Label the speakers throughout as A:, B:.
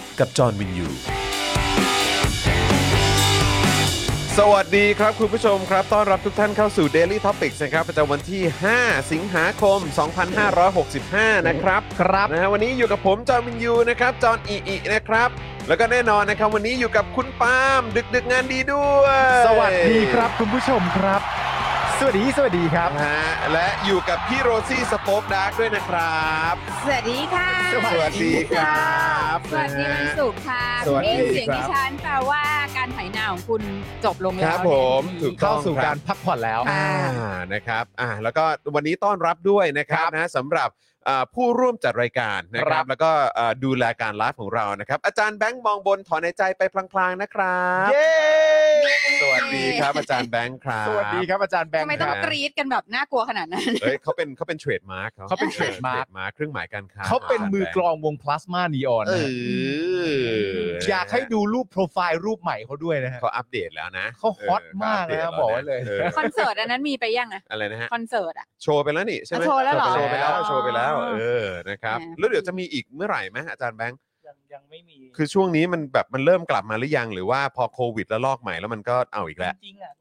A: กับจอห์นวินยู สวัสดีครับคุณผู้ชมครับต้อนรับทุกท่านเข้าสู่ Daily Topics นะครับประจำวันที่ 5 สิงหาคม 2565 นะครับครับนะฮะวันนี้อยู่กับผมจอห์นวินยูนะครับจอห์นอิอินะครับ แล้วก็แน่นอนนะครับวันนี้อยู่กับคุณปาล์มดึกดึกๆงานดีด้วย
B: สวัสดีครับคุณผู้ชมครับ สวัสดีสวัสดีครับ
A: นะฮะและอยู่กับพี่โรซี่สป็อคดาร์กด้วยนะครับ
C: สวัสดีค่ะ
A: สวัสดีครับ
C: สวัสดีวันศุกร์ค่ะ
A: สวัสดีครับ
C: เอ๊ะเสียงดิฉันแปลว่าการไถนาของคุณจบลง
A: ค
C: แล้ว
A: รับผม
C: ใน
A: ถูกต้
B: เข้า
A: อง
B: สู่
A: คบ
B: การพักผ่อนแล้ว
A: อ่านะครับอ่าแล้วก็วันนี้ต้อนรับด้วยนะครับนะสำหรับอ่าผู้ร่วมจัดรายการนะค
B: ครั
A: รับ
B: บ
A: แล้วก็อ่าดูแลการไลฟ์ของเรานะครับ อาจารย์แบงค์มองบนถอนในใจไปพลางๆนะครับ
B: เย้
A: สวัสดีครับอาจารย์แบงค์ครับ
B: สวัสดีครับอาจารย์แบง
C: ทำ
B: ค์
C: ไม
B: ค
C: ต้อ
B: รั
C: ง
B: บ
C: กรีดกันแบบน่ากลัวขนาด นั้น
A: เฮ้ยเขาเป็นเขาเป็นเทรดมาร์ก
B: เขาเป็น trademark
A: เครื่องหมายการค้า
B: เขาเป็นมือกล
A: ข
B: องวงพลาสมานีออ
A: อน งอาจารย์แบงค์เออนะ
B: อยากให้ดูรูปโปรไฟล์รูปใหม่เขาด้วยนะฮะ
A: เขาอัปเดตแล้วนะ
B: เขาฮอตมากนะ
A: เ
B: บอกไว้เลย
A: เออ
C: คอนเสิร์ตอันนั้นมีไปยังอะ
A: อะไรนะฮะ
C: คอนเสิ ร์ตอะ
A: โชว์ไปแล้วนี่ใช่ไหม
C: อ่ะโชว์แล้วเหรอ
A: โชว์ไปแล้วโชว์ไปแล้ว
C: อ๋อ
A: เออนะครับ
C: แหม
A: แล้วเดี๋ยวจะมีอีกเมื่อไหร่ไหมอาจารย์แบงค์
D: ยังยังไม่มี
A: คือช่วงนี้มันแบบมันเริ่มกลับมาหรือยัง หรือว่าพอโควิดแล้วลอกใหม่แล้วมันก็เอาอีกแล้ว
D: จริงๆอ่ะ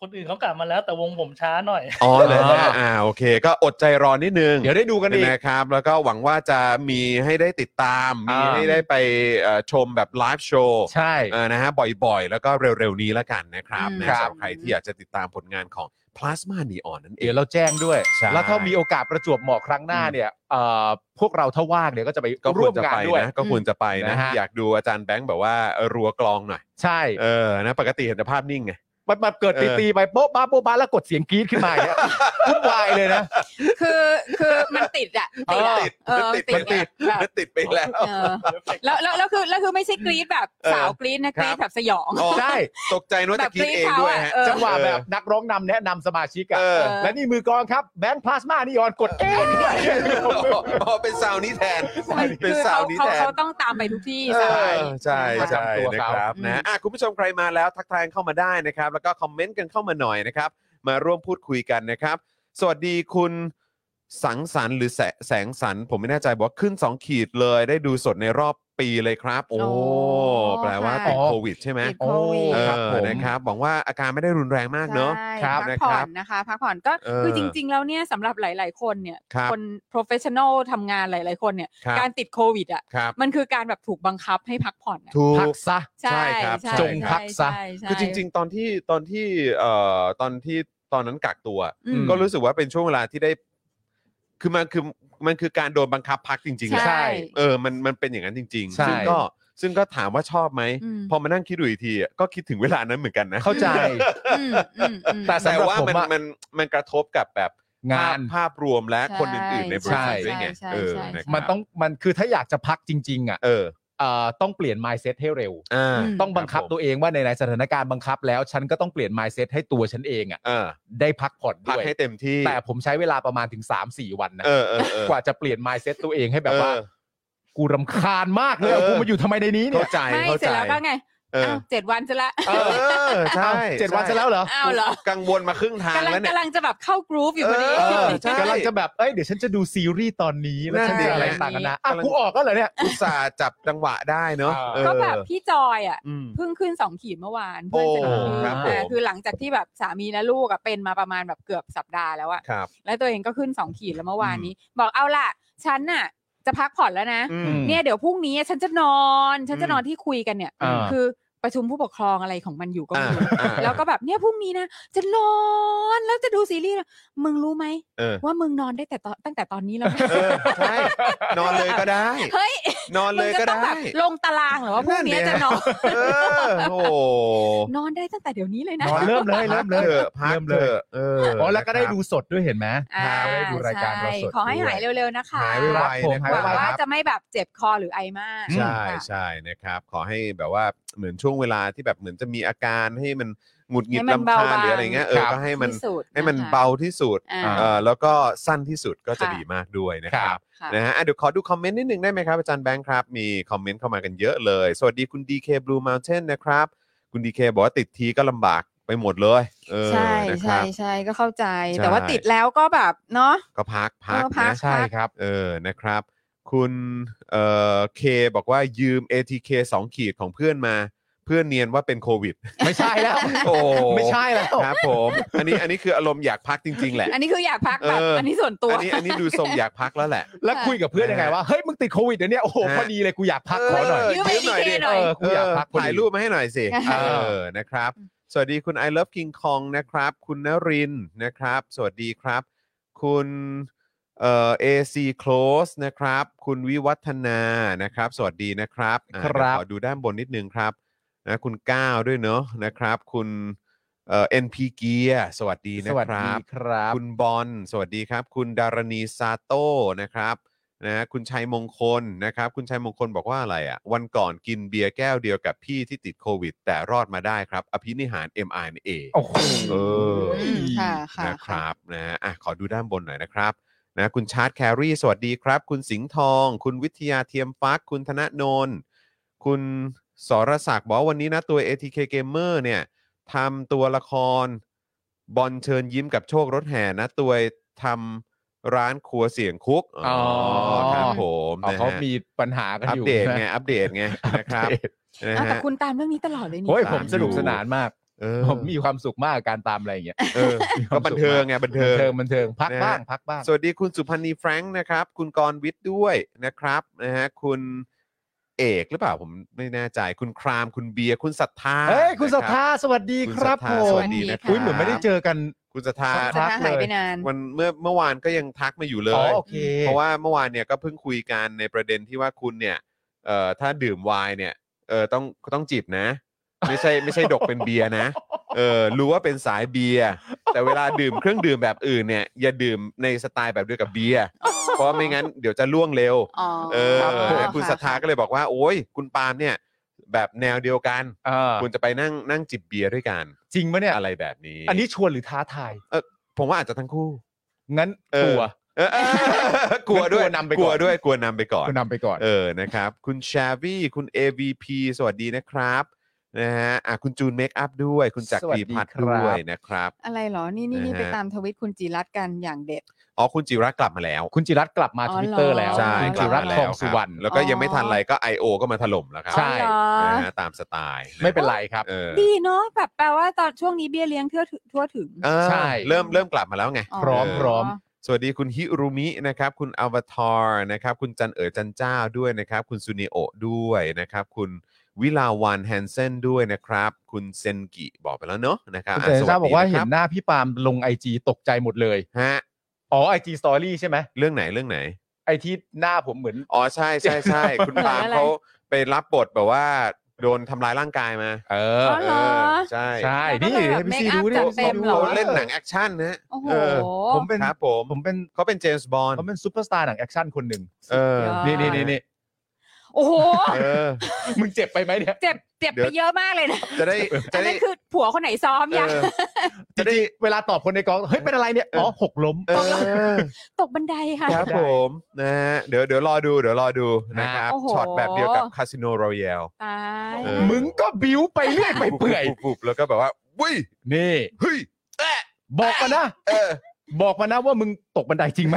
D: คนอื่นเขากลับมาแล้วแต่วงผมช้าหน่อย
A: อ๋อเลยนะอ่าโอเค ก็อดใจรอนิดนึง
B: เดี๋ยวได้ดูกันอีก
A: นะครับ แล้วก็หวังว่าจะมีให้ได้ติดตาม
B: อ่ามี
A: มีให้ได้ไปเอ่อชมแบบไลฟ์โชว์
B: ใช่
A: เออนะฮะบ่อยๆ แล้วก็เร็วๆนี้แล้วกันนะครับ
C: อืม
A: นะ
B: ค
A: ค
B: รั
A: รับ บใครที่อยากจะติดตามผลงานของ Plasma Neon นั่นเอ
B: เดี๋ย
A: ง
B: วเราแจ้งด้วย
A: ใช่
B: แล้วถ้ามีโอกาสประจวบเหมาะครั้งหน้าเนี่ยเอ่อพวกเราถ้าว่างเนี่ยก็จะไป
A: ก็ค
B: ร่
A: วร
B: วม
A: จะ
B: งาน
A: ไป
B: ด้วย
A: นะก็ควรจะไปนะ
B: นะฮะ
A: อยากดูอาจารย์แบงค์แบบว่ารัวกลองหน่อย
B: ใช่
A: เออ นะ ปกติเห็นแต่ภาพนิ่งไง
B: มันมาเกิด
A: เออ
B: ตีๆไปโป๊ะบ้าโป๊ะบ้าแล้วกดเสียงกรี๊ดขึ้นมาเนี่ยวุ่นวายเลยนะ
C: คือคือมันติดอะติดอะเออ
A: ติด
C: ติด
A: ติ
C: อะ
A: ด
C: แบบ
A: ติดไปแล้ว
C: เออแล้วแล้วแล้วคือแล้วคือไม่ใช่กรีดแบบ
A: เออ
C: สาวกรีดนะกรีด
A: ค
C: แบ
A: รับ
C: บสยอง
A: อ๋อ
B: ใช่
A: ตกใจนึกว่าจะคิดเองด้วยฮะ
C: เออ
B: จังหวะแบบนักร้องนำแนะนำสมาชิกอะ
A: เออ
B: และนี่มือกลองครับแบงค์พลาสมานีออนกดเอง
A: อ๋ออ๋อเป็นสาวนี้แทน
C: มัน
A: เป็น
C: คือ
A: สาว
C: เขา
A: นี้
C: เขา
A: แทน
C: เขาต้องตามไปทุกที่
A: เอ
C: สาว
A: อใช่
C: อืม
A: ใช่นะครับนะอ่ะคุณผู้ชมใครมาแล้วทักทายเข้ามาได้นะครับ แล้วก็คอมเมนต์กันเข้ามาหน่อยนะครับ มาร่วมพูดคุยกันนะครับ สวัสดีคุณสังสรรค์หรือแสแสงสรรค์ผมไม่แน่ใจบอกว่าขึ้น 2 ขีดเลยได้ดูสดในรอบปีเลยครับ โอ้
C: อ๋อ
A: แปลว่าติด
C: ค่ะ
A: โควิดใช่ไหม
C: ติดโควิด
A: เอ
B: ครับ
A: อ
B: ผม
A: นะครับหวังว่าอาการไม่ได้รุนแรงมากเนอะ
C: ใช่
B: ครับ
C: พั
A: นะ
C: ก
A: ค
C: ผ่อ
A: รับ
C: นนะคะพักผ่อนก็
A: เออ
C: คือจริง ๆ แล้วเนี่ยสำหรับหลาย ๆ คนเนี่ย
A: ครับ
C: น professional ทำงานหลาย ๆ คนเนี่ย
A: ครับ
C: การติดโควิดอ่ะ
A: ครับ
C: มันคือการแบบถูกบังคับให้พักผ่อนอะ
A: ถู
B: พั
A: ก
B: กซะ
A: ใช่ครับ
C: ใช่
A: จง
B: พักซะ
C: ใช่ใช่
A: คือจริง ๆ ตอนที่ตอนที่เอ่อตอนที่ตอนนั้นกักตัว
C: อืม
A: ก็รู้สึกว่าเป็นช่วงเวลาที่ได้ คือมันคือมันคือการโดนบังคับพักจริงๆแหละ
B: ใช่
A: เออมันมันเป็นอย่างนั้นจริง
B: ใช่
A: ๆ ซึ่งก็ซึ่งก็ถามว่าชอบไหม
C: อืม
A: พอมานั่งคิดดูอีกทีอะก็คิดถึงเวลานั้นเหมือนกันนะ
B: เข้าใจ
C: อืมอืมอืม
B: แต่
A: แต่
B: สำหรับ
A: ว่า
B: ผม
A: มัน
B: อะ
A: มันมันกระทบกับแบบ
B: งา
A: ภาพ
B: น
A: ภาพรวมและ
C: ใช่
A: คนอื่นๆในบริษัท
B: ใช่
A: ด้วยไง
C: ใช่
A: เออ
C: ใช่
A: นะครับ
B: มันต้องมันคือถ้าอยากจะพักจริง ๆ อ่ะ
A: เออ
B: เอ่อต้องเปลี่ยน mindset ให้เร็ว
A: อ่า
C: อืม
B: ต้องบังคับ
A: ครับผม
B: ตัวเองว่าในๆสถานการณ์บังคับแล้ว ฉันก็ต้องเปลี่ยน mindset ให้ตัวฉันเองอ่ะ
A: เออ
B: ได้พักผ่อน
A: พัก
B: ด้วย
A: ให้เต็มที่
B: แต่ผมใช้เวลาประมาณถึง 3-4 วันนะ
A: เออเออเออ
B: กว่าจะเปลี่ยน mindset ตัวเองให้แบบว่า
A: เออ
B: กูรำคาญมากเลยเอา
A: เออ
B: กูมาอยู่ทำไมในนี้เนี่
A: เข้าย ใจ
C: ไม่
A: เข้า
C: เสร็
A: ใจ
C: จแล้วก็ไง
A: เออ
C: อ้าวเจ็ดวันจะละ
A: เออใช่
B: อ้าวเจ็ดวันจะแล้วเหรอ
C: อ้าวเหรอ
A: กังวลมาครึ่งทาง
C: กำลัง
A: แล้วเนี่ย
C: กำลังจะแบบเข้ากรูฟอยู่พอดี
A: เออ ใช่
B: กำลังจะแบบ เอ้ย เดี๋ยวฉันจะดูซีรีส์ตอนนี้ แล้วฉัน
A: นั่น
B: จะ
A: ดิ
B: อะไรต่างกันนะอ่ะ
A: กำลัง
B: กูออกก็เหรอเนี่ย
A: อุตส่าห์จับจังหวะได้เนาะ
B: เออ
C: ก็แบบพี่จอยอ่ะ
A: อืม
C: เพิ่งขึ้นสองขีดเมื่อวานเพื่อนสนิท
B: โอ้
C: เพิ่ง
B: ครับผม
C: อ่าคือหลังจากที่แบบสามีและลูกอะเป็นมาประมาณแบบเกือบสัปดาห์แล้วอะ
A: ครับ
C: แล้วตัวเองก็ขึ้นสองขีดแล้วเมื่อวานนี้ บอกเอาล่ะ ฉันน่ะ จะพักผ่อนแล้วนะ
A: อืม
B: อืม
C: เนี่ยเดี๋ยวพรุ่งนี้ฉันจะนอน ฉันจะนอนที่คุยกันเนี่ย
B: อ่า
C: คือประชุมผู้ปกครองอะไรของมันอยู่ก็ไม่รู้
A: อ่าอ่า
C: แล้วก็แบบเนี่ยพรุ่งนี้นะจะนอนแล้วจะดูซีรีส์นะมึงรู้ไหม
A: เออ
C: ว่ามึงนอนได้แต่ตอนตั้งแต่ตอนนี้แล้วนะ
A: เออใช่นอนเลยก็ได้
C: เฮ้ย
A: นอน
C: มึ
A: เล
C: ง
A: ย
C: จะ
A: ก็
C: ต้อง
A: ได้
C: แบบลงตารางเหรอว่าพรุ่งนี้จะนอน
A: เออโอ้โห
C: นอนได้ตั้งแต่เดี๋ยวนี้เลยนะ
B: นอนเริ่มเลยเริ่มเลย
A: พักถอะพัก
B: เริ่ม
A: ถ
B: เลย
A: อะเออ
B: อ๋อ
A: อ
B: แล้วก็ได้ดูสดด้วยเห็นไหม
C: อ่า
B: ได้ดูรายการเราสด
C: ใช่ขอให้หาย
B: ด้วย
C: เร็วๆนะคะ
A: หาย
B: ค
A: ไว
B: รับ
A: ๆ
B: ผม
A: นะค
C: ห
A: รั
C: วั
A: บ
C: ง
A: ค
C: ว่าจะ
A: รับ
C: ไม่แบบเจ็บคอหรือไอมาก
A: ใช่
C: ค่ะ
A: ใช่นะครับ ขอให้แบบว่าเหมือนช่วงเวลาที่แบบเหมือนจะมีอาการให้มันหงุดหงิด
C: ให้มัน
A: ลำคาญ
C: เบาบาง
A: หรืออะไรเงี้ยเออก็ให้มัน
C: ที่สุด
A: ให้มัน
C: นะคะ
A: เบาที่สุด
C: อ่า
A: เออแล้วก็สั้นที่สุดก็จะ
C: ค่ะ
A: ดีมากด้วยนะครับ
C: ค่ะ
A: นะฮะอ่ะเดี๋ยวขอดูคอมเมนต์นิดนึงได้ไหมครับอาจารย์แบงค์ครับ มีคอมเมนต์เข้ามากันเยอะเลย สวัสดีคุณ DK Blue Mountain นะครับ คุณ DK บอกว่าติดทีก็ลำบากไปหมดเลยเออ
C: ใช่
A: นะค
C: ใช่
A: รับ
C: ใช่ก็เข้าใจ
A: ใช่
C: แต่ว่าติดแล้วก็แบบเนาะ
A: ก็พักพัก
C: เออพัก
A: นะ
C: ใช่พัก
A: ครับเออนะครับ คุณเอ่อเคบอกว่ายืม ATK 2 ขีดของเพื่อนมา เพื่อนเนียนว่าเป็นโควิด
B: ไม่ใช่แล้ว
A: โอ้
B: ไม่ใช่แล้ว
A: ครับผม อันนี้อันนี้คืออารมณ์อยากพักจริง ๆ แหละ
C: อันนี้คืออยากพักแบบ
A: เอออั
C: อันนี้ส่วนตัว
A: อันนี้อันนี้ดู ทรงอยากพักแล้วแหละ
B: แล้วคุยกับเพื่อนยังไงว่าเฮ้ยมึงติดโควิดเดี๋ยวเนี้โอ้โห
A: ฮะ
B: พอดีเลยกูอยากพักขอหน่อย
C: ยืม ATK
A: ดิ
C: หน่อย
A: เกูอยาก
B: เออ
A: พักถ่ายรูปมาให้หน่อยสิ
C: อ่า
A: เออ นะครับ สวัสดีคุณ I love King Kong นะครับ คุณนรินทร์นะครับ สวัสดีครับ คุณเอ่อ AC Close นะครับ คุณวิวัฒนา นะครับ สวัสดีนะครับอ่า
B: ครับ
A: เดี๋ยวขอดูด้านบนนิดนึงครับ นะ คุณก้าวด้วยเนอะนะครับ คุณเอ่อ NP Gear สวัสดี
B: ส
A: นะ
B: วัส
A: ค
B: ดี
A: รับ
B: ครับ
A: คุณบอลสวัสดีครับ คุณดารณีซาโต้นะครับนะคุณชัยมงคลนะครับ คุณชัยมงคลบอกว่าอะไรอ่ะ วันก่อนกินเบียร์แก้วเดียวกับพี่ที่ติดโควิด แต่รอดมาได้ครับ อภินิหาร mRNA
B: โอ้โห
A: เออ
C: อืมค่ะค่ะ
A: นะครับนะฮะอ่ะขอดูด้านบนหน่อยนะครับนะคุณชาร์ตแครีสวัสดีครับ คุณสิงห์ทอง คุณวิทยาเทียมฟัก คุณธนโนนคุณสรศักดิ์บอกว่าวันนี้นะตัว ATK Gamer เนี่ยทำตัวละครบอลเชิญยิ้มกับโชครถแห่นะตัวทำร้านครัวเสียงคุก
B: อ๋อ
A: ครับผม
B: เอา
A: นะ
B: เขา
A: ฮะ
B: มีปัญหากัน
A: อั
B: อ
A: ป
B: ยู่
A: เดตไงอัปเดตไงนะครับนะ
C: อ้าวแต่
A: ฮะ
C: คุณตามเรื่องนี้ตลอดเลยนี่
B: โอ้ย
A: ตาม
B: ผมสนุก
A: อยู่
B: สนานมาก
A: เออ
B: ผมมีความสุขมากกับการตามอะไรอย่างเงี้ย
A: เออก็บันเทิงไงบันเทิง
B: บันเทิงบันเทิงพัก
A: นะฮะ
B: บ้างพักบ้าง
A: สวัสดีคุณสุพันธ์นีแฟรงค์นะครับ คุณกรณ์วิทย์ด้วยนะครับนะฮะคุณเอกหรือเปล่าผมไม่แน่ใจ คุณครามคุณเบียร์คุณศรัทธา
B: เฮ้ยคุณสัทธา
A: นะ
B: สวัสดีครับ
A: คุ
B: ผ
A: ณศรัทธาสวั
B: ม
A: สดีนะครับ
B: อุ้ยเหมือนไม่ได้เจอกัน
A: บคุณศรัทธา
C: คุณ
B: ค
C: ส
B: รับ
C: ถาหายไปนาน
A: วันเมื่อเมื่อวานก็ยังทักมาอยู่เล
B: อ๋อย โอเค
A: เพราะว่าเมื่อวานเนี่ยก็เพิ่งคุยกันในประเด็นที่ว่าคุณเนี่ยเอ่อถ้าดื่มไวน์เนี่ยเออต้องต้องจิบนะ ไม่ใช่ไม่ใช่ดกเป็นเบียร์นะเออรู้ว่าเป็นสายเบียร์แต่เวลาดื่มเครื่องดื่มแบบอื่นเนี่ยอย่าดื่มในสไตล์แบบเดียวกับเบียร์เพราะไม่งั้นเดี๋ยวจะล่วงเร็ว
C: อ๋อ
A: เออ
C: รับ
A: นะคุณศรัทธาก็เลยบอกว่า โอ้ยคุณปาล์มเนี่ย แบบแนวเดียวกัน
B: เออ
A: คุณจะไปนั่งนั่งจิบเบียร์ด้วยกัน
B: จริงปะเนี่ย
A: อะไรแบบนี้
B: อันนี้ชวนหรือท้าทาย
A: ผมว่าอาจจะทั้งคู่
B: งั้น
A: เออ
B: กลัว
A: เออเออกลัวด้วย
B: กลัวนำไป
A: ก
B: ก่อน
A: ลัวด้วยกลัวนำไปก่อน
B: ก็นำไปก่อน
A: เออนะครับ คุณชาวี่คุณ AVP สวัสดีนะครับนะฮะอ่ะคุณจูนเมคอัพด้วย คุณจักรีพัฒน์
B: สวัสดีครับ
A: ด้วยนะครับ
C: อะไรเหรอ นี่นี่นี่
A: นะฮะ
C: ไปตามทวิตคุณจีรัตน์กันอย่างเด็ด
A: อ๋อคุณจิระกลับมาแล้ว
B: คุณจิรัตน์กลับมา
C: อ๋
B: ท
C: อ
B: วิตเตอร์
C: เหรอ
B: แล้ว
A: ใช่
B: คุณ
A: ก
B: จิ
A: ลับ
B: รัต
A: มา
B: น์
A: แล้
B: ท
A: ว
B: องสุวรร
A: ค
B: ณ
A: บแล้วก็ยังไม่ทันอะไรก็ I.O. ก็มาถล่มแล้วครับ
B: ใช่
C: อ๋อเหรอ
A: นะฮะตามสไตล์
B: ไม่เป็นไรครับ
A: เออ
C: ดีเนาะแบบแปลว่าตอนช่วงนี้เบี้ยเลี้ยงเทั่วถึงทั่วถึง
A: เออ
B: ใช่
A: เริ่มเริ่มกลับมาแล้วไง
B: พร้อม
A: เออ
B: พร้อม
A: สวัสดีคุณฮิรุมินะครับ คุณอวตารนะครับ คุณจันเอ๋อจันเจ้าด้วยนะครับ คุณซูนิโอะด้วยนะครับ คุณวิลาวันแฮนเซนด้วยนะครับ คุณเซนกิบอกไปแล้วเนอะนะครับ
B: คุณ
A: อ่ะ
B: เจนซ่า
A: สสดี
B: บอกว่า
A: ะค
B: เห็
A: รั
B: นหน้าพี่ปาล์มลงไอจีตกใจหมดเลย
A: ฮะ
B: อ๋อไอจีสตอรี่ใช่ไหม
A: เรื่องไหนเรื่องไหน
B: ไอที่หน้าผมเหมือน
A: อ๋อใช่ใช่ ใช่ คุณปาล์มเขาไปรับบทแบบว่า โดนทำร้ายร่างกายมา
B: เอ
A: เอ
B: อ
A: อ
C: อเหรอ
A: ใช่
B: ใช่
C: แล้วก็
B: นี่
C: เลยแบบ
B: ให้พี่ซี
C: make up
B: ดูดิ
C: จัด
B: พี่
C: เต็
B: ซี
C: ม
B: ดู
C: หร
A: เขา
C: อ
A: เล่นหนังแอคชั่นนะฮะ
C: โอ้โห
A: เออ
B: ผมเป็น
A: ครับผม
B: ผมเป็น
A: เขาเป็นเจมส์บอนด์
B: ผมเป็นซูเปอร์สตาร์หนังแอคชั่นคนหนึ่ง
A: เออ
C: สุ
B: นี่
C: ดยอด
B: นี่นี่นี่
C: โอ้โห
A: เออ
B: มึงเจ็บไปไหมเนี่ย
C: เจ็บเจ็บ
A: เดี๋ย
C: ไป
A: ว
C: เยอะมากเลยนะ
A: จะได้
C: อั
A: จะ
C: น
A: ได้
C: นั้นคือผัวคนไหนซ้อมยัง
A: เออ
B: จริงๆเวลาตอบคนในกองเฮ้ยเป็นอะไรเนี่ยอ๋อหกล้ม
A: เออ
C: ตกบันไดค่ะ
A: ครับ
B: ได้
A: ผมนะฮะเดี๋ยวเดี๋ยวรอดูเดี๋ยวรอดู
B: นะ
A: นะครับ
C: โอ้โห
A: ช็อตแบบเดียวกับคาสิโนรอยัล
C: ตาย
A: เออ
B: มึงก็บิ้วไปเรื่อยไปเปื่อย
A: ปุบๆแล้วก็แบบว่าวุ้ย
B: นี่
A: เฮ้ยแอะ
B: บอกมานะ
A: เออ
B: บอกมานะว่ามึงตกบันไดจริงไหม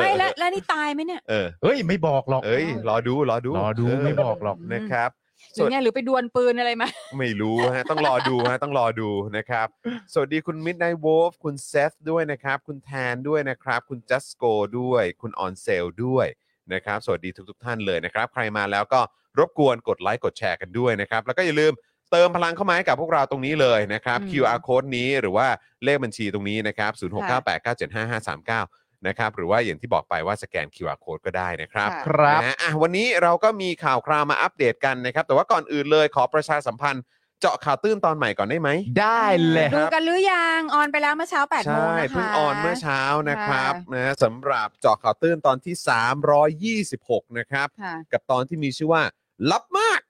C: ไม่แล้วแล้วนี่ตายไหมเนี่ย
A: เออ
B: เฮ้ยไม่บอกหรอก
A: เอ้ยรอดูรอดู
B: รอดู
A: เ
B: ไม่บอกหรอก
A: นะครับ
C: หรือไงหรือไปดวลปืนอะไรมา
A: ไม่รู้ฮะต้องรอดูฮะต้องรอดูนะครับ สวัสดีคุณ Midnight Wolf คุณเซฟด้วยนะครับ คุณแทนด้วยนะครับ คุณ Just Go ด้วย คุณ On Sale ด้วย นะครับ สวัสดีทุก ๆ ท่านเลยนะครับ ใครมาแล้วก็รบกวนกดไลค์กดแชร์กันด้วยนะครับ แล้วก็อย่าลืมเติมพลังเข้ามาให้กับพวกเราตรงนี้เลยนะครับ
C: อืม
A: QR code นี้หรือว่าเลขบัญชีตรงนี้นะครับ 0698975539 นะครับ หรือว่าอย่างที่บอกไปว่าสแกน QR code ก็ได้นะครับ
E: ค่ะ
B: ครับ
A: นะฮะอ่ะวันนี้เราก็มีข่าวคราวมาอัปเดตกันนะครับ แต่ว่าก่อนอื่นเลยขอประชาสัมพันธ์เจาะข่าวตื้นตอนใหม่ก่อนได้ไหม
B: ได้เลย
C: ดู
B: ฮะ
C: กันหรือยังออนไปแล้วเมื่อเช้า8ปดโมง
A: ใช่
C: นะคะ
A: เพิ่งออนเมื่อเช้านะครับ
C: ค่ะ
A: นะสำหรับเจาะข่าวตื้นตอนที่ 326 นะครับ
C: ค่ะ
A: กับตอนที่มีชื่อว่า ลับมาก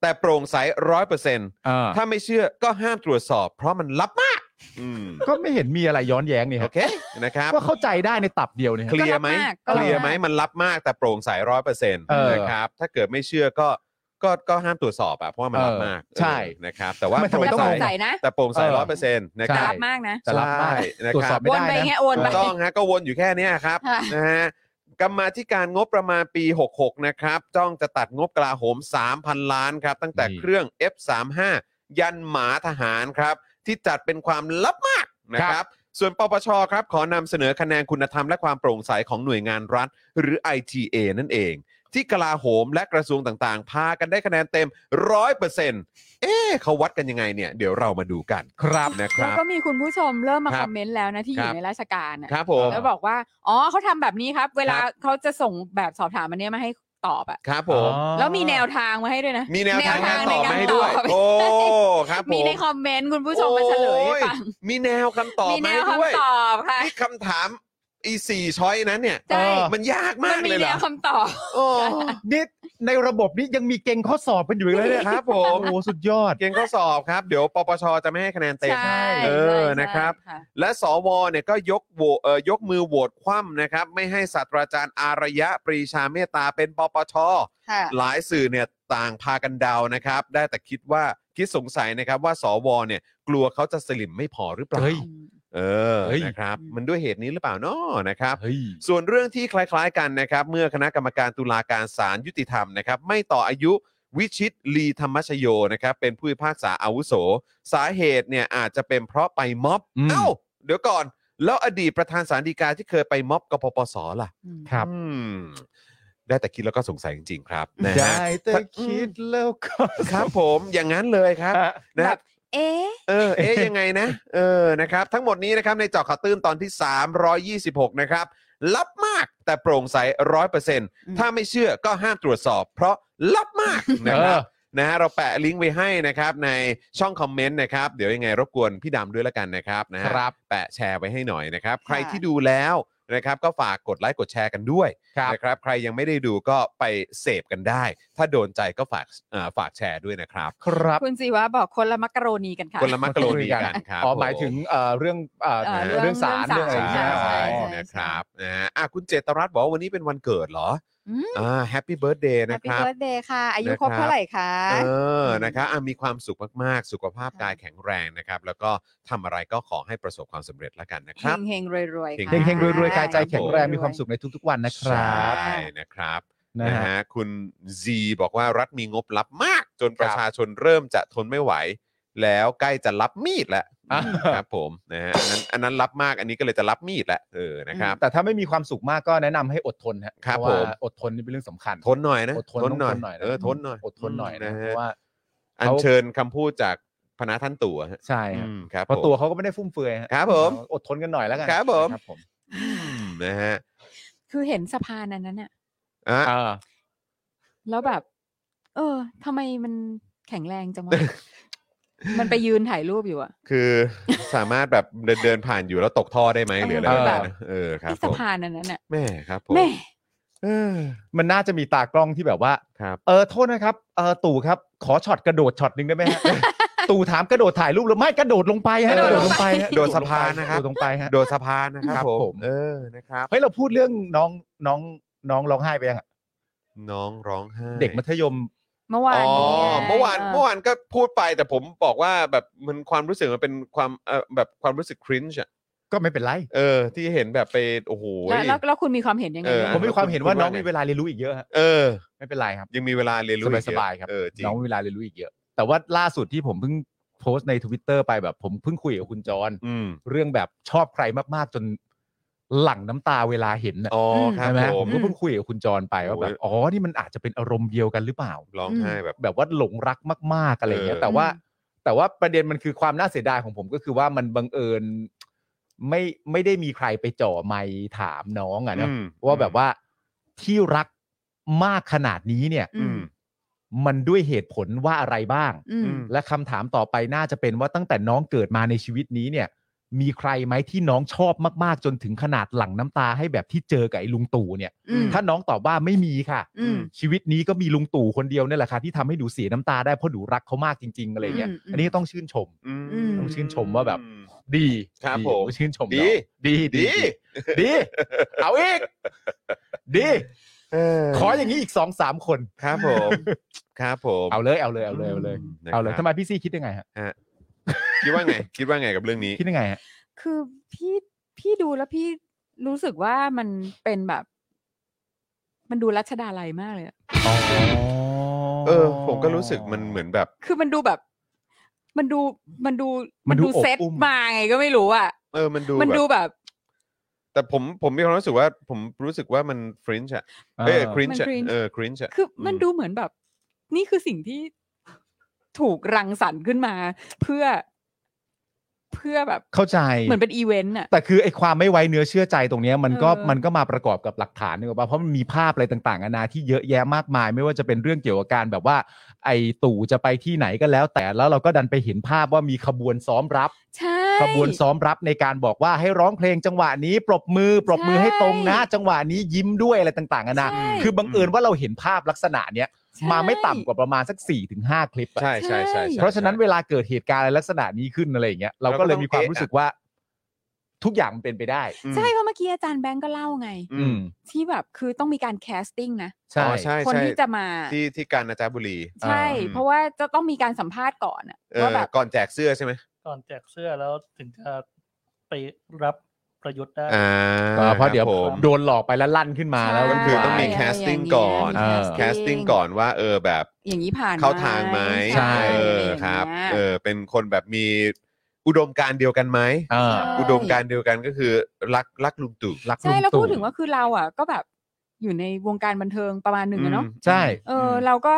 A: แต่โปร่งใสร้อยเปอร์เซ็นต์
B: อ่า
A: ถ้าไม่เชื่อก็ห้ามตรวจสอบ เพราะมันลับมากอืม
B: ก็ไม่เห็นมีอะไรย้อนแย้งนี่
A: โอ
B: ฮะ
A: เคนะครับ
B: ก็เข้าใจได้ในตับเดียวเนี่ย
A: เค
B: ฮะ
A: ลียร์ไหม
C: ก็
A: เค
C: บากก็บา
A: ลียร์ไหมมันรับมากแต่โปร่งใสร้อยเปอร์เซ็นต์
B: เออ
A: นะครับถ้าเกิดไม่เชื่อก็ก็ก็ห้ามตรวจสอบอะเพราะว่ามันรับมาก
B: เออใช่
A: เออนะครับแต่ว่า
B: ไม่
A: โปร่
B: ทำไม
A: ง
B: ต้อง
A: ใส
B: เอา
C: สงสัยนะ
A: แต่โปร่งใส
B: เออ
A: ร้อยเปอร์เซ็นต์นะ
B: ใช่
A: ค
C: แต่
A: รั
C: รั
A: บบ
C: มากนะ
B: แต่รับมาก
A: ใช่นะ
B: ตรวจ
A: ค
B: สอ
A: รั
B: บบ ไม่
C: วน
B: ได้
C: ไป
B: นะ
C: แค่วนไป
A: ถูกต้องฮะก็วนอยู่แค่เนี้ยครับ
C: ค่ะ
A: นะฮะกรรมาธิการงบประมาณปี 66 นะครับ จ้องจะตัดงบกลาโหม 3,000 ล้านครับ ตั้งแต่
B: นี่
A: เครื่อง F35 ยันหมาทหารครับ ที่จัดเป็นความลับมากนะครับ ส่วนปปชครับ ขอนำเสนอคะแนนคุณธรรมและความโปร่งใสของหน่วยงานรัฐ หรือ ITA นั่นเอง ที่กลาโหมและกระทรวงต่างๆ พากันได้คะแนนเต็ม 100%เอ๊ะเขาวัดกันยังไงเนี่ย เดี๋ยวเรามาดูกัน
B: ครับ
A: นะค
C: แล้ว
A: รับ
C: ก็มีคุณผู้ชมเริ่มมา
A: ครับ
C: คอมเมนต์แล้วนะที่อ
A: ครั
C: ยู่
A: บ
C: ในราชการอะ
A: ครับผม
C: แล้วบอกว่า อ๋อเขาทำแบบนี้ครับ เวลา
A: ครับ
C: เขาจะส่งแบบสอบถามอันเนี้ยมาให้ตอบอะ
A: ครับผม
B: อ๋อ
C: แล้วมีแนวทางมาให้ด้วยนะ
A: มีแนวทางการตอบมาให้ด้วย
C: แนวทางในการตอบ
A: โอ้ครับผม
C: มีในคอมเมนต์คุณผู้ชมมาเฉลยให้ฟัง
A: โอ้ยมีแนวคำตอบ
C: มี
A: มา
C: แน
A: ให้
C: ว
A: ด้วย
C: คำตอบค่ะ
A: นี่คำถามอีสี่ช้อยนั้นเนี่ย
C: ใช่
A: มันยาก
C: มั
A: มาน ก
C: มี
A: เลยเห
C: แน
A: รอ
C: วคำตอบ
A: โอ้
B: นี่ในระบบนี้ยังมีเก่งข้อสอบกันอยู่อีกเลยเนี่ย
A: ครับผ
B: โอ้
A: ม
B: โหสุดยอด
A: เก่งข้อสอบครับ เดี๋ยวปปชจะไม่ให้คะแนนเต็ม
C: ใช่
A: เออ
C: ใช่
A: นะครับ
C: ใช่
A: และสวเนี่ยก็ยกโหวเอ่อยกมือโหวตคว่ำนะครับ ไม่ให้ศาสตราจารย์อารยะปรีชาเมตตาเป็นปปช
E: ค่ะ
A: หลายสื่อเนี่ยต่างพากันเดานะครับ ได้แต่คิดว่าคิดสงสัยนะครับว่าสวเนี่ยกลัวเขาจะสลิมไม่พอหรือเปล่า
B: เฮ้ย
A: เออ
B: เฮ้ย
A: นะครับมันด้วยเหตุนี้หรือเปล่าเนาะนะครับ
B: เฮ้ย
A: ส่วนเรื่องที่คล้าย ๆ กันนะครับ เมื่อคณะกรรมการตุลาการศาลยุติธรรมนะครับ ไม่ต่ออายุวิชิตลีธรรมชโยนะครับ เป็นผู้พิพากษาอาวุโส สาเหตุเนี่ยอาจจะเป็นเพราะไปม็อบ
B: อืม
A: เอ้า เดี๋ยวก่อน แล้วอดีตประธานศาลฎีกาที่เคยไปม็อบกปปสล่ะ
C: อืม
B: ครับ
A: อืมได้แต่คิดแล้วก็สงสัยจริง ๆ ครับนะฮะ
B: ได้แต่คิดแล้วก็
A: ครับผมอย่างนั้นเลยครับ
B: อ่ะ
A: นะฮะ
C: เอ๊ะ
A: เออ เอ๊ะ ยังไงนะ เออ นะครับ ทั้งหมดนี้นะครับ ในเจาะข่าวตื้นตอนที่ 326 นะครับ ลับมากแต่โปร่งใสร้อยเปอร์เซ็นต์ถ้าไม่เชื่อก็ห้ามตรวจสอบ เพราะลับ มากนะครับ นะฮะ เราแปะลิงก์ไว้ให้นะครับ ในช่องคอมเมนต์นะครับ เดี๋ยวยังไงรบกวนพี่ดำด้วยละกันนะครับนะฮะ
B: ครับ
A: แปะแชร์ไว้ให้หน่อยนะครับ ใคร
E: ค่ะ
A: ที่ดูแล้วนะครับ ก็ฝากกดไลค์กดแชร์กันด้วย
B: ครับ
A: นะครับ ใครยังไม่ได้ดูก็ไปเสพกันได้ ถ้าโดนใจก็ฝากเอ่อฝากแชร์ด้วยนะครับ
B: ครับ
C: คุณสิวะบอกคนละมักกะโรนีกันค่ะ
A: คนละมักกะโรนีกันครับ
B: อ๋อ
A: ผ
B: หมายถึงเอ่อเรื่องเอ่อ
C: เอ่อ
B: เรื่องสาร
C: เรื่
B: เรื่ออะไรอย่า
C: อง งศาล
B: ง
C: ใช่
B: เงี้
A: ใช่
B: ย
C: ใช่ใช่
A: นะครับนะฮะอ่ะคุณเจตรัตน์บอกว่าวันนี้เป็นวันเกิดเหรอ
C: อืม
A: อ่าแฮปปี้เบิร์ดเดย์
E: แฮป
A: นะค
E: ปี้
A: รับ
E: เบิร์ดเดย์ค่ะ อายุ
A: นะ
E: ครบ
A: ครับ
E: เท่าไหร่คะ
A: เออนะครับอ่ะมีความสุขมากๆ สุขภาพกายแข็งแรงนะครับ แล้วก็ทำอะไรก็ขอให้ประสบความสำเร็จแล้วกันนะค
C: เฮ
A: รับ
C: งเฮงๆรวยๆค่ะ
A: เฮ
B: เฮงๆรวยๆกายใจแข็งแรง
C: ครับ
B: มีความสุขในทุกๆวันนะค
A: ใช
B: รับ่
A: นะครับ
B: นะ
A: นะ
B: ฮะ
A: ฮะคุณซีบอกว่ารัฐมีงบลับมาก จนประ
B: ครับ
A: ชาชนเริ่มจะทนไม่ไหว แล้วใกล้จะรับมีดแล้ว
B: อ่ะ
A: ครับผมนะฮะอันนั้นอันนั้นรับมากอันนี้ก็เลยจะรับมีดแล้วเออนะครับ
B: แต่ถ้าไม่มีความสุขมากก็แนะนำให้อดทนฮะ
A: ครับ
B: เพาะว่า
A: ผม
B: อดทนนี่เป็นเรื่องสำคัญ
A: ทนหน่อยนะ
B: อดทนต้องทนหน่อยนะ
A: เออทนหน่อย
B: อดทนหน่อยนะ
A: ฮ
B: เพราะว่า
A: อัญ
B: เขา
A: เชิญคำพูดจากพนะท่านตู่อะฮะ
B: ใช่ฮะ
A: อืมครับ
B: เพราะตัว
A: ผม
B: เขาก็ไม่ได้ฟุ่มเฟือยฮะ
A: ครับผม
B: อดทนกันหน่อยแล้วกัน
A: ครับผม
B: ครับผม
A: อืมนะฮะ
C: คือเห็นสะพานอันนั้นอะ
A: อ่ะ
B: เออ
C: แล้วแบบ เออทำไมมันแข็งแรงจังวะ มันไปยืนถ่ายรูปอยู่อะ
A: คือสามารถแบบเดินเดินผ่านอยู่แล้วตกท่อได้ไหมหรืออะไร
B: เออ
A: แบบนั้นนะเออครับ
C: ที่
A: ผ
C: สะ
A: ม
C: พานอันนั้นอะ
A: แม่ครับผม
C: แม่
A: เออ
B: มันน่าจะมีตากล้องที่แบบว่า
A: ครับ
B: เออโทษนะครับเออตู่ครับ ขอช็อตกระโดดช็อตหนึ่งได้ไหม ฮะ ตู่ถามกระโดดถ่ายรูปหรือไม่กระโดดลงไป
A: ก
B: ฮะ
A: ระโดดลงไป
B: ฮะ
A: โดดสะพานนะครับ
B: โดดลงไปฮะ
A: โดดสะพานนะค
B: ครั
A: รับบ ผ
B: ผม ม
A: เออนะครับ
B: เฮ้ยเราพูดเรื่องน้องน้องน้องร้องไห้ไปยังอะ
A: น้องร้องไห้
B: เด็กมัธยม
C: เมื่อวาน
A: อ๋อ
C: นี้ไง
A: เมื่อวานเมื่อวานก็พูดไปแต่ผมบอกว่าแบบมันความรู้สึกมันเป็นความเออแบบความรู้สึกคริ้นช์อ่ะ
B: ก็ไม่เป็นไร
A: เออ ที่เห็นแบบไปโอ้โห
C: แล้วแล้วแล้วคุณมีความเห็นยังไง
A: เออ
C: ไหม
B: ผมมีความเห็นว่า
A: คุณว่า
B: น้อง
A: ไง
B: มีเวลาเรียนรู้อีกเยอะฮะ
A: เออ
B: ไม่เป็นไรครับ
A: ยังมีเวลาเรียนรู้อีกเอะ
B: สบายๆครับ
A: เออจริง
B: น้องมีเวลาเรียนรู้อีกเยอะ แต่ว่าล่าสุดที่ผมเพิ่งโพสต์ในทวิตเตอร์ไปแบบผมเพิ่งคุยกับคุณจร
A: อืม
B: เรื่องแบบชอบใครมากๆจน หลั่งน้ำตาเวลาเห็นน่ะ
A: อ๋อครั
B: ใช่
A: บ
B: ไหม
A: ผม
B: ผมก็เพิ่งคุยกับคุณจรไปว่าแบบอ๋อนี่มันอาจจะเป็นอารมณ์เดียวกันหรือเปล่า
A: ร้องไห้แบบ
B: แบบว่าหลงรักมากๆอะไรอย่างเงี้ย
A: เออ
B: แต่ว่าแต่ว่าประเด็นมันคือความน่าเสียดายของผมก็คือว่ามันบังเอิญไม่ไม่ได้มีใครไปเจ่อไมค์ถามน้องอะนะ
A: อืม
B: ว่าแบบว่าที่รักมากขนาดนี้เนี่ย
C: อื
A: อื
C: ม
A: ม
B: มันด้วยเหตุผลว่าอะไรบ้าง
C: อืม
B: และคำถามต่อไปน่าจะเป็นว่าตั้งแต่น้องเกิดมาในชีวิตนี้เนี่ย มีใครไหมที่น้องชอบมากๆ จนถึงขนาดหลั่งน้ำตาให้แบบที่เจอกับไอ้ลุงตู่เนี่ย
C: อืม
B: ถ้าน้องตอบว่าไม่มีค่ะ
C: อืม
B: ชีวิตนี้ก็มีลุงตู่คนเดียวเนี่ยแหละค่ะที่ทำให้หนูเสียน้ำตาได้เพราะหนูรักเขามากจริง ๆ อะไรเงี้ย
C: อืมอืม
B: อันนี้ก็ต้องชื่นชม
A: อืม
C: อืม
B: ต้องชื่นชมว่าแบบ ดี
A: ครับ
B: ดี
A: ผม
B: ต้องชื่นชม
A: ดีดีดี
B: เราดี เอาอี ก ดี ขออย่างนี้อีกสองสามคน
A: ครับผม ครับผม
B: เอาเลยเอาเลยเอาเลยเอาเลย
A: นะ
B: เอาเลย
A: ค
B: ทำ
A: รับ
B: ไมพี่ซี่คิดยังไงฮะ
A: คิดว่าไง คิดว่าไงกับเรื่องนี้
B: คิดยังไงฮะ
C: คือพี่พี่ดูแล้วพี่รู้สึกว่ามันเป็นแบบ มันดูรัชดาลัยมากเลยอะ
A: เออ ผมก็รู้สึกมันเหมือนแบบ
C: คือมันดูแบบ มันดูมันดู
B: มันดูอบ
C: เซ็ต
B: อุ่ม
C: มาไงก็ไม่รู้อ่ะ
A: เออ มันดู
C: มัน
A: แบ
C: ดู
A: บ
C: แบบ
A: แต่ผม ผมมีความรู้สึกว่า ผมรู้สึกว่ามันฟรินช์อะ
B: เอ
A: เออ
B: อ
A: ครินช์
C: มัน cringe
A: เออครินช์อะ
C: คืออ
A: ม
C: มันดูเหมือนแบบ นี่คือสิ่งที่ถูกรังสรรค์ขึ้นมา เพื่อ เพื่อแบบ
B: เข้าใจ
C: เหมือนเป็นอีเวนต์อ่ะ
B: แต่คือไอ้ความไม่ไว้เนื้อเชื่อใจตรงเนี้ยมันก็
C: เออ
B: มันก็มาประกอบกับหลักฐานนึกออกป่ะเพราะมันมีภาพอะไรต่างๆนานาที่เยอะแยะมากมาย ไม่ว่าจะเป็นเรื่องเกี่ยวกับการแบบว่า ไอ้ตู่จะไปที่ไหนก็แล้ว แต่แล้วเราก็ดันไปเห็นภาพว่ามีขบวนซ้อมรับ
C: ใช่
B: ขบวนซ้อมรับในการบอกว่าให้ร้องเพลงจังหวะนี้ ปรบมือ ปรบมือให้ตรงนะ จังหวะนี้ยิ้มด้วยอะไรต่างๆนานา
C: ใช่
B: คือบังเอิญว่าเราเห็นภาพลักษณะเนี้ย
C: ใช่
B: มาไม่ต่ำกว่าประมาณสัก4-5ถึงคลิปอะ
A: ใช่ใช่ใช่ใช่
B: เพราะฉะนั้น
A: ใช่
B: เวลาเกิดเหตุการณ์อะไรลักษณะนี้ขึ้นอะไรอย่างเงี้ยเราก็เลยมีความรู้สึกว่า ทุกอย่างมันเป็นไปได้
A: อืม
C: ใช่เพราะเมื่อกี้อาจารย์แบงก์ก็เล่าไง
A: อื
B: อื
A: ม
B: ม
C: ที่แบบคือต้องมีการแคสติ้งนะ
B: ใช่
A: อ๋อใช่
C: คน
A: ใช่
C: ที่จะมา
A: ที่ที่การนาจาบุรี
C: ใช่
A: อ่า
C: เพราะว่าจะต้องมีการสัมภาษณ์ก่อนอะ
A: เออ
C: ว่าแบบ
A: ก่อนแจกเสื้อใช่ไหม
D: ก่อนแจกเสื้อแล้วถึงจะไปรับประยุทธ์ได้
A: อ่า
B: ก็เพราะเดี๋ยว
A: คบผม
B: โดนหลอกไปแล้วลั่นขึ้นมาแล้ว
C: ใช่
A: ก็คือต้องมี
C: อะไร
A: แคสติ้ง
C: อย่างเงี้ย
A: ก่อนแค
C: มี
A: ส
C: casting
A: ติ้งก่อนว่าเออแบบ
C: อย่างนี้ผ่าน
A: เข้าทางไหม
B: ใช่
A: เออ
C: อย่างเงี้ย
A: ครับ เออ เป็นคนแบบมีอุดมการณ์เดียวกันไหม
B: เออ
A: อุดมการณ์เดียวกันก็คือรักรักลุงตู่
B: รัก
C: ใช่แล้ว
B: ตู่
C: พูดถึงว่าคือเราอ่ะ ก็แบบอยู่ในวงการบันเทิงประมาณหนึ่งอะเนาะ
A: อืม
B: ใช่
C: เอออเราก็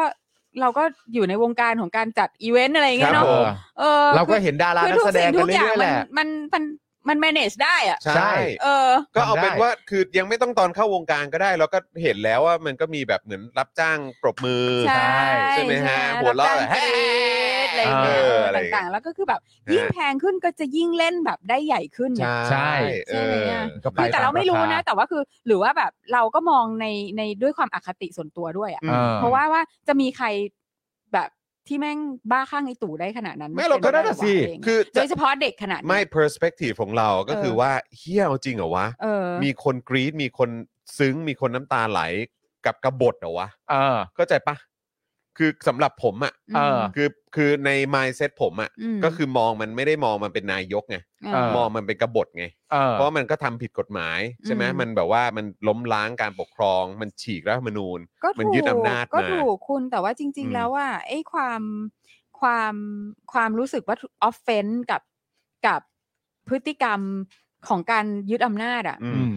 C: เราก็อยู่ในวงการของการจัดอีเวนต์อะไรอย่างเงี้ย
A: ครับ
C: เนาะ
A: ผม
C: เออ
B: เราก็
C: คือ
B: เห็นดารา
C: คือ
B: นัก
C: ทุก
B: แสด
C: สิ่
B: ง
C: ง
B: กั
C: ทุ
B: น
C: กอ
B: เรื่
C: ย่าง
B: อยๆแห
C: มัน
B: ละ
C: มันมันมัน manage ได้อ่ะ
A: ใช่
B: ใช่
C: เออ
A: ก็เอาเป็น
B: ได้
A: ว่าคือยังไม่ต้องตอนเข้าวงการก็ได้เราก็เห็นแล้วว่ามันก็มีแบบเหมือนรับจ้างปรบมือ
C: ใช่
A: ใช่ไหมฮะ
C: ใช่
A: หัวเราะ
C: บจ้ง
A: แบบ
C: กรี๊ดอะไรอย่างเงี้ย
A: เออ
C: เออ
A: อะไรอย่างเงี้ย
C: ต่างๆ แล้วก็คือแบบยิ่ง
A: ฮะ
C: แพงขึ้นก็จะยิ่งเล่นแบบได้ใหญ่ขึ้นไง
B: ใช่
A: เอ
C: ใช่
A: อ
C: ไหมอะ
B: ก็ไป
C: คือแต่เราไม่รู้นะ
B: ตา
C: แต่ว่าคือหรือว่าแบบเราก็มองในในด้วยความอคติส่วนตัวด้วยอ่ะ
B: ออ
C: เพราะว่าว่าจะมีใครแบบที่แม่งบ้าข้างไอตู่ได้ขนาดนั้น
A: ไม่เราก็
C: ป็
A: ได้
C: ป
A: น่ะ
C: หว
A: สิ
C: เอง
A: คือ
C: โดยเฉพาะเด็กขนาดนี้
A: ไม่ perspective ของเราก็
C: เออ
A: คือว่าเฮี้ยเอาจริงเหรอวะ
C: เออ
A: มีคนกรี๊ดมีคนซึ้งมีคนน้ำตาไหลกับกบฏเหรอวะ
B: เออ
A: เข้าใจปะคือสำหรับผมอ่ะ
C: เออ
A: คือคือใน mindset ผมอ่ะ
C: อืม
A: ก็คือมองมันไม่ได้มองมันเป็นนายกไง
C: เอ
B: เ
C: อ
A: มองมันเป็นกบฏไง
B: เออ
A: เพราะมันก็ทำผิดกฎหมาย ใช่ไหม
C: อืม
A: มันแบบว่ามันล้มล้างการปกครองมันฉีกรัฐธรรมนูญ
C: ก็
A: มั
C: ถู
A: น
C: ก
A: ยึดอำนาจมา
C: ก็ถูกคุณแต่ว่าจริง
A: อืม
C: ๆ แล้วว่าไอ้ความความความรู้สึกว่าออฟเฟนกับกับพฤติกรรมของการยึดอำนาจอ่ะ
A: อื
B: อื
A: ม
B: ม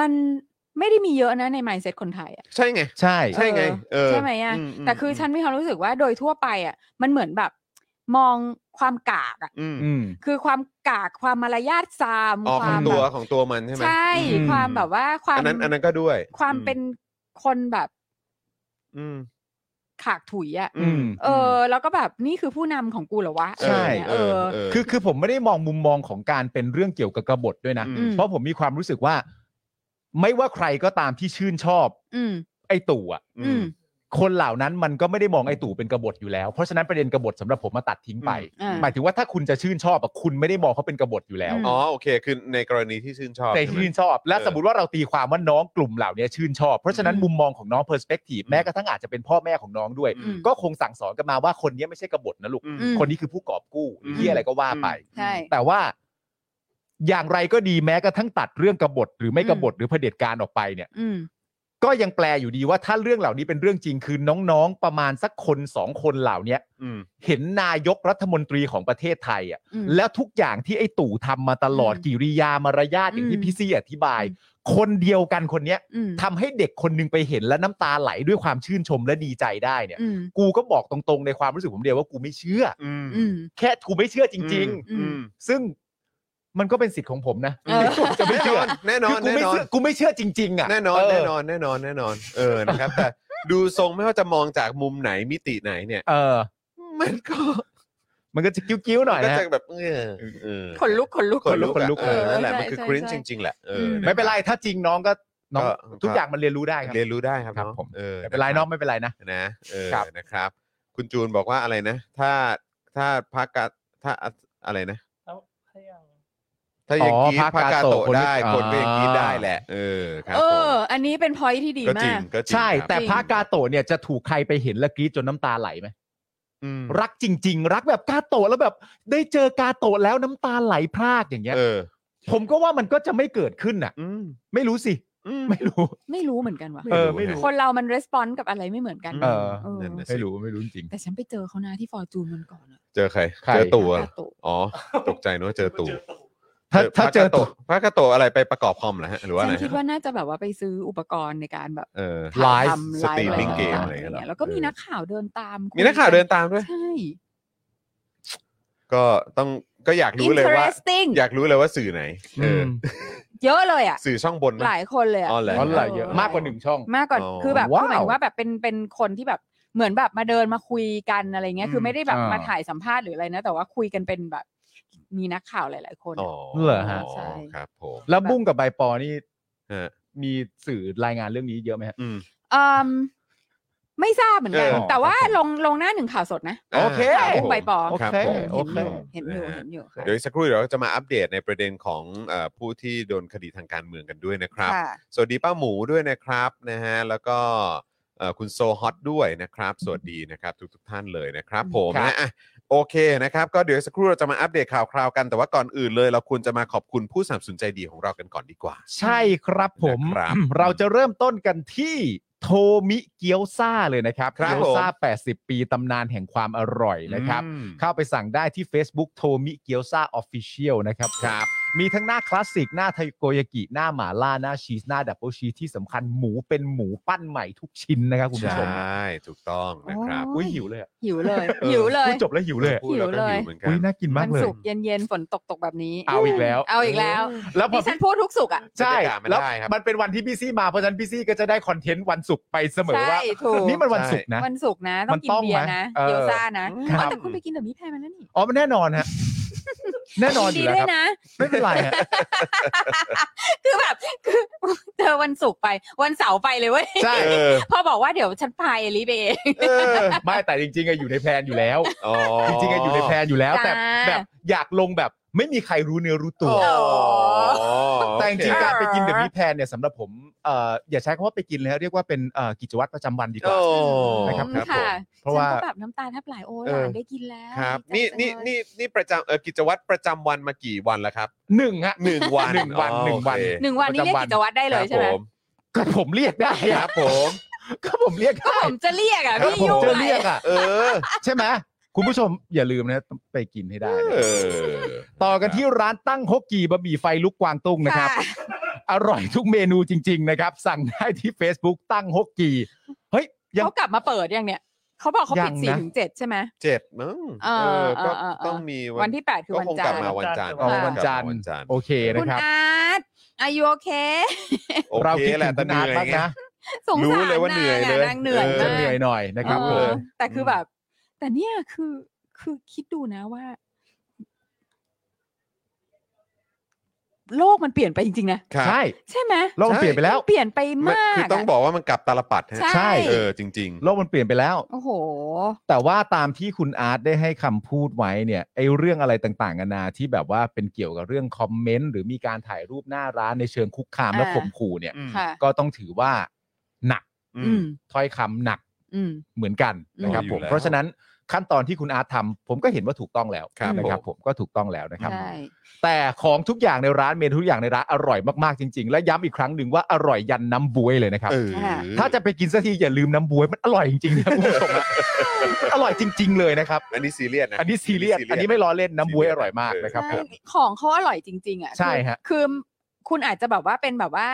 C: มันไม่ได้มีเยอะนะใน mindset คนไทยอ่ะ
A: ใช่ไง
B: ใช่
A: ใช่ไง เออ
C: ใช่ไหมอ่ะ
A: ม
C: แต่คือฉันมีความรู้สึกว่าโดยทั่วไปอ่ะ มันเหมือนแบบ มองความกากอ่ะ
A: อืม
B: อืม
C: คือความกากความมารยาทซาม
A: อ๋อ
C: ค
A: ขอ
C: วางม
A: ตัว
C: แบบ
A: ของตัวมันใช่ไหม
C: ใช่
B: อืม
C: ความแบบว่าความ
A: อันนั้นอันนั้นก็ด้วย
C: ความ
A: อื
C: เป็นคนแบบ
A: อืม
C: ขากถุยอ่ะ
B: อืม
C: เออ แล้วก็แบบนี่คือผู้นำของกูเหรอวะ
B: ใช่
C: อะไรอย่างเงี้ย
A: เอ
C: เอ
A: อ
C: อ
A: เออ
B: คือคือผมไม่ได้มองมุมมองของการเป็นเรื่องเกี่ยวกับกบฏด้วยนะ
A: อืม
B: เพราะผมมีความรู้สึกว่า ไม่ว่าใครก็ตามที่ชื่นชอบ
C: อืม
B: ไอ้ตู่อะ
A: อื
C: อื
A: ม
C: ม
B: คนเหล่านั้นมันก็ไม่ได้มองไอ้ตู่เป็นกบฏอยู่แล้ว เพราะฉะนั้นประเด็นกบฏสำหรับผมมาตัดทิ้งไป
C: อืม
B: หมายถึงว่าถ้าคุณจะชื่นชอบอะคุณไม่ได้มองเขาเป็นกบฏอยู่แล้ว
C: อืม
A: อ๋อโอเค คือในกรณีที่ชื่นชอบ
B: ใน
A: ช่
B: ที่
A: ไหม
B: ชื่นชอบ และ
A: เออ
B: สมมติว่าเราตีความว่าน้องกลุ่มเหล่านี้ชื่นชอบเพราะฉะนั้น
C: อืม
B: มุมมองของน้องเพอร์สเปกทีฟ
A: อืม
B: แม้กระทั่งอาจจะเป็นพ่อแม่ของน้องด้วย
C: อืม
B: ก็คงสั่งสอนกันมาว่าคนนี้ไม่ใช่กบฏนะลูก
A: อืม
C: อืม
B: คนนี้คือผู้กอบกู้
A: อืม
B: ที่อะไรก็ว่าไป
C: ใช่
B: แต่ว่าอย่างไรก็ดีแม้กระทั่งตัดเรื่องกบฏหรือไม่
C: อืม
B: กบฏหรือเผด็จการออกไปเนี่ย
C: อืม
B: ก็ยังแปลอยู่ดีว่าถ้าเรื่องเหล่านี้เป็นเรื่องจริงคือน้องๆประมาณสักคนสองคนเหล่าเนี้ย
A: อืม
B: เห็นนายกรัฐมนตรีของประเทศไทยอ่ะ
C: อืม
B: แล้วทุกอย่างที่ไอ้ตู่ทำมาตลอด
C: อืม
B: กิริยามารยาทอย่างที่
C: อืม
B: พี่ซี่อธิบาย
C: อื
B: คนเดียวกันคนเนี้ย
C: อืม
B: ทำให้เด็กคนหนึงไปเห็นและน้ำตาไหลด้วยความชื่นชมและดีใจได้เนี่ย
C: อืม
B: กูก็บอกตรงๆในความรู้สึกผมเดียวว่ากูไม่เชื่อ
A: อืม
C: อืม
B: แค่กูไม่เชื่อจริง
C: อืม
B: ๆ ซึ่งมันก็เป็นสิทธิ์ของผมนะ
C: เออ
B: ที่ผมจะไม่
A: แน่น
B: เชื่อ
A: อนแน่นอ
B: คื
A: น
B: กู
A: แน่
B: ไม่
A: นอน
B: เชื่อกูไม่เชื่อจริง ๆ อ่ะ
A: แน่นอน
B: เ
A: แน่นอนแน่นอนแน่นอนเออนะครับ แต่ดูทรงไม่ว่าจะมองจากมุมไหนมิติไหนเนี่ย
B: เออ
A: มันก็
B: มันก็จะกิ้วๆหน่อย
A: ก็
B: นะ
A: จะแบบเออเออ
C: ขนลุกขนลุก
A: ขนลุก
B: ขนลุก
A: อะเออนั่นแหละ
C: เออ
A: มันคือ
C: ใช่
A: กริ้นจ
C: ใช่
A: ริง ๆ แหละเอ
C: ม
A: อะคบ
B: ไม่เป็นไรถ้าจริงน้องก็น้อง
A: ก็
B: ทุกอย่างมันเรียนรู้ได้ครับ
A: เรียนรู้ได้ครับ
B: ครับ
A: เนาะ
B: ผม
A: เออ
B: ไม่เป็นไรน้องไม่เป็นไรนะ
A: นะเออ
B: ครับ
A: นะครับ คุณจูนบอกว่าอะไรนะ ถ้าถ้าพักกะถ้าอะไรนะ
D: แล้วให้ยัง
A: ถ้ายัง
B: อ๋อก
A: รีด
B: พระ
A: พั
B: กาก
A: กา
B: โตะ
A: โตะ
B: คน
A: ได้
B: อ่า
A: คนก็ยังกรีดได้แหละ เออครับ
C: เอ
A: ผม
C: อ อันนี้เป็นพอยที่ดี
A: ก็จริ
C: มาง ก
A: ก็จริง
B: ใช่
A: ครับ
B: แต่
C: จริง
B: พระกาโตะเนี่ยจะถูกใครไปเห็นและกรี๊ดจนน้ำตาไหลไหม
A: อืม
B: รักจริง ๆ รักแบบกาโตะแล้วแบบ ได้เจอกาโตะแล้วน้ำตาไหลพรากอย่างเงี้ย
A: เออ
B: ผมก็ว่ามันก็จะไม่เกิดขึ้นน่ะ
A: อืม
B: ไม่รู้สิ
A: อืม
B: ไม่รู้
C: ไม่รู้เหมือนกันว่ะ
B: เออไม่รู้
C: คนเรามันรีสปอนส์กับอะไรไม่เหมือนกัน
B: เออ
C: เออ
A: นั่นน่ะสิ
B: ไม่รู้ไม่รู้จริง
C: แต่ฉันไปเจอเขานะที่ฟอร์จูนมันก่อนอะ
A: เจอใคร
B: ใคร
A: เจอตัว
C: กาโตะ
A: อ๋อ ตกใจนึกว่าเจอตัว
B: ถ้าถ้าเจอตัว
A: พระกระโตะอะไรไปประกอบคอมเหรอฮะ หรือว่า
C: ฉั
A: อะ
C: น
A: ไร
C: คิด
A: ฮะ
C: ว่าน่าจะแบบว่าไปซื้ออุปกรณ์ในการแบบ
A: เออ
B: ไล
C: ถ่าย
B: ฟ์
C: ทำ
A: สตรีมมิ่ง
C: ไลฟ์
A: เกม
C: ต่า
A: อะไรอย่างเงี้ยเหรอ
C: ๆแล้วก็มีนักข่าวเดินตามคุย
A: มีนักข่าวเดินตามด้วย
C: ใช่
A: ก็ต้องก็อยากรู้เลยว่า
C: interesting
A: อยากรู้เลยว่าสื่อไหนเอออ
B: ม
C: เยอะเลยอ่ะ
A: สื่อช่องบนไหม
C: หลายคนเลยอ่ะ
A: อ๋อเหรอ
B: เพราะอะไรเยอะมากกว่าหนึ่งช่อง
C: มากกว่า
A: อ๋อ
C: คือแบบคือหมาย
B: ว้า
C: ถึ
B: ว
C: งว่าแบบเป็นเป็นคนที่แบบเหมือนแบบมาเดินมาคุยกันอะไรเงี้ย คือไม่ได้แบบ
B: อ่าม
C: มาถ่ายสัมภาษณ์หรืออะไรนะ แต่ว่าคุยกันเป็นแบบมีนักข่าวหลาย ๆ คน
A: อ๋อ
B: เหรอฮะ
C: ใช่
A: ครับผม
B: แล้วบุ้งกับใบปอนี่
A: ฮะ
B: มีสื่อรายงานเรื่องนี้เยอะไหมฮะ
A: อืม
C: เอมไม่ทราบเหมือนกัน
A: เออ
C: แต่ว่า
B: ครับผม
C: ลงลงหน้าหนึ่งข่าวสดนะ
B: โอเค
A: ารับ
C: อุ้มใบปอ
A: รับ
B: โอเค
A: ผม
B: โอเค
C: เห็นอยู่
A: ะฮะ
C: เห็นอยู่ค่ะ
A: เดี๋ยวอีกสักครู่เดี๋ยวเราจะมาอัปเดตในประเด็นของเอ่อผู้ที่โดนคดีทางการเมืองกันด้วยนะครับ
C: ค่ะ
A: สวัสดีป้าหมูด้วยนะครับนะฮะแล้วก็เอ่อคุณโซฮอตด้วยนะครับ สวัสดีนะครับทุกทท่านเลยนะครับผม
B: ครับ
A: นะอ่ะโอเคนะครับ ก็เดี๋ยวสักครู่เราจะมาอัปเดตข่าวคราวกันแต่ว่าก่อนอื่นเลย เราควรจะมาขอบคุณผู้สนับสนุนใจดีของเรากันก่อนดีกว่า
B: ใช่ครับผม
A: นะครับ
B: เราจะเริ่มต้นกันที่โทมิเกียวซาเลยนะครับ
A: ครับ
B: เกียวซา
A: ผม
B: 80 ปีตำนานแห่งความอร่อยนะครับ
A: อืม
B: เข้าไปสั่งได้ที่ Facebook โทมิเกียวซาออฟฟิเชียลนะครับ
A: ครับ
B: มีทั้งหน้าคลาสสิก หน้าไทโกยากิ หน้าหมาล่า หน้าชีส หน้าดับเบิลชีสที่สำคัญหมูเป็นหมูปั้นใหม่ทุกชิ้นนะครับคุณ
A: ใช
B: ผู้ชม่
A: ถูกต้องนะครับ
C: โ
B: อุ้ยหิวเลยอะ
C: หิวเลย หิวเลย
B: พูดจบแล้วหิวเลยอะ
A: พูดแล้วก็หิวเหมือนกั
B: อุ้
A: น
B: ยน่ากินมาก
C: น
B: เลย
C: สุกร์เย็นเย็นๆฝนตกตกแบบนี้
B: เอาอีกแล้ว
C: เอาอีกแล้ว
B: แล้วพอ
C: นี่ฉันพูดทุกสุกร์อ่ะ
B: ใช่
A: จะด่าไม่
B: แล้ว
A: ได้ครับ
B: มันเป็นวันที่พี่ซี่มาเพราะฉะนั้นพี่ซี่ก็จะได้คอนเทนต์วันศุกร์ไปเสมอ
C: ใช่
B: ว่า
C: ถูก
B: นี่มันวันศุกร์นะ
C: วันศุกร์นะต้องกิ
B: มันต้อ
C: น
B: ง
C: เบียร์นะ
B: ไหมเออ
C: เกี๊ยวซ่านะ
B: ครับ
C: อ๋อแต่คุณไปกินแบบนี้แพงมาแล้วนี่
B: อ๋อมันแน่นอน ฮะ แน่นอนอ
C: ดี
B: ยู่แล้ว
C: ด้ว
B: ครั
C: ย
B: บ
C: นะ
B: ไม่เป็นไรฮะ
C: คือแบบ คือเจอวันศุกร์ไปวันเสาร์ไปเลยเว้ย
B: ใช่
A: เออ
C: พอบอกว่าเดี๋ยวฉันพายอลิไปเอง
A: เออ
B: ไม่แต่จริงๆอะอยู่ในแพลนอยู่แล้ว
A: อ๋อ
B: จริงๆอะอยู่ในแพลนอยู่แล้ว แต่
C: จ้า
B: แบบอยากลงแบบไม่มีใครรู้เนื้อรู้ตัว
A: อ๋อ
B: แต่จริง
A: โอ
B: ๆ
A: เค
B: การไปกินแบบนี้แพนเนี่ยสำหรับผมเอ่ออย่าใช้คำว่าไปกินเลยฮะเรียกว่าเป็นเอ่อกิจวัตรประจำวันดีก
A: โอ้
B: ว่า
A: ค
B: ครั
A: รับบ ผม
B: เพราะว่า
C: ฉันก็แบบน้ำตาแทบไหลโอ้ย
A: เออ
C: หลานได้กินแล้ว
A: ครับ
C: ดี
A: นี่
C: ใจ
A: นี่
C: จังเลย
A: นี่นี่ประจำเออกิจวัตรประจำวันมากี่วันแล้วครับ
B: หนึ่งฮะ
A: หนึ่งวัน
B: หนึ่งวัน
A: อ๋อ
B: หนึ่งวั
A: โอ
B: น
A: เค
C: หนึ่งวันนี้เรียกกิจวัตรได้เลยใช่ไหม
A: ครับผ
B: ก็ผมเรียกได้
A: ค
B: ค
A: รั
B: รั
A: บบ ผม
B: ก็ผมเรียก
C: ก็
B: ได้
C: ผมจะเรียกอ่ะ
A: ครับ
C: พี่ยุ่ง
B: จะ
C: อะ
B: เรียกอ่ะ
A: เออ
B: ใช่ไหมคุณผู้ชมอย่าลืมนะต้องไปกินให้ได้นะ
A: เออ
B: ต่อกันที่ร้านตั้งฮกกีบะหมี่ไฟลุกกวางตุ้งนะครับ
C: ค่ะ
B: อร่อยทุกเมนูจริง ๆ นะครับ สั่งได้ที่ Facebook ตั้งฮกกีเฮ้ยยัง
C: เขากลับมาเปิดยังเนี่ยเขาบอกเขาปิ
B: ยั
C: ด
B: งนะ
C: สี่ถึงเจ็ดใช่ไหม
A: เจ็ดมั้ง
C: เออ
A: ก็
C: เออเออ
A: ต้องมี
C: วันที่แปดคือ
A: ก็
C: วัน
A: คง
C: จั
A: ก
C: น
A: ลับมา
C: ทร์
A: วันจันทร์
B: อ๋อวันจันทร์
A: วันจันทร์
B: โอเคนะ
C: คุณ
B: ครับ
C: อาร์ตอายุโอเค
A: โอ
B: เรา
A: เค
B: คิด
A: แหละ
B: ถึง
A: แต่
B: คุณ
A: เหนื่อย
B: อาร์ตมาก
A: ไง
B: นะ
C: สง
A: รู้
C: สาร
A: เลยว่าเหนื่อย
C: นาง
A: เลย
C: อะนางเหนื่อย
A: เออ
C: มา
B: จะเหนื่อย
C: ก
B: หน่อยนะครับ
C: เอ
B: ผ
C: อ
B: ม
C: แต่คือแบบ แต่เนี่ยคือคือคิดดูนะว่า โลกมันเปลี่ยนไปจริงๆนะ
A: ครับ
B: ใช่
C: ใช่ไหม
B: โลกมันเปลี่ยนไปแล้ว
C: เปลี่ยนไป
A: มัน
C: มาก
A: คือต้อง
C: ะ
A: บอกว่ามันกลับตาลปัดฮะ
C: ใช่
A: เออจริง
B: โลกมันเปลี่ยนไปแล้ว
C: โอ้โห
B: แต่ว่าตามที่คุณอาร์ตได้ให้คำพูดไว้เนี่ยไอ้เรื่องอะไรต่างๆกันานาที่แบบว่าเป็นเกี่ยวกับเรื่องคอมเมนต์หรือมีการถ่ายรูปหน้าร้านในเชิงคุกคามและ
C: อ่า
B: ข่มขู่เนี่ย
A: อืม
C: ค่ะ
B: ก็ต้องถือว่าหนัก
A: ๆอื
C: อื
A: ม
C: ม
B: ถ้อยคำหนัก
C: อืม
B: เหมือนกันนะครับ
A: อืม
B: ผม
A: อยู่แล้ว
B: เพราะฉะนั้น ขั้นตอนที่คุณอาร์ตทำผมก็เห็นว่าถูกต้องแล้ว
A: ครับ
B: นะครับ
A: ผม
B: ผมก็ถูกต้องแล้วนะครับ
C: ใช่
B: แต่ของทุกอย่างในร้านเมนูทุกอย่างในร้านอร่อยมากๆจริง ๆ และย้ำอีกครั้งหนึ่งว่าอร่อยยันน้ำบวยเลยนะครับ
A: เออ
B: ถ้าจะไปกินสักทีอย่าลืมน้ำบวยมันอร่อยจริงๆนะครับคุณผู้ชมฮะมันอร่อยจริง ๆ เลยนะครับ
A: อันนี้ซีเรียสนะ
B: อันนี้ซีเรียสอันนี้ไม่ล้อเล่นน้ำบวยอร่อยมากนะครับผม
C: ใช่ของเขาอร่อยจริง ๆอ่ะ
B: ใช่ฮะ
C: คือคือคุณอาจจะแบบว่าเป็นแบบว่า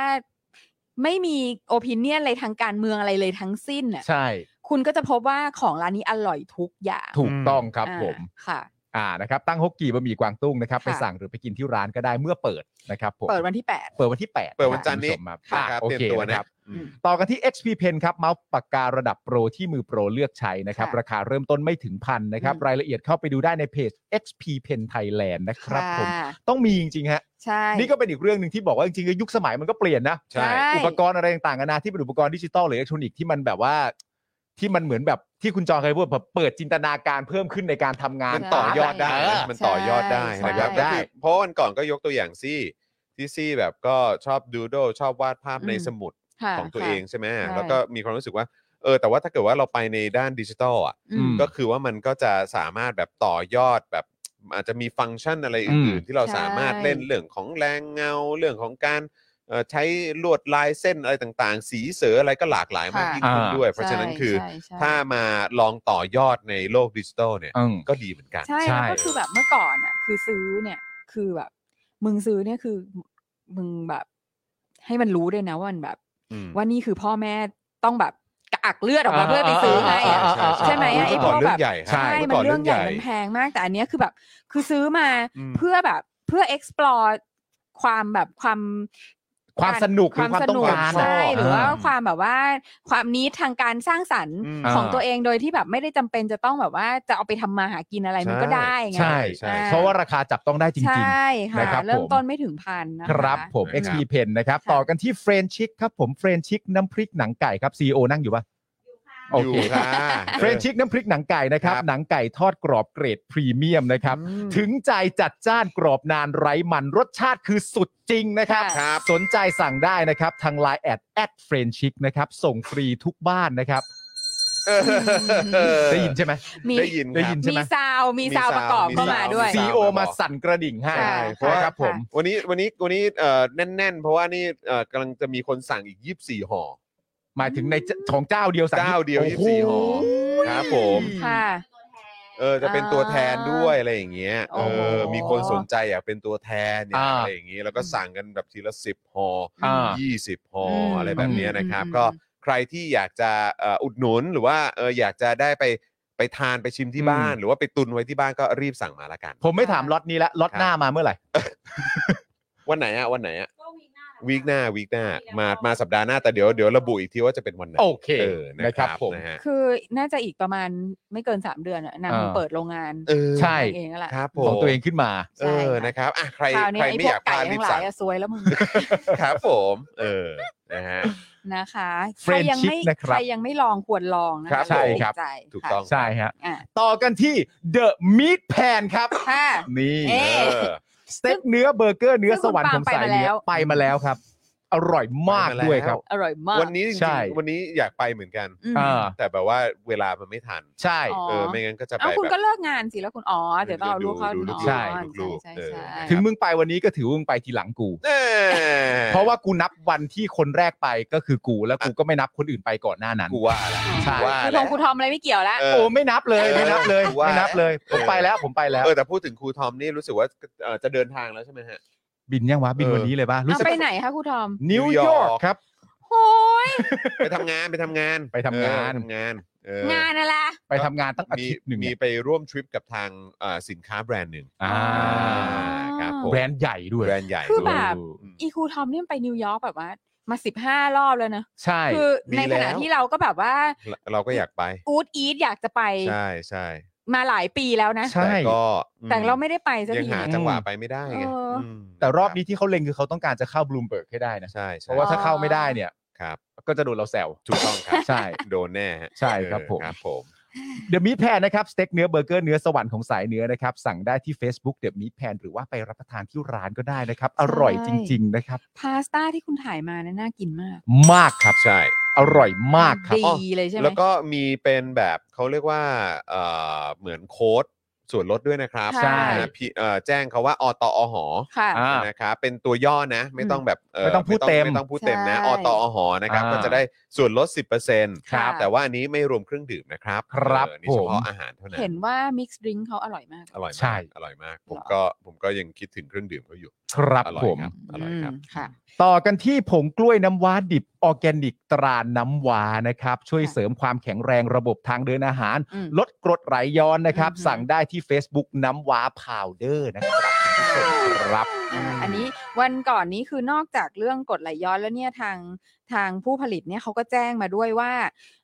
C: ไม่มีโอปินเนียนอะไรทางการเมืองอะไรเลยทั้งสิ้นอ่ะ
B: ใช่
C: คุณก็จะพบว่าของร้านนี้อร่อยทุกอย่าง
B: ถูกต้องครับ
C: อ่า
B: ผม
C: ค่ะ
B: อ่านะครับตั้งฮกกี้บะหมี่กวางตุ้งนะครับ
C: ค่ะ
B: ไปสั่งหรือไปกินที่ร้านก็ได้เมื่อเปิดนะครับผม
C: เปิดวันที่แปด
B: เปิดวันที่ 8
A: เปิดวันจันทร์นี้
B: ค่ะ
A: นะครับ
B: โอ
A: เตรีย
B: เค
A: มตัว
B: นะ
A: นะครับ
B: ต่อกันที่ HP Pen ครับเมาส์ปากการะดับโปรที่มือโปรเลือกใช้นะครับ
C: ค่ะ
B: ราคาเริ่มต้นไม่ถึงพันนะครับ
C: อืม
B: รายละเอียดเข้าไปดูได้ในเพจ HP Pen Thailand นะครับผม
C: ค่ะ
B: ต้องมีจริงๆฮะ
C: ใช่
B: นี่ก็เป็นอีกเรื่องหนึ่งที่บอกว่าจริงๆก็ยุคสมัยมันก็เปลี่ยนนะ
A: ใช่
B: อุปกรณ์อะไรต่างๆนานาที่เป็นอุปกรณ์ดิจิตอลหรืออิเล็กทรอนิกส์ที่มันแบบว่า ที่มันเหมือนแบบที่คุณจองเคยพูดแบบเปิดจินตนาการเพิ่มขึ้นในการทำงาน
A: มันต่อยอดได้
B: เ
A: นะมันต่อยอดได้
C: ใช่
A: นะครับ
B: ได้
A: ก็คือเพราะวันก่อนก็ยกตัวอย่างซี่ที่ซี่แบบก็ชอบดูโดชอบวาดภาพใน
C: อืม
A: สมุด
C: ค่ะ
A: ของตัว
C: ค่ะ
A: เองใช่ไหม
C: ใช่
A: แล้วก็มีความรู้สึกว่าเออแต่ว่าถ้าเกิดว่าเราไปในด้านดิจิทัลอ่ะ
C: อืม
B: ม
A: ก็คือว่ามันก็จะสามารถแบบต่อยอดแบบอาจจะมีฟังก์ชันอะไร
B: อื
A: อื่
B: ม
A: นๆ ที่เรา
C: ใช่
A: สามารถเล่นเรื่องของแรงเงาเรื่องของการเอ่อใช้ลวดลายเส้นอะไรต่างๆ สีเสืออะไรก็หลากหลายมากยิ่งขึ้นด้วย เพราะฉะนั้นคือ
C: ใช่ใช่
A: ถ้ามาลองต่อยอดในโลกดิจิทัลเนี่ย
B: อืม
A: ก็ดีเหมือนกัน
C: ใช่
B: ใช่
C: แล้วก็คือแบบเมื่อก่อนอ่ะ คือซื้อเนี่ยคือแบบ มึงซื้อเนี่ยคือมึงแบบ ให้มันรู้ด้วยนะว่ามันแบบ
A: อืม
C: ว่านี่คือพ่อแม่ต้องแบบกระอักเลือดออกมาเพื่อไปซื้อให้
A: อ่า
C: อะ
A: อ่าอ่า
C: ใช่ไหม
A: อุ๊ย
C: ไอ้
A: เมื่อก่อน
C: พวก
A: เรื่อง
C: แบบ
A: ใหญ่ฮะ
B: ใช่
C: ใช่
A: เมื่อ
C: มัน
A: ก่อน
C: เรื่
A: เรื่
C: อ
A: อง ง
C: ให
A: ให
C: ญ่
A: ญ่
C: มันแพงมากแต่อันเนี้ยคือแบบ คือซื้อมา
A: อืม
C: เพื่อแบบเพื่อ explore ความแบบความ
B: ความสนุกหรือความต้องการ
C: ใช่
B: อะ
C: หรือว่า
B: อ่
C: ความแบบว่า ความนี้ทางการสร้างสรรค์
A: อืม
C: ของ
B: อ่า
C: ตัวเองโดยที่แบบไม่ได้จำเป็นจะต้องแบบว่าจะเอาไปทำมาหากินอะไรมันก็ได้ไง
B: ใช่
A: ใช่
C: อ่า
B: เพราะว่าราคาจับต้องได้จริง
C: ใช่ค่ะ
B: นะครับ
C: เริ่
B: ผม ม
C: ต้นไม่ถึงพันนะ
B: ๆ
C: คะ
B: ครับผม
A: นะครับ
B: XP Pen นะครับ
C: ค่ะ
B: ต่อกันที่เฟรนชิกครับผมเฟรนชิกน้ำพริกหนังไก่ครับ CEO นั่งอยู่ปะโอ
A: อยู่
B: เค
A: ค่ะ
B: เฟรนชิกน้ำพริกหนังไก่นะครับ
A: ครับ
B: หนังไก่ทอดกรอบเกรดพรีเมียมนะครับ
A: อืม
B: ถึงใจจัดจ้านกรอบนานไร้มันรสชาติคือสุดจริงนะครับ
C: ค่ะ
A: ครับ
B: สนใจสั่งได้นะครับ ทาง Line แอดแอดเฟรนชิกนะครับ ส่งฟรีทุกบ้านนะครับ ได้ยินใช่ไหม
C: มี
A: ได้ยิน
B: ได้
A: ครั
B: ยิ
A: บ
B: น ใช่
C: มี
B: ไหม
C: ซาวมี
A: มี
C: ซาว
A: ซาว
C: ประกอบ
A: มี
C: เข้ามา
A: ซาว
C: ด้วย
A: มี
B: ซี
A: ซาว
B: โอมาสั่นกระดิ่งให้
C: ใช่
B: เพราะว่า
C: ค่ะ
B: ครับผม
A: วันนี้วันนี้วันนี้เอ่อแน่นๆ เพราะว่านี่เอ่อกำลังจะมีคนสั่งอีก 24ห่อ
B: หมายถึงในเจ้าของเจ้าเดียวสั่ง
A: เจ้าเดียว
B: โอ้โ
A: 24ห่อ ครับผม
C: ค่ะ
A: เออจะเป็นตัวแทนด้วยอะไรอย่างเงี้ย
C: โอ้
A: เอ
C: โห
A: อมีคนสนใจอยากเป็นตัวแทนอยาก
B: อ่า
A: อะไรอย่างงี้ แล้วก็สั่งกันแบบทีละสิบห่อ
B: อ่า
A: ยี่สิบห่อ
C: ม
A: อะไรแบบเนี้ยนะครับ
C: อืม
A: ก็ใครที่อยากจะเอ่ออุดหนุนหรือว่าเอออยากจะได้ไปไปทานไปชิมที่บ้าน
B: อืม
A: หรือว่าไปตุนไว้ที่บ้านก็รีบสั่งมาละกัน
B: ผมไม่ถามล็อตนี้ละล็อตหน้ามาเมื่อไหร่
A: วันไหนอะวันไหนอะวีคหน้าวีคหน้ามามาสัปดาห์หน้าแต่เดี๋ยวเดี๋ยวระบุอีกทีว่าจะเป็นวันไหน
B: โอเค
A: เออนะค
B: นะครั
A: รับบ
B: ผม
A: นะฮะ
C: คือน่าจะอีกประมาณไม่เกินสามเดือนอะนาง
B: อ่า
C: เปิดโรงงาน
A: เออ
B: ใช่
C: เองนั่นแหละ
A: ครับผ
B: ขอ
A: ม
B: งตัวเองขึ้นมา
A: เออนะครับอ่ะใคร
C: คราวนี้
A: ใคร
C: ไอ้
A: ไม่
C: พว
A: อยาก กพ
C: ไก่
A: ลาดรี
C: ทั้
A: บ
C: งหลา
A: สั่
C: ย
A: ง
C: อะซวยแล้วมึง
A: ครับผม เออนะฮะ
C: นะคะใคร
B: Friendship
C: ยังไม่
B: นะครับ
C: ใครยังไม่ลองควรลองนะครับ คะ
A: ใช่
C: ติด
B: ครับ
C: ใจ
A: ถูกต้อง
B: ใช่ฮะ
C: อ่ะ
B: ต่อกันที่ The Meat Pan ครับ
C: ค่ะ
B: นี่
C: เอ๊ะ
A: เออ
B: สเต็กเนื้อเบอร์เกอร์เนื้อ
C: ซึ่ง
B: สวรรค์ผ
C: คุณ
B: ม
C: ปาล์
B: สาย
C: มไปมา
B: เนื้
C: แล้
B: อ
C: ว
B: ไปมาแล้วครับ อร่อยมาก
A: ไปมาแล้ว
B: ด้วยครับ
C: อร่อยมาก
A: วันนี้จริงๆวันนี้อยากไปเหมือนกัน
C: อืม
B: อ่า
A: แต่แบบว่าเวลามันไม่ทัน
B: ใช่
C: อ๋อ
A: เออไม่งั้นก็จะไป
C: เอ้าคุณ
A: แบ
C: ก็
A: บ
C: เลิกงานสิแล้วคุณอ๋อเดี๋ยวต้องเอาลูกเขา
A: ดูลูก
C: อ๋อ
B: ใช่
A: ลูกๆ
C: ใช่
A: เออ
C: ใช่ใช่
B: ถึงมึงไปวันนี้ก็ถือว่ามึงไปทีหลังกู
A: แน่
B: เพราะว่ากูนับวันที่คนแรกไปก็คือกู แล้วกูก็ไม่นับคนอื่นไปก่อนหน้านั้น
A: กูว่าแหละ
B: ใช่
A: กูว่า
C: คุณ
A: แห
C: ท
A: ละ
C: งคุณทอมอะไรไม่เกี่ยวแล้ว
A: เออ
B: โอ้ไม่นับเลยไม่นับเลย
A: ว่า
B: ไม่นับเลย
A: เอ
B: ผ
A: อ
B: มไปแล้วผมไปแล้ว
A: เออแต่พูดถึงครูทอมนี่รู้สึกว่าเอ่อจะเดินทางแล้วใช่ไหมฮะ
B: บินยังวะบิน
A: เออ
B: วันนี้เลยป่ะรู้
C: เอา
B: สึก
C: ไปไหนคะครูทอม
B: นิวยอร์กครับ
C: โอ้ย
A: ไปทำงานไปทำงาน
B: ไปทำงาน
A: เออทำงานเออ
C: งานอะไร
B: ไปทำงานตั้งอา
A: มี
B: ทิตย์หนึ่ง
A: มีไปร่วมทริปกับทางเอ่อสินค้าแบรนด์หนึ่ง
B: อ่า
A: ครับผม
B: แบรนด์ใหญ่ด้วย
A: แบรนด์ใหญ่
C: คือ
A: ด้วย
C: แบบ
A: อืม
C: อีครูทอมเนี่ยมันไปนิวยอร์กแบบว่า มาสิบห้ารอบแล้วนะ
B: ใช่
C: คือ
A: ดี
C: ในขณะ
A: แล้ว
C: ที่เราก็แบบว่า
A: เราก็อยากไป
C: กูดอีทอยากจะไป
A: ใช่ใช่
C: มาหลายปีแล้วนะ
B: ใช่
A: แต่ก็อื
C: แต่เราไม่ได้ไปสัก
A: ยัง
C: ที
A: หา
C: นะ
A: จังหวะไปไม่ได้ไง
C: เอออื
A: ม
B: แต่รอบนี้ที่เขาเล็งคือเขาต้องการจะเข้าบลูมเบิร์กให้ได้นะ
A: ใช่ใช่
B: เพราะว่าถ้าเข้าไม่ได้เนี่ย
A: ครับ
B: ก็จะโดนเราแซว
A: ถูกต้องครับ
B: ใช่
A: โดนแน่ฮะ
B: ใช่ครับผม
A: เออครับผม
B: เดอะมิ t แพนนะครับสเต็กเนื้อเบอร์เกอร์เนื้อสวรรค์ของสายเนื้อนะครับ สั่งได้ที่ Facebook เดอะมิ t แพนหรือว่าไปรับประทานที่ร้านก็ได้นะครับ อร่อยจริง ๆ นะครับ
C: พาสต้าที่คุณถ่ายมาเนี่ยน่ากินมาก
B: มากครับ
A: ใช่
B: อ อร่อยมากครับ
C: ดีเลยใช่ไหม
A: แล้วก็มีเป็นแบบเขาเรียกว่าเอ่อเหมือนโค้ดส่วนลดด้วยนะครับ
C: ใช่
A: นะพี่เอ่อแจ้งเขาว่าอตอหอ
C: ค่ะ
B: อ่า
A: นะครับเป็นตัวย่อนะ ไม่ต้องแบบเ
B: ไม่ต้องพูดเต็ม
A: ไม่ต้องพูดเต็มนะ
C: ใช่
A: อตอหอนะครับ
B: อ่า
A: ก็จะได้ส่วนลด 10%
C: ค่ะ
A: แต่ว่าอันนี้ไม่รวมเครื่องดื่มนะครับ
B: ครับ
A: เออนี่เฉ
B: ผม
A: พาะอาหารเท่านั้น
C: เห็นว่ามิกซ์ดริงเขาอร่อยมาก
A: อร่อย
B: ใช่
A: มากอร่อยมาก ผมก็ผมก็ยังคิดถึงเครื่องดื่มเขาอยู่
B: ครับ
A: อร่อย
B: ผม
A: ครับอร่อยครับ
C: อืมค่ะ
B: ต่อกันที่ผงกล้วยน้ำว้าดิบออร์แกนิกตราน้ำว้านะครับ ช่วย
C: ค่ะ
B: เสริมความแข็งแรงระบบทางเดินอาหาร
C: อืม
B: ลดกรดไหลย้อนนะครับ
C: อือหือ
B: สั่งได้ที่ Facebook น้ำว้าพาวเดอร์นะครับคุณผู้ชมครับ
C: อ่าอันนี้วันก่อนนี้คือนอกจากเรื่องกดไหลย้อนแล้วเนี่ยทางทางผู้ผลิตเนี่ยเขาก็แจ้งมาด้วยว่า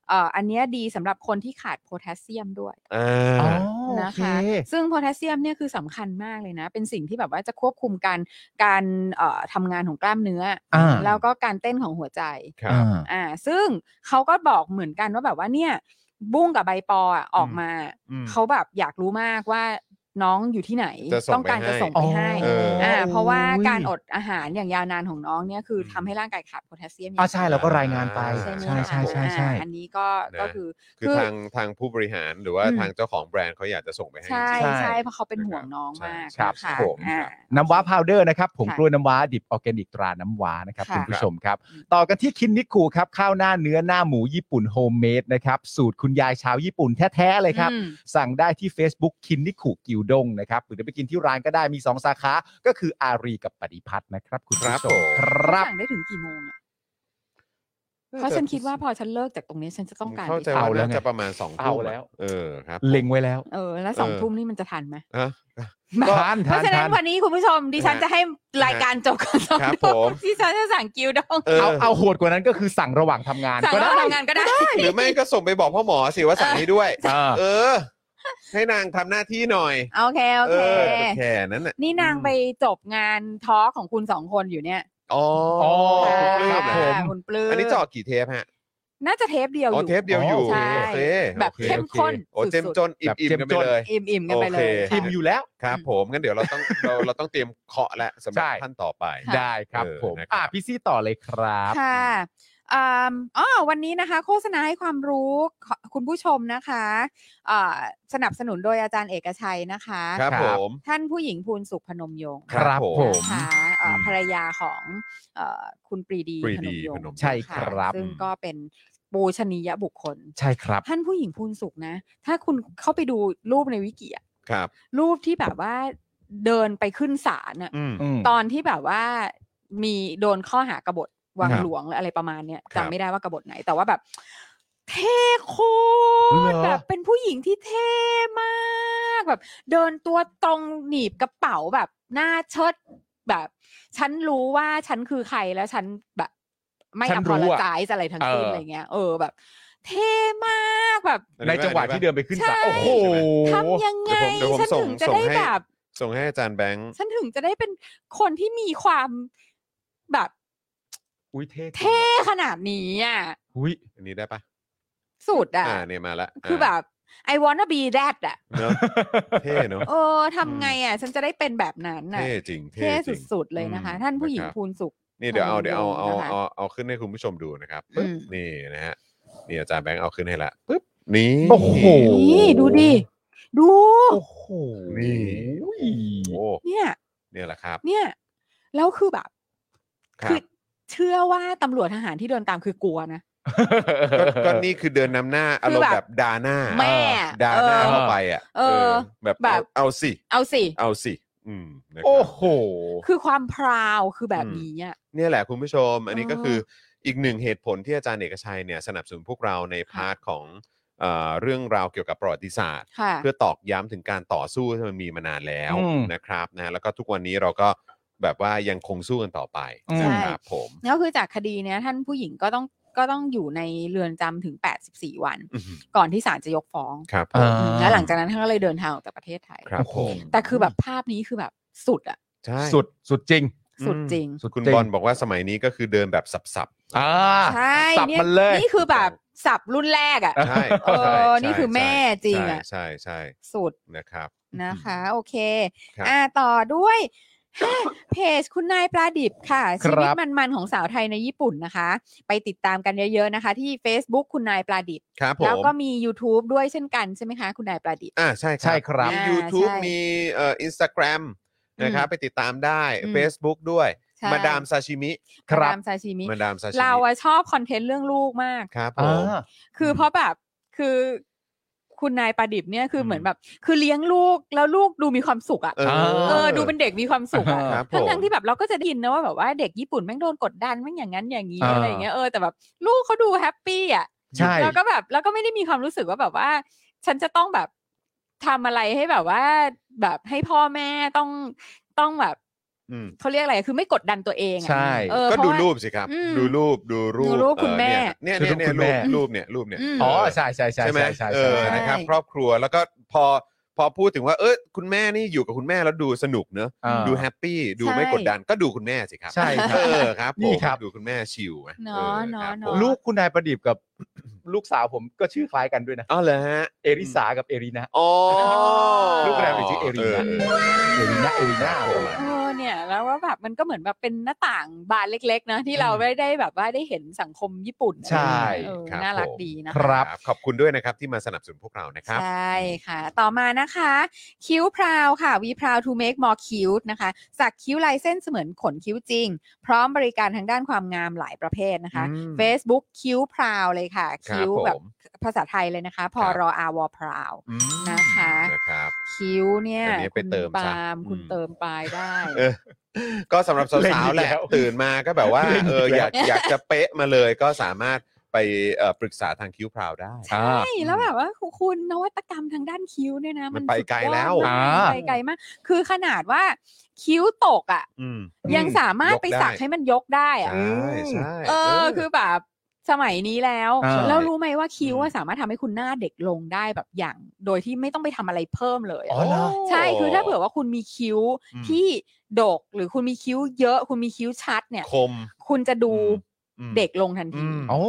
C: เอ่ออันเนี้ยดีสำหรับคนที่ขาดโพแทสเซียมด้วย
A: อ่
B: อ๋อา โอ
C: นะ
B: เค
C: คะ ซึ่งโพแทสเซียมเนี่ยคือสำคัญมากเลยนะ เป็นสิ่งที่แบบว่าจะควบคุมการการเอ่อทำงานของกล้ามเนื้ออา แล้วก็การเต้นของหัวใจ
A: ครับ
B: อ่า
C: อ่าซึ่งเขาก็บอกเหมือนกันว่าแบบว่าเนี่ยบุ้งกับใบปออะออกมา
A: อืม
C: เขาแบบอยากรู้มากว่าน้องอยู่ที่ไหน
A: จะส่ง
C: ต้องการ
A: ไปให้
C: จะส่งไปให้
A: เออ
C: อ่าเพราะว่าการ
B: โอ้
C: อย ดอาหารอย่างยาวนานของน้องเนี่ยคืออ
A: ม
C: ทำให้ร่างกายขาดโพแทสเซียม
B: อ่าใช่เราก็รายงานไป
C: ใช่ไหม
B: ใช่
C: คะ
B: ใช่ใช่ใช่
C: อ่าอันนี้ก็
A: นะ
C: ก็คือ
A: คือทางทางผู้บริหารหรือว่า
C: อืม
A: ทางเจ้าของแบรนด์เขาอยากจะส่งไปให้
C: ใช่
A: จริง
B: ใช่
C: ใช่เพราะเขาเป็นห่วงน้องมาก
B: ครับ
C: นะะ
B: ผม
C: อ่า
B: น้ำว้าพาวเดอร์นะครับผง
C: ค่ะ
B: กล้วยน้ำว้าดิบออร์แกนิกตราน้ำว้านะครับ
C: ค่ะ
B: คุณผู้ชมครับ
C: อืม
B: ต่อกันที่คินนิคูครับข้าวหน้าเนื้อหน้าหมูญี่ปุ่นโฮมเมดนะครับสูตรคุณยายชาวญี่ปุ่นแท้ๆเลยครับ
C: อืม
B: สั่งได้ที่ Facebook คินนิคุกิวดงนะครับหรือจะไปกินที่ร้านก็ได้มี 2 สาขา ก็คืออารีกับปฏิพัฒน์นะครับ คุณ
A: ครั
B: ผู้
A: บ
B: ช
A: ผม ม
B: ครับ
C: สั่งได้ถึงกี่โมงอะ
A: น่าจะ
C: เพราะฉันคิดว่าพอฉันเลิกจากตรงนี้ฉันจะต้องการ
A: เข้าใจ
C: ไป
A: ว่า
B: เอาแล้ว
A: น่า
B: ไง
A: จะประมาณสอง
B: เอา
A: ทุ่มอะ
B: แล้ว
A: เออครับ
B: เล็งไว้แล้ว
C: เออแล้วสองทุ่มนี่มันจะทันไหม
A: ฮะ
B: ทาน
C: เพ
B: ทาน
C: ราะฉะนั้
B: ทาน น
C: วันนี้คุณผู้ชมดิฉันจะให้รายการจบก่อนสอง
A: ครับ
C: ทุ่
A: ผม
C: มดิฉันจะสั่งกิวดอง
A: เออ
B: เอาเอาโหดกว่านั้นก็คือสั่งระหว่างทำงาน
C: สั่ง
B: ก็
C: แล้ว
B: ได้
C: ทำงานก็ได้
A: หรือไม่ก็ส่งไปบอกพ่อหมอสิว่าสั่งให้ด้วย
B: เออ
A: เออ ให้นางทำหน้าที่หน่อย
C: โอเค โอ
A: เอ
C: เค
A: อแค่นั้นน่ะ
C: นี่นางไปจบงานทอล์กของคุณสองคนอยู่เนี่ย
A: อ๋ออ
B: อ
A: คุณปลื้ม
C: ค่ะ
A: เหรอ
C: คุณปลื้ม
A: อันนี้เจอกี่เทปฮะ
C: น่าจะเทปเดียวอ
A: อ๋อยู่ เทปเดียวอยู่
C: ใช่
A: โอเค
C: แบบ
A: โอค
C: เข้มข้น
A: โอ้เจม
C: สุด
A: จนอิ่มอิ่ม
B: แบบเจ้ม
A: กันไป
B: จ
A: เลย
B: น
C: ๆอิ่มๆกันไปเล
A: โอเค
C: ย
B: อิ่ม
C: ค่ะ
B: อยู่แล้ว
A: ครับ ผมงั้นเดี๋ยวเราต้อง เราเราต้องเตรียมเคาะและสำหรับ
B: ใช่
A: ท่านต่อไป
C: ค่ะ
B: ได้ครับ
A: เออ
B: ผม
A: นะครับ
B: อ่ะพี่ซี่ต่อเลยครับ
C: ค่ะอืมอ๋อวันนี้นะคะ โฆษณาให้ความรู้ขอคุณผู้ชมนะคะอ่าสนับสนุนโดยอาจารย์เอกชัยนะคะ
A: ครับผม
C: ท่านผู้หญิงภูลสุขพนมยงค์
B: ครับผม
C: นะคะเอ่ออ
A: ม
C: ภรรยาของเอ่อคุณปรีดี
A: ปรีดี
C: พนมยง
A: พนมยงค์
C: ค์
B: ใช่ครับ
C: ะซึ่งก็เป็นปูชนียบุคคล
B: ใช่ครับ
C: ท่านผู้หญิงพูนสุขนะ ถ้าคุณเข้าไปดูรูปในวิกิอะ
A: ครับ
C: รูปที่แบบว่าเดินไปขึ้นศาลอะ
A: อืม
B: ม
C: ตอนที่แบบว่ามีโดนข้อหากบฏวัง
A: ครับ
C: หลวงหรืออะไรประมาณเนี้ย
A: ครับ
C: จำไม่ได้ว่ากบฏไหน แต่ว่าแบบ เท่โคตร
B: เหรอ
C: แบบเป็นผู้หญิงที่เท่มากแบบ เดินตัวตรงหนีบกระเป๋าแบบหน้าเชิดแบบ ฉันรู้ว่าฉันคือใครแล้วฉันแบบ ไม่
B: ฉั
C: อนภ
B: รู้
C: ร
B: อะ
C: จายอะไรทั้งสิ้น
B: เอออ
C: อะไรเงี้ยเออแบบ เท่มากแบบ
B: ในจังหวะที่เดินไปขึ้นศาล
C: ใช่
B: โอ้โห
C: ทำยังไง
A: เดี๋ยวผม
C: ฉัน
A: ส่ง
C: ถึงจะ
A: ส่ง
C: ได้
A: ให้
C: แบบ
A: ส่งให้อาจารย์แบงค์
C: ฉันถึงจะได้เป็นคนที่มีความแบบ
B: อุ้ยเท่จริง
C: เท่ขนาดนี้อ่ะ
B: อุ้ย
A: อันนี้ได้ปะ
C: สุดอ่ะ
A: อ่าเนี่ยมาละ
C: คือแบบ I wanna be that อ่ะ
A: เนอะเท่เนอะ
C: เออทำไงอ่ะ ฉันจะได้เป็นแบบนั้นน่ะ
A: เท่จริง
C: เท่
A: จริง
C: สุดๆเลยนะคะ
A: อืม
C: ท่านผู้หญิง
A: นะครับ
C: ภูนสุข
A: นี่เดี๋ยวเอา
C: ขอบคุณ
A: เดี๋ยวเอาเอา
C: นะคะ
A: เอาเอาขึ้นให้คุณผู้ชมดูนะครับปึ๊บ
C: อืม
A: นี่นะฮะนี่อาจารย์แบงค์เอาขึ้นให้ละปึ๊บนี่
B: โอ้โห
C: นี่ดูดิ ดู
B: โอ้โห
A: นี่
B: อุ้ย
A: โอ้
C: เนี่ย
A: เนี่ยแหละครับ
C: เนี่ยแล้วคือแบบ
A: ครั
C: คื
A: บ
C: อเชื่อว่าตำรวจทหารที่เดินตามคือกลัวนะ
A: ก็ก็นี่คือเดินนำหน้าอารมณ์แบบดาหน้า
C: แม่
A: ดาหน้า
C: เออ
A: เข้าไปอ่ะ
C: เออ
A: แบบ
C: แบ
A: เอา
C: บ
A: เอาสิ
C: เอาสิ
A: เอาสิอืมนะครับ
B: โอ้โห
C: คือความพราวคือแบบ
A: อืม
C: นี้อ่ะ
A: เนี่ยแหละคุณผู้ชม อันนี้
C: เออ
A: ก็คืออีกหนึ่งเหตุผลที่อาจารย์เอกชัยเนี่ยสนับสนุนพวกเราใน
C: ค่ะ
A: พาร์ทของเอ่อเรื่องราวเกี่ยวกับประวัติศาสตร์
C: ค่ะ
A: เพื่อตอกย้ำถึงการต่อสู้ที่มันมีมานานแล้ว
B: อืม
A: นะครับนะแล้วก็ทุกวันนี้เราก็แบบว่ายังคงสู้กันต่อไป
C: ใช่
A: นะครับผม
C: แล้วคือจากคดีเนี้ยท่านผู้หญิงก็ต้องก็ต้องอยู่ในเรือนจำถึง 84 วัน ก่อนที่ศาลจะยกฟ้อง
A: ครับผ
B: อ่า
A: ม
C: อืมแล้วหลังจากนั้นท่านก็เลยเดินทางออกจากประเทศไทย
A: ครับผม
C: แต่คือแบบภาพนี้คือแบบสุดอ่ะ
A: ใช่
B: สุดสุดจริง
C: สุดจริง
B: สุด
A: คุณ
B: จริง
A: บอลบอกว่าสมัยนี้ก็คือเดินแบบสับๆ
B: อ่า
C: ใช่
B: สับมันเลย
C: นี่คือแบบสับรุ่นแรกอ่ะ
A: ใช่
C: เออ
A: ใช่
C: นี่คือแม่จริงอะ
A: ใช่ใช่ใช่
C: สุด
A: นะครับ
C: นะคะ โอเค
A: ครับ
C: อ่าต่อด้วย เพจคุณนายปลาดิบค่ะ
B: ค
C: ชี
B: รั
C: วิต
B: บ
C: มันๆของสาวไทยในญี่ปุ่นนะคะ ไปติดตามกันเยอะๆนะคะ ที่ Facebook คุณนายปลาดิบ
A: ครับผ
C: แล้ว
A: ม
C: ก็มี YouTube ด้วยเช่นกันใช่ไหมคะ คุณนายปลาดิบ
A: อ่าใช่
B: ใช่ครับ
A: มี
C: อ่า
A: YouTube
C: ใช่
A: มีเอ่ออินสตาแกรมนะครับไปติดตามได้
C: อืม
A: Facebook ด้วย
C: ใช่
A: มาดามซาชิมิ
B: ครับ
C: มาดามซาชิมิ
A: มาดามซาชิมิ
C: เราอะชอบคอนเทนต์เรื่องลูกมาก
A: ครับผ
B: อ่
A: มา
C: คือเพราะแบบคือคุณนายปลาดิบเนี่ยคืออ
B: ม
C: เหมือนแบบ คือเลี้ยงลูกแล้วลูกดูมีความสุขอะ
A: เอ
C: เออดูเป็นเด็กมีความสุขอะ
A: ครับผ
C: ทั้ง
A: ม
C: ทั้งๆที่แบบเราก็จะได้ยินนะว่าแบบว่าเด็กญี่ปุ่นแม่งโดนกดดันแม่งอย่างนั้นอย่างนี้
B: อ่า
C: อะไรอย่างเงี้ยเออแต่แบบลูกเขาดูแฮปปี้อ่ะ
B: ใช่
C: แล้วก็แบบแล้วก็ไม่ได้มีความรู้สึกว่าแบบว่า ฉันจะต้องแบบทำอะไรให้แบบว่า แบบให้พ่อแม่ต้องต้องแบบ
A: อืม
C: เขาเรียกอะไรคือไม่กดดันตัวเองอะ
B: ใช่
C: เออ
A: ก็
C: เพาะ
A: ดู
C: ว่า
A: รูปสิครับ
C: อืม
A: ดูรูปดูรูป
C: ดูรูปคุณ
A: เอ่อ
C: แม่
A: เนี่ย
B: ดูรู
A: เนี่ย
B: ป
A: เนี่ย
B: คุณ
A: รูป
B: แม่
A: รูปเนี่ยรูปเนี่ย
C: อืม
B: อ๋อใช่ใช่ใช่
A: ใช่ไหม
B: ใช่ใช่
A: เอ
B: ใช่
A: อ
C: ใช่
A: นะครับ ครอบครัวแล้วก็พอพอพูดถึงว่าเออคุณแม่นี่อยู่กับคุณแม่แล้วดูสนุกเนอะ
B: เออ
A: ดูแฮปปี้ดูไม่กดดันก็ดูคุณแม่สิครับ
B: ใช่ครับ
A: เออครับผม
B: นี่ครับ
A: ดูคุณแม่ชิวไง
C: เนอะ
A: ออ
C: เนอะ
A: ครับ
C: เน
A: ผ
C: อะ
A: ม
B: ลูกคุณนายประดิบ กับ ลูกสาวผมก็ชื่อคล้ายกันด้วยนะ
A: อ๋อเหรอฮะ
B: เอริสากับเอรินะ
A: อ๋อ
B: ลูกแรมอีกชื่อเอรินะเอรินะเอรินะ
C: เออเนี่ย แล้วว่าแบบมันก็เหมือนแบบเป็นหน้าต่างบานเล็ก ๆ นะที่เราไม่ได้แบบว่าได้เห็นสังคมญี่ปุ่นอะไรอย่างเงี้ย
B: ใช่
C: เออ
A: คบ
C: น่ารัก
A: ผม
C: ดีนะ
B: ครั
C: คะ
B: บ
A: ขอบคุณด้วยนะครับที่มาสนับสนุนพวกเรานะครับ
C: ใช่ค่ะ ต่อมานะคะ คิ้วพราวค่ะ we proud to make more cute นะคะ สักคิ้วลายเส้นเสมือนขนคิ้วจริง พร้อมบริการทางด้านความงามหลายประเภทนะคะ
A: อืม
C: Facebook คิ้วพราวเลยค่ะ
A: ครับ
C: คิ้วแบบ
A: ผม
C: ภาษาไทยเลยนะคะ พอรออาวอพราว
A: อืม
C: นะคะ
A: นะครับ
C: คิ้วเนี่ย
A: อันนี้ไป
C: คุณ
A: เติมซะ
C: ปาล์ม
A: อืม
C: คุณเติมปลายได้
A: เออก็สำหรับ
B: เล่น
A: สาว
B: อี
A: ๆ
B: ก
A: แหละ
B: แล้ว
A: ตื่นมาก็แบบว่า
B: เล่นอีก
A: เอออยาก
C: แล้ว
A: อยากจะเป๊ะมาเลยก็สามารถไปเอ่อปรึกษาทางคิ้วพราวได้
C: ใช่แล้วแบบว่าคุณคุณนวัตกรรมทางด้านคิ้วเนี่ยนะ
A: มันไปไกล
C: สุดยอด
A: แล้ว
C: มาก
B: อ่า
C: ไปไกลมาก คือขนาดว่าคิ้วตกอ่ะ
A: อืม
C: ยังสามารถ
A: ยก
C: ไป
A: ได้
C: สักให้มันยกได้อะ
A: ใช่ใช่
C: เออคือแบบสมัยนี้แล้ว
B: อ่า
C: แล้วรู้ไหมว่าคิ้วอะสามารถทำให้คุณหน้าเด็กลงได้แบบอย่าง โดยที่ไม่ต้องไปทำอะไรเพิ่มเลยอะ
B: อ๋อเหรอ
C: ใช่คือถ้าเผื่อว่าคุณมีคิ้วที่โดกหรือคุณมีคิ้วเยอะ คุณมีคิ้วชัดเนี่ย
A: คม
C: คุณจะดู
A: อืม
C: เด็กลงทัน
A: อื
C: ที
A: ม
B: โอ้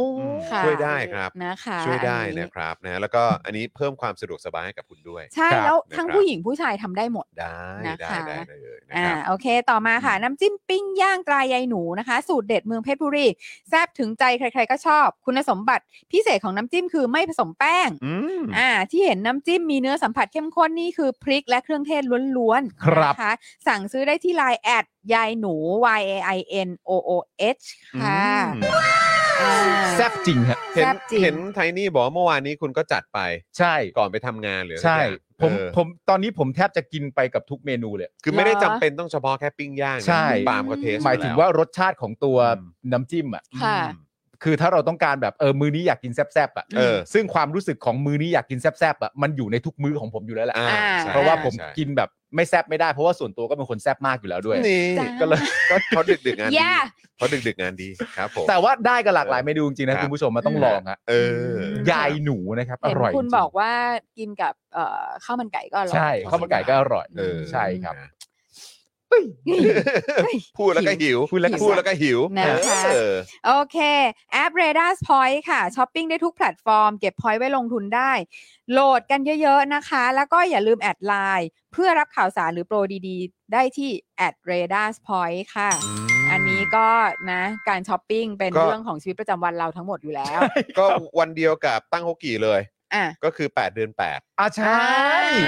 C: ค่ะ
A: ช่วยได้ครับ
C: นะคะ
A: ช่วยได้
C: อั
A: นะครับนะแล้วก็อันนี้เพิ่มความสะดวกสบายให้กับคุณด้วย
C: ใช่
B: ครับ
C: แล้วทั้ง
A: นะครับ
C: ผู้หญิงผู้ชายทำได้หมด
A: ได้
C: นะ
A: ได้
C: คะ
A: ได้เลยนะ
C: อ่า
A: ครับ
C: โอเค ต่อมาค่ะ น้ำจิ้มปิ้งย่างตรายายหนูนะคะ สูตรเด็ดเมืองเพชรบุรีแซ่บถึงใจใคร ๆ ก็ชอบ คุณสมบัติพิเศษของน้ำจิ้มคือไม่ผสมแป้ง
A: อืม
C: อ่าที่เห็นน้ำจิ้มมีเนื้อสัมผัสเข้มข้นนี่คือพริกและเครื่องเทศล้วนๆ
B: ครับ
C: นะคะสั่งซื้อได้ที่ไลน์แอดยายหนู y a i n o o h ค่ะ
A: อืม
C: อ่า
B: แซ่บจริงฮะ
C: แซ่
A: เห็น
C: บจริง
A: เห็นไทนี่บอกว่าเมื่อวานนี้คุณก็จัดไป
B: ใช่
A: ก่อนไปทำงานหรือ
B: ใช่
A: อะไรอย่าง
B: ผม
A: เออ
B: ผมตอนนี้ผมแทบจะกินไปกับทุกเมนูเลย
A: คือไม่ได้
C: เหรอ
A: จำเป็นต้องเฉพาะแค่ปิ้งย่างนะ
B: ใช่
A: ปาล์มก็เทส
B: หมายถึงว่ารสชาติของตัวน้ำจิ้มอ่ะ
C: ค่ะ
B: คือถ้าเราต้องการแบบเออมื้อนี้อยากกินแซ่บๆอ่ะ
A: เออ
B: ซึ่งความรู้สึกของมื้อนี้อยากกินแซ่บๆอ่ะมันอยู่ในทุกมื้อของผมอยู่แล้วแหละ
A: อ่าใช่
B: เพราะว่าผม
A: ใช่
B: กินแบบไม่แซ่บไม่ได้เพราะว่าส่วนตัวก็เป็นคนแซ่บมากอยู่แล้วด้วย
A: นี่
C: จ้า
A: ก็เลยก็เขาดึกดึกๆงานดี
C: ย่า
A: เขาดึกดึกๆงานดีครับผม
B: แต่ว่าได้กันหลากหลายเมนูจริงๆ
A: ครั
B: นะ
A: บ
B: คุณผู้ชมมาต้องลองฮะ
A: เออ
B: ยายหนูนะครับอ
C: เห็น
B: ร่อยจริง
C: คุณบอกว่ากินกับเอ่อข้าวมันไก่ก็อร่อย
B: ใช่ข้าวมันไก่ก็อร่อย
A: เออ
B: ใช่ครับ
A: พูดแล้วก็หิว
B: พูดแล้วก็หิ
A: พู
B: ว
A: ดแล้วก็หิว
C: นะคะ
A: เออ
C: โอเคแอป r a d a r s Point ค่ะช้อปปิ้งได้ทุกแพลตฟอร์ม เก็บ point ไว้ลงทุนได้ โหลดกันเยอะๆนะคะ แล้วก็อย่าลืมแอดไลน์เพื่อรับข่าวสารหรือโปรดีๆ ได้ที่แอด r a d a r s Point ค่ะ อันนี้ก็นะการช้อปปิ้งเป็น
A: ก็
C: เรื่องของชีวิตประจำวันเราทั้งหมดอยู่แล้ว
A: ก็วันเดียวกับตั้งฮกกี่เลย
C: อ่ะ
A: ก็คือ 8 เดือน8
B: อ่ะใช่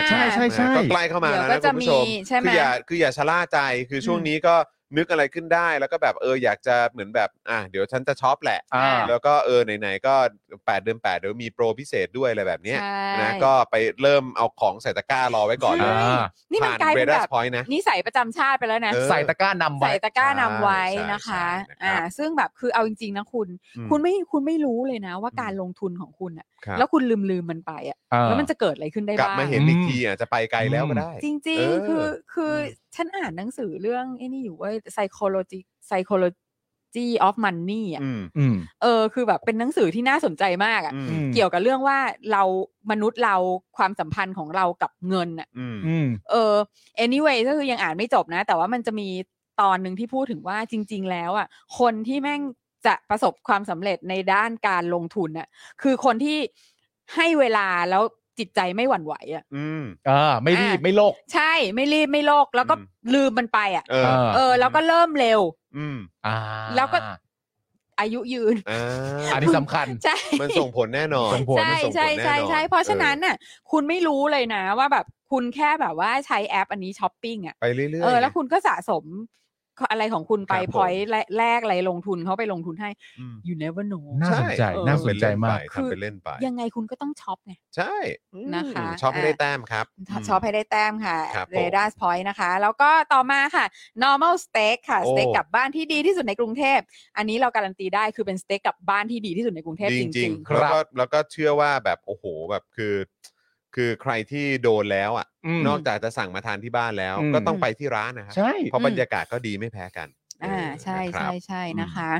B: ใช่ใช่ใช่
A: ก็ใกล้เข้ามาแล้ว
C: เดี๋
A: นะ
C: ยว
A: คุ
C: ก็จะ
A: ณผู้ชม
C: มีใช่ไหม
A: คืออย่าคืออย่าชะล่าใจคือช่วง
C: อืม
A: นี้ก็นึกอะไรขึ้นได้แล้วก็แบบเอออยากจะเหมือนแบบอ่ะเดี๋ยวฉันจะช็อปแหละ
B: อ่า
A: แล้วก็เออไหนๆก็ 8 เดือน8 เดี๋ยวมีโปรพิเศษด้วยอะไรแบบเนี้ย
C: ใช่
A: นะก็ไปเริ่มเอาของใส่ตะกร้ารอไว้ก่อน
B: ใช่
A: นะ
C: นี่มัน
A: ผ่าน
C: กลาย
A: เร
C: เป็น
A: ดา
C: แบ
A: ร์
C: บ
A: พอยต์นะ
C: นิสัยประจำชาติไปแล้วนะ
A: เออ
B: ใส่ตะกร้านำไว้
C: ใส่ตะกร้านำไว้
A: ใช่
C: นะคะ
A: ใช่นะครับ
C: อ่า ซึ่งแบบคือเอาจริงๆนะคุณ
A: อืม
C: คุณไม่คุณไม่รู้เลยนะ ว่า
A: อืม
C: การลงทุนของคุณอะ
A: ครับ
C: แล้วคุณลืมลืมมันไปอะ
B: เออ
C: แล้วมันจะเกิดอะไรขึ้นได้
A: กลับ
C: บ้าง
A: มาเห็นอีกทีอาจจะไปไกลแล้วก็ได้
C: จริง
A: เออ
C: ๆ คือคืออ
A: ม
C: ฉันอ่านหนังสือเรื่องไอ้นี่อยู่เว่า psychology psychology of money อ่ะ
A: อืม
B: อืม
C: เออคือแบบเป็นหนังสือที่น่าสนใจมากอ่ะ
A: อืม
C: เกี่ยวกับเรื่องว่าเรามนุษย์เราความสัมพันธ์ของเรากับเงินอ่ะ
A: อืม
B: อืม
C: เออ anyway ก็คือยังอ่านไม่จบนะ แต่ว่ามันจะมีตอนหนึ่งที่พูดถึงว่าจริง ๆ แล้วอ่ะคนที่แม่งจะประสบความสำเร็จในด้านการลงทุนอ่ะคือคนที่ให้เวลาแล้ว จิตใจไม่หวั่นไหวอ่ะ
A: อืม
B: อ่าไม่รีบ
C: อ่ะ
B: ไม่โลก
C: ใช่ไม่รีบไม่โลกแล้วก็
A: อืม
C: ลืมมันไปอ่ะ
A: เออ
B: เออ
C: เออ แล้วก็เริ่มเร็ว
A: อืม
B: อ่า
C: แล้วก็ อายุยื น
A: อ่า
B: อันนี้สำคัญ
C: ใช่
A: มันส่งผลแน่นอน
B: ส่งผล
C: ใช่
A: มันส่งผ
C: ใช่
A: ลแน่นอน
C: ใช่ใช่เพราะฉะนั้น
A: ออ
C: น่ะ คุณไม่รู้เลยนะว่าแบบคุณแค่แบบว่าใช้แอปอันนี้ช้อปปิ้งอ่ะ
A: ไปเรื่อยๆ
C: เออแล้วคุณก็สะสมอะไรของคุณไป
A: ครับผม
C: พอยต์แรกอะไรลงทุนเขาไปลงทุนให้
A: อืม
C: you never know
B: น่าสนใจ
C: เออ
B: น่าสนใจมาก
A: ทำเป็นเล่นไป
C: ยังไงคุณก็ต้องช็อปไง
A: ใช่อืม
C: นะคะ
A: ชอบให้
C: อ่ะ
A: ได้แต้มครับ
C: ช็อปให้ได้แต้มค่ะ
A: ครับผม
C: r a d a r Point นะคะ แล้วก็ต่อมาค่ะ normal steak ค่ะ
A: โอ้
C: สเต็กกลับบ้านที่ดีที่สุดในกรุงเทพ อันนี้เราการันตีได้คือเป็นสเต็กกลับบ้านที่ดีที่สุดในกรุงเทพ
A: จ
C: จ
A: ริ
C: ริ
A: ง
C: ง
A: ๆ
B: ครั
A: แล้ว
B: บ
A: ก็แล้วก็เชื่อว่าแบบโอ้โหแบบคือ คือใครที่โดนแล้วอ่ะ
B: อืม
A: นอกจากจะสั่งมาทานที่บ้านแล้ว
B: อืม
A: ก็ต้องไปที่ร้านนะครับ
B: ใช่
A: เพราะ
C: อืม
A: บรรยากาศก็ดีไม่แพ้กัน
C: ๆอ่า
A: เออ
C: ใช่
A: นะครับ
C: ใช่ใช่
A: อืม
C: นะคะ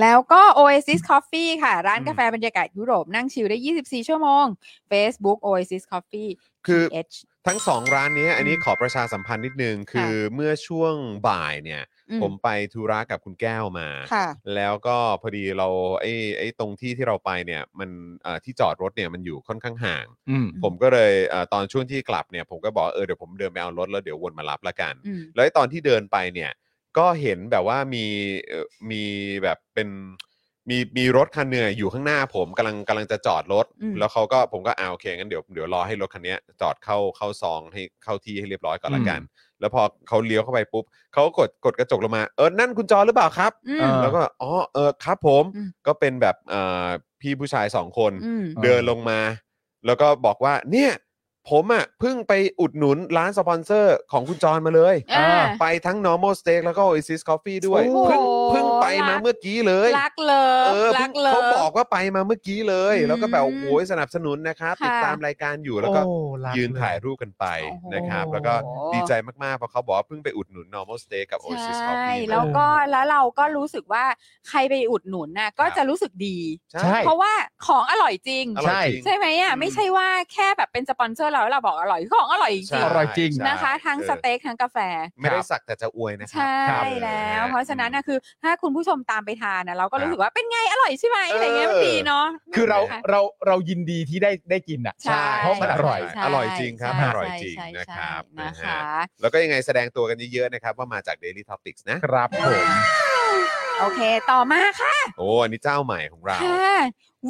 C: แล้วก็ Oasis Coffee ค่ะ ร้าน
A: อืม
C: กาแฟบรรยากาศยุโรปนั่งชิลได้ 24 ชั่วโมง Facebook Oasis Coffee
A: คือ
C: TH
A: ทั้งสองร้านนี้อันนี้ขอประชาสัมพันธ์นิดนึง คือเมื่อช่วงบ่ายเนี่ย
C: อืม
A: ผมไปธุระกับคุณแก้วมา
C: ค่ะ
A: แล้วก็พอดีเราไอ้ไอ้ตรงที่ที่เราไปเนี่ยมันเอ่อที่จอดรถเนี่ยมันอยู่ค่อนข้างห่าง
B: อืม
A: ผมก็เลยเอ่อตอนช่วงที่กลับเนี่ยผมก็บอกเออเดี๋ยวผมเดินไปเอารถแล้วเดี๋ยววนมารับละกัน
C: อืม
A: แล้วไอ้ตอนที่เดินไปเนี่ยก็เห็นแบบว่ามีเอ่อมีแบบเป็นมีมีรถคันหนึ่งอะอยู่ข้างหน้าผมกำลังกำลังจะจอดรถ
C: อืม
A: แล้วเขาก็ผมก็อ่าโอเคงั้นเดี๋ยวเดี๋ยวรอให้รถคันเนี้ยจอดเข้าเข้าซองให้เข้าที่ให้เรียบร้อยก่อนละกัน แล้วพอเขาเลี้ยวเข้าไปปุ๊บเขาก็กดกดกระจกลงมาเออนั่นคุณจอหรือเปล่าครับ
C: อืม
B: เออ
A: แล้วก็อ๋อเออครับผม
C: อืม
A: ก็เป็นแบบเอ่อพี่ผู้ชายสองคน
C: อืม
A: เดินลงมา แล้วก็บอกว่าเนี่ยผมอ่ะเพิ่งไปอุดหนุนร้านสปอนเซอร์ของคุณจรมาเลย
C: อ่า
A: ไปทั้ง normal steak แล้วก็ oasis coffee ด้วย
C: โอ้โห
A: เพิ่งเพิ่งไปมา
C: รัก
A: เมื่อกี้เลย
C: รักเลิ
A: เออ
C: ฟ
A: เพิ่
C: รั
A: ง
C: กเลิฟ
A: เขาบอกว่าไปมาเมื่อกี้เลย
C: อืม
A: แล้วก็แบบโอ้โหสนับสนุนนะครับ
C: ค่ะ
A: ติดตามรายการอยู่แล้วก็
B: โอ้รัก
A: ยืนถ่าย
B: เล
A: รูปกันไป
C: โอ้โห
A: นะครับ แล้วก็ดีใจมากๆเพราะเขาบอกว่าเพิ่งไปอุดหนุน normal steak กับ oasis
C: ใช่
A: coffee
C: แล้ว
A: มา
C: ก็แล้วเราก็รู้สึกว่าใครไปอุดหนุนน่ะก็
A: ครับ
C: จะรู้สึกดี
A: ใช่
B: ใช่
C: เพราะว่าของอร่อยจริง
A: อร่อยจริง
C: ใช่ไหมอ่ะ
A: อืม
C: ไม่ใช่ว่าแค่แบบเป็นสปอนเซอร์เราแล้วเราบอกอร่อยของอร่อยจริง
A: ใช่
B: อร่อยจริง
A: ใช่
C: นะคะ ทั้ง
A: ออ
C: สเต็กทั้งกาแฟ
A: ไม่ได้สักแต่จะอวยนะครั
C: ใช่
A: ครับ
C: แล้ว
A: ออ
C: เพราะฉะนั้นนะคือ ถ้าคุณผู้ชมตามไปทานนะเราก็รู้สึกว่าเป็นไงอร่อยใช่ไหม
A: เอออ
C: อะไรเงี้ยมันดีเนาะ
B: คือเรา
C: ค่ะ
B: เราเรายินดีที่ได้ได้กินอ่ะ
C: ใช่
B: เพราะมันอร่อย
C: ใช่
A: อร่อยจริงครับ
C: ใช่
A: อร่อยจริง
C: ใช่
A: นะ
C: ใช่
A: ครับ
C: นะ
A: ฮ
C: คะ
A: แล้วก็ยังไงแสดงตัวกันเยอะๆนะครับ ว่ามาจาก Daily Topics นะ
B: ครับผม
C: โอเคต่อมาค่ะ
A: โอ้อันนี้เจ้าใหม่ของเรา
C: ค่ะ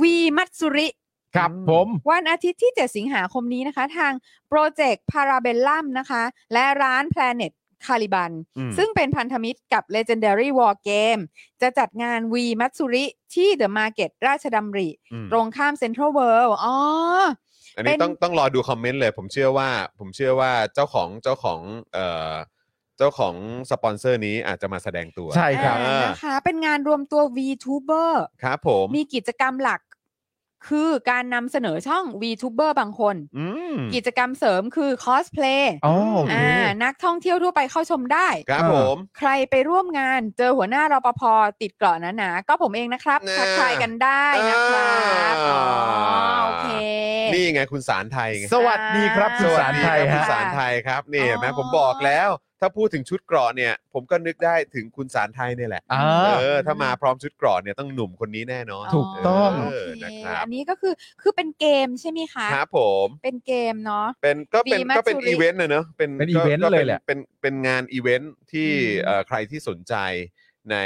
C: วีมัตสุริ
B: ครับผม
C: วันอาทิตย์ที่ 7 สิงหาคมนี้นะคะ ทางโปรเจกต์พาราเบลลัมนะคะ และร้าน Planet คาริบัน
A: อืม
C: ซึ่งเป็นพันธมิตรกับ Legendary War Game จะจัดงาน V มัตสุริที่ The Market ราชดำริ
A: อืม
C: ตรงข้ามเซ็นทรัลเวิลด์อ๋อ
A: อันนี้
C: เป็น
A: ต้องต้องรอดูคอมเมนต์เลย ผมเชื่อว่า ผมเชื่อว่าเจ้าของเจ้าของเอ่อเจ้าของสปอนเซอร์นี้อาจจะมาแสดงตัว
B: ใช่ครับ
C: อ่านะคะ เป็นงานรวมตัว VTuber
A: ครับผม
C: มีกิจกรรมหลัก คือการนำเสนอช่อง VTuber บางคน
A: อืม
C: กิจกรรมเสริมคือคอสเพลย์
B: อ๋อโอเค
C: นักท่องเที่ยวทั่วไปเข้าชมได้
A: ครับผม
C: ใครไปร่วมงานเจอหัวหน้ารปภติดเกราะหนาๆก็ผมเองนะครับ
A: แน่
C: ทักทายกันได้นะครับ
A: อ่า
C: อ๋อโอเค
A: นี่ไงคุณสารไทยไง
B: สวัสดีครับคุณสารไทย
A: สวัสดีครับคุณ
B: ฮะ
A: สารไทยครับนี่เห็นไหม
C: อ๋อ
A: ผมบอกแล้ว ถ้าพูดถึงชุดเกราะเนี่ย ผมก็นึกได้ถึงคุณสารไทยเนี่ยแหละ
B: อ่า
A: เออถ้ามาพร้อมชุดเกราะเนี่ยต้องหนุ่มคนนี้แน่นอน
B: ถูกต้อง
C: โอ
A: เออ
C: เค
A: นะครับ
C: อันนี้ก็คือคือเป็นเกมใช่ไหมคะ
A: ครับผม
C: เป็นเกมเนาะ
A: เป็นก็เป็น
C: ดีมาก
A: ก็เป็น
C: สุริ
A: อีเวนต์นะเนอะเป็น
B: เป็น
A: ก็
B: event
A: ก็
B: เลยแหละ
A: เป็นเป็นงานอีเวนต์ที่
C: อืม
A: เอ่อใครที่สนใจใน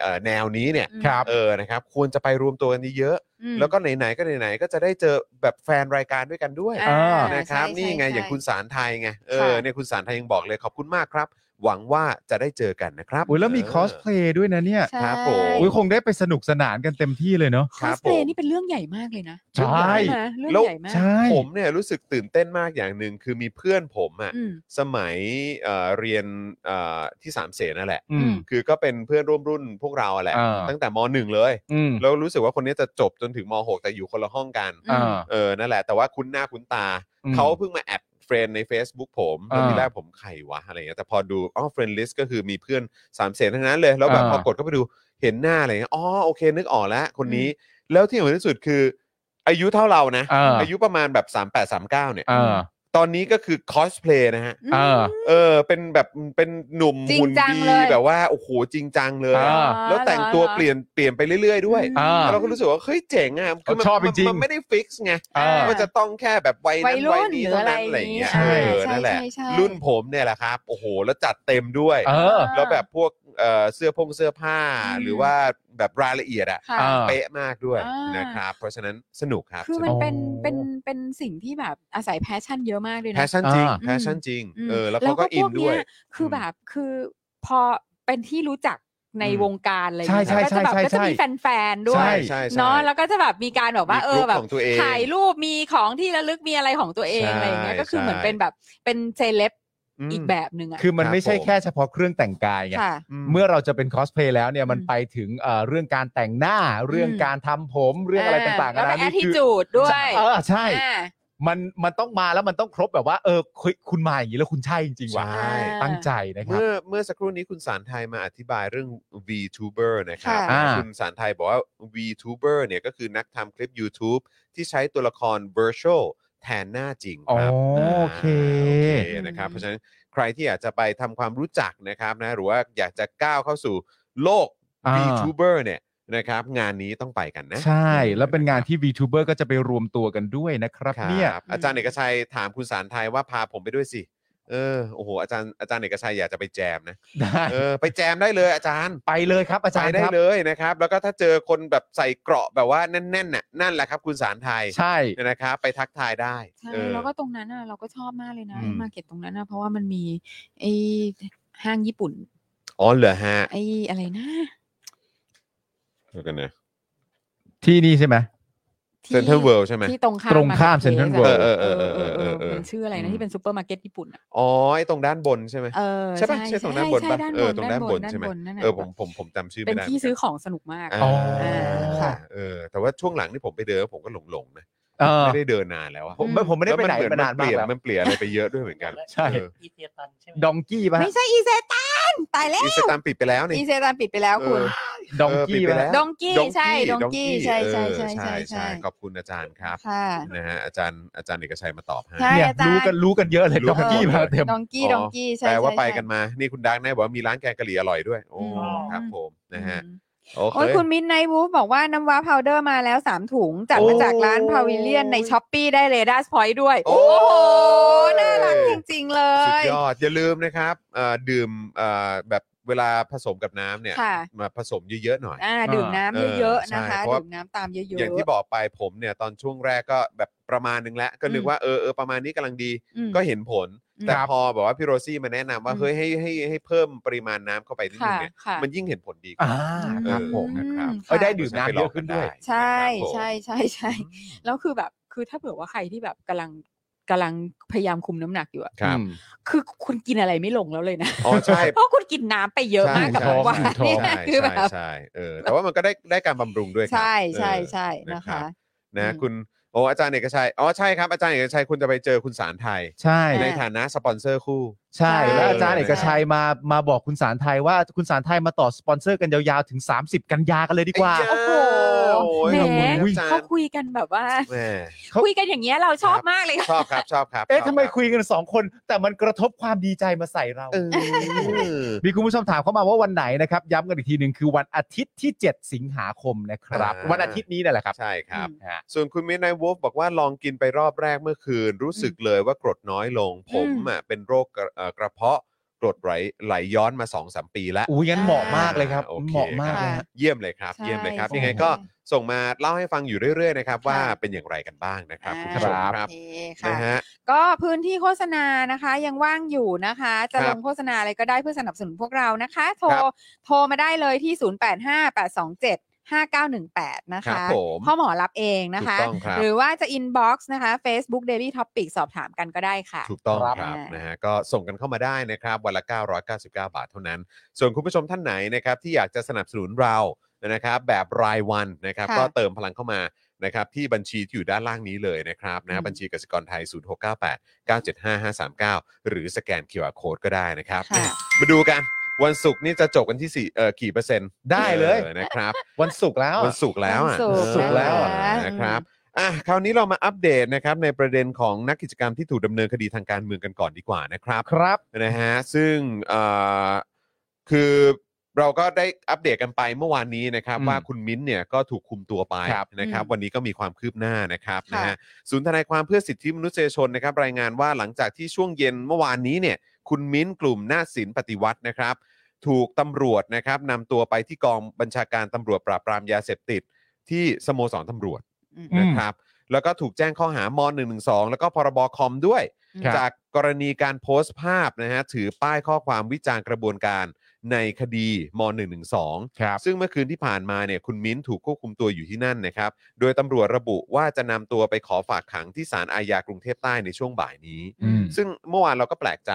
A: เอ่อแนวนี้เนี่ย
B: ครับ
A: เออนะครับควรจะไปรวมตัวกันเยอะ
C: อืม
A: ๆแล้วก็ไหนๆก็ไหนๆก็จะได้เจอแบบแฟนรายการด้วยกันด้วย
C: อ่า
A: นะครับ
C: ใช่
A: นี่ไง
C: ใช่
A: อย่างคุณสารไทยไงเอ
C: ค่ะ
A: อเนี่ยคุณสารไทยยังบอกเลยขอบคุณมากครับ หวังว่าจะได้เจอกันนะครับ
B: โอ้ยแล้วมีคอสเพลย์ด้วยนะเนี่ย
C: ใช่
A: ครับผม
B: โอ้ยคงได้ไปสนุกสนานกันเต็มที่เลยเนาะ
C: ค
A: ครั
C: อบ สเพล
A: ผ
C: ย์
A: ม
C: นี่เป็นเรื่องใหญ่มากเลยนะ
B: ใช่
C: ไหมเรื่อง
A: แล้ว
C: ใหญ่มาก
B: ใช่
A: ผมเนี่ยรู้สึกตื่นเต้นมากอย่างหนึ่งคือมีเพื่อนผมอ่ะ
C: อืม
A: สมัยเอ่อเรียนเอ่อที่สามเสนนั่นแหละ
B: อืม
A: คือก็เป็นเพื่อนร่วมรุ่นพวกเราอะแหละ
B: อ่า
A: ตั้งแต่มหนึ่งเลย
B: อืม
A: แล้วรู้สึกว่าคนนี้จะจบจนถึงมหกแต่อยู่คนละห้องกัน
C: อ่า
B: อ่า
A: เออ นั่นแหละ แต่ว่าคุ้นหน้าคุ้นตา
B: อืม
A: เขาเพิ่งมาแอดเฟรนใน Facebook ผมต
B: อ่า
A: อนทีแรกผมใครวะอะไรเงี้ย แต่พอดูอ๋อเฟรนลิสก็คือมีเพื่อนสามเสนทั้งนั้นเลย แล้วแบบ
B: อ่า
A: พอกดเข้าไปดูเห็นหน้าอะไรเงี้ย อ๋อโอเคนึกออกแล้วคนนี้ แล้วที่สำคัญที่สุดคือ อายุเท่าเรานะ
B: อ่า
A: อายุประมาณแบบ 3839เนี่ย
B: อ่า
A: ตอนนี้ก็คือคอสเพลย์นะฮะ
C: อื
B: เออ
C: ม
A: เออเป็นแบบเป็นหนุ่ม
C: จริง
A: หุ่น
C: จัง
A: ดี
C: เลย
A: แบบว่าโอ้โหจริงจังเลยอะ
B: อ่า
A: แล้วแต่งตัวเปลี่ยนเปลี่ยนไปเรื่อยๆด้วย
B: อ่า
A: แล้วเราก็รู้สึกว่าเฮ้ยเจ๋งอ่ะคือมัน
B: ชอบจริงๆ
A: มันไม่ได้ฟิกซ์ไง
B: เออ
A: ว่าจะต้องแค่แบบวัย
C: วั
A: นั้
C: ย
A: น
C: รุ่
A: วัย
C: น
A: นี้
C: หรือ
A: เท่า
C: อะ
A: นั้นอะ
C: ไร
A: ไรอย่างเงี้ย
C: ใช่
A: เออ
C: ใช่
A: นั่นแหละ
C: ใช่ใช่
A: รุ่นผมเนี่ยแหละครับโอ้โหแล้วจัดเต็มด้วย
B: เออ
A: แล้วแบบพวกเอ่อเสื้อพงเสื้อผ้า
C: อืม
A: หรือว่าแบบรายละเอียดอะ
C: ค่ะ
B: เออ
A: เป๊ะมากด้วย
C: อ่าน
A: นะครับเพราะฉะนั้นสนุกครับ
C: คือ
A: ส
C: มั
A: นุ
C: น
A: ก
C: เป็น
B: โอ้
C: เป็นเป็นสิ่งที่แบบอาศัยแพชชั่นเยอะมากเลย
A: แพช
C: นะ
A: ชั่นจริง
B: อ่า
A: แพชชั่นจริง
C: อืม
A: เออแล้วเขาก็อินด้วย
C: คือแบบคือพอเป็นที่รู้จักใน
A: อืม
C: วงการอะไร
B: ใช่
C: อย่างเงี้ย
B: ใช่
C: ก็จะแบบ
B: ใช่
C: ก็จะมี
B: ใช่
C: แฟนๆด้ว
A: ใช่
C: ย
A: ใช่ใช่
C: เนาะแล้วก็จะแบบมีการแบบว่าเออแบ
A: มีกรุ๊ปข
C: บ
A: องตัวเอง
C: ถ่ายรูปมีของที่ระลึกมีอะไรของตัวเอง
A: ใช่
C: อะไรอย่างเงี้ยก็คือ
A: ใช่
C: เหมือนเป็นแบบเป็นเซเลบ
A: ม
C: อีกแบบหนึ่งอะ
B: คือมั
A: ค
B: น
A: รับ
B: ไม่ใช่
A: ผม
B: แค่เฉพาะเครื่องแต่งกายไง
C: ค่ะ
B: เมื่อเราจะเป็นคอสเพลย์แล้วเนี่ยมัน
C: อืม
B: ไปถึงเอ่อเรื่องการแต่งหน้าเรื่อง
C: อืม
B: การทำผมเรื่องอะไรต่างๆ
C: แล้วเป็นแอ
B: นี่
C: ทิ
B: คื
C: จูดด้วย
B: เออใช่
C: อ่า
B: มันมันต้องมาแล้วมันต้องครบแบบว่าเออคุยคุณมาอย่างนี้แล้วคุณใช่จริงๆว่ะ
A: ใช่
C: อ่า
B: ตั้งใจนะครับ
A: เมื่อเมื่อสักครู่นี้คุณสารไทยมาอธิบายเรื่อง VTuber นะครับ
C: ค่ะ
B: อ่า
A: คุณสารไทยบอกว่า VTuber เนี่ยก็คือนักทำคลิป YouTube ที่ใช้ตัวละคร virtual แทนหน้าจริงครับ
B: อ๋ออ่
A: า
B: โอเค
A: โอเคนะครับ เพราะฉะนั้นใครที่อยากจะไปทำความรู้จักนะครับนะหรือว่าอยากจะก้าวเข้าสู่โลก
B: อ่า
A: VTuber เนี่ยนะครับ งานนี้ต้องไปกันนะ
B: ใช่ แล้วเป็นงานที่ VTuber ก็จะไปรวมตัวกันด้วยนะครับ
A: ครับ
B: เนี่ย
A: อาจารย์เอกชัยถามคุณสารไทยว่าพาผมไปด้วยสิเออโอ้โหอาจารย์อาจารย์เอกชัยอยากจะไปแจม นะ
B: ได้
A: เออไปแจมได้เลยอาจารย์
B: ไปเลยครับอา
A: ไป
B: จารย์
A: ได้
B: ครับ
A: เลยนะครับ แล้วก็ถ้าเจอคนแบบใส่เกราะแบบว่าแน่นๆน่ะนั่นแหละครับคุณสารไทย
B: ใช่
A: นะครับไปทักทายได้
C: ใช่
A: เออ
C: แล้วก็ตรงนั้นอ่ะเราก็ชอบมากเลยนะ
A: อืม
C: มาเก็ตตรงนั้นอ่ะเพราะว่ามันมีไอห้างญี่ปุ่น
A: อ๋อเหรอฮะ
C: ไออะไรนะ
A: เดี๋ยวกันนะ
B: ที่นี่ใช่ไหม
C: ที่
A: เซ็นทรัลเวิลด์ใช่ไหม
C: ที่ตรงข้าม
B: ตรงข้าม
C: Market
B: Central
C: Place
A: World
C: อะ
A: เออเออเออเออเออเออ
C: มันชื่ออะไร
A: อื
C: นะ
A: ม
C: ที่เป็นซูเปอร์มาร์เก็ตญี่ปุ่นอะ
A: อ๋อไอ้ตรงด้านบนใช่ไหม
C: เออ
A: ใช่ปะใช่ตรงด้านบน
C: ใช่
A: ปะ
C: ด้าน
A: เอบ อน ตรงด้านบนใช่ไหม
C: ด้าบน
A: เออผมผมผมจำชื่อ
C: เป็
A: ไม่
C: น
A: ได้
C: ที่ซื้อของสนุกมาก
A: อ่า
B: อ๋อ
C: ค่ะ
A: เออแต่ว่าช่วงหลังนี่ผมไปเดินผมก็หลงๆนะ
B: เออ
A: ไม่ได้เดินนานแล้วอะ
B: ผมไม่ผมไม่ได้ไปไหน
A: แล้
B: มาว นา
A: มัน เป
B: มาก
A: ลี่ยน
B: แล้ว
A: มันเปลี่ยนอะไรไปเยอะด้วยเหมือนกัน
B: ใช่
A: เออ
D: อีเทียตันใช่ไหม
B: ดองกี้ป่ะ
C: ไม่ใช่อีเซตันตายแล้ว
A: อินสตาแกรมปิดไปแล้วนี่
C: อีเซตันปิดไปแล้วคุณ
A: เออ
B: ดอง
A: เออปิด
B: กี้
A: ไป
B: ป่ะ
A: แล้ว
C: ดองกี้ใช่ ดองกี้ใช่ใช่ใช่
A: เออ
C: ใช่ใช่
A: ขอบคุณอาจารย์ครับ
C: ค่ะ
A: นะฮะอาจารย์อาจารย์เอกชัยมาตอบให้
C: ใช่
B: เนี่ย
C: อาจารย์
B: รู้กันรู้กันเยอะเลย
A: รู้
B: ดอง
A: กัน
B: กี้
A: หมด
B: มา
A: เลย
B: เต็ม
C: ดองกี้
A: อ๋อ
C: ดองกี้ ใช่
A: แปลว่า
C: ใช่
A: ไป
C: ใช่
A: กันมา นี่คุณดังได้บอกว่ามีร้านแกงกะหรี่อร่อยด้วย โอ้ ครับผมนะฮะ โอเค
C: โอ้ยคุณมินไนวูฟบอกว่าน้ำว้าพาวเดอร์มาแล้ว 3 ถุง จัด
A: โอ้
C: มาจากร้านพาวิเลียนในช้อปปีได้เรดาสพอยด้วย
A: โอ้
C: โอ้โห น่ารักจริง ๆ เล
A: สุด
C: ย
A: ยอด อย่าลืมนะครับเอ่อดื่มเอ่อแบบเวลาผสมกับน้ำเนี่ย
C: ค่ะ
A: มาผสมเยอะๆหน่อย
C: อ่าดื่มน้ำ
A: เออ
C: เยอะๆนะคะ
A: ใช่เพราะว่า
C: ดื่มน้ำตามเยอะๆ
A: อย่างที่บอกไปผมเนี่ย ตอนช่วงแรกก็แบบประมาณนึงแล้ว ก็นึกว่าเออเออประมาณนี้กำลังดี
C: อืม
A: ก็เห็นผล แต่
B: ครับ
A: พอแบบว่าพี่โรซี่มาแนะนำว่า
C: อืม
A: เฮ้ยให้ให้ให้เพิ่มปริมาณน้ำเข้าไปนิดนึ
C: ค่ะ
A: งเนี่ย
C: ค่ะ
A: มันยิ่งเห็นผลดี
B: อ่า
A: เออ
B: ครับผม
A: นะครับ
C: เออได้ดื่ม
B: น้ำเยอะขึ้นด้วย
C: ใช่
A: ครับผม
C: ใช่ใช่ใช่แล้วคือแบบคือถ้าเผื่อว่าใครที่แบบกำลังกำลังพยายามคุมน้ำหนักอยู่อะ
A: ครับ
B: อืม
C: คือคุณกินอะไรไม่ลงแล้วเลยนะ
A: อ๋อใช่
C: เพราะคุณกินน้ำไปเยอะมากกับ
A: ใช่
C: น้ำหวา
B: ใช่
C: นเนี่ย
A: ใช่
C: คือแบ
A: ใช่
C: บ
A: ใช่เออแต่ว่ามันก็ได้ได้การบำรุงด้วยครับ
C: ใช่ใช่
A: เออ
C: ใช่
A: นะ
C: นะ
A: ครั
C: คะ
A: บ นะ
C: อืม
A: คุณโอ้อาจารย์เอกชัยอ๋อใช่ครับอาจารย์เอกชัยคุณจะไปเจอคุณสารไทย
B: ใช่
A: ในฐานะสปอนเซอร์คู่
B: ใช่แล้วอาจารย์
A: ใช่
B: เอกชัยมามาบอกคุณสารไทยว่าคุณสารไทยมาต่อสปอนเซอร์กันยาวๆ ถึง 30 กันยากันเลยดีกว่า
A: ไเจ้
C: โอ้โห
A: ย
C: แหม
A: ขอบคุณครับอาจาร
C: เขา
A: ย์
C: คุยกันแบบว่า
A: แหม่
B: เขา
C: คุยกันอย่างเงี้ยเราชอ
A: ค
C: บ
A: รับ
C: มากเลย
A: ชอบครับชอบครับ
B: เอ๊ะทำไม
A: คุ
B: คุยกัน 2 คน แต่มันกระทบความดีใจมาใส่เรา มีคุณผู้ชมถามเข้ามาว่าวันไหนนะครับ ย้ำกันอีกทีหนึ่งคือวันอาทิตย์ที่ 7 สิงหาคมนะครับ วันอาทิตย์นี้นั่นแหละครับ
A: ใช่ครับ
B: ฮะ
A: ส่วนคุณมินไนวอฟบอกว่าลองกินไปรอบแรกเมื่อคืน รู้สึกเลยว่ากรดน้อยลง ผมอ่ะเป็นโรคกระเอ่อกระเพาะกรดไหลไหลย้อนมา2อสปีแล้ว
B: อู้ยันเหมาะมากเลยครับ
A: อ่าโอเค
B: เหมาะมากเลยฮะ
A: เยี่ยมเลยครับ
C: ใช่
A: เยี่ยมเลยครับ
C: ใช่
A: ยังไงก็
C: ใช่
A: ส่งมาเล่าให้ฟังอยู่เรื่อยๆนะครับ
C: ค่ะ
A: ว่าเป็นอย่างไรกันบ้างนะครับคุณผู้ชม
C: อ่า
A: ครับ
C: โอเค
A: นะ
C: ค่ะ
A: ฮะ
C: ก็พื้นที่โฆษณานะคะ ยังว่างอยู่นะคะ จะ
A: ครั
C: ล
A: บ
C: งโฆษณาอะไรก็ได้เพื่อสนับสนุนพวกเรานะคะ โทร
A: ครับ
C: โทรมาได้เลยที่ 085827 5918 นะ
A: ครั
C: คะ
A: บผม
C: พ่อหมอรับเองนะคะ
A: ถูกต้องครับ
C: หรือว่าจะ inbox นะคะ Facebook Daily Topic สอบถามกันก็ได้ค่ะ
A: ถูกต้อง
B: ครับ
A: ครับ
C: อ่าน
A: นะฮะก็ส่งกันเข้ามาได้นะครับวันละ 999 บาทเท่านั้น ส่วนคุณผู้ชมท่านไหนนะครับที่อยากจะสนับสนุนเรานะครับแบบรายวันนะครับ
C: ค่ะ
A: ก็เติมพลังเข้ามานะครับที่บัญชีที่อยู่ด้านล่างนี้เลยนะครับนะฮะ
C: อืม
A: บัญชีกสิกรไทย 0698 975 539 หรือสแกน QR Code ก็ได้นะครับ
C: ค่ะ
A: มาดูกันวันศุกร์นี่จะจบกันที่สี่เอ่อกี่เปอร์เซ็นต์
B: ได้เลย
A: ออนะครับ
B: วันศุกร์แล้ว
A: วันศุกร์แล้วอ่ะ
C: วันศุกร์
B: ศุกร์แล้วอ่ะ
A: นะครับ อ่ะคราวนี้เรามาอัปเดตนะครับในประเด็นของนักกิจกรรมที่ถูกดำเนินคดีทางการเมืองกันก่อนดีกว่านะครับ
B: ครับ
A: นะฮะซึ่งเอ่อคือเราก็ได้อัปเดตกันไปเมื่อวานนี้นะครับ
B: อืม
A: ว่าคุณมิ้นท์เนี่ยก็ถูกคุมตัวไป
B: ครับ
A: นะครับ
C: อืม
A: วันนี้ก็มีความคืบหน้านะครับ
C: ค่ะ
A: นะฮะศูนย์ทนายความเพื่อสิทธิมนุษยชนนะครับ รายงานว่าหลังจากที่ช่วงเย็นเมื่อวานนี้เนี่ย คุณมิ้นท์กลุ่มหน้าศิลปฏิวัตินะครับ ถูกตำรวจนะครับนำตัวไปที่กองบัญชาการตำรวจปราบปรามยาเสพติดที่สโมสรตำรวจ
C: อืม
B: อืม
A: นะครับ แล้วก็ถูกแจ้งข้อหาม .112 แล้วก็พรบคอมด้วย
C: ครับ
A: จากกรณีการโพสต์ภาพนะฮะถือป้ายข้อความวิจารณ์กระบวนการในคดีม .112
B: ครับ
A: ซึ่งเมื่อคืนที่ผ่านมาเนี่ยคุณมิ้นถูกควบคุมตัวอยู่ที่นั่นนะครับ โดยตำรวจระบุว่าจะนำตัวไปขอฝากขังที่ศาลอาญากรุงเทพใต้ในช่วงบ่ายนี้
B: อืม
A: ซึ่งเมื่อวานเราก็แปลกใจ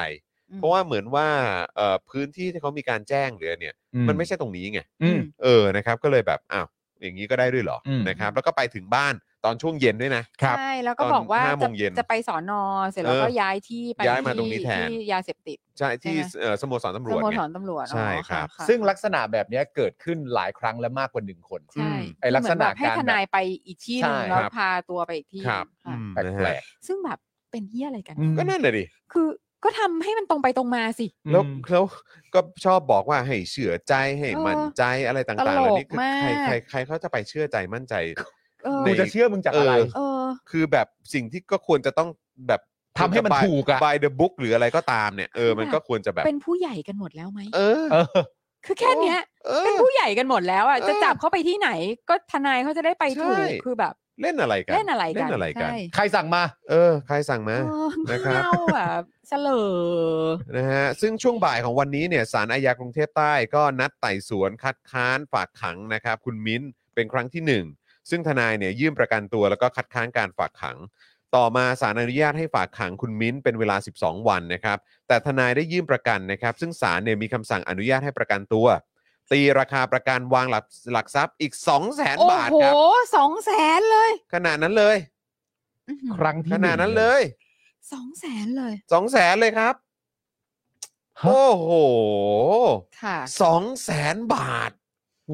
A: เพราะว่าเหมือนว่าเอ่อพื้นที่ที่เขามีการแจ้งเหลือเนี่ย มันไม่ใช่ตรงนี้ไง
B: อืม
A: เออนะครับก็เลยแบบอ้าวอย่างนี้ก็ได้ด้วยเหรออ
B: ม
A: นะครับ แล้วก็ไปถึงบ้านตอนช่วงเย็นด้วยนะ
B: ครับ
C: ใช่แล้วก็
A: ตอน
C: บอกว่า
A: ห้าโม
C: จะ
A: งเย็น
C: จะไปสอนอเสร็จแล้ว
A: เออ
C: ก็ย้ายที่ไป
A: ย้ายมาตรงนี้
C: ที่
A: แทน
C: ที่ยาเสพติด
A: ใช่ที่
C: ใช่ไหม
A: เอ่อสโมสรตำร
C: ส
A: วจ
C: โม
A: ไง
C: สรตำรวจ
A: ใช่
C: อ๋อ
A: ครับ
C: ะ
B: ซึ่งลักษณะแบบเนี้ยเกิดขึ้นหลายครั้งและมากกว่าหนึ่งคน
C: ใช่
B: ไอ้ลักษณะ
C: เหมือนแบบให้
B: การ
C: ทนายไปอีกที่หนึ่ง
B: ใช่
C: แล้ว
B: ครับ
C: พาตัวไปอีกที่
A: ครับ
C: ค่ะ
A: อืม
B: แปล
A: นะ
B: ก
A: ฮะ
C: ซึ่งแบบเป็นเฮี้ยอะไรกัน
B: ๆ
A: ก็นั่นแหละดิ
C: คือก็ทำให้มันตรงไปตรงมาสิ
B: อืม
A: แล้วแล้วก็ชอบบอกว่าให้เชื่อใจให้มั่นใจอะไรต่างๆเหล่านี้
C: ตลก
A: คือ
C: มาก
A: ใครใครใครเขาจะไปเชื่อใจมั่นใจ
C: เออ
B: กูจะเชื่อมึงจากอะไร
A: เออ
C: เออ
A: คือแบบสิ่งที่ก็ควรจะต้องแบบ
B: ทำให้มันถูกอะ
A: บายเดอะบุ๊กหรืออะไรก็ตามเนี่ยเออ
C: คือแบบ
A: มันก็ควรจะแบบ
C: เป็นผู้ใหญ่กันหมดแล้วไหม
A: เออ
B: เออ
C: คือแค่เนี้ย
A: เอ
C: เป็น
A: อ
C: ผู้ใหญ่กันหมดแล้วอ่ะ
A: เออ
C: จะจับเขาไปที่ไหน ก็ทนายเขาจะได้ไปถูก
A: ใช่
C: คือแบบ
A: เล่นอะไรกัน
C: เล่นอะไรกัน
A: เล่นอะไรกัน
C: ใช่
B: ใครสั่งมา
A: เออ ใครสั่งมา
C: เออ
A: นะครับ
C: เน่าแบบเสลอ
A: นะฮะซึ่งช่วงบ่ายของวันนี้เนี่ยสารอาญากรุงเทพใต้ก็นัดไต่สวนคัดค้านฝากขังนะครับ คุณมิ้นเป็นครั้งทีหนึ่1 ซึ่งทนายเนี่ยยื่นประกันตัวแล้วก็คัดค้านการฝากขัง ต่อมาสารอนุญาตให้ฝากขังคุณมิ้นเป็นเวลา 12 วันนะครับ แต่ทนายได้ยื่นประกันนะครับ ซึ่งสารเนี่ยมีคำสั่งอนุญาตให้ประกันตัว ตีราคาประกันวางหลักหลักทรัพย์อีก 2 0 0 0 0 0
C: โอ้
A: บาท
C: โห
A: ครับ
C: สองแสนเลย
A: ขนาดนั้นเลย
B: ครั้งที่
A: ขนาดนั้นเลย
C: สองแสนเลย
A: 2 0 0 0 0 0เลยครับ โอ้โห
C: ค่ะ
A: สองแสนบาท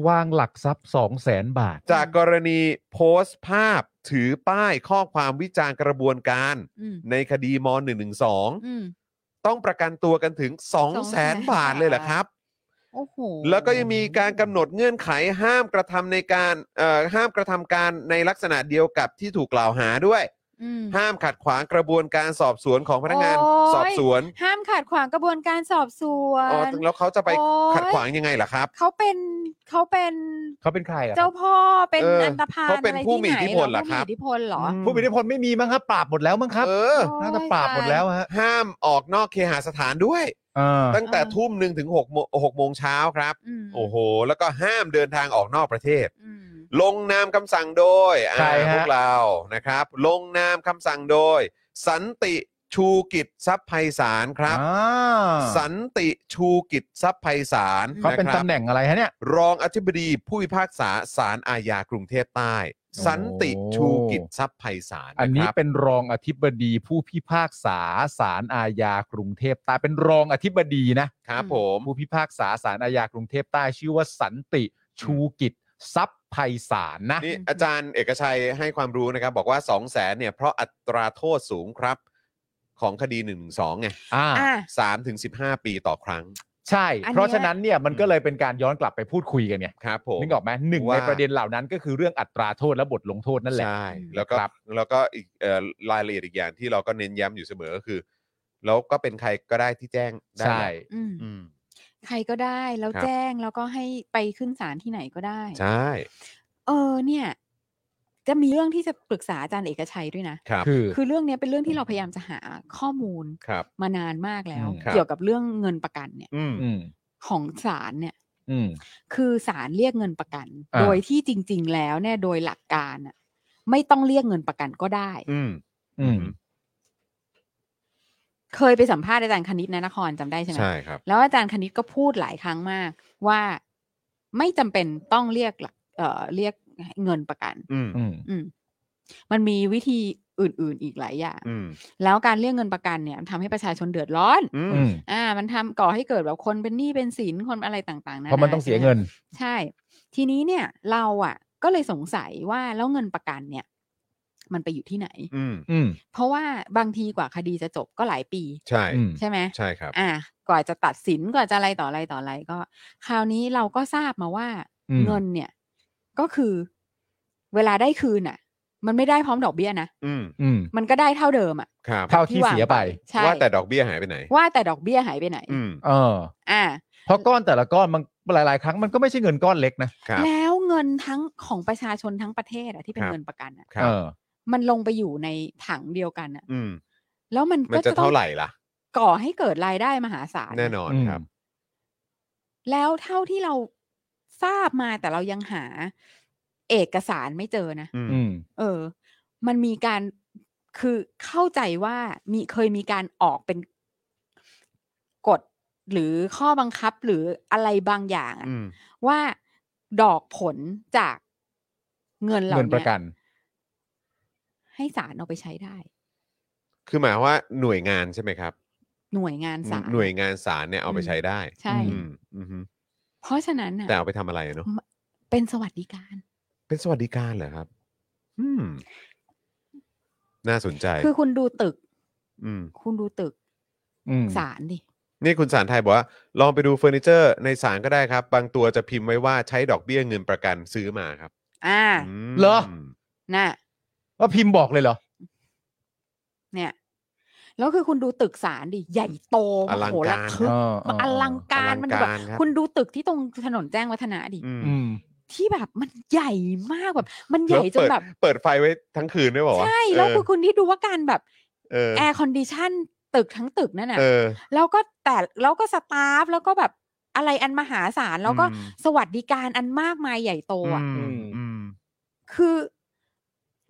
B: วางหลักทรัพย์สองแสนบาท
A: จากกรณีโพสต์ภาพถือป้ายข้อความวิจารณ์กระบวนการ
C: อืม
A: ในคดีม
C: อืม
A: .112 ต้องประกันตัวกันถึง 2 0 0แสน
C: 200,000
A: บาทเลยเหรอครับ
C: โอ้โห
A: แล้วก็ยังมีการกำหนดเงื่อนไขห้ามกระทำในการเอ่อห้ามกระทำการในลักษณะเดียวกับที่ถูกกล่าวหาด้วย
C: อืม
A: ห้ามขัดขวางกระบวนการสอบสวนของพนักงาน
C: โอ้ย
A: สอบสวน
C: ห้ามขัดขวางกระบวนการสอบสว
A: อ๋อน แล้วเขาจะไป
C: โอ้ย
A: ขัดขวางยังไงล่ะครับ
C: เขาเป็นเขาเป็น
B: เขาเป็นใครอ่ะ
C: เจ้าพ่อเป็น
A: เอออั
C: อันตพาล
A: เขาเป็น
C: อะไร
A: ผู้มีอิ
C: ที่
A: ทธิ
C: ไหน
A: พลเหรอครับ
C: ผู้มีอิทธิพลเหรอ
B: ผู้มีอิทธิพลไม่มีมั้งครับ ปราบหมดแล้วมั้งครับ
A: เออ
C: โอ้ย
B: น่าจะปราบหมดแล้วฮะ
A: ห้ามออกนอกเคหสถานด้วย
B: เออ
A: ตั้งแต่
C: อ่า
A: ทุ่มหนึ่งถึง6กโมงหกโมงเช้าครับ
C: ม
A: โอ้โห แล้วก็ห้ามเดินทางออกนอกประเทศ
C: อืม
A: ลงนามคำสั่งโดยอ่า
B: ใคร
A: พ
B: ฮะ
A: วกเรานะครับ ลงนามคำสั่งโดย สันติชูกิจทรัพย์ไพศาลครับ
B: อ่า
A: สันติชูกิจทรัพย์ไพศาล
B: เขาเป็น
A: นะครับ
B: ตำแหน่งอะไรฮะเนี่ย
A: รองอธิบดีผู้พิพากษาศาลอาญากรุงเทพใต้ สันติชูกิจทรัพย์ไพศาล
B: อันนี้
A: ะครับ
B: เป็นรองอธิบดีผู้พิพากษาศาลอาญากรุงเทพใต้เป็นรองอธิบดีนะครับ
A: ผม
B: ผู้พิพากษาศาลอาญากรุงเทพใต้ชื่อว่าสันติชูกิจทรัพย์ไพศาลนะ
A: นี่อาจารย์เอกชัยให้ความรู้นะครับ บอกว่า2 0 0แสนเนี่ยเพราะอัตราโทษสูงครับ ของคดี1นึไง
B: อ่า
C: อ่ะ
A: สามถึงสิบห้าปีต่อครั้ง
B: ใช่
C: อันเนี้ย
B: เพราะฉะนั้นเนี่ยมันก็เลยเป็นการย้อนกลับไปพูดคุยกันไง
A: ครับผม
B: นึกออกไหมหนึ่ง
A: ว่า
B: ในประเด็นเหล่านั้นก็คือเรื่องอัตราโทษและบทลงโทษนั่นแหละ
A: ใช่แล้วก็
B: ครับ
A: แล้วก็อีกเอ่อรายละเอียดอีกอย่างที่เราก็เน้นย้ำอยู่เสมอก็คือ แล้วก็เป็นใครก็ได้ที่แจ้งได้
B: ใช่
A: แหละ
C: อืม
A: อืม
C: ใครก็ได้แล้ว
A: ครับ
C: แจ้งแล้วก็ให้ไปขึ้นศาลที่ไหนก็ได้
A: ใช่
C: เออเนี่ย จะมีเรื่องที่จะปรึกษาอาจารย์เอกชัยด้วยนะ
A: ครับ
B: คือ
C: คือเรื่องเนี้ยเป็นเรื่องที่เราพยายามจะหาข้อมูล
A: ครับ
C: มานานมากแล้ว
B: อืมครับ
C: เกี่ยวกับเรื่องเงินประกันเนี่ย
A: อืม
B: อืม
C: ของศาลเนี่ย
B: อืม
C: คือศาลเรียกเงินประกัน
B: อ่า
C: โดยที่จริง ๆ แล้วเนี่ยโดยหลักการน่ะไม่ต้องเรียกเงินประกันก็ได้
A: อืม
B: อืม
C: เคยไปสัมภาษณ์อาจารย์คณิตนะนครจำได้ใช่ไหม
A: ใช่ครับ
C: แล้วอาจารย์คณิตก็พูดหลายครั้งมาก ว่าไม่จำเป็นต้องเรียกหลักเอ่อเรียกเงินประกัน
A: อืม
B: อืม
C: อืมมันมีวิธีอื่น ๆ อีกหลายอย่าง
A: อืม
C: แล้วการเรียกเงินประกันเนี่ยมันทำให้ประชาชนเดือดร้อน
A: อื
B: อื
A: ม
B: ม
C: อ่า มันทำก่อให้เกิดแบบคนเป็นหนี้เป็นสินคนอะไรต่างๆนะ
B: เพราะมันต้องเสียเงิน
C: ใช่ ทีนี้เนี่ย เราอ่ะ ก็เลยสงสัยว่าแล้วเงินประกันเนี่ย มันไปอยู่ที่ไหน
A: อืม
B: อืม
C: เพราะว่าบางทีกว่าคดีจะจบก็หลายปี
A: ใช่
B: อืม
C: ใช่ไหม
A: ใช่ครับ
C: อ่ะกว่าจะตัดสินกว่าจะอะไรต่ออะไรต่ออะไรก็ คราวนี้เราก็ทราบมาว่า
B: อืม
C: เงินเนี่ย ก็คือเวลาได้คืนอ่ะ มันไม่ได้พร้อมดอกเบี้ยนะ
A: อืม
B: อืม
C: มันก็ได้เท่าเดิมอ่ะ
A: ครับ
B: เท่าที่
C: วง
B: เสียไป
C: ใช่
A: ว่าแต่ดอกเบี้ยหายไปไหน
C: ว่าแต่ดอกเบี้ยหายไปไหน
A: อืม
B: เออ
C: อ่า
B: เพราะก้อนแต่ละก้อนมันหลาย ๆ ครั้งมันก็ไม่ใช่เงินก้อนเล็กนะครับ
C: แล้วเงินทั้งของประชาชนทั้งประเทศอะที่เป็
A: คน รับ
C: เงินประกันอะ
A: ครั
B: เอบ อ
C: มันลงไปอยู่ในถังเดียวกันอะ
A: อืม
C: แล้วมัน
A: มัน
C: ก็
A: จะ
C: จะต้อง
A: เท่าไหร่ล่ะ
C: ก่อให้เกิดรายได้มหาศาล
A: แน่นอนครับ
C: แล้วเท่าที่เราทราบมาแต่เรายังหาเอกสารไม่เจอนะ
A: อืม
B: อืม
C: เออ มันมีการคือเข้าใจว่ามีเคยมีการออกเป็นกฎหรือข้อบังคับหรืออะไรบางอย่างอะ
A: อืม
C: ว่าดอกผลจากเงินเหล่า
B: เงินป
C: เนี้
B: ระ
C: ย
B: กัน
C: ให้ศาลเอาไปใช้ได้
A: คือหมายความว่าหน่วยงานใช่ไหมครับ
C: หน่วยงานศาล
A: หน่วยงานสารเนี่ยเอาไป
C: อืม
A: ใช้ได้
C: ใช่
B: อื
A: อืมอืมฮึ
C: เพราะฉะนั้นน่ะ
A: แต่เอาไปทำอะไรเนาะ
C: เป็นสวัสดิการ
A: เป็นสวัสดิการเหรอครับ อืม น่าสนใจ
C: คือคุณดูตึก
A: อืม
C: คุณดูตึก
B: อืม
C: ศาลดิ
A: นี่คุณสารไทยบอกว่า ลองไปดูเฟอร์นิเจอร์ในสารก็ได้ครับ บางตัวจะพิมพ์ไว้ว่าใช้ดอกเบี้ยเงินประกันซื้อมาครับ
C: อ่า
A: ม
B: เหรอ
C: น่ะ
B: ว่าพิมพ์บอกเลยเหรอ
C: เนี่ย แล้วคือคุณดูตึกศาลดิ ใหญ่โต
A: อลัง
C: โหระ
A: การ
C: ทึก
B: เออเออ
C: อลังการมัน
A: อ
C: แบ
A: ลัง
C: บ
A: การครับ
C: คุณดูตึกที่ตรงถนนแจ้งวัฒนะดิ
A: อืม
B: อืม
C: ที่แบบมันใหญ่มากแบบ มันใหญ่จนแบบ
A: ล้วเปิดเปิดไฟไว้ทั้งคืนด้วยบอกว่า
C: ใช่แล้วคือคุณที่ดูว่าการแบบ
A: เออ
C: แอร์คอนดิชันตึกทั้งตึกนั่นน่ะ
A: เออ
C: แล้วก็แต่แล้วก็สตาฟแล้วก็แบบอะไรอันมหาศาลแล้วก็
A: อืม
C: สวัสดิการอันมากมายใหญ่โตอ่ะ
A: อืมอืม
C: คือ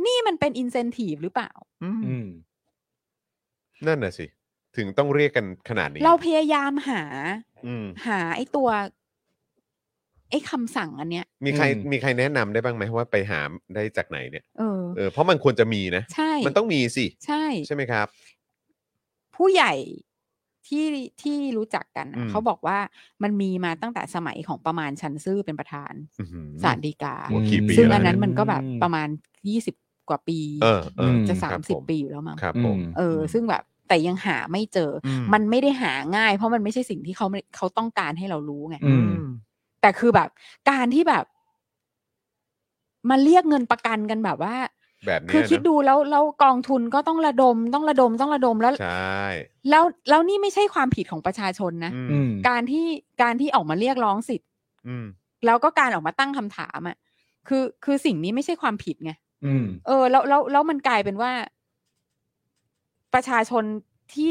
C: นี่มันเป็นอินเซนティブหรือเปล่า
A: อืม
B: อืม
A: นั่นน่ะสิ ถึงต้องเรียกกันขนาดนี้
C: เราพยายามหา
A: อืม
C: หาไอ้ตัว ไอ้คำสั่งอันเนี้ย
A: มีใคร
B: อืม
A: มีใครแนะนำได้บ้างไหมว่าไปหาได้จากไหนเนี่ย
C: เออ
A: เออเพราะมันควรจะมีนะ
C: ใช่
A: มันต้องมีสิ
C: ใช่
A: ใช่ไหมครับ
C: ผู้ใหญ่ที่ที่รู้จักกันน่ะ
A: อืม
C: เขาบอกว่ามันมีมาตั้งแต่สมัยของประมาณชันซื่อเป็นประธาน
A: อื้อหือ
C: ศาลฎีกา
A: โอ้กี่ปี
C: ซึ่ง
A: แล้ว
C: อันนั้น
A: เย
C: มันก็แบบ
B: อืม
C: ประมาณยี่สิบกว่าปี
A: เออเออ
C: จะ
A: ค
C: สา
A: รั
C: ม
A: บ
C: สิบ
A: ผม
C: ปีอยู่แล้วมั้ง
A: ครับ
B: อื
A: ผม ม
C: เอออ
A: ม
C: ซึ่งแบบแต่ยังหาไม่เจออ
A: อื
C: มันไม่ได้หาง่าย เพราะมันไม่ใช่สิ่งที่เขาไม่เขาต้องการให้เรารู้ไง
B: อืม
C: แต่คือแบบ การที่แบบมาเรียกเงินประกันกันแบบว่า
A: แบบเนี้ย
C: คือคิด
A: นะ
C: ดูแล้วแล้วกองทุนก็ต้องระดมต้องระดมต้องระดมแล้ว
A: ใช่
C: แล้วแล้วนี่ไม่ใช่ความผิดของประชาชนนะ
A: อืม
B: อืม
C: การที่การที่ออกมาเรียกร้องสิทธิ์
A: อืม
C: แล้วก็การออกมาตั้งคำถามอ่ะคือคือสิ่งนี้ไม่ใช่ความผิดไง
B: อืม
C: เออแล้วแล้วแล้วมันกลายเป็นว่า ประชาชนที่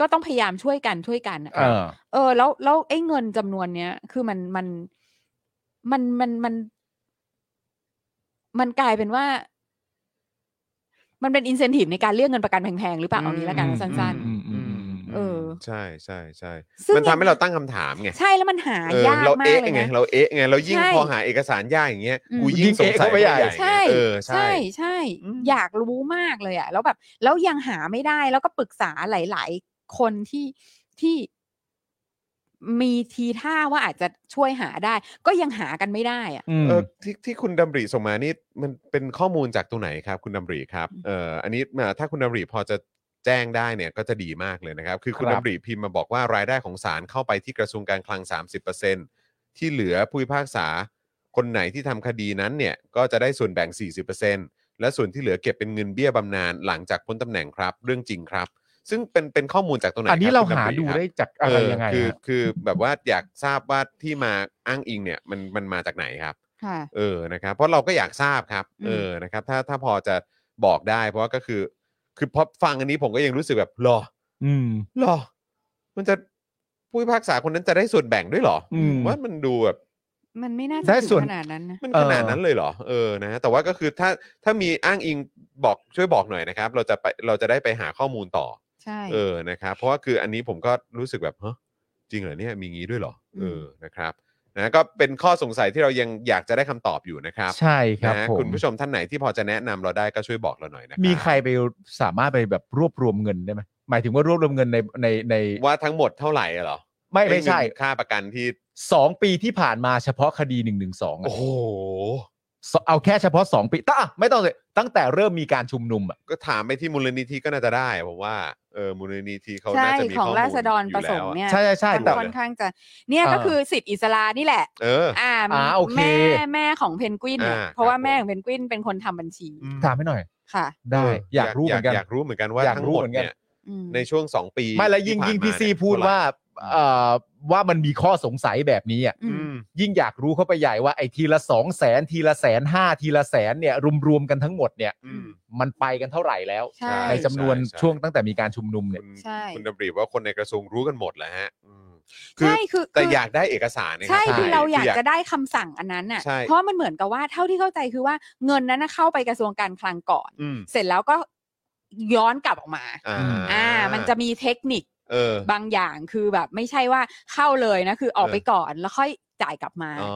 C: ก็ต้องพยายามช่วยกันช่วยกันอะ
B: เออ
C: เออ แล้วแล้วไอ้เงินจำนวนเนี้ย คือมันมันมันมันมัน มันกลายเป็นว่า มันเป็นอินเซนティブในการเรียกเงินประกันแพงๆหรือเปล่าเอางี้ละกัน
B: อืม
C: สั้น
B: อืม
C: เออ
A: ใช่ใช่ใช่
C: ๆ ซึ่ง
A: มันทำให้เราตั้งคำถามไง
C: ใช่แล้วมันหา
A: เออย
C: าก
A: เรา
C: มาก
A: เอ๊ะ
C: เลย
A: ไง
C: นะ
A: เราเอ๊ะไงเรายิ่ง
C: ใช่
A: พอหาเอกสารยากอย่างเงี้ย
C: อืม
A: กูยิ่งสงสัย
B: ยิ่งเอ๊ะเข้าไปใหญ่
A: ไง
C: ใช่
A: เออใช่
C: ใช่ใช่
A: อืม
C: อยากรู้มากเลยอะแล้วแบบ แล้วยังหาไม่ได้แล้วก็ปรึกษาหลาย ๆ คนที่ที่มีทีท่าว่าอาจจะช่วยหาได้ ก็ยังหากันไม่ได้อะ
B: อืม
A: เออที่ที่คุณดำริส่งมานี่มันเป็นข้อมูลจากตรงไหนครับ คุณดำริครับเอ่ออันนี้มาถ้าคุณดำริพอจะแจ้งได้เนี่ยก็จะดีมากเลยนะครับ คือคุณ
B: ครั
A: ดำ
B: บ
A: ริพิมพ์มาบอกว่ารายได้ของศาลเข้าไปที่กระทรวงการคลัง 30%ที่เหลือผู้พิพากษาคนไหนที่ทำคดีนั้นเนี่ยก็จะได้ส่วนแบ่ง 40%และส่วนที่เหลือเก็บเป็นเงินเบี้ยบำนาญหลังจากพ้นตำแหน่งครับ เรื่องจริงครับ ซึ่งเป็นเป็นข้อมูลจากตรงไหนค
B: อั
A: บ
B: นนี้เรา
A: คุณำ
B: หา
A: ริ
B: ดู
A: คบ
B: ได้จากอะไร
A: เ
B: ยังไง
A: คือ
B: ฮะ
A: คือแบบว่าอยากทราบว่าที่มาอ้างอิงเนี่ยมันมันมาจากไหนครับ
C: ค่ะ
A: เออ นะครับ เพราะเราก็อยากทราบครับ
C: อืม
A: เออ นะครับ ถ้า ถ้าพอจะบอกได้ เพราะว่าก็คือ คือพอฟังอันนี้ผมก็ยังรู้สึกแบบหรอ
B: อืม
A: หรอ มันจะผู้พิพากษาคนนั้นจะได้ส่วนแบ่งด้วยเหรอ
B: อืม
A: ว่ามันดูแบบ
C: มันไม่น่าจะ
B: ได้
C: ถึง
B: ส่วน
C: ขนาดนั้นนะ
A: มัน
B: เอ
A: ข
B: อ
A: นาดนั้นเลยเหรอ เออ นะ แต่ว่าก็คือถ้า ถ้ามีอ้างอิงบอก ช่วยบอกหน่อยนะครับ เราจะไป เราจะได้ไปหาข้อมูลต่อ
C: ใช่
A: เออ นะครับ เพราะว่าคืออันนี้ผมก็รู้สึกแบบฮะจริงเหรอเนี่ย มีงี้ด้วยเหรอ เออ นะครับ นะ ก็เป็นข้อสงสัยที่เรายังอยากจะได้คำตอบอยู่นะครับ
B: ใช่ครับ
A: นะ
B: ผม
A: คุณผู้ชมท่านไหนที่พอจะแนะนำเราได้ก็ช่วยบอกเราหน่อยนะบ
B: มีใครไปสามารถไปแบบรวบรวมเงินได้ไหมหมายถึงว่ารวบรวมเงินในในใน
A: ว่าทั้งหมดเท่าไหร่อะเหรอ
B: ไม่ไม่ใช่
A: เงินค่าประกันที่
B: สองปีที่ผ่านมาเฉพาะคดีหนึ่งหนึ่งสอง
A: โอ้โห
B: สเอาแค่เฉพาะ 2 ปีตั้งอ่ะไม่ต้องเลยตั้งแต่เริ่มมีการชุมนุมอ่ะ
A: ก็ถามไปที่มูลนิธิก็น่าจะได้ผมว่าเออมูลนิธิเขา
C: ใช่
A: น่าจะมี
C: ของ
A: ข้อมูล
C: ราษฎร
A: อ
C: ประ
A: ยู่
C: ส
A: แล้
C: ง
A: ว
C: ค์
A: อะ
C: เนี่ย
B: ใช่ใช่ใช่แต่
A: เอ
C: ค่อนข้างจะเนี่ยก็
B: อ่า
C: คือสิทธิอิสลานี่แหละ
A: เออ
C: อ่า
B: อ่าโอเค
C: แม่แม่ของเพนกวินเนี่ย
A: อ่า
C: เพราะว่า
A: ครับผม
C: แม่ของเพนกวินเป็นคนทำบัญชี
A: อืม
B: ถามให้หน่อย
C: ค่ะ
B: ได้ อยากรู้เหมือนกัน
A: อยากรู้เหมือนกันว่า
B: อยาก
A: ทั้
B: รู้
A: งหมด
B: เหมือนกัน
A: เนี่ย
C: อืม
A: ในช่วงสองปี
B: ไม่แล้วยิ่ง
A: ที่ผ่าน
B: ยิ่งพี่
A: มา
B: ซี
A: เนี่ย
B: พูด
A: เท่ไหร่
B: ว่าเอ่อว่ามันมีข้อสงสัยแบบนี้อ่ะ
C: อื
A: อื
C: ม
A: ม
B: ยิ่งอยากรู้เข้าไปใหญ่ว่าไอ้ทีละสองแสนทีละแสนห้าทีละแสนเนี่ยรวมๆกันทั้งหมดเนี่ย
A: อืม
B: มันไปกันเท่าไหร่แล้ว
C: ใช่
B: ในจำนวน
A: ใช่ใช่
B: ช่วงตั้งแต่มีการชุมนุมเนี่ย
A: คุณ
C: ใช่
A: คุณดำริว่าคนในกระทรวงรู้กันหมดแหล้วฮะอืมคือ
C: ใช่คือ
A: แต่
C: คื
A: อยากได้เอกสารเนี่ย
C: ใช่
A: รับ
C: คือเราอยากจะได้คำสั่งอันนั้นอ่ะ
A: ใช่
C: เพราะมันเหมือนกับว่าเท่าที่เข้าใจคือว่าเงินนั้นน่ะเข้าไปกระทรวงการคลังก่อน
A: อืม
C: เสร็จแล้วก็ย้อนกลับออกมา
A: อ่า
C: อ่า มันจะมีเทคนิค
A: เออ
C: บางอย่างคือแบบไม่ใช่ว่าเข้าเลยนะ คือออก
A: เออ
C: ไปก่อนแล้วค่อยจ่ายกลับมา
A: อ๋อ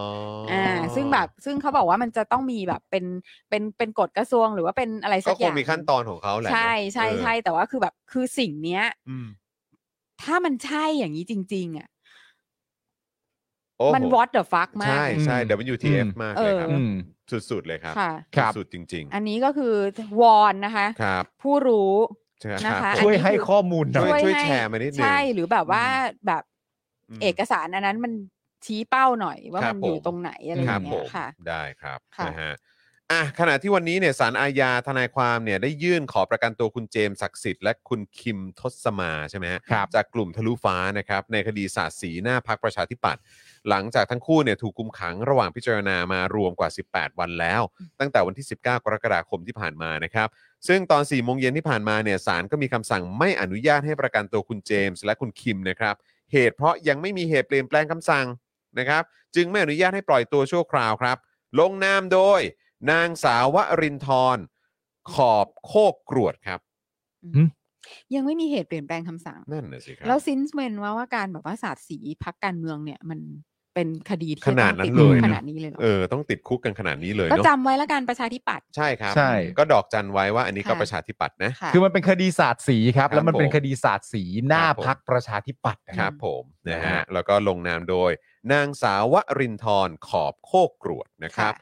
A: อ
C: อ่า ซึ่งแบบซึ่งเขาบอกว่ามันจะต้องมีแบบเป็นเป็นเป็นกฎกระทรวงหรือว่าเป็นอะไรสั
A: ก็
C: ก
A: ค
C: อง ย่าง
A: มีขั้นตอนของเขาแหละ
C: ใช่ใช่
A: เนอะ
C: ใช่
A: เออ
C: แต่ว่าคือแบบคือสิ่งเนี้ย
A: อืม
C: ถ้ามันใช่อย่างนี้จริง ๆ อ่ะ
A: โอ้โห
C: มัน what the fuck มาก
A: ใช่ใช่ WTF
B: อืม
A: มากเลยครับ
C: เอ
B: อืม
A: สุด ๆ เลยครับ
C: ค่ะ
B: ครับ
A: สุด ๆ จริง
C: อันนี้ก็คือวอนนะคะ
A: ๆ ครับ
C: ผู้รู้
A: ใช่
C: นะ
A: รั
C: คะ
A: บ
C: อันนี้
B: ช่วยให้
C: คือ
B: ข้อมูลหน่
A: ช่
B: อ
A: วย ยช่วยแชร์มานิดนึง
C: ใช่หรือแบบว่า
A: อืม
C: แบบ
A: อืม
C: เอกสารอันนั้นมันชี้เป้าหน่อยว่า
A: ครั
C: มั
A: บ
C: นอยู่
A: ผม
C: ตรงไหนอะไรอ
A: ครับ
C: ย่าง
A: ผม
C: เงี้ยค่ะ
A: ได้ครับ
C: ค่ะ
A: นะฮะอ่ะขณะที่วันนี้เนี่ยสารอาญาทนายความเนี่ยได้ยื่นขอประกันตัวคุณเจมส์ศักดิ์สิทธิ์และคุณคิมทศมาใช่ไหมฮะ
B: ครับ
A: จากกลุ่มทะลุฟ้านะครับในคดีสาดสีหน้าพักประชาธิปัตย์หลังจากทั้งคู่เนี่ยถูกคุมขังระหว่างพิจารณามารวมกว่า 18 วันแล้ว ตั้งแต่วันที่ 19 กรกฎาคมที่ผ่านมานะครับ ซึ่งตอน4โมงเย็นที่ผ่านมาเนี่ยศาลก็มีคำสั่งไม่อนุญาตให้ประกันตัวคุณเจมส์และคุณคิมนะครับ เหตุเพราะยังไม่มีเหตุเปลี่ยนแปลงคำสั่งนะครับ จึงไม่อนุญาตให้ปล่อยตัวชั่วคราวครับ ลงนามโดย นางสาววรินทร์ขอบโคกกรวดครับ
B: หืม
C: ยังไม่มีเหตุเปลี่ยนแปลงคำสั่ง
A: นั่นน่ะสิครั
C: แล้วซินส์เมนว่าว่าการแบบว่าสาดสีพักการเมืองเนี่ย มันเป็นคดีที่
A: ขนาดนั้น
C: ต้องติ
A: เลย
C: คุก
A: นะ
C: ขนาดนี้เลยเหรอ
A: เออต้องติดคุกกันขนาดนี้เลย
C: ก็
A: เนาะ
C: จำไว้ละกันประชาธิปัตย์
A: ใช่ครับ
B: ใช่
A: ก็ดอกจันไว้ว่าอันนี้ก็
C: ค่ะ
A: ประชาธิปัตย์นะ
C: ค่ะ
B: คือมันเป็นคดีศาสตร์สีครับ
A: ครับ
B: แล้วมันเป็น
A: ผม
B: คดีศาสตร์สีหน้า
A: ครับผม
B: พักประชาธิปัตย์นะ
A: ค
B: ค
A: รั
B: รั
A: บบ ผมนะ
B: นะ
A: ฮะ
B: ฮะ
A: แล้วก็ลงนามโดย นางสาววรินทร์ขอบโคกกรวดนะครับ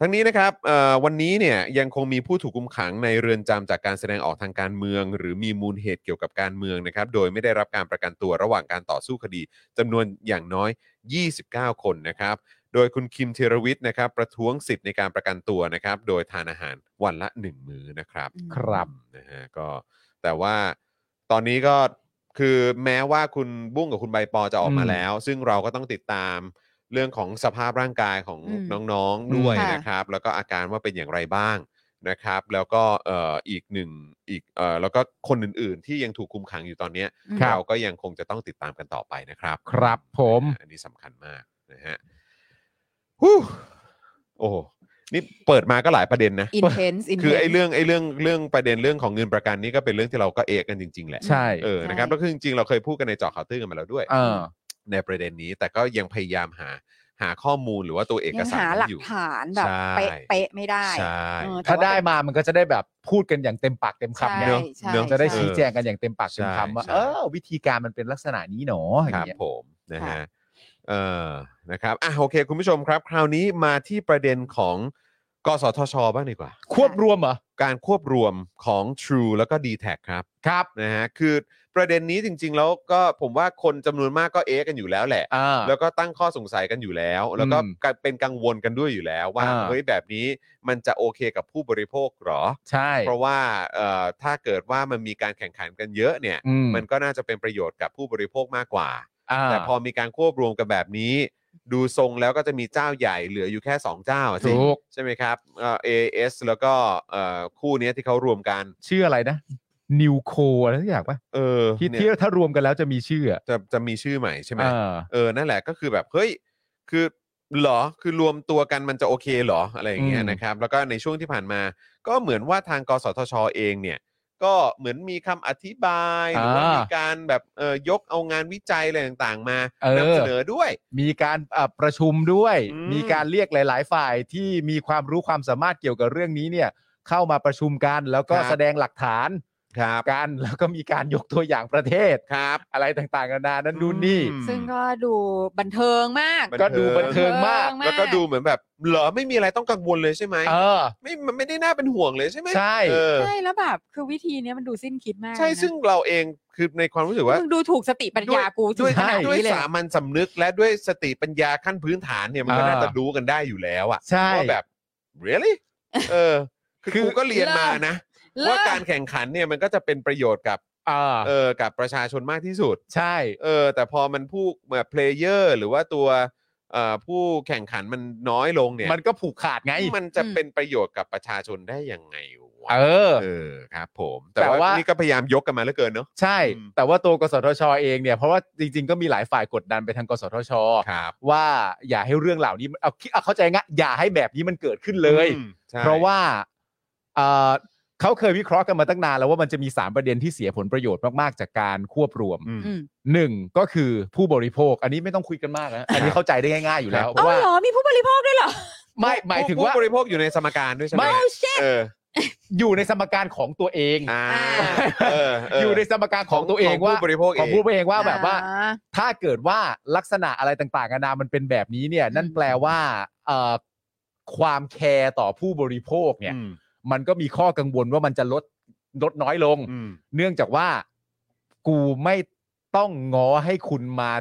A: ทั้งนี้นะครับเอ่อวันนี้เนี่ยยังคงมีผู้ถูกคุมขังในเรือนจำจากการแสดงออกทางการเมือง หรือมีมูลเหตุเกี่ยวกับการเมืองนะครับ โดยไม่ได้รับการประกันตัวระหว่างการต่อสู้คดีจำนวนอย่างน้อย 29 คนนะครับ โดยคุณคิมเทรวิทย์นะครับ ประท้วงสิทธิ์ในการประกันตัวนะครับ โดยทานอาหารวันละ 1 มื้อนะครับ
C: อืม
B: ครับ
A: นะฮะก็แต่ว่าตอนนี้ก็คือแม้ว่าคุณบุ้งกับคุณใบปอจะออกมา
B: อืม
A: แล้ว ซึ่งเราก็ต้องติดตามเรื่องของสภาพร่างกายของ
C: อืม
A: น้องๆด้วย
C: ค่ะ
A: นะครับ แล้วก็อาการว่าเป็นอย่างไรบ้างนะครับ แล้วก็เอ่ออีกหนึ่งอีกเอ่อแล้วก็คนอื่นๆ ที่ยังถูกคุมขังอยู่ตอนเนี้ย
C: อืม
B: ครับ
A: เราก็ยังคงจะต้องติดตามกันต่อไปนะครับ
B: ครับผม
A: อันนี้สำคัญมากนะฮะฮู้โอ้โหนี่เปิดมาก็หลายประเด็นนะ
C: intense intense
A: คือไอ้เรื่องไอ้เรื่องเรื่องประเด็นเรื่องของเงินประกันนี่ก็เป็นเรื่องที่เราก็เอะกันจริง ๆ แหละ
B: ใช่
A: เออ
C: ใช่
A: นะครับแล้วคือจริงๆเราเคยพูดกันในเจอข่าวตื้นกันมาแล้วด้วย
B: เออ
A: ในประเด็นนี้ แต่ก็ยังพยายามหาหาข้อมูลหรือว่าตัวเอก
C: ยัง
A: สาร
C: หาหลั
A: อก ยู่
C: ฐานแบบ
A: ใช่
C: เป๊ะเป๊ะไม่ได้
A: ใช่
C: เออแต่
B: ถ้า
C: ว่
B: ได้มามันก็จะได้แบบพูดกันอย่างเต็มปากเต็มคำไง
C: ใช่
A: เนอะเนอะ
B: จะได้
C: ใช่
B: ชี้แจงกันอย่างเต็มปากเต็มคำว่า
A: ใช่
B: เออวิธีการมันเป็นลักษณะนี้หนออ
A: ค
B: ย่า
A: รับ
B: งเงี้ย
A: ผมนะฮะ
C: ค่ะ
A: เออนะครับอ่ะโอเค คุณผู้ชมครับ คราวนี้มาที่ประเด็นของกสทช บ้างดีกว่า
B: ควบรวมเหรอ
A: การควบรวมของ True แล้วก็ d t แทครับ
B: ครับ
A: นะฮะคือประเด็นนี้จริง ๆ แล้วก็ผมว่าคนจำนวนมากก็เอะกันอยู่แล้วแหละ
B: อ่า
A: แล้วก็ตั้งข้อสงสัยกันอยู่แล้ว แล้วก็
B: อืม
A: เป็นกังวลกันด้วยอยู่แล้วว่า
B: อ่า
A: เฮ้ยแบบนี้มันจะโอเคกับผู้บริโภคเหรอ
B: ใช่
A: เพราะว่าเอ่อถ้าเกิดว่ามันมีการแข่งขันกันเยอะเนี่ย
B: อืม
A: มันก็น่าจะเป็นประโยชน์กับผู้บริโภคมากกว่า
B: อ่า
A: แต่พอมีการควบรวมกันแบบนี้ ดูทรงแล้วก็จะมีเจ้าใหญ่เหลืออยู่แค่ 2 เจ้าอะสิ
B: ถูก
A: ใช่ไหมครับเอ่อ AS แล้วก็เอ่อคู่เนี้ยที่เขารวมกัน
B: ชื่ออะไรนะนิวโคอะไรสักอย่างปะ
A: เออ
B: ที่
A: เนี่ย
B: ที่ถ้ารวมกันแล้วจะมีชื่ออะ
A: จะจะมีชื่อใหม่ใช่ไหม
B: เออ
A: เออ นั่นแหละก็คือแบบเฮ้ย คือเหรอ คือรวมตัวกันมันจะโอเคเหรอ อะไรอย่างเงี้ย
B: อืม
A: นะครับ แล้วก็ในช่วงที่ผ่านมา ก็เหมือนว่าทางกสทชเองเนี่ย ก็เหมือนมีคำอธิบายหรือว่ามีการแบบเออยกเอางานวิจัยอะไรต่างๆ มานำเสนอด้วย
B: มีการอ่ะประชุมด้วย
A: อืม
B: มีการเรียกหลาย ๆ ฝ่ายที่มีความรู้ความสามารถเกี่ยวกับเรื่องนี้เนี่ย เข้ามาประชุมกันแล้วก็แสดงหลักฐาน
A: ครับ
B: กันแล้วก็มีการยกตัวอย่างประเทศ
A: ครับ
B: อะไรต่างๆนานานั้นนู่นนี่
A: อืม
C: ซึ่งก็ดูบันเทิงมาก
A: บันเทิง
B: ก็ดูบันเทิงมาก
C: มาก
A: แล้วก็ดูเหมือนแบบเหรอไม่มีอะไรต้องกังวลเลยใช่ไหม
B: เออ
A: ไม่มันไม่ได้น่าเป็นห่วงเลยใช่ไหม
B: ใช่
A: เออ
C: ใช่แล้วแบบคือวิธีเนี้ยมันดูสิ้นคิดมาก
A: ใช่
C: เลยนะ
A: ซึ่งเราเองคือในความรู้สึกว่า
C: มึงดูถูกสติปัญญากูถึ
A: ด้วย
C: งขนาด
A: ด้วย
C: นี้เลย
A: สามัญสำนึกและด้วยสติปัญญาขั้นพื้นฐานเนี่ยมันก็
B: อ่า
A: น่าจะรู้กันได้อยู่แล้วอะ
B: ใช่
A: ว่าแบบ really เออ คือ
B: คือ
A: กูก็เรียนมานะ
C: เลิศ
A: ว่าการแข่งขันเนี่ยมันก็จะเป็นประโยชน์กับ
B: เออ
A: เออกับประชาชนมากที่สุด
B: ใช่
A: เออ แต่พอมันผู้แบบเพลเยอร์หรือว่าตัวเอ่อผู้แข่งขันมันน้อยลงเนี่ย
B: มันก็ผูกขาดไง
A: มันจะเป็นประโยชน์กับประชาชนได้ยังไงวะ
B: เออ
A: เออครับ ผม
B: แต่
A: แต่ว่า
B: ว่า
A: นี่ก็พยายามยกกันมาเหลือเกินเนาะ
B: ใช่
A: อืม
B: แต่ว่าตัวกสทชเองเนี่ยเพราะว่าจริง ๆ ก็มีหลายฝ่ายกดดันไปทางกสทช
A: ครับ
B: ว่าอย่าให้เรื่องเหล่านี้มันเอาคิดเอาเข้าใจงะอย่าให้แบบนี้มันเกิดขึ้นเลย
A: อืมใช่
B: เพราะว่าเอ่อเขาเคยวิเคราะห์กันมาตั้งนานแล้วว่ามันจะมี 3 ประเด็นที่เสียผลประโยชน์มาก ๆ จากการควบรวม
A: อืม
C: อืม
B: หนึ่งก็คือผู้บริโภค อันนี้ไม่ต้องคุยกันมากนะอันนี้เข้าใจได้ง่าย ๆ อยู่แล้วเพ
C: เอ้า
B: ราะว่า
C: เหรอ มีผู้บริโภคด้วยเหรอ
B: ไม่หมายถึงว่า
A: ผู้บริโภคอยู่ในสมการด้วยใช่ไหม
B: ไม่
C: Oh shit
A: เออ
B: อยู่ในสมการของตัวเอง
A: อ่า
C: อ่า
A: เออเออ
B: อยู่ในสมการของตัวเองว่า
A: ผู้บริโภคเอ
B: ของ
A: ง
B: ผู้บริโภคเองว่าแบบว่า
C: อ่า
B: ถ้าเกิดว่าลักษณะอะไรต่างๆนานามันเป็นแบบนี้เนี่ย นั่น
C: อืม
B: แปลว่าเอ่อความแคร์ต่อผู้บริโภคเนี่ย
A: อืม
B: มันก็มีข้อกังวลว่ามันจะลดลดน้อยลง
A: อืม
B: เนื่องจากว่ากูไม่ต้องง้อให้คุณมา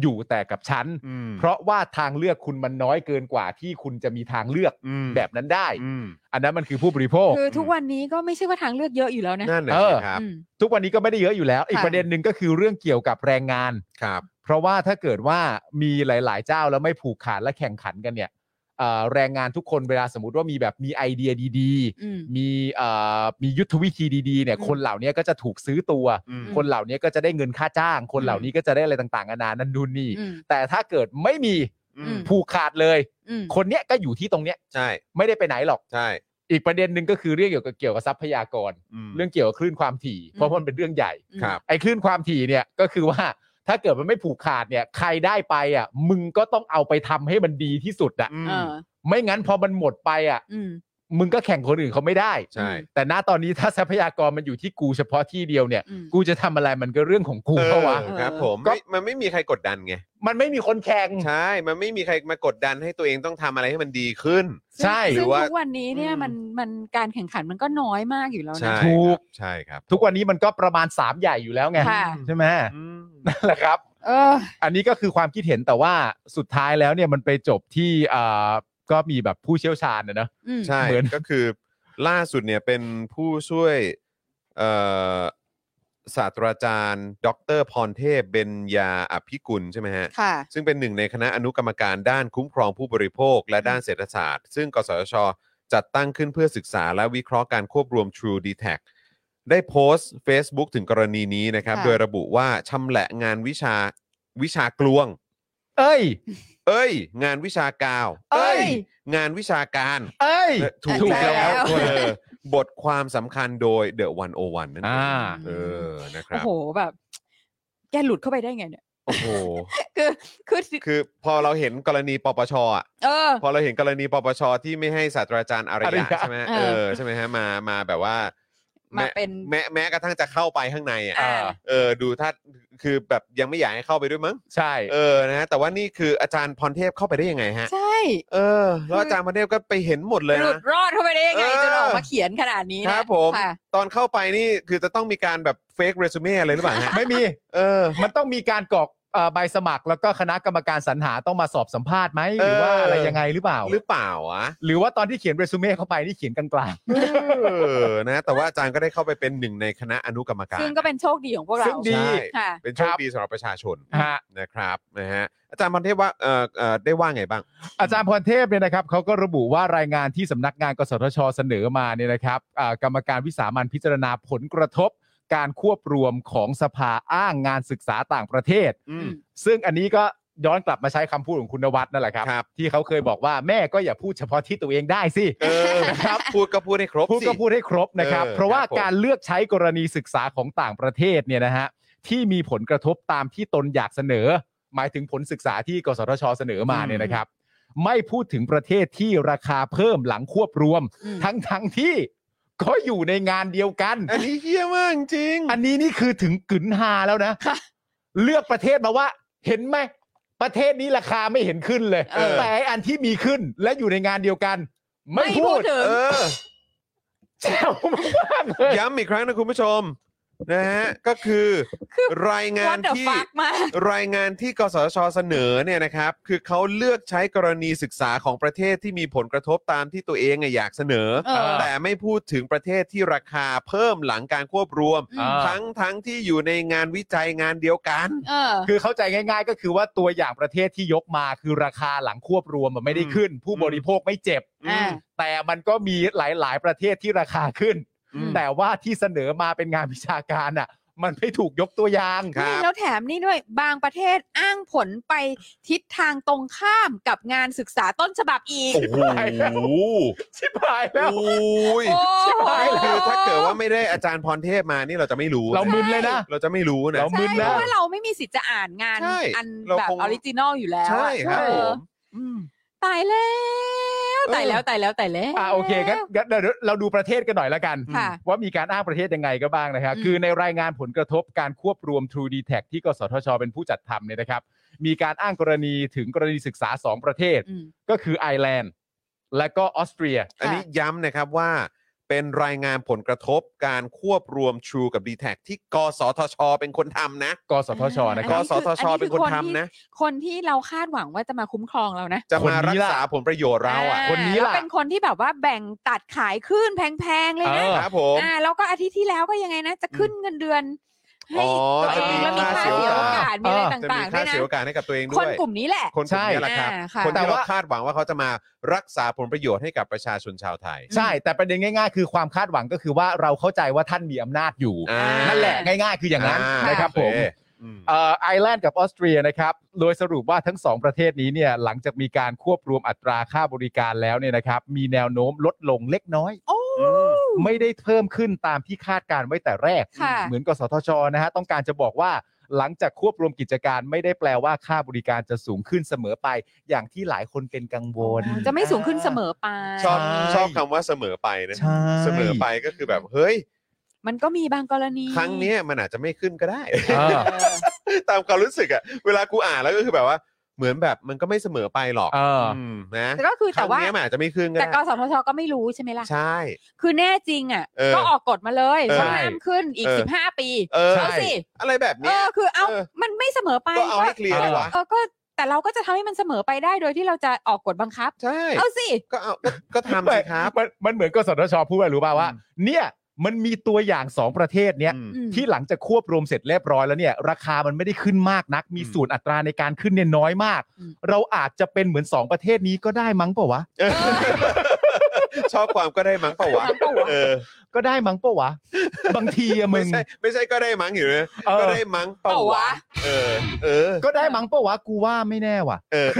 B: อยู่แต่กับฉัน
A: อืม
B: เพราะว่าทางเลือกคุณมันน้อยเกินกว่าที่คุณจะมีทางเลือก
A: อืม
B: แบบนั้นได้
A: อืม
B: อันนั้นมันคือผู้บริโภค
C: คือทุกวันนี้ก็ไม่ใช่ว่าทางเลือกเยอะอยู่แล้วนะ
A: นั่นนะ
B: เออ
A: สิครับ
C: อืม
B: ทุกวันนี้ก็ไม่ได้เยอะอยู่แล้ว อีก
C: ค่ะ
B: ประเด็นหนึ่งก็คือเรื่องเกี่ยวกับแรงงาน
A: ครับ
B: เพราะว่าถ้าเกิดว่ามีหลาย ๆ เจ้าแล้วไม่ผูกขาดและแข่งขันกันเนี่ยเอ่อแรงงานทุกคนเวลาสมมติว่ามีแบบมีไอเดียดี
C: อืม
B: ๆ มีเอ่อมียุทธวิธีดี ๆ เนี่ย
C: อืม
B: คนเหล่านี้ก็จะถูกซื้อตัว
A: อืม
B: คนเหล่านี้ก็จะได้เงินค่าจ้าง คนเหล่านี้ก็จะได้อะไรต่างๆนานานั่นนู่นนี่
C: อืม
B: แต่ถ้าเกิดไม่มี
C: อืม
B: ผูกขาดเลย
C: อืม
B: คนเนี้ยก็อยู่ที่ตรงเนี้ย
A: ใช่
B: ไม่ได้ไปไหนหรอก
A: ใช่
B: อีกประเด็นหนึ่งก็คือเรื่องเกี่ยวกับเกี่ยวกับทรัพยากร
A: ม
B: เรื่องเกี่ยวกับคลื่นความถี่ เพราะ
C: อืม
B: มันเป็นเรื่องใหญ่
A: ครับ
B: ไอ้คลื่นความถี่เนี่ยก็คือว่าถ้าเกิดมันไม่ผูกขาดเนี่ย ใครได้ไปอ่ะ มึงก็ต้องเอาไปทำให้มันดีที่สุดอ่ะ
C: เออ
B: ไม่งั้นพอมันหมดไปอ่ะ
C: อืม
B: มึงก็แข่งคนอื่นเขาไม่ได้
A: ใช่
B: แต่ณตอนนี้ถ้าทรัพยากรมันอยู่ที่กูเฉพาะที่เดียวเนี่ย
C: อืม
B: กูจะทำอะไรมันก็เรื่องของกูเพราะว่า
A: ออครับ ผม
B: ก็
A: ไม่มันไม่มีใครกดดันไง
B: มันไม่มีคนแข่ง
A: ใช่ มันไม่มีใครมากดดันให้ตัวเองต้องทำอะไรให้มันดีขึ้น
B: ใช่
C: ซึ่
A: หรื
C: ง
A: อว่า
C: ทุกวันนี้เนี่ย
A: อืม
C: มันมันการแข่งขันมันก็น้อยมากอยู่แล้วนะ
A: ใช่
B: ถูก
A: ครับใช่ครับ
B: ทุกวันนี้มันก็ประมาณ 3 ใหญ่อยู่แล้วไง
C: ค่ะ
B: ใช่ไหม
A: อืม
B: นั่นแหละครับ
C: เออ
B: อันนี้ก็คือความคิดเห็นแต่ว่าสุดท้ายแล้วเนี่ยมันไปจบที่อ่าก็มีแบบผู้เชี่ยวชาญนะเนอะ
C: อืม
A: ใช่
B: เหมือน
A: ก็คือล่าสุดเนี่ยเป็นผู้ช่วยเอ่อศาสตราจารย์ ดรพรเทพเบญญาอภิกุลใช่ไหมฮะ
C: ค่ะ
A: ซึ่งเป็นหนึ่งในคณะอนุกรรมการด้านคุ้มครองผู้บริโภคและด้านเศรษฐศาสตร์ ซึ่งกสทช จัดตั้งขึ้นเพื่อศึกษาและวิเคราะห์การควบรวม True d e t a c ได้โพสต์ Facebook ถึงกรณีนี้นะครับ
C: ค่ะ
A: โดยระบุว่าชำแหละงานวิชาวิชากลวง
B: เอ้ย
A: เอ้ย งานวิชากาว
C: เอ้ย
A: งานวิชาการ
B: เอ้ย
A: เอ่อถูก
C: ถูก
A: แล้ว
C: แล้ว
A: เออบทความสำคัญโดย The 101 นั่นเอ
B: อ่า
A: งเออนะค
C: โอ้
A: รับ
C: โหแบบ แกหลุดเข้าไปได้ไงเนี่ย
A: โอ้โห
C: คือคือ
A: คือพอเราเห็นกรณีปปชอ่ะ
C: เออ
A: พอเราเห็นกรณีปปชที่ไม่ให้ศาสตราจารย์อาร
B: อาร
A: ยะ
B: ยะ
A: ใช่ไหมฮะ
C: เอ
A: เอ
C: อ
A: อใช่ไหมฮะมามาแบบว่า
C: มา
A: แ
C: เป็น
A: แม้แม้กระทั่งจะเข้าไปข้างในอ่ะ
C: อ่า
A: เออดูถ้าคือแบบยังไม่อยากให้เข้าไปด้วยมั้ง
B: ใช่
A: เออนะฮะแต่ว่านี่คืออาจารย์พรเทพเข้าไปได้ยังไงฮะ
C: ใช่
A: เออแล้วอาจารย์พรเทพก็ไปเห็นหมดเลย
C: หลุ
A: นะ
C: ดรอดเข้าไปได้ยังไง
A: เออ
C: จนออกมาเขียนขนาดนี้
A: ค
C: เนะ
A: รับผม
C: ค่ะ
A: ตอนเข้าไปนี่คือจะต้องมีการแบบเฟกเรซูเม่อะไรหรือเปล่าฮะ
B: ไม่มี
A: เออ
B: มันต้องมีการกรอกเอ่อใบสมัคร แล้วก็คณะกรรมการสรรหาต้องมาสอบสัมภาษณ์ไหมหรือว่า
A: เอออ
B: อะไรยังไงหรือเปล่า
A: หรือเปล่าวะ
B: หรือว่าตอนที่เขียนเรซูเม่เข้าไปนี่เขียนกลาง
A: เออนะ แต่ว่าอาจารย์ก็ได้เข้าไปเป็นหนึ่งในคณะอนุกรรมการ
C: ซึ่งก็เป็นโชคดีของพวกเรา
B: ซึ่งดี
A: ใช่
C: ค่ะ
A: เป็นโชคดีสำหรับประชาชน
B: ฮะ
A: นะครับนะฮะอาจารย์พรเทพว่าเอ่อเอ่อได้ว่าไงบ้าง
B: อาจารย์พรเทพเนี่ยนะครับเขาก็ระบุว่ารายงานที่สำนักงานกสทช เสนอมาเนี่ยนะครับอ่ากรรมการวิสามันพิจารณาผลกระทบ การควบรวมของสภาอ้างงานศึกษาต่างประเทศ
A: อืม
B: ซึ่งอันนี้ก็ย้อนกลับมาใช้คำพูดของคุณนวัดนั่นแหละครับ
A: ครับ
B: ที่เขาเคยบอกว่าแม่ก็อย่าพูดเฉพาะที่ตัวเองได้สิ
A: เออครับ พูดก็พูดให้ครบ
B: พูด
A: สิ
B: ก็พูดให้ครบนะครับ
A: เออ
B: เพราะว่า
A: ครับผม
B: การเลือกใช้กรณีศึกษาของต่างประเทศเนี่ยนะฮะที่มีผลกระทบตามที่ตนอยากเสนอ หมายถึงผลศึกษาที่กสทช เสนอมาเนี่ยนะครับ ไม่พูดถึงประเทศที่ราคาเพิ่มหลังควบรวม
C: อืม
B: ทั้งทั้งที่ ก็อยู่ในงานเดียวกัน
A: อันนี้เฮี้ยมากจริง
B: อันนี้นี่คือถึงกึนฮาแล้วนะ เลือกประเทศมาว่า เห็นไหมประเทศนี้ราคาไม่เห็นขึ้นเลย
C: เออ
B: แต่ไอ้อันที่มีขึ้นและอยู่ในงานเดียวกัน ไม่พูด
C: ถึง
A: เออ
B: แจ๋วมากเลย
A: ย้ำอีกครั้งนะคุณผู้ชมนะฮะก็คือ
C: คือ
A: รายงาน
C: what the
A: ที่
C: fuck มาก
A: รายงานที่กสชเสนอเนี่ยนะครับ คือเขาเลือกใช้กรณีศึกษาของประเทศที่มีผลกระทบตามที่ตัวเองอะอยากเสนอ
C: เออ
A: แต่ไม่พูดถึงประเทศที่ราคาเพิ่มหลังการควบรวม
C: อ่า
A: ทั้งทั้งที่อยู่ในงานวิจัยงานเดียวกัน
C: เออ
B: คือเข้าใจง่าย ๆ ก็คือว่าตัวอย่างประเทศที่ยกมาคือราคาหลังควบรวมมันไม่ได้ขึ้น ผู้บริโภคไม่เจ็บ
C: อ่า
B: แต่มันก็มีหลาย ๆ ประเทศที่ราคาขึ้น
C: อืม
B: แต่ว่าที่เสนอมาเป็นงานวิชาการอ่ะ มันไม่ถูกยกตัวอย่าง
A: ครับ
C: ไม่แล้วแถมนี่ด้วยบางประเทศอ้างผลไปทิศทางตรงข้ามกับงานศึกษาต้นฉบับอีก
A: โอ้โห
B: ชิบหายแล้ว
A: โอ้ย
C: โอ้ย
A: คือถ้าเกิดว่าไม่ได้อาจารย์พรเทพมานี่เราจะไม่รู้
B: เรา
A: นะ
B: มึนเลยนะ
A: เราจะไม่รู้นะ
B: เรา
C: ใช่
B: มึน
C: เพ
B: แล้ว
C: ราะว่าเราไม่มีสิทธิ์จะอ่านงาน
A: ใช่
C: อัน
A: เรา
C: แบบ
A: ค
C: อง อริจินอลอยู่แล้วอะ
A: ใช่ครับ
C: เอ
A: ผ
C: อ
A: ม
C: ตายแล้วตายแล้วตายแล้วตายแล้ว
B: อ่าโอเคงั้นงั้นเดี๋ยวเราดูประเทศกันหน่อยละกัน
C: ค่ะ
B: ว่ามีการอ้างประเทศยังไงก็บ้างนะครับ
C: อืม
B: คือในรายงานผลกระทบการควบรวม True d t a c ที่กสทช เป็นผู้จัดทำเนี่ยนะครับ มีการอ้างกรณีถึงกรณีศึกษา 2 ประเทศ
C: อืม
B: ก็คือไอร์แลนด์และก็ออสเตรีย
A: อันนี้ย้ำนะครับว่าเป็นรายงานผลกระทบการควบรวม True กับ d t แทที่กสทช เป็นคนทำนะ
B: กสทชนะค
A: ก
B: รับ
A: สทช เป็นคนทำนะ
C: คนที่เราคาดหวังว่าจะมาคุ้มครองเรานะ
A: จะ
B: คน
A: มา
B: นี้
A: รัก
B: ล่ะ
A: ษาผลประโยชน์เราอ่ะ
C: อ่า
B: คนนี้ล่ะ
C: แล้วเป็นคนที่แบบว่าแบ่งตัดขายขึ้นแพงๆเลยนะ
B: เออ
A: ครับผม
C: อ่าแล้วก็อาทิตย์ที่แล้วก็ยังไงนะ จะขึ้นเงินเดือนให้
A: อ๋อ
C: ตัวเอง
A: จะมี
C: แล้วมี
A: ค่า
C: ค่า
A: เสีย
C: เสีย
A: โอ
C: โอก
A: าส
C: กาสมีอะไร
B: เออ
A: จะมี
C: ต่างๆ
A: ค่า
C: ด้วย
A: เสียโอกาสให้กับตัวเองด้
C: ค
A: วย
C: นกลุ่มนี้แหละ
A: คนกลุ่มนี้แหละครับ
C: ใช่อ่าค่ะ
A: คน
B: แต่
A: ที่เรา
B: ว่า
A: คาดหวังว่าเขาจะมารักษาผลประโยชน์ให้กับประชาชนชาวไทย
B: ใช่ แต่ประเด็นง่ายๆ คือความคาดหวังก็คือว่าเราเข้าใจว่าท่านมีอำนาจอยู่
A: อ่า
B: นั่นแหละง่ายๆ คืออย่างนั้น
A: อ่า
B: นะครับผ
A: โอ
B: ม
A: เอืม
B: เอ่อไอร์แลนด์กับออสเตรียนะครับ โดยสรุปว่าทั้ง 2 ประเทศนี้เนี่ยหลังจากมีการควบรวมอัตราค่าบริการแล้วเนี่ยนะครับ มีแนวโน้มลดลงเล็กน้อย
C: โอ้
B: ไม่ได้เพิ่มขึ้นตามที่คาดการไว้แต่แรก
C: ค่ะ
B: เหมือนกสทชนะฮะต้องการจะบอกว่าหลังจากควบรวมกิจการไม่ได้แปลว่าค่าบริการจะสูงขึ้นเสมอไป อย่างที่หลายคนเป็นกังวล
C: จะไม่สูงขึ้นเสมอไป
A: ชอบ
B: ใช่
A: ชอบคำว่าเสมอไปนะ
B: ใช่
A: เสมอไปก็คือแบบเฮ้ย
C: มันก็มีบางกรณี
A: ครั้งเนี้ยมันอาจจะไม่ขึ้นก็ได้
B: เอ
C: เอ
B: อ
C: อ
A: ตามความรู้สึกอะเวลากูอ่านแล้วก็คือแบบว่า เหมือนแบบมันก็ไม่เสมอไปหรอก
B: เออ
A: มนะ
C: แต่ก็คือแต่ว่า
A: รั้งเนี้ยมันอาจจะไม่ขึ้นก็
C: แต่
A: ได้
C: กสทชก็ไม่รู้ใช่ไหมล่ะ
A: ใช่
C: คือแน่จริงอ่ะ
A: เออ
C: ก็ออกกฎมาเลย
A: เออ
C: ว่าห้ามขึ้นอีก
A: เออ
C: 15 ปี
A: เออ
C: เออสิ
A: อะไรแบบ
C: เอ
A: เนี้ย
C: อคือเอา
A: เออ
C: มันไม่เสมอไป
A: ก็เอาให้เคลียร์
C: ก็
A: ดีกว่า
C: เออก็แต่เราก็จะทำให้มันเสมอไปได้โดยที่เราจะออกกฎบังคับ
A: ใช่
C: เอาสิ
A: ก็เอาก็ก็ทำสิครับ
B: มันมันเหมือนกสทชพูดไว้รู้ป่าวว่า
A: อืม
B: เนี่ยมันมีตัวอย่างสองประเทศเนี้ย
A: อืม
C: อืม
B: ที่หลังจากควบรวมเสร็จเรียบร้อยแล้วเนี่ยราคามันไม่ได้ขึ้นมากนัก มี
A: อืม
B: ส่วนอัตราในการขึ้นเนี่ยน้อยมาก
C: อืม
B: เราอาจจะเป็นเหมือน 2 ประเทศนี้ก็ได้มั้งเปล่าวะ
A: เออชอบความก็ได้มั้งเปล่าวะ
C: มั้งเปล่าวะ
A: เออ
B: ก็ได้มั้งเปล่าวะ บางทีอะมึ
A: ไม่
B: ง
A: ใช่ไม่ใช่ก็ได้มั้งอยู่นะ
B: เอ
A: ก็
B: อ
A: ได้มั้งเปล่า
C: เปล่าวะ
A: วะเออ เออ
B: ก็ได้มั้งเปล่าวะกูว่าไม่แน่ว่ะ
A: เออ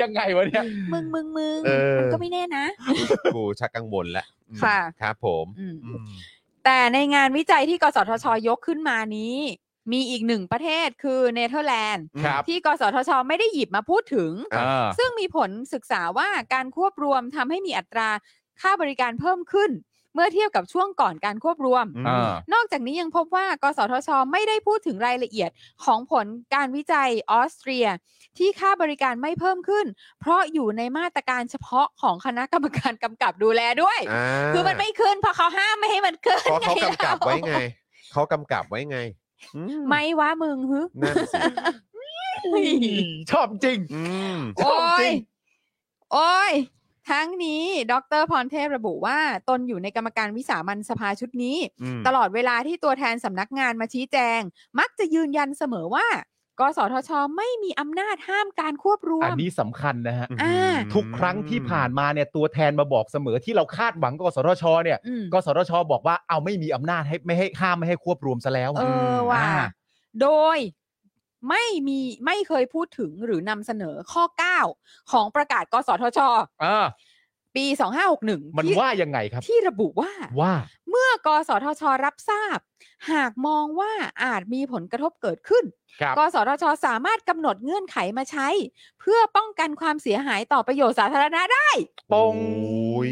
B: ยังไงวะเนี่ย
C: มึงมึงมึง
A: เออ
C: มันก็ไม่แน่นะ
A: กูชักกังวลแล้วอืม
C: ค่ะ
A: ครับผม
C: อืม
A: อืม
C: แต่ในงานวิจัยที่กสทชยกขึ้นมานี้ มีอีกหนึ่งประเทศคือเนเธอร์แลนด์
B: ครับ
C: ที่กสทชไม่ได้หยิบมาพูดถึง
B: อ่า
C: ซึ่งมีผลศึกษาว่าการควบรวมทำให้มีอัตราค่าบริการเพิ่มขึ้น เมื่อเทียบกับช่วงก่อนการควบรวม
A: อืม
B: อ่า
C: นอกจากนี้ยังพบว่ากสทช ไม่ได้พูดถึงรายละเอียดของผลการวิจัยออสเตรีย ที่ค่าบริการไม่เพิ่มขึ้น เพราะอยู่ในมาตรการเฉพาะของคณะกรรมการกำกับดูแลด้วย
A: อ่า
C: คือมันไม่ขึ้นเพราะเขาห้ามไม่ให้มันขึ้น
A: เพราะเขากำกับไว้ไง
C: เรา
A: เขากำกับไว้ไงอืม
C: ไม่ว่ามึงฮึ
A: นั่นสิ
B: ชอบจริง
A: อืม
C: โอ้ยโอ้ยทั้งนี้ดรพรเทพระบุว่า ตนอยู่ในกรรมการวิสามันสภาชุดนี้
A: อืม
C: ตลอดเวลาที่ตัวแทนสำนักงานมาชี้แจง มักจะยืนยันเสมอว่า กสทช ไม่มีอำนาจห้ามการควบรว
B: อัน
C: ม
B: นี้สำคัญนะฮะ
C: อ่า
B: ทุกครั้งที่ผ่านมาเนี่ยตัวแทนมาบอกเสมอที่เราคาดหวังกบสทชเนี่ย
C: อืม
B: กสทชบอกว่าเอาไม่มีอำนาจให้ไม่ให้ห้ามไม่ให้ควบรวมซะแล้ว
C: เอ
B: อะ
C: อว่า
B: อ่า
C: โดยไม่มีไม่เคยพูดถึงหรือนำเสนอข้อ 9 ของประกาศ กสทช
B: เออ
C: ปี 2561
B: มัน
C: ที่
B: ว่ายังไงครับ
C: ที่ระบุว่า
B: ว่า
C: เมื่อกสทช รับทราบ หากมองว่าอาจมีผลกระทบเกิดขึ้น
B: ครับ
C: กสทช สามารถกำหนดเงื่อนไขมาใช้ เพื่อป้องกันความเสียหายต่อประโยชน์สาธารณะได้
B: ปง
A: โอ้ย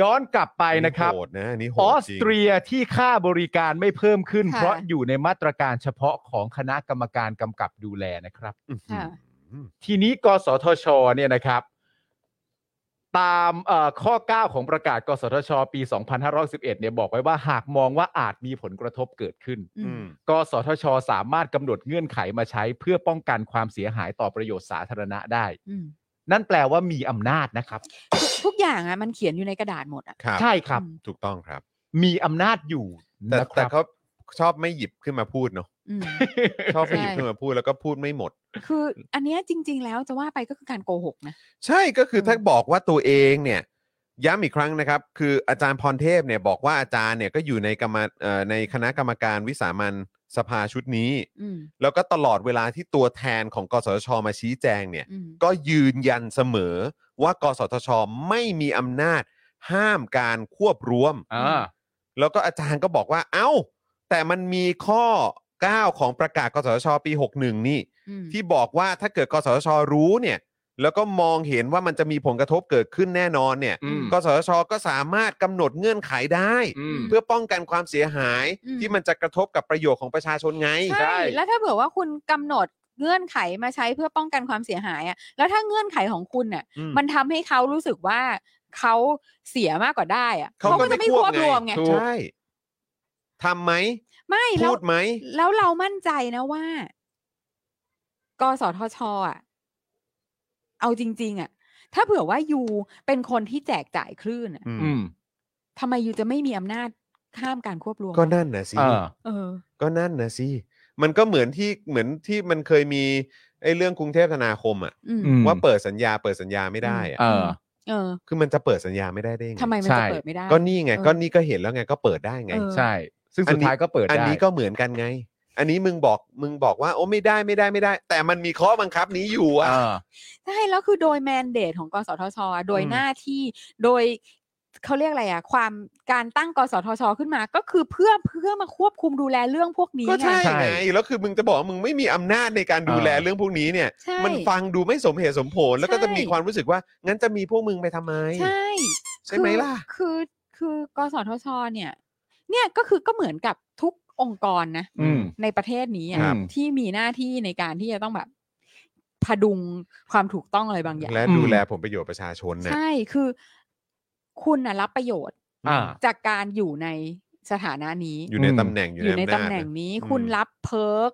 B: ย้อนกลับไปนะครับ
A: โหดนะอันนี่โหด
B: ออส
A: จริง
B: เตรียที่ค่าบริการไม่เพิ่มขึ้น
C: ค่ะ
B: เพราะอยู่ในมาตรการเฉพาะของคณะกรรมการกำกับดูแลนะครับ
C: ค่ะ
B: ทีนี้กสทชเนี่ยนะครับ ตามเอ่อข้อ 9 ของประกาศ กสทช ปี 2511เนี่ยบอกไว้ว่าหากมองว่าอาจมีผลกระทบเกิดขึ้น
C: อืม
B: กสทช สามารถกำหนดเงื่อนไขมาใช้เพื่อป้องกันความเสียหายต่อประโยชน์สาธารณะได้
C: อืม
B: นั่นแปลว่ามีอำนาจนะครับ
C: ทุกทุกอย่างอ่ะมันเขียนอยู่ในกระดาษหมดอ่ะ
A: ครับ
B: ใช่ครับ
C: อืม
A: ถูกต้องครับ
B: มีอำนาจอยู่
A: แต่
B: นะค
A: แต่
B: รับ
A: เขาชอบไม่หยิบขึ้นมาพูดเนาะ
C: อืม
A: ชอบไม่หยิบ
C: ใช่
A: ขึ้นมาพูดแล้วก็พูดไม่หมด
C: คืออันเนี้ยจริง ๆ แล้วจะว่าไปก็คือการโกหกนะ
A: ใช่ก็คือ
C: ม
A: ถ้าบอกว่าตัวเองเนี่ย ย้ำอีกครั้งนะครับ คืออาจารย์พรเทพเนี่ยบอกว่าอาจารย์เนี่ยก็อยู่ในกรรมเอ่อในคณะกรรมการวิสามันสภาชุดนี้
C: อืม
A: แล้วก็ตลอดเวลาที่ตัวแทนของกสทช มาชี้แจงเนี่ย
C: อืม
A: ก็ยืนยันเสมอว่ากสทช ไม่มีอำนาจห้ามการควบรวม
B: อ่า
A: แล้วก็อาจารย์ก็บอกว่า เอ้า แต่มันมีข้อ 9 ของประกาศกสทช ปี 61 นี่
C: อืม
A: ที่บอกว่าถ้าเกิดกสทช รู้เนี่ย แล้วก็มองเห็นว่ามันจะมีผลกระทบเกิดขึ้นแน่นอนเนี่ย
B: อืม
A: กสทช ก็สามารถกำหนดเงื่อนไขได้
B: อืม
A: เพื่อป้องกันความเสียหาย
C: อืม
A: ที่มันจะกระทบกับประโยชน์ของประชาชนไง
B: ใช่
C: ใช่ แล้วถ้าเผื่อว่าคุณกำหนดเงื่อนไขมาใช้เพื่อป้องกันความเสียหายอะแล้วถ้าเงื่อนไขของคุณน่ะ
A: อืม
C: มันทำให้เขารู้สึกว่าเขาเสียมากกว่าได้อะ
A: เขาก็
C: จะ
A: ไม่
C: ไม่
A: คว
C: คว
A: บบ ไง
C: รวมไง
A: ถูกใช่ทำไหม
C: ไม่แล้ว
A: พูดไหม
C: แล้วเรามั่นใจนะว่า กสทชอะเอาจริง ๆอะถ้าเผื่อว่ายูเป็นคนที่แจกจ่ายคลื่นอะ
A: อืม
B: อืม
C: ทำไมยูจะไม่มีอำนาจข้ามการควบรวม
A: ก็นั่นนะสิ
B: อ่า
C: เออ
A: ก็นั่นนะสิ มันก็เหมือนที่เหมือนที่มันเคยมีไอ้เรื่องกรุงเทพธนาคมอะ
C: อืม
B: อืม
A: ว่าเปิดสัญญาเปิดสัญญาไม่ได้อะ
B: เออ
C: เออ
A: คือมันจะเปิดสัญญาไม่ได้ได้ไง
C: ทำไมมัน
B: ใช่
C: จะเปิดไม่ได้
A: ก็นี่ไง
C: เออ
A: ก็นี่ก็เห็นแล้วไงก็เปิดได้ไง
C: เออ
B: ใช่ ซึ่งสุดท้ายก็เปิดได้
A: อันนี้ก็เหมือนกันไง อันนี้มึงบอกมึงบอกว่าโอ้ไม่ได้ไม่ได้ไม่ได้ แต่มันมีข้อบังคับนี้อยู่อะ
B: อ่า
C: ใช่แล้วคือโดยแมนเดตของกสทช โดย
A: อืม
C: หน้าที่โดยเขาเรียกอะไรอะความการตั้งกสทช ขึ้นมาก็คือเพื่อเพื่อมาควบคุมดูแลเรื่องพวกนี้
A: ก็ใช่
C: ไง
B: ใช่
A: ไงแล้วคือมึงจะบอกว่ามึงไม่มีอำนาจในการดูแล
B: เออ
A: เรื่องพวกนี้เนี่ย
C: ใช่
A: มันฟังดูไม่สมเหตุสมผล แล้วก็จะ
C: ใช่
A: มีความรู้สึกว่า งั้นจะมีพวกมึงไปทำไม
C: ใช่
A: ใช่ไหมล่ะ
C: คือคือคือกสทช เนี่ย เนี่ยก็คือก็เหมือนกับทุกองค์กรนะ
B: อืม
C: ในประเทศนี้อะ
B: ครับ
C: ที่มีหน้าที่ในการที่จะต้องแบบพดุงความถูกต้องอะไรบางอย่าง
A: และดูแลผลประโยชน์ประชาชนนะ
C: ใช่คือคุณนะรับประโยชน์
B: อ่า
C: จากการอยู่ในสถานะนี้
A: อยู่ใน
B: อืม
A: ตำแหน่งอยู่
C: อยู่ใน
A: ใน
C: ตำ
A: อำาจ
C: แหน่ง
A: นะ
C: นี้
A: อืม
C: คุณรับเพิร์ก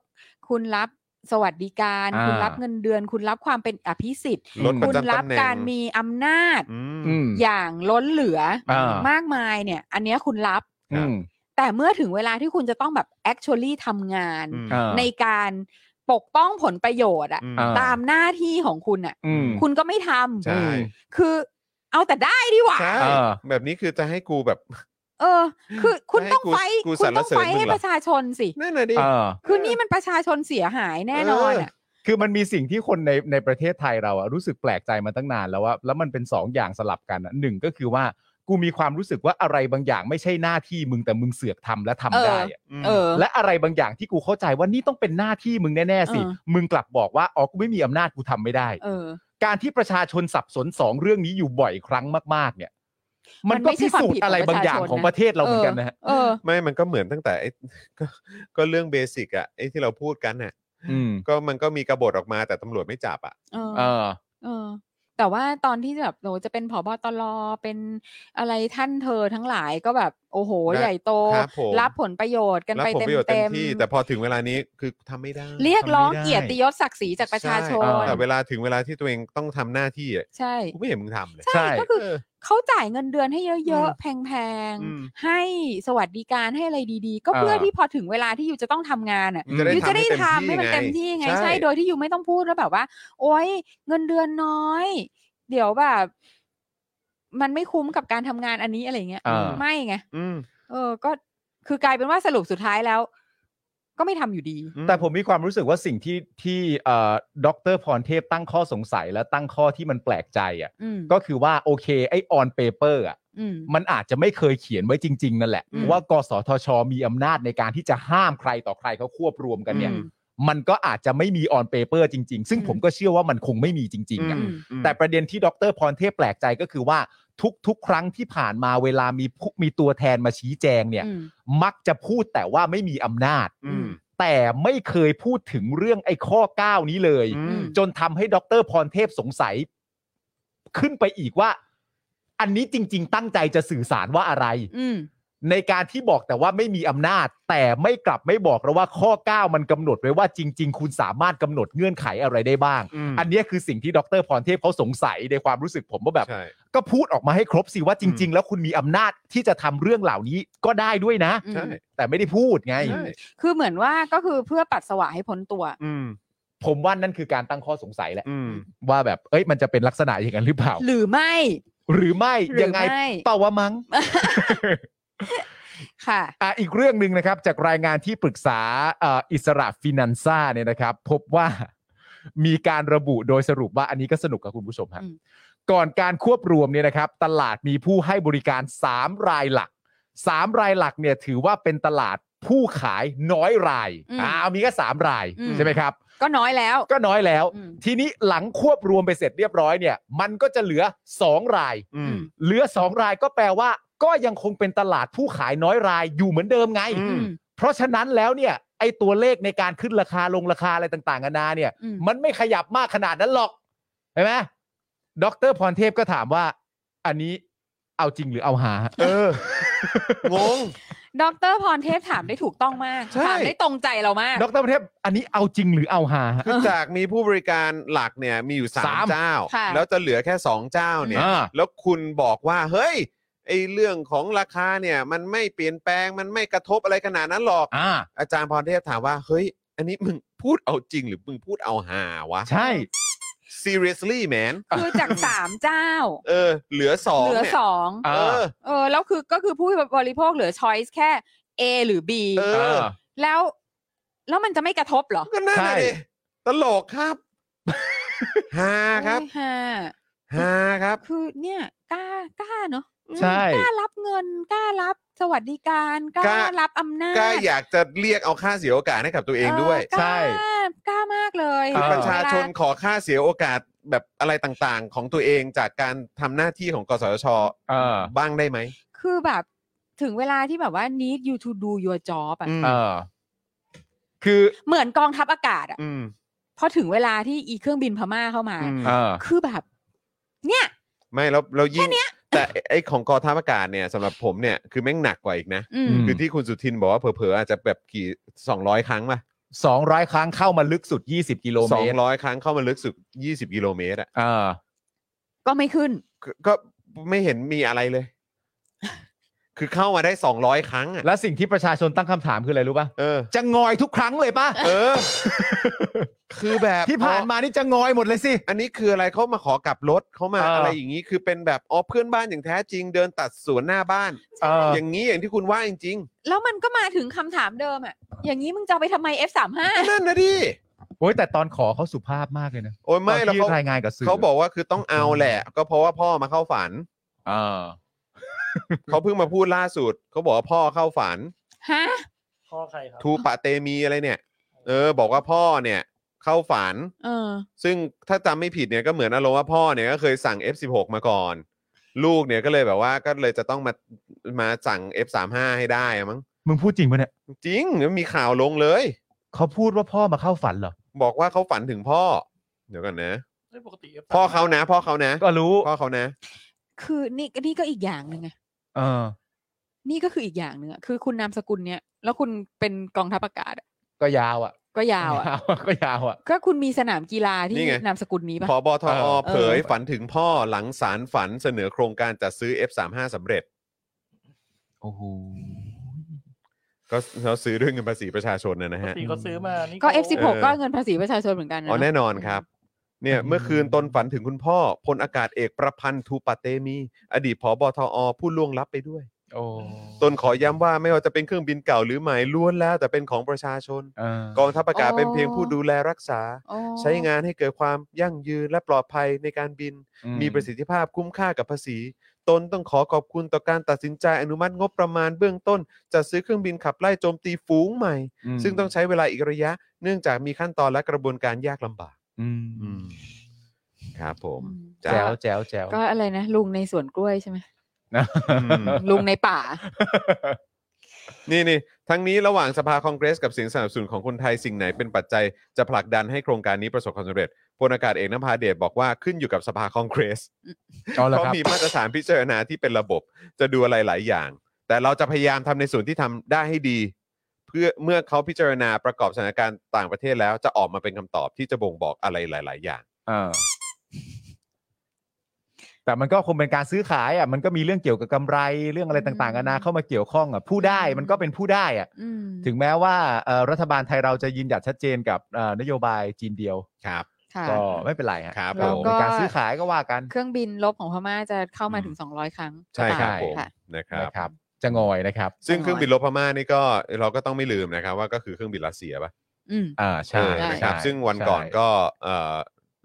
C: คุณรับสวัสดิการ
B: อ่า
C: คุณรับเงินเดือน คุณรับความเป็นอภิสิทธิ์
A: ลดป
C: คุ
A: ระ
C: ณ
A: จำ
C: รั
A: ตำแหน่ง
C: การมีอำนาจ
A: อืม
B: อืม
C: อย่างล้นเหลืออา มากมายเนี่ย อันเนี้ยคุณรับ
A: ครับ
B: อืม
C: แต่เมื่อถึงเวลาที่คุณจะต้องแบบ actually ทำงาน
A: อืม
B: อ่า
C: ในการปกป้องผลประโยชน์อะ
A: อืม
B: อ่า
C: ตามหน้าที่ของคุณอะ
B: อืม
C: คุณก็ไม่ท
A: ใช่
C: ำคือเอาแต่ได้ดีหว่า
A: ใช่
B: อ่า
A: แบบนี้คือจะให้กูแบบ
C: เออ คือคุณ
A: ให้
C: ต้อง
A: กู
C: ไฟ
A: กู
C: คุณ
A: สรร
C: ต้อง
A: เสริญ
C: ไฟ
A: มึง
C: ให้
A: เหรอ
C: ประชาชนสิ
A: นั่นน่ะดิ
B: อ่า
C: คือนี่มันประชาชนเสียหายแน่นอนอ่ะ
B: คือมันมีสิ่งที่คนในในประเทศไทยเราอะรู้สึกแปลกใจมาตั้งนานแล้วว่าแล้วมันเป็นสองอย่างสลับกันอะหนึ่งก็คือว่ากูมีความรู้สึกว่าอะไรบางอย่างไม่ใช่หน้าที่มึงแต่มึงเสือกทำและทำได้อะ
C: เออ
B: และอะไรบางอย่างที่กูเข้าใจว่านี่ต้องเป็นหน้าที่มึงแน่ๆสิ
C: เออ
B: มึงกลับบอกว่าอ๋อกูไม่มีอำนาจกูทำไม่ได้
C: เออ
B: การที่ประชาชนสับสนสองเรื่องนี้อยู่บ่อยครั้งมาก ๆ เนี่ย มันก็
C: มันไม่ใช่
B: พิสูจ
C: ความผิด
B: น์อะไรบางอย่าง
C: ของ
B: ของ
C: ประชาชนนะ
B: ประเทศเราเหมือนกันนะฮะ
C: เออ
A: ไม่มันก็เหมือนตั้งแต่ไอ้ ก็ก็เรื่องเบสิกอะไอ้ที่เราพูดกันน่ะ
B: อืม
A: ก็มันก็มีกบฏออกมาแต่ตำรวจไม่จับอะ
C: เออ
B: เออ
C: เออ แต่ว่าตอนที่แบบโหจะเป็นผบตรเป็นอะไรท่านเธอทั้งหลายก็แบบ โอ้โห ใหญ่โต
A: ครับผม
C: รับผลประโยชน์กัน
A: รับ
C: ไป
A: ผล
C: เต็ม
A: ประโยชน์เต็
C: เต็
A: ม
C: ม
A: ที่ แต่พอถึงเวลานี้คือทำไม่ได้
C: เรียกร้อง
B: ทำไม่ได้
C: เกียรติยศศักดิ์ศรีจากประชาชน
B: ใช่
A: แต่เวลาถึงเวลาที่ตัวเองต้องทำหน้าที่อะ
C: ใช่
A: กูไม่เห็นมึงทำเลย
B: ใช่
C: ใช่ก็คือ
A: เออ
C: เขาจ่ายเงินเดือนให้เยอะๆ แพง
A: อืม
C: ๆ ให้สวัสดิการให้อะไรดีๆ ก็เพื่อ
B: เออ
C: ที่พอถึงเวลาที่อยู่จะต้องทำงานอ่ะ
A: มึงจะได้
C: ยูจะได้
A: ทำ
C: ทำให้
A: ให้
C: มัน
A: เต็
C: เต็
A: ม
C: ม
A: ที่
C: ที่
A: ไง
C: ไงใช่โดยที่ยูไม่ต้องพูดแล้วแบบว่า โอ๊ยเงินเดือนน้อย เดี๋ยวแบบ มันไม่คุ้มกับการทำงานอันนี้อะไรเงี้ย
B: อ่า
C: ไม่ไง
A: อืม
C: เออ ก็คือกลายเป็นว่าสรุปสุดท้ายแล้ว ก็ไม่ทำอยู่ดี
A: อื
B: แต่ผมมีความรู้สึกว่าสิ่งที่ที่เอ่อดอกเตอรพรเทพตั้งข้อสงสัยและตั้งข้อที่มันแปลกใจอ่ะ
C: อืม
B: ก็คือว่าโอเคไอออนเปเปอร์อ่ะ
C: อืม
B: มันอาจจะไม่เคยเขียนไว้จริง ๆ นั่นแหละ
C: อืม
B: ว่ากสทช มีอำนาจในการที่จะห้ามใครต่อใครเขาควบรวมกันเนี่ย
C: อืม
B: มันก็อาจจะไม่มีออนเปเปอร์จริง ๆ ซึ่ง
C: อืม
B: ผมก็เชื่อว่ามันคงไม่มีจริงๆอะ
C: อืม
B: แต่ประเด็นที่ดอกเตอรพรเทพแปลกใจก็คือว่า ทุกๆ ครั้งที่ผ่านมาเวลามีผู้มีตัวแทนมาชี้แจงเนี่ย
C: อืม
B: มักจะพูดแต่ว่าไม่มีอำนาจ
A: อืม
B: แต่ไม่เคยพูดถึงเรื่องไอ้ข้อ 9 นี้เลย
A: อืม
B: จนทำให้ดรพรเทพสงสัย ขึ้นไปอีกว่า อันนี้จริง ๆ ตั้งใจจะสื่อสารว่าอะไร
C: อืม
B: ในการที่บอกแต่ว่าไม่มีอำนาจ แต่ไม่กลับไม่บอกเราว่าข้อ 9 มันกำหนดไว้ว่าจริง ๆ คุณสามารถกำหนดเงื่อนไขอะไรได้บ้าง
A: อืม
B: อันเนี้ยคือสิ่งที่ดรพรเทพเขาสงสัยในความรู้สึกผมว่าแบบ
A: ใช่
B: ก็พูดออกมาให้ครบสิว่าจริง
A: อืม
B: ๆ แล้วคุณมีอำนาจที่จะทำเรื่องเหล่านี้ก็ได้ด้วยนะ
C: อืม
A: ใช่
B: แต่ไม่ได้พูดไง
A: ใช่
C: คือเหมือนว่าก็คือเพื่อปัดสาวะให้พ้นตัว
A: อืม
B: ผมว่านั่นคือการตั้งข้อสงสัยแหละ
A: อืม
B: ว่าแบบเอ้ยมันจะเป็นลักษณะอย่างนั้นหรือเปล่า
C: หรือไม่
B: หรือไม่
C: หรื
B: ยั
C: อง
B: ไง
C: ไม่
B: เปล่าวะมั้ง
C: ค่ะ
B: อ่ะอีกเรื่องหนึ่งนะครับ จากรายงานที่ปรึกษาเอ่ออิสระฟินันซ่าเนี่ยนะครับ พบว่า มีการระบุโดยสรุปว่าอันนี้ก็สนุกกับคุณผู้ชมครับ
C: อืม
B: ก่อนการควบรวมเนี่ยนะครับ ตลาดมีผู้ให้บริการ 3 รายหลัก 3 รายหลักเนี่ยถือว่าเป็นตลาดผู้ขายน้อยราย
C: อืม
B: อ่ามีแค่สามราย
C: อืม
B: ใช่ไหมครับ
C: ก็น้อยแล้ว
B: ก็น้อยแล้ว
C: อืม
B: ทีนี้หลังควบรวมไปเสร็จเรียบร้อยเนี่ย มันก็จะเหลือ 2 ราย
A: อืม
B: เหลือ 2 รายก็แปลว่า ก็ยังคงเป็นตลาดผู้ขายน้อยรายอยู่เหมือนเดิมไง
A: อื
C: อืม
B: เพราะฉะนั้นแล้วเนี่ย ไอตัวเลขในการขึ้นราคาลงราคาอะไรต่างๆนานาเนี่ย
C: อืม
B: มันไม่ขยับมากขนาดนั้นหรอกเห็นไหมดรพรเทพก็ถามว่า อันนี้เอาจริงหรือเอาหา
A: เออ งง
C: ดอกเตอรพรเทพถามได้ถูกต้องมาก
A: ใช่
C: ถามได้ตรงใจเรามาก
B: ดรพรเทพอันนี้เอาจริงหรือเอาหา
A: คือจากมีผู้บริการหลักเนี่ยมีอยู่
B: สาม
A: 3 เจ้า
C: ค่ะ
A: แล้วจะเหลือแค่ 2 เจ้าเนี่ย
B: อ่า
A: แล้วคุณบอกว่า เฮ้ยไอเรื่องของราคาเนี่ย มันไม่เปลี่ยนแปลงมันไม่กระทบอะไรขนาดนั้นหรอก
B: อ่า
A: อาจารย์พรเทพถามว่า เฮ้ย อันนี้มึงพูดเอาจริงหรือมึงพูดเอาหาวะ
B: ใช่
A: seriously man
C: คือ จากสามเจ้า
A: เออ เหลือสอง
C: เหลือ
A: เนี่ย
C: สอง
A: เออ
C: เออแล้วคือก็คือผู้บริโภคเหลือช้อยส์แค่ A หรือ B
A: เออ
C: แล้ว แล้วมันจะไม่กระทบเหรอ
A: ก็นั่น
B: ใช่
A: น่ะดิตลกครับ ฮาครับ
C: โอ้ยฮ่า
A: ฮาครับ
C: คือเนี่ยกล้ากล้าเนาะ
B: ใช่
C: กล้ารับเงินกล้ารับสวัสดิการก
A: ก
C: ล้า
A: ล้า
C: รับอำนาจ
A: กล้าอยากจะเรียกเอาค่าเสียโอกาสให้กับตัวเองด้วย
C: กล้า
B: ใช่
C: กล้ามากเลย
B: อ
A: คือ
B: อ
A: ประชาชน
C: เวล
A: ขอค่าเสียโอกาสแบบอะไรต่างๆ ของตัวเองจากการทำหน้าที่ของกสทช
B: เออ
A: บ้างได้ไหม
C: คือแบบถึงเวลาที่แบบว่า need you to do your job อะ
A: อืม
B: เออ คือ
C: เหมือนกองทัพอากาศอะ
A: อืม
C: พอถึงเวลาที่อีเครื่องบินพม่าเข้ามา
A: อืม
B: เออ
C: คือแบบ เนี่ย
A: ไม่แล้วเรายิ่งแต่ไอ้ของกองทัพอากาศเนี่ยสำหรับผมเนี่ยคือแม่งหนักกว่าอีกนะ
C: อื
B: อื
C: ม
B: ม
A: คือที่คุณสุทินบอกว่าเผลอๆอาจจะแบบกี่ 200 ครั้งป่ะ
B: สองร้อยครั้งเข้ามาลึกสุดยี่สิบกิโลเม
A: สอง
B: ตร
A: ร้อยครั้งเข้ามาลึกสุด 20 กิโลเมตรอ่ะ
B: เออ
C: ก็ไม่ขึ้น
A: ก็ก็ไม่เห็นมีอะไรเลย คือเข้ามาได้ 200 ครั้งอ่ะ
B: และสิ่งที่ประชาชนตั้งคำถามคืออะไรรู้ป่ะ
A: เออ
B: จะงอยทุกครั้งเลยป่ะ
A: เออ คือแบบ
B: ที่ผ่านมานี่จะงอยหมดเลยสิ
A: อันนี้คืออะไรเขามาขอกลับรถเขามา
B: เอออ
A: อะไรอย่างนี้คือเป็นแบบอ๋อเพื่อนบ้านอย่างแท้จริง เดินตัดสวนหน้าบ้าน
B: เออ
A: อย่างนี้อย่างที่คุณว่าจริง
C: แล้วมันก็มาถึงคำถามเดิมอะอย่างนี้มึงจะเอาไปทำไม F35
A: ๆนั่นนะดิ
B: โอ้ยแต่ตอนขอเขาสุภาพมากเลยนะ
A: โอ้ยไม่
B: ต
A: แล้ว
B: อ
A: น
B: ที่
A: เขา
B: รายงานกับสื่อ
A: เขาบอกว่าคือต้องเอาแหละ ก็เพราะว่าพ่อมาเข้าฝัน
B: เออ
A: เขาเพิ่งมาพูดล่าสุดเขาบอกว่าพ่อเข้าฝัน
C: ฮะ
D: ข้อใครครับ
A: ทูปะเตมีอะไรเนี่ย เออ บอกว่าพ่อเนี่ย เข้าฝัน
C: เออ
A: ซึ่งถ้าจำไม่ผิดเนี่ยก็เหมือนอารมณ์ว่าพ่อเนี่ยก็เคยสั่ง F16 มาก่อน ลูกเนี่ยก็เลยแบบว่าก็เลยจะต้องมามาสั่ง F35 ให้ได้อะมั้ง
B: มึงพูดจริงปะเนี่ย
A: จริงมันมีข่าวลงเลย
B: เขาพูดว่าพ่อมาเข้าฝันเหรอ
A: บอกว่าเขาฝันถึงพ่อ เดี๋ยวกันนะ
D: เอ้ยปกติ F
A: พ่อเขานะ พ่อเขานะ
B: ก็รู้
A: พ่อเขานะ
C: คือนี่นี่ก็อีกอย่างหนึ่งไง
B: เออ
C: นี่ก็คืออีกอย่างหนึ่งอะคือคุณนามสกุลเนี่ย แล้วคุณเป็นกองทัพอากาศอะ
B: ก็ยาวอ่ะ
C: ก็ยาวอะ
B: ก็ยาวอ่ะ
C: ก็คุณมีสนามกีฬาที่
A: นี่ไง
C: นามสกุลนี้
A: พ
C: ปะ
A: อบท
B: เอ
A: อ
B: อ
A: เผยฝันถึงพ่อหลังสารฝันเสนอโครงการจัดซื้อ F35 สำเร็จ
B: โอ้โห
A: ก็เขาซื้อด้วยเงินภาษีประชาชนนะนะ
D: ปก
A: ฮะ
D: ติเขาซื้อมานี่
C: ก็
D: เขา
C: F16 ก็เงินภาษีประชาชนเหมือนกันะ
A: อ๋อ
C: เะ
A: แน่นอนครับ เนี่ยเมื่อคืนตนฝันถึงคุณพ่อพลอากาศเอกประพันธ์ทูปะเตมี อดีตผอบทอผู้ล่วงลับไปด้วย
B: โอ้
A: ตนขอย้ำว่าไม่ว่าจะเป็นเครื่องบินเก่าหรือใหม่ล้วนแล้วแต่เป็นของประชาชน
B: เออก
A: องทัพอากาศเป็นเพียงผู้ดูแลรักษา
C: โอ้
A: ใช้งานให้เกิดความยั่งยืนและปลอดภัยในการบิน
B: อื
A: มีประสิทธิภาพคุ้มค่ากับภาษี ตนต้องขอขอบคุณต่อการตัดสินใจอนุมัติงบประมาณเบื้องต้นจัดซื้อเครื่องบินขับไล่โจมตีฝูงใหม่
B: ม
A: ซึ่งต้องใช้เวลาอีกระยะ เนื่องจากมีขั้นตอนและกระบวนการยากลำบาก
B: อืม
A: ครับผม
C: อืม
A: จ้า
B: แจ๋วแจ๋วแจ๋ว
C: ก็อะไรนะ ลุงในสวนกล้วยใช่ไหม
B: นะ
A: อืม
C: ลุงในป่า
A: นี่นี่ทั้งนี้ระหว่างสภาคองเกรสกับเสียงสนับสนุนของคนไทยสิ่งไหนเป็นปัจจัยจะผลักดันให้โครงการนี้ประสบความสำเร็จพลอากาศเอกนภาเดชบอกว่าขึ้นอยู่กับสภาคองเกรส
B: เอาละ
A: เขา
B: ครับ
A: มีมาตรฐานพิจารณาที่เป็นระบบจะดูอะไรหลายอย่าง แต่เราจะพยายามทำในส่วนที่ทำได้ให้ดี เพื่อเมื่อเขาพิจารณาประกอบสถานการณ์ต่างประเทศแล้วจะออกมาเป็นคำตอบที่จะบ่งบอกอะไรหลาย ๆ อย่าง
B: เออแต่มันก็คงเป็นการซื้อขายอ่ะมันก็มีเรื่องเกี่ยวกับกำไรเรื่องอะไรต่างๆนานาเข้ามาเกี่ยวข้องอ่ะผู้ได้มันก็เป็นผู้ได้อ่ะ
C: อืม
B: ถึงแม้ว่าเอ่อรัฐบาลไทยเราจะยืนหยัดชัดเจนกับเอ่อนโยบายจีนเดียว
A: ครับ
C: ค่ะ
B: ก็ไม่เป็นไรฮะ
A: ครับ
C: แล้ว
A: ผม
C: ก็
B: เป็นการซื้อขายก็ว่ากัน
C: เครื่องบินลบของพม่าจะเข้ามา
A: อืม
C: ถึง 200 ครั้ง
A: ใช่ครับ
C: ห
A: ผ
C: อ
A: ม
C: เปล่าค่ะ
A: นะครับ
B: นะครับ จะงอยนะครับ
A: ซึ่งเครื่องบินรบพม่านี่ก็เราก็ต้องไม่ลืมนะครับ ว่าก็คือเครื่องบินรัสเซียปะ
C: อืม
B: อ่าใช่
A: เออนะครับ
B: ใช่
A: ซึ่งวันก่อน
B: ใช่
A: ก็เอ่อ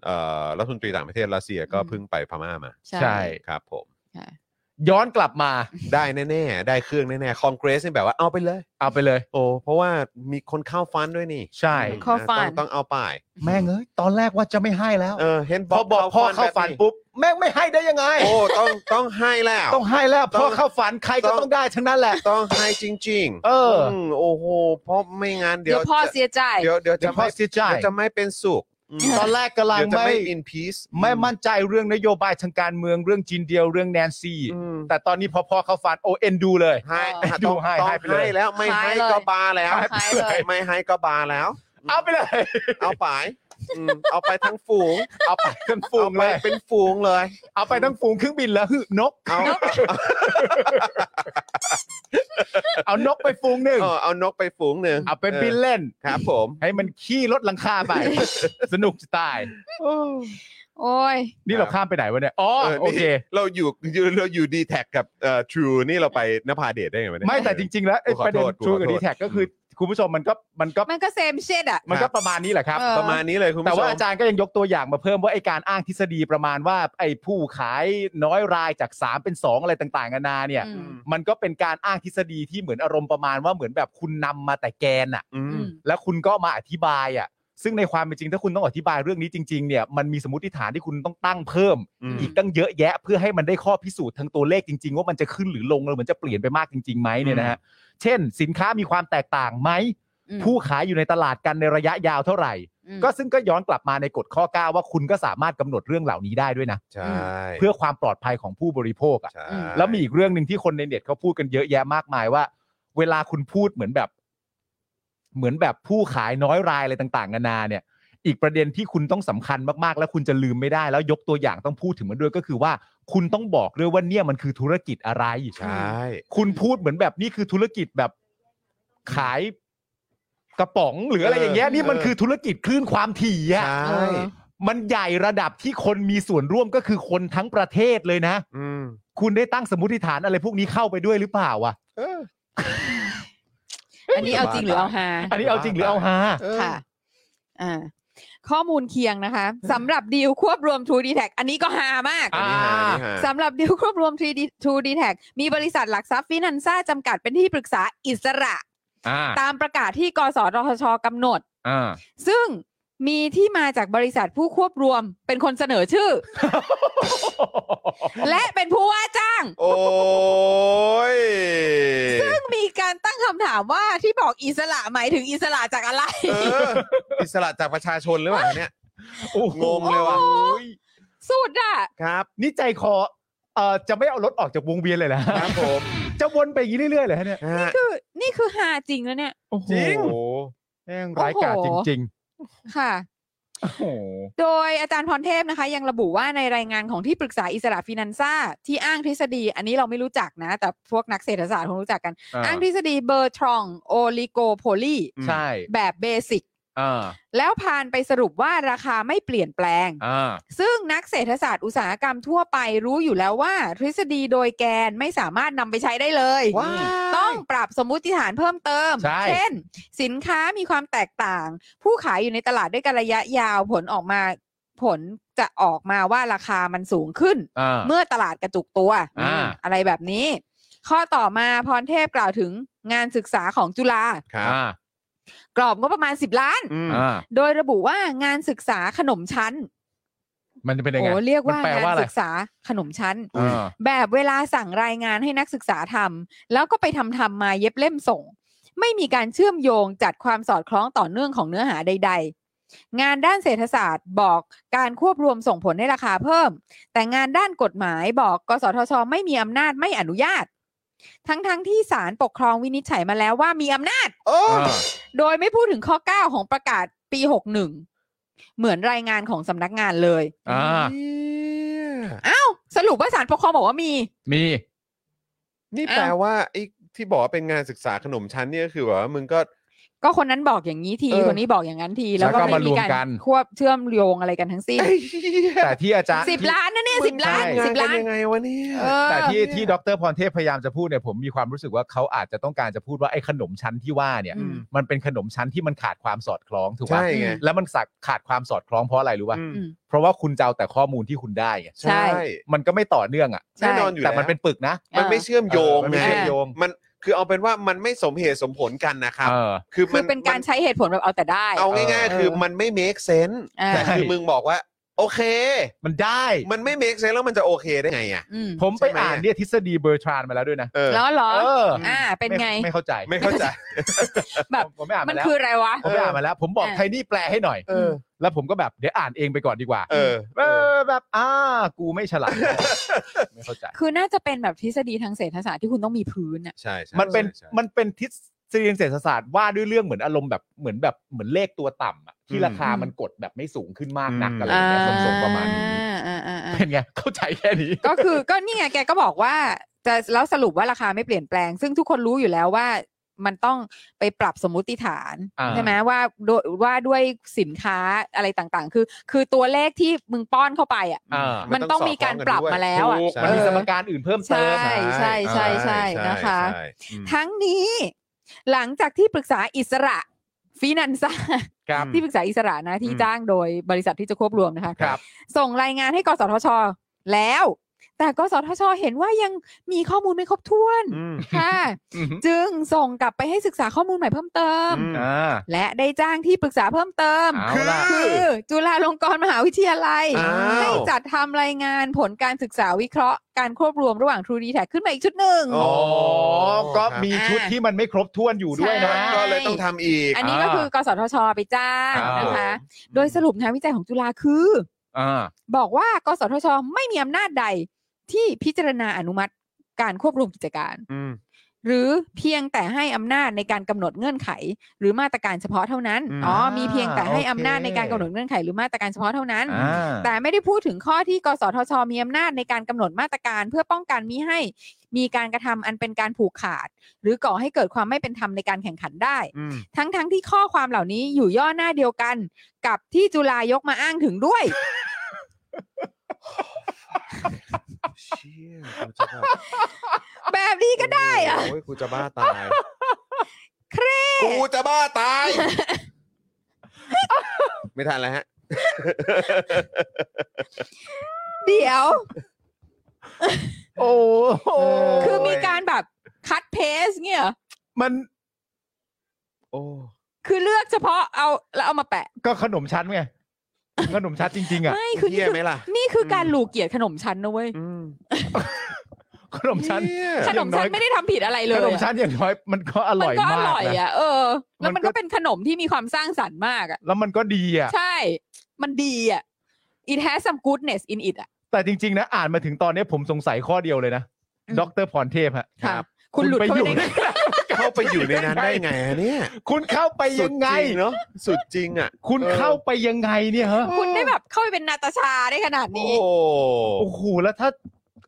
A: เอ่อรัฐมนตรีต่างประเทศรัสเซียก็
C: อืม
A: เพิ่งไปพม่ามา
C: ใช่
B: ใช่
A: ครับผม
C: ค่ะ
B: ย้อนกลับมา
A: ได้แน่ๆได้เครื่องแน่ๆคองเกรสนี่แบบว่าเอาไปเลย
B: เอาไปเลย
A: โอ้เพราะว่ามีคนเข้าฟันด้วยนี่
B: ใช่
C: เข้าฟัน
A: ต้องต้องเอาไป่าย
B: แม่งเอ้ยตอนแรกว่าจะไม่ให้แล้ว
A: เออเห็น
B: พอบอกพ่อเข้าฝัน
A: แบบ
B: ปุ๊บ แม่งไม่ให้ได้ยังไง
A: โอ้ต้องต้องให้แล้ว
B: ต้องให้แล้ว
A: ต้อง
B: พ่อเข้าฝันใครก็
A: ต้อง
B: ต้องได้ทั้งนั้นแหละ
A: ต้องให้จริงๆ
B: เอออื
A: มโอ้โหเพราะไม่งั้นเดี๋
C: เดี๋ยวพ่อเสียใจ
A: เดี๋ยวเดี๋ยว
B: เดี๋
A: จะ
B: ยวพ่อ
A: ไม่
B: เสียใจ
A: เดี๋ยวจะไม่เป็นสุขม
B: ตอนแรกกำลัง
A: เดี๋ยวจะ
B: ไม่
A: ไม่ in peace
B: ไม่มั่นใจเรื่องนโยบายทางการเมืองเรื่องจีนเดียวเรื่องแนนซี่
A: อืม
B: แต่ตอนนี้พอพ่อเข้าฝันโอเอ็นดูเลย
A: ให้
C: เออ
A: ต้อง
B: ดู
A: ต้อง
B: ให้ให้ไปเลย
A: ให้แล้วไม่
C: ให้
A: ให้
C: เลย
A: ก็บาแล้ว
C: ให้ไปเลย
A: ไม่ให้ก็บาแล้ว
B: เอาไปเลย
A: เอาไปอืมเอาไปทั้งฝูง
B: เอาไปทั้งฝูงเลย
A: อาไปเป็นฝูงเลย
B: เอาไปทั้งฝูงเครื่องบินแล้วฮึนก
A: เอา
B: เอานกไปฝูงหนึ่ง
A: เออเอานกไปฝูงหนึ่ง
B: เอาเป็นบินเล่น
A: ครับผม
B: ให้มันขี้ลดหลังคาไป สนุกจะตาย
C: โอ้ย
B: นี่เราข้ามไปไหนวะเนี่ยอ๋อ
A: เออนี่
B: โอเค
A: เราอยู่อยู่เราอยู่ดีแท็กกับเอ่อทรูนี่เราไปนภาเดชได้ไงวะเนี่ย
B: ไม่แต่จริง ๆ แล้วไอ้
A: ขอโทษ
B: ประเด็น
A: ขอโทษ
B: ทรูกับดีแท็กก็คืออคุณผู้ชมมันก็มันก็
C: มันก็เซมเชดอ่ะ
B: มัน
A: ครับ
B: ก็ประมาณนี้แหละครับ
C: เออ
A: ประมาณนี้เลยคุณผู้ชม
B: แต่ว่าอาจารย์ก็ยังยกตัวอย่างมาเพิ่มว่าไอ้การอ้างทฤษฎีประมาณว่าไอ้ผู้ขายน้อยรายจาก 3 เป็น 2 อะไรต่างๆนานาเนี่ย
C: อืม
B: มันก็เป็นการอ้างทฤษฎีที่เหมือนอารมณ์ประมาณว่าเหมือนแบบคุณนำมาแต่แกนอะ
A: อืม
C: อืม
B: แล้วคุณก็มาอธิบายอ่ะ ซึ่งในความเป็นจริงถ้าคุณต้องอธิบายเรื่องนี้จริง ๆ เนี่ย มันมีสมมติฐานที่คุณต้องตั้งเพิ่ม
A: อืม
B: อีกตั้งเยอะแยะ เพื่อให้มันได้ข้อพิสูจน์ทางตัวเลขจริง ๆ ว่ามันจะขึ้นหรือลงหรือมันจะเปลี่ยนไปมากจริงๆไหมเนี่ยนะฮะ เช่น สินค้ามีความแตกต่างไหม
C: อืม
B: ผู้ขายอยู่ในตลาดกันในระยะยาวเท่าไหร่
C: อืม
B: ก็ซึ่งก็ย้อนกลับมาในกฎข้อ 9 ว่าคุณก็สามารถกำหนดเรื่องเหล่านี้ได้ด้วยนะ
A: ใช่
B: เพื่อความปลอดภัยของผู้บริโภคอ่ะ
A: ใช่
B: แล้วมีอีกเรื่องหนึ่งที่คนในเน็ตเขาพูดกันเยอะแยะมากมายว่า เวลาคุณพูดเหมือนแบบ เหมือนแบบผู้ขายน้อยรายอะไรต่างๆนานาเนี่ย อีกประเด็นที่คุณต้องสำคัญมากๆ แล้วคุณจะลืมไม่ได้ แล้วยกตัวอย่างต้องพูดถึงมันด้วยก็คือว่า คุณต้องบอกด้วยว่าเนี่ยมันคือธุรกิจอะไร
A: ใช่
B: คุณพูดเหมือนแบบนี่คือธุรกิจแบบขายกระป๋องหรืออะไรอย่างเงี้ยนี่มันคือธุรกิจคลื่นความถี่
A: ใช
B: อะ
A: ่
B: มันใหญ่ระดับที่คนมีส่วนร่วมก็คือคนทั้งประเทศเลยนะ
A: อืม
B: คุณได้ตั้งสมมติฐานอะไรพวกนี้เข้าไปด้วยหรือเปล่าวะ
A: เออ
C: อันนี้เอาจริงหรือเอาฮา
B: อันนี้เอาจริงหรือเอาฮา
A: เออ
C: ค่ะ อ่า ข้อมูลเคียงนะคะสำหรับดีลควบรวม True d t a c อันนี้ก็ฮามาก
A: อันนี้หาอันนี้หา
C: สำหรับดีลควบรวม 3D, True d t a c มีบริษัทหลักทรัพย์ฟินันซ่าจำกัดเป็นที่ปรึกษาอิสระ
B: อ่า
C: ตามประกาศที่กสทชกำหนด
B: อ่า
C: ซึ่งมีที่มาจากบริษัทผู้ควบรวมเป็นคนเสนอ ชื่อ และเป็นผู้ว่าจ้าง
A: โอ้ย
C: ซึ่งมีการตั้งคำถามว่าที่บอกอิสระหมายถึงอิสระจากอะไร
A: เอออิสระจากประชาชนหรือเปล่าเนี่ย
B: โอ้โห
A: งงเลยว่ะ
C: โอ้ย สุดอะ
A: ครับ
B: นี่ใจคอเอ่อจะไม่เอารถออกจากวงเวียนเลยนะครับ
A: ผม
B: จะวนไปอย่างนี้เรื่อยๆเลยฮะเนี่ย
A: ฮะ
C: คือนี่คือฮาจริงแล้วเนี่ย
B: โอ้โห
A: จริง
B: แม่งร้ายกาจจริง
C: ค่ะ
B: ๆโอ้โห
C: โดยอาจารย์พรเทพนะคะ ยังระบุว่าในรายงานของที่ปรึกษาอิสระฟินันซ่า ที่อ้างทฤษฎี อันนี้เราไม่รู้จักนะ แต่พวกนักเศรษฐศาสตร์คงรู้จักกัน อ้างทฤษฎีเบอร์ทรองโอลิโกโพลี
B: ใช่
C: แบบเบสิก
B: อ่า
C: แล้วผ่านไปสรุปว่าราคาไม่เปลี่ยนแปลง
B: อ่า
C: ซึ่งนักเศรษฐศาสตร์อุตสาหกรรมทั่วไปรู้อยู่แล้วว่า ทฤษฎีโดยแกนไม่สามารถนำไปใช้ได้เลย
A: ว้าย
C: ต้องปรับสมมุติฐานเพิ่มเติม
B: ใช่
C: เช่น สินค้ามีความแตกต่าง ผู้ขายอยู่ในตลาดด้วยกันระยะยาวผลออกมาผลจะออกมาว่าราคามันสูงขึ้น
B: อ่า
C: เมื่อตลาดกระจุกตัว
B: อ่า
C: อะไรแบบนี้ ข้อต่อมาพรเทพกล่าวถึงงานศึกษาของจุฬา
A: ครับ
B: อ่าก
C: รอบงบประมาณ 10 ล้าน
A: อืม
B: อ่า
C: โดยระบุว่างานศึกษาขนมชั้น
B: มันจะเป็นยังไง
C: โอ้เรียก
B: มัน
C: ว่า
B: แปล
C: งาน
B: ว่าอะไร
C: ศึกษาขนมชั้น
B: อ่า
C: แบบเวลาสั่งรายงานให้นักศึกษาทำแล้วก็ไปทำทำมาเย็บเล่มส่ง ไม่มีการเชื่อมโยงจัดความสอดคล้องต่อเนื่องของเนื้อหาใด ๆ งานด้านเศรษฐศาสตร์บอกการควบรวมส่งผลให้ราคาเพิ่ม แต่งานด้านกฎหมายบอกกสทช ไม่มีอำนาจไม่อนุญาต ทั้งๆที่ศาลปกครองวินิจฉัยมาแล้วว่ามีอำนาจ
A: โอ้
B: อ่า
C: โดยไม่พูดถึงข้อ 9 ของประกาศปี 61 เหมือนรายงานของสำนักงานเลย
B: อ่า
A: เหี้ย
C: อ้าวสรุปว่าศาลปกครองบอกว่ามี
B: มี
A: นี่
C: อ้าว
A: แปลว่าไอ้ที่บอกว่าเป็นงานศึกษาขนมชั้นเนี่ยก็คือแบบว่ามึงก็
C: ก็คนนั้นบอกอย่างนี้ที
A: เออ
C: คนนี้บอกอย่างนั้นที
B: แล้
C: แล้ว ว
B: ก็
C: ก็ไม่
B: มาร
C: มี
B: วม
C: การ
B: กัน
C: ควบเชื่อมโยงอะไรกันทั้งสิ้น
A: ไอ้เหี้ย
B: แต่ที่อาจารย์
C: สิบล้านนะเนี่ยสิบล้าน
B: ใช่
C: สิบ
A: มึงทำง
C: ล้าน
A: กัยังไงวะเนี่ย
C: เออ
B: แต่ที่ที่ดรพรเทพพยายามจะพูดเนี่ยผมมีความรู้สึกว่าเขาอาจจะต้องการจะพูดว่าไอ้ขนมชั้นที่ว่าเนี่ย
C: อืม
B: มันเป็นขนมชั้นที่มันขาดความสอดคล้องถูกไหม
A: ใช่ไง
B: แล้วมันสักขาดความสอดคล้องเพราะอะไรรู้ป่ะ
A: อืม
C: อืม
B: เพราะว่าคุณจะเอาแต่ข้อมูลที่คุณได้ไง
C: ใช่
B: มันก็ไม่ต่อเนื่องอ่ะ
C: ใช่
A: แน่นอนอยู่
B: แต่มัน
A: ล้ว
B: เป็นปึกนะ
A: มันไม่เชื่อมโยง
B: เออมัน
A: ไง
B: ไม่เชื่อมโยง
A: มันคือเอาเป็นว่ามันไม่สมเหตุสมผลกันนะครับ
B: เออ
A: คือ
C: คื
A: มั
C: อเป็นการใช้เหตุผลแบบเอาแต่ได้
A: มันเอาง่าย
C: เออ
A: ๆ คือมันไม่ make sense
C: อ่า
A: แต่คือ
B: ใช่
A: มึงบอกว่า โอเค
B: มันได้
A: มันไม่ make sense แล้วมันจะโอเคได้ไงอ่ะ
C: อืม
B: ผมไป
A: ใช่ไหม
B: อ่านเนี่ยทฤษฎีเบอร์ทรานมาแล้วด้วยนะ
A: เออ
C: แล้วเหรอ
B: เอออ่
C: อ่า เป็นไง
B: ม่ไม่เข้าใจ
A: ไม่เข้าใจ
C: แบบ
B: ผมผมไม่อ่าน
C: มัน
B: มาแล้ว
C: คืออะไรวะ
B: ผมไม่อ่านมาแล้ว ผมบอก
C: เออ
B: ไทนี่แปลให้หน่อย
C: เออ
B: แล้วผมก็แบบเดี๋ยวอ่านเองไปก่อนดีกว่า
A: เออ
B: เออแบบอ่ากูไม่ฉลาด ไม่เข้าใจ
C: คือน่าจะเป็นแบบทฤษฎีทางเศรษฐศาสตร์ที่คุณต้องมีพื้นอ่ะ
A: ใช่ใช่
B: มันเป็น
A: ใช่
B: มันเป็นทฤษฎีเศรษฐศาสตร์ว่าด้วยเรื่องเหมือนอารมณ์แบบเหมือนแบบเหมือนเลขตัวต่ำอะที่
A: อืม
B: ราคามันกดแบบไม่สูงขึ้นมากนัก
A: อืม
B: อะไรอย่างเงี้ยทรงๆประมาณนี้
C: อ่าอ่าอ่า
B: เป็นไง เข้าใจแค่นี้
C: ก็คือ ก็นี่ไงแกก็บอกว่าจะแล้วสรุปว่าราคาไม่เปลี่ยนแปลง ซึ่งทุกคนรู้อยู่แล้วว่ามันต้องไปปรับสมมติฐาน
B: อ่า
C: ใช่ไหมว่าโดยว่าด้วยสินค้าอะไรต่างๆ คือ คือตัวเลขที่มึงป้อนเข้าไปอ่ะ
B: อ่า
C: มันต้องมีการปรับมาแล้วอ่ะ
A: ถูก
B: มันมี
C: เออ
B: สมการอื่นเพิ่มเติม
C: ใช่ใช่ใช่ใช่
A: ใช่
C: นะคะ
A: ใช่อืม
C: ทั้งนี้หลังจากที่ปรึกษาอิสระฟินันซ่า
B: ครับ
C: ที่ปรึกษาอิสระนะที่
A: อืม
C: จ้างโดยบริษัทที่จะควบรวมนะคะ
B: ครับ
C: ส่งรายงานให้กสทช แล้ว แต่กสทช เห็นว่ายังมีข้อมูลไม่ครบถ้ วน
A: อืม
C: ค่ะ
B: อืม
C: จึงส่งกลับไปให้ศึกษาข้อมูลใหม่เพิ่มเติม
A: อืม
B: อ่า
C: และได้จ้างที่ปรึกษาเพิ่มเติม
B: เอาล่ะ
C: คือจุฬาลงกรณ์มหาวิทยาลัย
A: อ้าว
C: ให้จัดทำรายงานผลการศึกษาวิเคราะห์การควบรวมระหว่าง True d t a c ขึ้นมาอีกชุดหนึ่ง
A: อ๋
B: อ๋อ
A: อ
B: ก็มีชุดที่มันไม่ครบถ้วนอยู่ด้วยนะ
C: ใช่
A: ก็เลยต้องทำอีก
C: อันนี้ก็คือกสทช ไปจ้าง
B: อ่าน
C: นะคะ โดยสรุปงานวิจัยของจุฬาคือ
B: อ่า
C: บอกว่ากสทช ไม่มีอำนาจใดที่พิจารณาอนุมัติการควบรวมกิจการ
A: อืม
C: หรือเพียงแต่ให้อำนาจในการกำหนดเงื่อนไข หรือมาตรการเฉพาะเท่านั้น
A: อืม
C: อ๋อ มีเพียงแต่ให้อำนาจในการกำหนดเงื่อนไขหรือมาตรการเฉพาะเท่านั้น
B: อ่า
C: แต่ไม่ได้พูดถึงข้อที่กสทช มีอำนาจในการกำหนดมาตรการเพื่อป้องกันมิให้ มีการกระทำอันเป็นการผูกขาด หรือก่อให้เกิดความไม่เป็นธรรมในการแข่งขันได้
A: อืม
C: ทั้งๆที่ข้อความเหล่านี้อยู่ย่อหน้าเดียวกัน กับที่จุฬายกมาอ้างถึงด้วย
A: เชี่ยกูจะแบบ
C: แบบนี้ก็ได้อะ
A: โอ้ยกูจะบ้าตาย
C: เครียด
A: กูจะบ้าตาย ไม่ทันแล้วฮะ
C: เดี๋ยว
B: โอ้โห
A: ย
C: คือมีการแบบคัดเพสเงี้ยเหรอ
B: มัน
A: โอ้
C: คือเลือกเฉพาะเอาแล้วเอามาแปะ
B: ก็ขนมชั้นไงขนมชั้นจริง ๆอ่ะ
C: ไม่คือ
A: เฮี
C: นี่
A: ย
C: คือ
A: ไหมล่ะ
C: นี่คืออ
A: ม
C: การหลูเกียรติขนมชั้นนะเว้ย
A: อืม
B: ขนมชั้น
A: เหี้ย
C: ขนมชั้น
B: อย่างน้อย
C: ไม่ได้ทำผิดอะไรเล
B: ข
C: ย
B: นม
C: อะ
B: ชั้นอย่างน้อยมันก็อ
C: มั
B: ร่อย
C: ก็อ
B: มาก
C: ร่อย
B: นะ
C: อ่ะเออ แล้ว
B: มั
C: มัน น
B: ก็
C: ก็เป็นขนมที่มีความสร้างสรรค์มากอ่ะ
B: แล้วมันก็ดีอ่ะ
C: ใช่ มันดีอ่ะ it has some goodness in it อ่ะ
B: แต่จริง ๆ นะ อ่านมาถึงตอนนี้ผมสงสัยข้อเดียวเลยนะ
C: อืม
B: ดรพรเทพฮะ
C: ค่ะ คุณหลุด
B: ไปอ
C: เข้าไป
B: ยู่
C: ได้ไง
A: เข้าไปอยู่ในนั้นได้ไงอะเนี่ย
B: คุณเข้าไปยังไง
A: สุดจริเนาะสุดจริงอ่ะ
B: คุณ
A: เออ
B: เข้าไปยังไงเนี่ยฮะ
C: คุณได้แบบเข้าไปเป็นนาตาชาได้ขนาด
A: โอ้
C: นี้
B: โอ้โหแล้วถ้า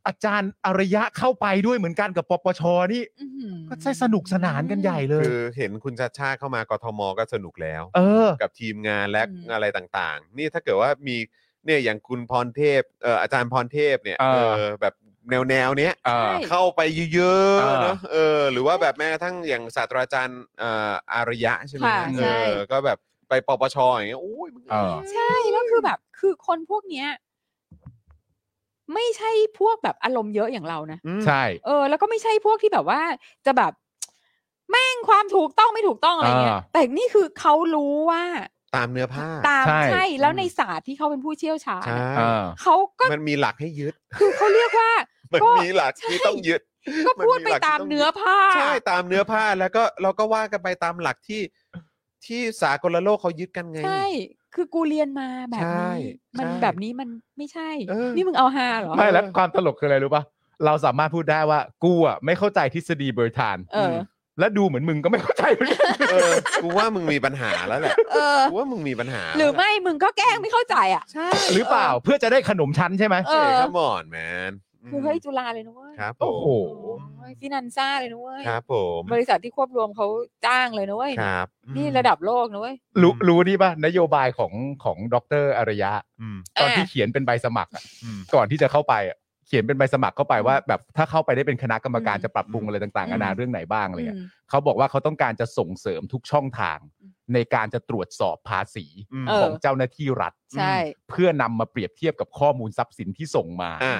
B: อาจารย์อารยะเข้าไปด้วยเหมือนกันกับปปชนี่
C: อื้อหือ
B: ก็ใช่สนุกสนานกันใหญ่เลย
A: คือเห็นคุณชาติชาติเข้ามากทมก็สนุกแล้ว
B: เออ
A: กับทีมงานและ
C: อืม
A: อะไรต่างๆ นี่ถ้าเกิดว่ามีเนี่ยอย่างคุณพรเทพเอ่ออาจารย์พรเทพเนี่ย
B: เออ
A: เออแบบแนวแนวๆเนี้ย
B: เออ
C: ใช่
A: เข้าไปเยอะ
B: เออ
A: ๆเนอะเออ หรือว่าแบบแม้กระทั่งอย่างศาสตราจารย์เอ่ออารยะใช่ไหม
C: ค่ะใช่
A: เออก็แบบไปปปชอย่างเงี้ยโอ้ยมึง
B: เออ
C: ใช่ แล้วคือแบบ คือคนพวกเนี้ย ไม่ใช่พวกแบบอารมณ์เยอะอย่างเรานะ
A: อืม
B: ใช่
C: เออ แล้วก็ไม่ใช่พวกที่แบบว่า จะแบบ แม่งความถูกต้องไม่ถูกต้องอะไรเงี้ย
B: อ่า
C: แต่นี่คือเขารู้ว่า
A: ตามเนื้อผ้า
C: ตาม
B: ใช่
C: ใช่แล้วในศาสตร์ที่เขาเป็นผู้เชี่ยวชาญ
A: ใช่
C: อะ
B: อ่า
C: เขาก็
A: มันมีหลักให้ยึด
C: คือเขาเรียกว่า
A: มัน
C: ก็
A: มีหลักที่
C: ใช่
A: ต้องยึด
C: ก็
A: มัน
C: พูด
A: มี
C: ไป
A: หลักที่
C: ตาม
A: ต้อง
C: เนื้อผ้า
A: ใช่ตามเนื้อผ้าแล้วก็เราก็ว่ากันไปตามหลักที่ที่สากลโลกเขายึดกันไง
C: ใช่ คือกูเรียนมาแบบ
A: ใช่
C: นี้ มัน
A: ใช่
C: แบบนี้มันไม่ใช่
A: เออ
C: นี่มึงเอาฮาเหรอ
B: ไม่แล้วความตลกคืออะไรรู้ป่ะ เราสามารถพูดได้ว่ากูอ่ะไม่เข้าใจทฤษฎีเบอร์ทาน
C: เออ
B: และดูเหมือนมึงก็ไม่เข้าใจเหมือนกัน
A: เออกูว่ามึงมีปัญหาแล้วแหละ
C: เออ
A: กูว่ามึงมีปัญหา
C: หรือไม่มึงก็แกล้งไม่เข้าใจอ่ะ
A: ใช่
B: หรือเปล่าเพื่อจะได้ขนมชั้นใช่ไหม
C: เอ
A: เอ
C: อ
A: อขมอนแมน
C: คือเฮ้ยจุฬาเลยนะเว้ย
A: ครับผ
B: โอ้โห
A: ม
C: โอ้ยฟินันซ่าเลยนะเว้ย
A: ครับผม
C: บริษัทที่ควบรวมเขาจ้างเลยนะเว้ย
A: ครับอืม
C: นี่ระดับโลกนะเว้ย
B: รู้รู้นี่ป่ะ นโยบายของของดรอารยะ
A: อืม
B: ตอนที่
C: อ่ะ
B: เขียนเป็นใบสมัครอะ
A: อืม
B: ก่อนที่จะเข้าไปอะเขียนเป็นใบสมัครเข้าไปว่า แบบถ้าเข้าไปได้เป็นคณะกรรมการ
C: อืม
B: จะปรับปรุงอะไรต่างๆนานา
C: อืม
B: เรื่องไหนบ้างอะไรเงี้ย
C: อืม
B: เขาบอกว่าเขาต้องการจะส่งเสริมทุกช่องทาง
C: อืม
B: ในการจะตรวจสอบภาษี
A: อืม
C: เอ
B: ข
C: อ
B: องเจ้าหน้าที่รัฐ
C: ใช่
B: เพื่อนำมาเปรียบเทียบกับข้อมูลทรัพย์สินที่ส่งมา
A: อ่า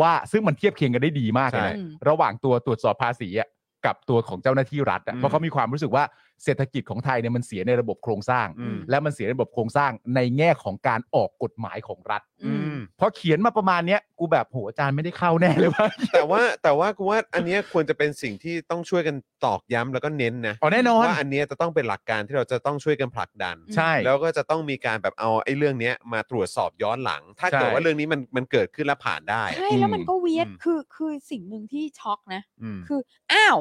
B: ว่าซึ่งมันเทียบเคียงกันได้ดีมากเลยนะ
C: ใช่
B: ระหว่างตัวตรวจสอบภาษีอะกับตัวของเจ้าหน้าที่รัฐอะ
A: อืม
B: เพราะเขามีความรู้สึกว่าเศรษฐกิจของไทยเนี่ยมันเสียในระบบโครงสร้าง
A: อืม
B: และมันเสียในระบบโครงสร้างในแง่ของการออกกฎหมายของรัฐ
C: อืม
B: พอเขียนมาประมาณเนี้ยกูแบบโหอาจารย์ไม่ได้เข้าแน่เลยว่า
A: แต่ว่าแต่ว่ากูว่าอันเนี้ยควรจะเป็นสิ่งที่ต้องช่วยกันตอกย้ำแล้วก็เน้นนะ
B: อ๋อแน่นอน
A: ว่าอันเนี้ยจะต้องเป็นหลักการที่เราจะต้องช่วยกันผลักดัน
B: ใช่
A: แล้วก็จะต้องมีการแบบเอาไอ้เรื่องเนี้ยมาตรวจสอบย้อนหลัง ถ้า
B: ใช่
A: เกิดว่าเรื่องนี้มันมันเกิดขึ้นและผ่านได้
C: ใช่ แล้วมันก็เวียด
A: อืม
C: คือคือสิ่งหนึ่งที่ช็อกนะ
A: อืม
C: คืออ้าว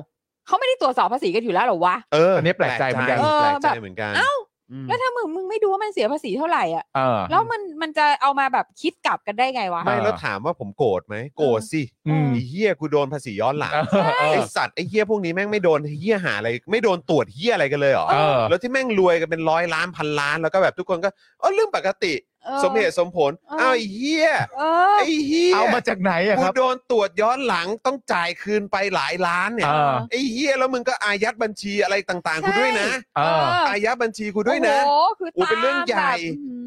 C: เขาไม่ได้ตรวจสอบภาษีกันอยู่แล้วเหรอวะ
A: เออ
B: อั
A: อั
B: นนี้แปลกใจเหมือนกัน
A: แปลกใจ
C: เออแบบ
A: เหมือนกัน
C: เอ้า
A: อืม
C: แล้วถ้ามึงมึงไม่ดูว่ามันเสียภาษีเท่าไหร่อ่ะ
B: เออ
C: แล้วมันมันจะเอามาแบบคิดกลับกันได้ไงวะ
A: ไม่
B: เออ
A: แล้วถามว่าผมโกรธไหมโกรธสิ
B: อืม
A: ไอ้เหี้ยกูโดนภาษีย้อนหลัง
B: เออเอ
A: ไอ
B: อ
A: สัตว์ไอ้เหี้ยพวกนี้แม่งไม่โดนเหี้ยหาอะไร ไม่โดนตรวจเหี้ยอะไรกันเลยเหรอ
B: เออ
A: แล้วที่แม่งรวยกันเป็นร้อยล้านพันล้านแล้วก็แบบทุกคนก็เออเรื่องปกติ
C: เออ
A: สมเหตุสมผล
C: เออ
A: เอ้าวไอ้เหี้ย
C: เออ
A: ไอ้เหี้ย
B: เอามาจากไหนอะ
A: กู
B: ครับ
A: โดนตรวจย้อนหลังต้องจ่ายคืนไปหลายล้านเนี่ย
B: เออ
A: ไอ้เฮียแล้วมึงก็อายัดบัญชีอะไรต่างๆกูด้วยนะ
B: เออ
A: อายัดบัญชีกูด้วยนะ
C: โอ้โหคือ
A: กูเป็นเรื่องใหญ่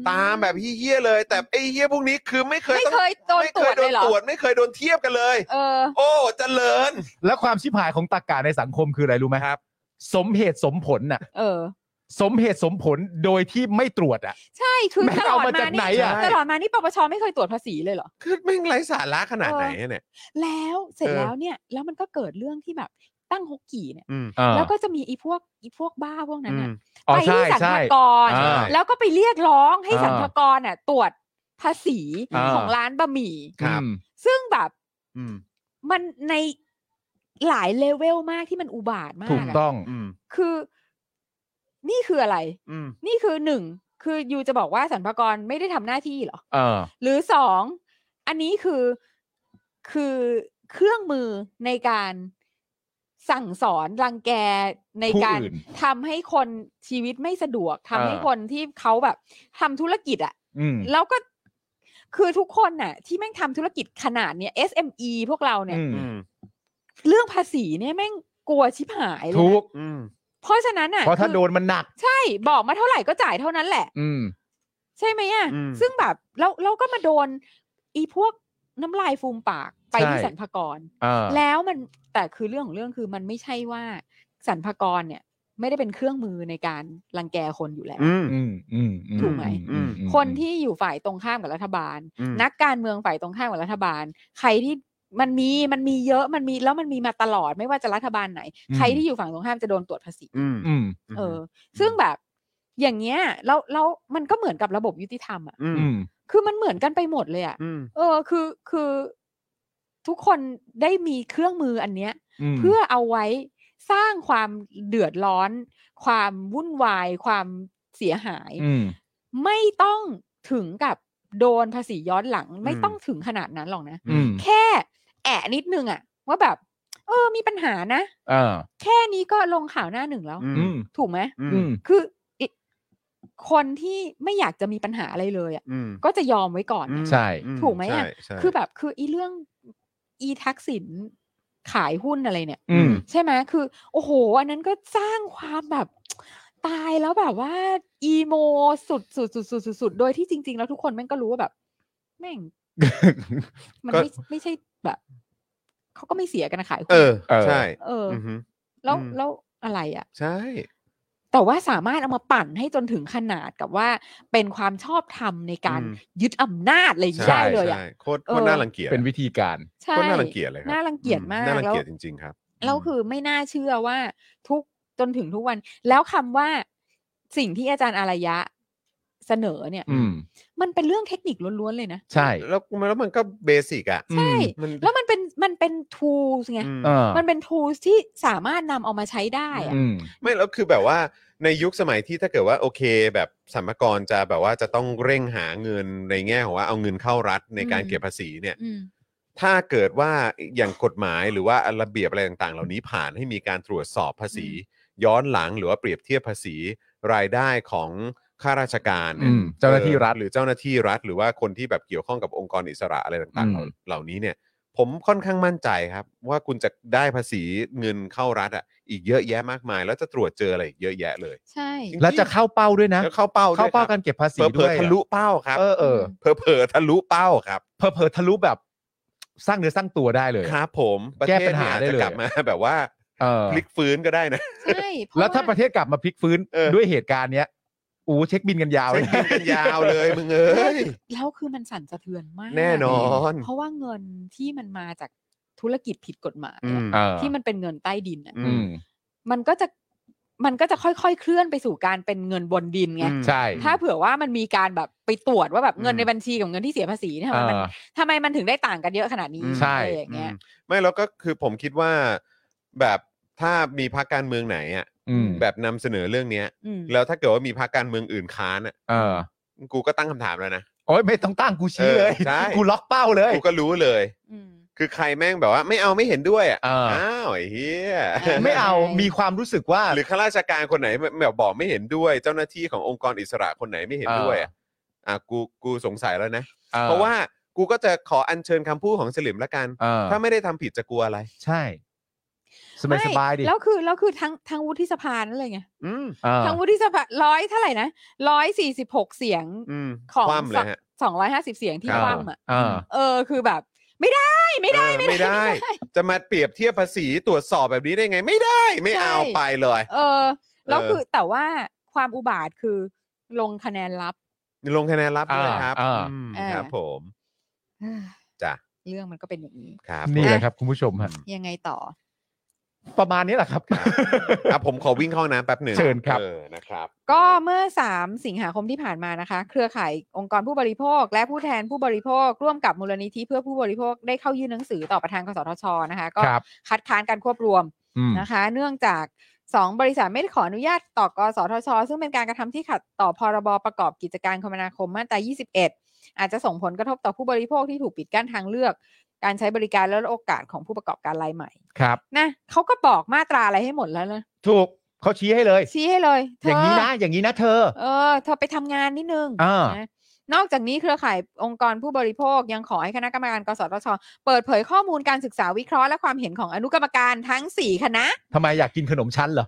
A: ตามแบบเฮียๆเลย แต่ไอ้เฮียพวกนี้คือไม่เคย
C: ไม่
A: ต้อง
C: เคยโดน
A: ไม่
C: ตร
A: เคว
C: จ
A: ยโด
C: เล
A: น
C: ยเหรอ
A: ตรวจไม่เคยโดนเทียบกันเลย
C: เออ
A: โอ้เจริญ
B: แล้วความชิบหายของตรกกะในสังคมคืออะไรรู้ไหม
A: ครับ
B: สมเหตุสมผลน่ะ
C: เออ
B: สมเหตุสมผลโดยที่ไม่ตรวจอ่ะ
C: ใช่คือ
B: แม่ง
C: ตลอด
B: เอามา
C: มา
B: จากไหน
C: นี่
B: อะ
C: ตลอดมานี่ปปชไม่เคยตรวจภาษีเลยเหรอ
A: คือแม่งไร้สาระขนาดไหนอะเนี่ย
C: แล้วเสร็จ
A: เออ
C: แล้วเนี่ย แล้วมันก็เกิดเรื่องที่แบบตั้งฮกกี่เนี่ย
A: อืม
C: แล้วก็จะมีไอีพวกไอีพวกบ้าพวกนั้น
A: อื
C: น่ะ
A: ม
B: อ๋อ
C: ไป
B: ใช่
C: ที่สรร
B: ใช่
C: พากร
B: อ่า
C: แล้วก็ไปเรียกร้องให้
B: อ่า
C: สรรพากรน่ะตรวจภาษี
B: อ่า
C: ของร้านบะหมี่
A: ครับ
B: อืม
C: ซึ่งแบบ
A: อืม
C: มันในหลายเลเวลมากที่มันอุบาทมาก
B: ถูก
C: อะ
B: ต้อง
A: อืม
C: คือ นี่คืออะไร
A: อืม
C: นี่คือหนึ่งคือยูจะบอกว่าสรรพากรไม่ได้ทำหน้าที่เหรอ
B: เออ
C: หรือสองอันนี้คือคือเครื่องมือในการสั่งสอนรังแกใน
B: ผู้
C: การ
B: อื่น
C: ทำให้คนชีวิตไม่สะดวกทำให้
B: อ่า
C: คนที่เขาแบบทำธุรกิจอะ
B: อืม
C: แล้วก็คือทุกคนน่ะ ที่แม่งทำธุรกิจขนาดเนี้ย SME พวกเราเนี่ย
B: อืม
A: อืม
C: เรื่องภาษีเนี่ยแม่งกลัวชิบหายเลย
B: ถู
C: นะ
B: ก
A: อืม
C: เพราะฉะนั้นอ่ะ
B: เพราะถ้า
C: คือ
B: โดนมันหนัก
C: ใช่บอกมาเท่าไหร่ก็จ่ายเท่านั้นแหละ
B: อืม
C: ใช่ไหมอ่ะ
A: อืม
C: ซึ่งแบบเราเราก็มาโดนอีพวกน้ำลายฟูมปากไปที่
B: ใช่
C: สรรพากร
B: เออ
C: แล้วมันแต่คือเรื่องของเรื่องคือมันไม่ใช่ว่าสรรพากรเนี่ย ไม่ได้เป็นเครื่องมือในการรังแกคนอยู่แล้ว
A: อืม
B: อืมอืมอื
C: ถูกไหม
B: อือือื
C: คนที่อยู่ฝ่ายตรงข้ามกับรัฐบาล
A: อืม
C: นักการเมืองฝ่ายตรงข้ามกับรัฐบาล ใครที่มันมีมันมีเยอะมันมีแล้วมันมีมาตลอดไม่ว่าจะรัฐบาลไหน ใครที่อยู่ฝั่งตรงข้ามจะโดนตรวจภาษี
A: อืม
B: อืม
C: เออ ซึ่งแบบอย่างเงี้ยแล้วแล้วมันก็เหมือนกับระบบยุติธรรมอ่ะ
A: อืม
B: อืม
C: คือมันเหมือนกันไปหมดเลยอะ
A: อืม
C: เออคือคือทุกคนได้มีเครื่องมืออันเนี้ย เพื่อเอาไว้สร้างความเดือดร้อน ความวุ่นวาย ความเสียหาย
B: อืม
C: ไม่ต้องถึงกับโดนภาษีย้อนหลัง ไม่
A: อืม
C: ต้องถึงขนาดนั้นหรอกนะ
B: อืม
C: แค่แอะนิดนึงอะว่าแบบ เออมีปัญหานะ
B: เออ
C: แค่นี้ก็ลงข่าวหน้าหนึ่งแล้ว
A: อืม
B: อืม
C: ถูกไหม
A: อื
B: อื
A: ม
B: ม
C: คืออิคนที่ไม่อยากจะมีปัญหาอะไรเลยอะ
A: อืม
C: ก็จะยอมไว้ก่อนนะ
B: ใช่
C: ถูกไหมอะ
A: ใช่ใช่
C: คือแบบคืออีเรื่องอีทักษิณขายหุ้นอะไรเนี่ย
B: อืม
C: ใช่ไหมคือ โอ้โห อันนั้นก็สร้างความแบบ ตายแล้วแบบว่า อีโมสุดสุดสุดสุดสุดสุดโดยที่จริง ๆ แล้วทุกคนแม่งก็รู้ว่าแบบ แม่งมัน
A: ก็
C: ไม่ไม่ใช่แบบเขาก็ไม่เสียกันนะขายหุ้น
A: เออ
B: เออ
A: ใช่
C: เออ
A: อฮึ
C: แล้ว
A: อืม
C: แล้วอะไรอ่ะ
A: ใช่
C: แต่ว่าสามารถเอามาปั่นให้จนถึงขนาดกับว่าเป็นความชอบธรรมในการ
A: อืม
C: ยึดอำนาจอะไรอย่างงี้ได้เลยอ่ะ
A: ใช่โคตร
C: เอ
A: โค
C: อ
A: ตรน่ารังเกียจ
B: เป็นวิธีการ
C: ใช่
A: โคตรน่ารังเกียจเลยครั
C: น่ารังเกียจมาก
A: น่ารัง
C: แล้ว
A: เกียจจริง ๆ ครับ
C: แล้วคือไม่น่าเชื่อว่าทุกจนถึงทุกวัน แล้วคำว่าสิ่งที่อาจารย์อารยะเสนอเนี่ย
B: อืม
C: มันเป็นเรื่องเทคนิคล้วนๆเลยนะ
B: ใช่
A: แล้วมันแล้วมันก็เบสิกอ่ะ
C: ใช่
A: มัน
C: แล้วมันเป็นมันเป็น tools ไง
A: อืม
B: เออ
C: มันเป็น tools ที่สามารถนำเอามาใช้ได้อะ
B: อืม
A: ไม่แล้วคือแบบว่าในยุคสมัยที่ถ้าเกิดว่าโอเค แบบสัมภากรจะแบบว่าจะต้องเร่งหาเงินในแง่ของว่าเอาเงินเข้ารัฐในการเก็บภาษีเนี่ย
C: อืม
A: ถ้าเกิดว่าอย่างกฎหมายหรือว่าระเบียบอะไรต่างๆ เหล่านี้ผ่านให้มีการตรวจสอบภาษี ย้อนหลังหรือว่าเปรียบเทียบภาษีรายได้ของข้าราชการนี่ย
B: อืมเจ้าหน้าที่รัฐ
A: ออหรือเจ้าหน้าที่รัฐ หรือว่าคนที่แบบเกี่ยวข้องกับองค์กรอิสระอะไรต่างๆ เหล่า
B: อืม
A: เหล่านี้เนี่ย ผมค่อนข้างมั่นใจครับ ว่าคุณจะได้ภาษีเงินเข้ารัฐอ่ะอีกเยอะแยะมากมาย แล้วจะตรวจเจออะไรอีกเยอะแยะเลย
C: ใช่
A: จริง
B: แล้วจะเข้าเป้าด้วยนะ
A: แล้วเข้าเป้าด้วย
B: เข้าเป้า
A: ค
B: กา
A: บ
B: รเก็บภาษี
A: เผล
B: ด้
A: อ
B: วย
A: ๆทะลุเป้าครับ
B: เออเออ
A: เผลอๆทะลุเป้าครับ
B: เผลอๆทะลุแบบสร้างเนื้อสร้างตัวได้เลย
A: ครับผมประ
B: แก้
A: เทศ
B: ปัญหา
A: เนี่ย
B: ได้
A: จะ
B: เลย
A: กลับมาแบบว่า
B: เออ
A: พลิกฟื้นก็ได้นะ
C: ใช่เพระ
B: แล้วถ้าประเทศกลับมาพลิกฟื้น
A: เออ
B: ด้วยเหตุการณ์เนี้ยอู้เช็คบินกันยาวเล
A: เส้
B: ย
A: นกิ
B: นะ
A: นกันยาวเลยมึงเอ้ย
C: แล้วคือมันสั่นสะเทือนมาก
A: แน่นอน
C: เพราะว่าเงินที่มันมาจากธุรกิจผิดกฎหมาย
A: อื
C: อะ
A: ม
B: เออ
C: ที่มันเป็นเงินใต้ดินอะ
A: อื
B: อืม
C: มันก็จะมันก็จะค่อยๆเคลื่อนไปสู่การเป็นเงินบนดินไง
A: อืม
B: ใช่
C: ถ้าเผื่อว่ามันมีการแบบไปตรวจว่าแบบเงิน
A: อืม
C: ในบัญชีกับเงินที่เสียภาษีเนี่ยทำไมมัน
B: อ่า
C: ทำไมมันถึงได้ต่างกันเยอะขนาดนี้
B: ใช่
C: อะไรอย่างเงี้ย
A: อืมไม่แล้วก็คือผมคิดว่า แบบถ้ามีพรรคการเมืองไหนอ่ะ
B: อืม
A: แบบนำเสนอเรื่องเนี้ย
C: อืม
A: แล้วถ้าเกิดว่ามีพรรคการเมืองอื่นค้านอ่ะ
B: เออ
A: กูก็ตั้งคำถามแล้วนะ
B: โอ้ยไม่ต้องตั้งกูชี้เลย
A: เออใช่
B: กูล็อกเป้าเลย
A: กูก็รู้เลย
C: อืม
A: คือใครแม่งแบบว่า ไม่เอาไม่เห็นด้วยอ่ะ
B: เอออ้
A: อ้าวไอ้เฮีย
C: เออ
B: ไม่เอามีความรู้สึกว่า
A: หรือข้าราชการคนไหนแบบบอกไม่เห็นด้วย เจ้าหน้าที่ขององค์กรอิสระคนไหนไม่เห็นด้วยอ่ะอ่ะกูกูสงสัยแล้วนะ
B: ออ
A: เพราะว่ากูก็จะขออัญเชิญคำพูดของสลิมละกัน
B: เออ
A: ถ้าไม่ได้ทำผิดจะกลัวอะไร
B: ใช่ สบายสบายดิ
C: แล้วคือแล้วคือทั้งทั้งวุฒิสภานั่นเลยไง
A: อืม
B: เออ
C: ทั้งวุฒิสภาร้อยเท่าไหร่นะร้อยสี่สิบหกเสียง
A: อืม
C: ของ
A: คว่ำเลยฮะ
C: สองร้อยห้าสิบเสียงที่
B: ครับ
C: คว่ำอ่ะ
B: เออ
C: เออคือแบบ ไม่ได้ไม่ได้
A: เออไม่ได้ จะมาเปรียบเทียบภาษีตรวจสอบแบบนี้ได้ไง ไม่ได้ไม่เอา
C: ใช่
A: ไปเลย
C: เออ แล้ว
A: เออ
C: คือแต่ว่าความอุบาทคือลงคะแนนลับ
A: ลงคะแนนรับด้วย
B: อ่า
A: ครับ
B: อ่า
A: อืม
C: เออ
A: ครับผม
C: เอ้อ
A: จ้ะ
C: เรื่องมันก็เป็นอย่างนี้
A: ครับ
B: นี่
A: ผม
B: แหละครับคุณผู้ชมฮะ
C: ยังไงต่อ
B: ประมาณนี้แหละครับ
A: อ่ะผมขอวิ่งเข้าห้องน้ำแป๊บหนึ่ง
B: เชิญครับ
A: ออนะครับ
C: ก็เมื่อ 3 สิงหาคมที่ผ่านมานะคะ เครือข่ายองค์กรผู้บริโภค และผู้แทนผู้บริโภค ร่วมกับมูลนิธิเพื่อผู้บริโภคได้เข้ายื่นหนังสือต่อประธานกสทชนะคะ ก็
B: ครับ
C: คัดค้านการควบรวม
B: อืม
C: นะคะ เนื่องจาก 2 บริษัทไม่ได้ขออนุญาตต่อกสทช ซึ่งเป็นการกระทำที่ขัดต่อพรบประกอบกิจการคมนาคมมาตรา 21 อาจจะส่งผลกระทบต่อผู้บริโภคที่ถูกปิดกั้นทางเลือก การใช้บริการและโอกาสของผู้ประกอบการรายใหม่
B: ครับ
C: นะเขาก็บอกมาตราอะไรให้หมดแล้วนะ
B: ถูกเขาชี้ให้เลย
C: ชี้ให้เลยเธ
B: อย่างนี้นะ อย่างนี้นะเธอ
C: เออเธอไปทำงานนิดนึง
B: อ่าน
C: ะนอกจากนี้เครือข่ายองค์กรผู้บริโภคยังขอให้คณะกรรมการกสทช เปิดเผยข้อมูลการศึกษาวิเคราะห์และความเห็นของอนุกรรมการทั้ง 4 คณะ
B: ทำไมอยากกินขนมชั้นเหรอ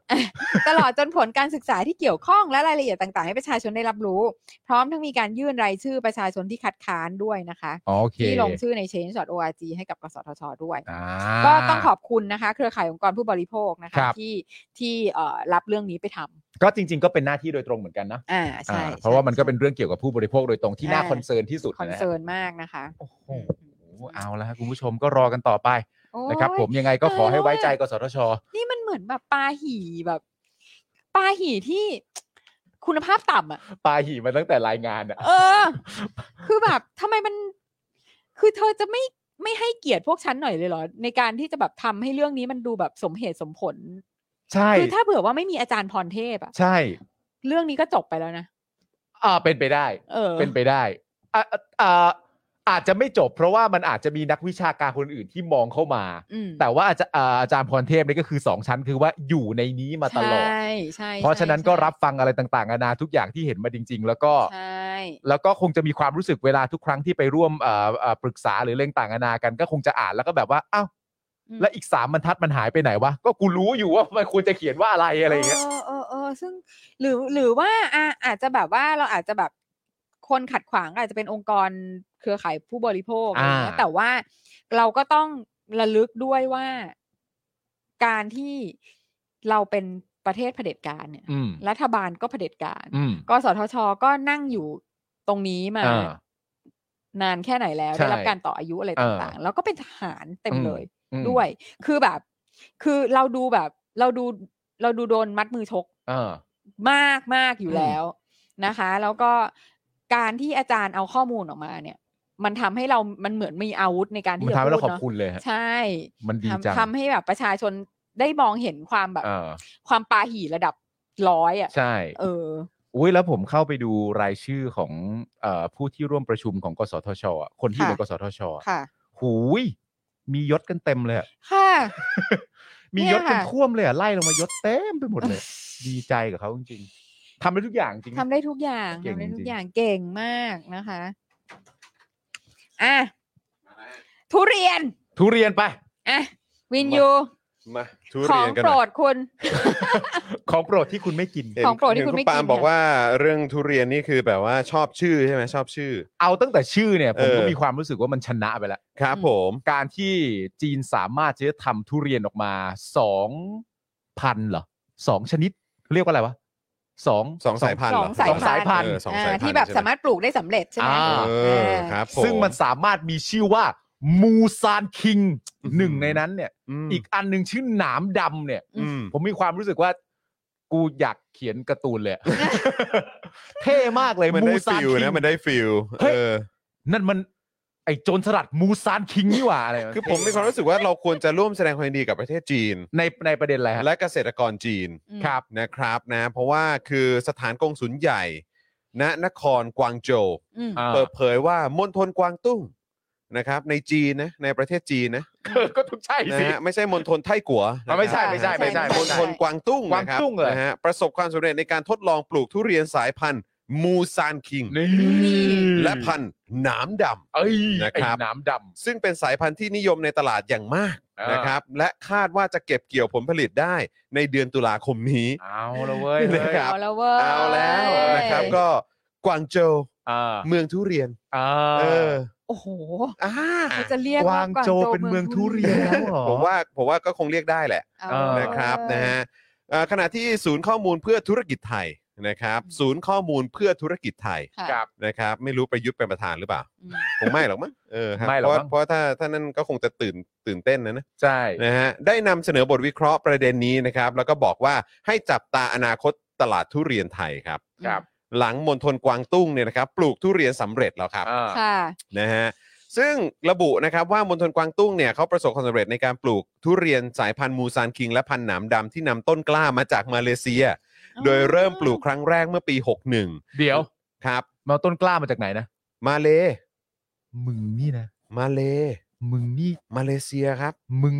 C: ตลอดจนผลการศึกษาที่เกี่ยวข้องและรายละเอียดต่าง ๆ ให้ประชาชนได้รับรู้ พร้อมทั้งมีการยื่นรายชื่อประชาชนที่คัดค้านด้วยนะคะ
B: โอเค
C: ที่ลงชื่อใน change.org ให้กับกสทช ด้วย
B: อ่า
C: ก็ต้องขอบคุณนะคะ เครือข่ายองค์กรผู้บริโภคนะ
B: ครั
C: คะ
B: บ
C: ที่ที่เอ่อรับเรื่องนี้ไปทำ
B: ก็จริง ๆ ก็เป็นหน้าที่โดยตรงเหมือนกันนะ
C: อ่าใช่
B: อ่าเพราะว่ามันก็
C: ใช่
B: เป็นเรื่องเกี่ยวกับผู้บริโภคโดยตรงที่น่า
C: ใช่
B: คอนเซิร์นที่สุด
C: คอน
B: นะฮะ
C: เซิร์นมากนะคะ
B: โอ้โหเอาแล้วคุณผู้ชมก็รอกันต่อไปนะครับ
C: โอ้ย
B: ผมยังไงก็ขอให้ไว้ใจกสทช
C: นี่มันเหมือนแบบปลาหี่แบบปลาหี่ที่ คุณภาพ ต่ำอ่ะ
B: ปลาหีมาตั้งแต่รายงานอ่ะ
C: เออ คือแบบทำไมมัน คือเธอจะไม่ไม่ให้เกียรติพวกฉันหน่อยเลยเหรอ ในการที่จะแบบทำให้เรื่องนี้มันดูแบบสมเหตุสมผล
B: ใช่
C: คือถ้าเผื่อว่าไม่มีอาจารย์พรเทพอะ
B: ใช่
C: เรื่องนี้ก็จบไปแล้วนะ
B: อ่าเป็นไปได้
C: เออ
B: เป็นไปได้อ่ะอ่ะอ่ะอาจจะไม่จบ เพราะว่ามันอาจจะมีนักวิชาการคนอื่นที่มองเข้ามา
C: อืม
B: แต่ว่าอาจจะอ่าอาจารย์พรเทพนี่ก็คือสองชั้นคือว่าอยู่ในนี้มาตลอด
C: ใช่ใช่
B: เพราะฉะนั้นก็
C: ใช่
B: รับฟังอะไรต่างๆนานาทุกอย่างที่เห็นมาจริง ๆ แล้วก็
C: ใช่
B: แล้วก็คงจะมีความรู้สึกเวลาทุกครั้งที่ไปร่วมเอ่อเอ่อปรึกษาหรือเรื่องต่างนานากัน ก็คงจะอ่านแล้วก็แบบว่าอ้าว
C: อืม
B: แล้วอีกสามบรรทัดมันหายไปไหนวะก็กูรู้อยู่ว่า มันควรจะเขียนว่าอะไรอะไรอย่างเงี้ย
C: เออเออเออซึ่งหรือหรือว่าอ่ะอาจจะแบบว่าเราอาจจะแบบคนขัดขวางอาจจะเป็นองค์กรเครือข่ายผู้บริโภคอะไรเงี้ย
B: อ่า
C: แต่ว่าเราก็ต้องระลึกด้วยว่า การที่เราเป็น ประเทศเผด็จการเนี่ย
B: อืม
C: รัฐบาลก็เผด็จการ
B: อืม
C: กสทชก็นั่งอยู่ตรงนี้มา
B: อ่าน
C: านแค่ไหนแล้ว
B: ใช่
C: ได้รับการต่ออายุอะไรต่าง
B: เออ
C: ๆ แล้วก็เป็นทหารเต็มเลย
B: อืม
C: ด้วย คือแบบ คือเราดูแบบ เราดู เราดูโดนมัดมือชก
B: เออ
C: มากมากอยู่
B: อืม
C: แล้วนะคะ แล้วก็การที่อาจารย์เอาข้อมูลออกมาเนี่ย มันทำให้เรา มันเหมือนมีอาวุธในการ
B: มั
C: ที่
B: น
C: จะ
B: ทำให้เรา
C: พู
B: ขอบ
C: ดเนาะ
B: คุณเลยฮะ
C: ใช่
B: มันดีจัง
C: ทำทำให้แบบประชาชนได้มองเห็นความแบบ
B: เออ
C: ความปาหี่ระดับร้อยอ่ะ
B: ใช่
C: เออ
B: อุ้ยแล้วผมเข้าไปดูรายชื่อของเออผู้ที่ร่วมประชุมของกสทชอะคนที่อยู่ใน
C: ค่ะ
B: กสทชอะ
C: ค่ะ
B: หูยมียศกันเต็มเลยอะ
C: ค่ะ
B: มี
C: เนี่
B: ย
C: ย
B: ศกัน
C: ค่ะ
B: ท่วมเลยอะไล่ลงมายศเต็มไปหมด เลย ดีใจกับเขาจริงๆทำได้ทุกอย่างจริง
C: ทำได้ทุกอย่าง
B: เก่ง
C: ทำได้ทุ
B: จริง
C: กอย่างเก่งมากนะคะอ่ะทุเรียน
B: ทุเรียนไป
C: อ่ะวินยู
A: มาทุ
C: ข
A: เรี
C: อย ง
A: นกัน
C: โป
A: ห
C: ร
A: น่อย
C: ดคุณ
B: ของโปรดที่คุณไม่กิน
A: เห็น
C: ของโปรดที่
A: เห็น
C: คุณไม่
A: ปาล์ม
C: กิน
A: บอก
C: เนี่ย
A: ว่าเรื่องทุเรียนนี่คือแบบว่าชอบชื่อใช่ไหมชอบชื่อ
B: เอาตั้งแต่ชื่อเนี่ยผมก็
A: เออ
B: มีความรู้สึกว่ามันชนะไปแล้ว
A: ครับผม
B: การที่จีนสามารถจะทำทุเรียนออกมาสองพันเหรอสองชนิด เรียกว่าอะไรวะสอง
A: สองสายพันธุ์
C: ส
A: เห
C: อ
A: รอง
C: สาย
B: สองสายพั
C: พั
B: น
C: น
B: ธุ์
C: ธุ์
A: เออสอง
C: อ่า
A: สายพันธุ์
C: ที่แบบ
A: ใช่ไหม
C: สามารถปลูกได้สำเร็จใช่ไหม
B: อ่า
A: เออครับผม
B: ซึ่งมันสามารถมีชื่อว่า มูซานคิงหนึ่งในนั้นเนี่ย
A: ม
B: อีกอันหนึ่งชื่อหนามดำเนี่ย
A: อืม
B: ผมมีความรู้สึกว่า กูอยากเขียนการ์ตูนเลยอะ เท่มากเลย
A: มันได้
B: มูซาน
A: ฟิล
B: คิง
A: นะมันได้ฟิล
B: เฮ้ย
A: เออ
B: นั่นมัน ไอโจรสลัดมูซานคิงนี่หว่าอะไร
A: คือผมมีความรู้สึกว่าเราควรจะร่วมแสดงความยินดีกับประเทศจีน
B: ในในประเด็นอะไรฮะ
A: และเกษตรกรจีน
C: อืม
B: ครับ
A: นะครับนะเพราะว่าคือสถานกงสุลใหญ่ณนครกวางโจว
C: อืม
B: อ่า
A: เปิดเผยว่ามณฑลกวางตุ้งนะครับ ในจีนนะในประเทศจีนนะ
B: ก็ถูกใช่
A: นะ
B: สิ
A: ฮะไม่ใช่มณฑลไทกัวนะค
B: อ๋
A: รั
B: อบไม่ใช่ไม่ใช่ไม่ใช่
A: ม
B: ไม่
A: ณ
B: ใช่
A: ฑลกวางตุ้ง
B: กวาง
A: นะครับ
B: ตุ้งเหรอ
A: นะฮะประสบความสำเร็จในการทดลองปลูกทุเรียนสายพันธุ์มูซานคิง
B: นี่
A: และพันธุ์หนามดำ
B: เอ้ย
A: นะครับ
B: ไอ้หน้ำดำ
A: ซึ่งเป็นสายพันธุ์ที่นิยมในตลาดอย่างมาก
B: อ่าน
A: นะครับ และคาดว่าจะเก็บเกี่ยวผลผลิตได้ในเดือนตุลาคมนี้
B: เอาละเว้ย
A: นะครับ
C: เอาแล้วเว้ย
A: เอาแล้วนะครับก็กวางโจว
B: อ่า
A: เมืองทุเรียน
B: อ่า
A: เออ
C: โอ้โห
A: อ่า
C: เขาจะเรียก
B: กวางโจเป็นเมืองทุเรียนแล้วเหรอ
A: ผมว่าผมว่าก็คงเรียกได้แหละ
C: เอา
B: เออ
A: นะครับ
C: เลย
A: นะฮะเอ่อขณะที่ศูนย์ข้อมูลเพื่อธุรกิจไทยนะครับ ศูนย์ข้อมูลเพื่อธุรกิจไทย
C: ค่ะ
B: ครับ
A: นะครับ ไม่รู้ประยุทธ์เป็นประธานหรือเปล่า
C: อืม
A: คงไม่หรอกมั้งเออครับ
B: ไม่หรอกมั้ง
A: เพราะว่าเพราะถ้าถ้านั่นก็คงจะตื่นตื่นเต้นนะนะ
B: ใช่
A: นะฮะได้นำเสนอบทวิเคราะห์ประเด็นนี้นะครับ แล้วก็บอกว่าให้จับตาอนาคตตลาดทุเรียนไทยครับ
B: ครับ
A: หลังมณฑลกวางตุ้งเนี่ยนะครับปลูกทุเรียนสำเร็จแล้วครับ
B: อ่า
C: ค่ะ
A: นะฮะซึ่งระบุนะครับว่ามณฑลกวางตุ้งเนี่ยเขาประสบความสำเร็จในการปลูกทุเรียนสายพันธุ์มูซานคิง และพันธุ์หนามดำที่นำต้นกล้ามาจากมาเลเซีย โดยเริ่มปลูกครั้งแรกเมื่อปี
B: เดี๋ยว
A: 61 ครับ
B: มาเอาต้นกล้ามาจากไหนนะ
A: มาเล
B: มึงนี่นะ
A: มาเล
B: มึงนี่
A: มาเลเซียครับ
B: มึง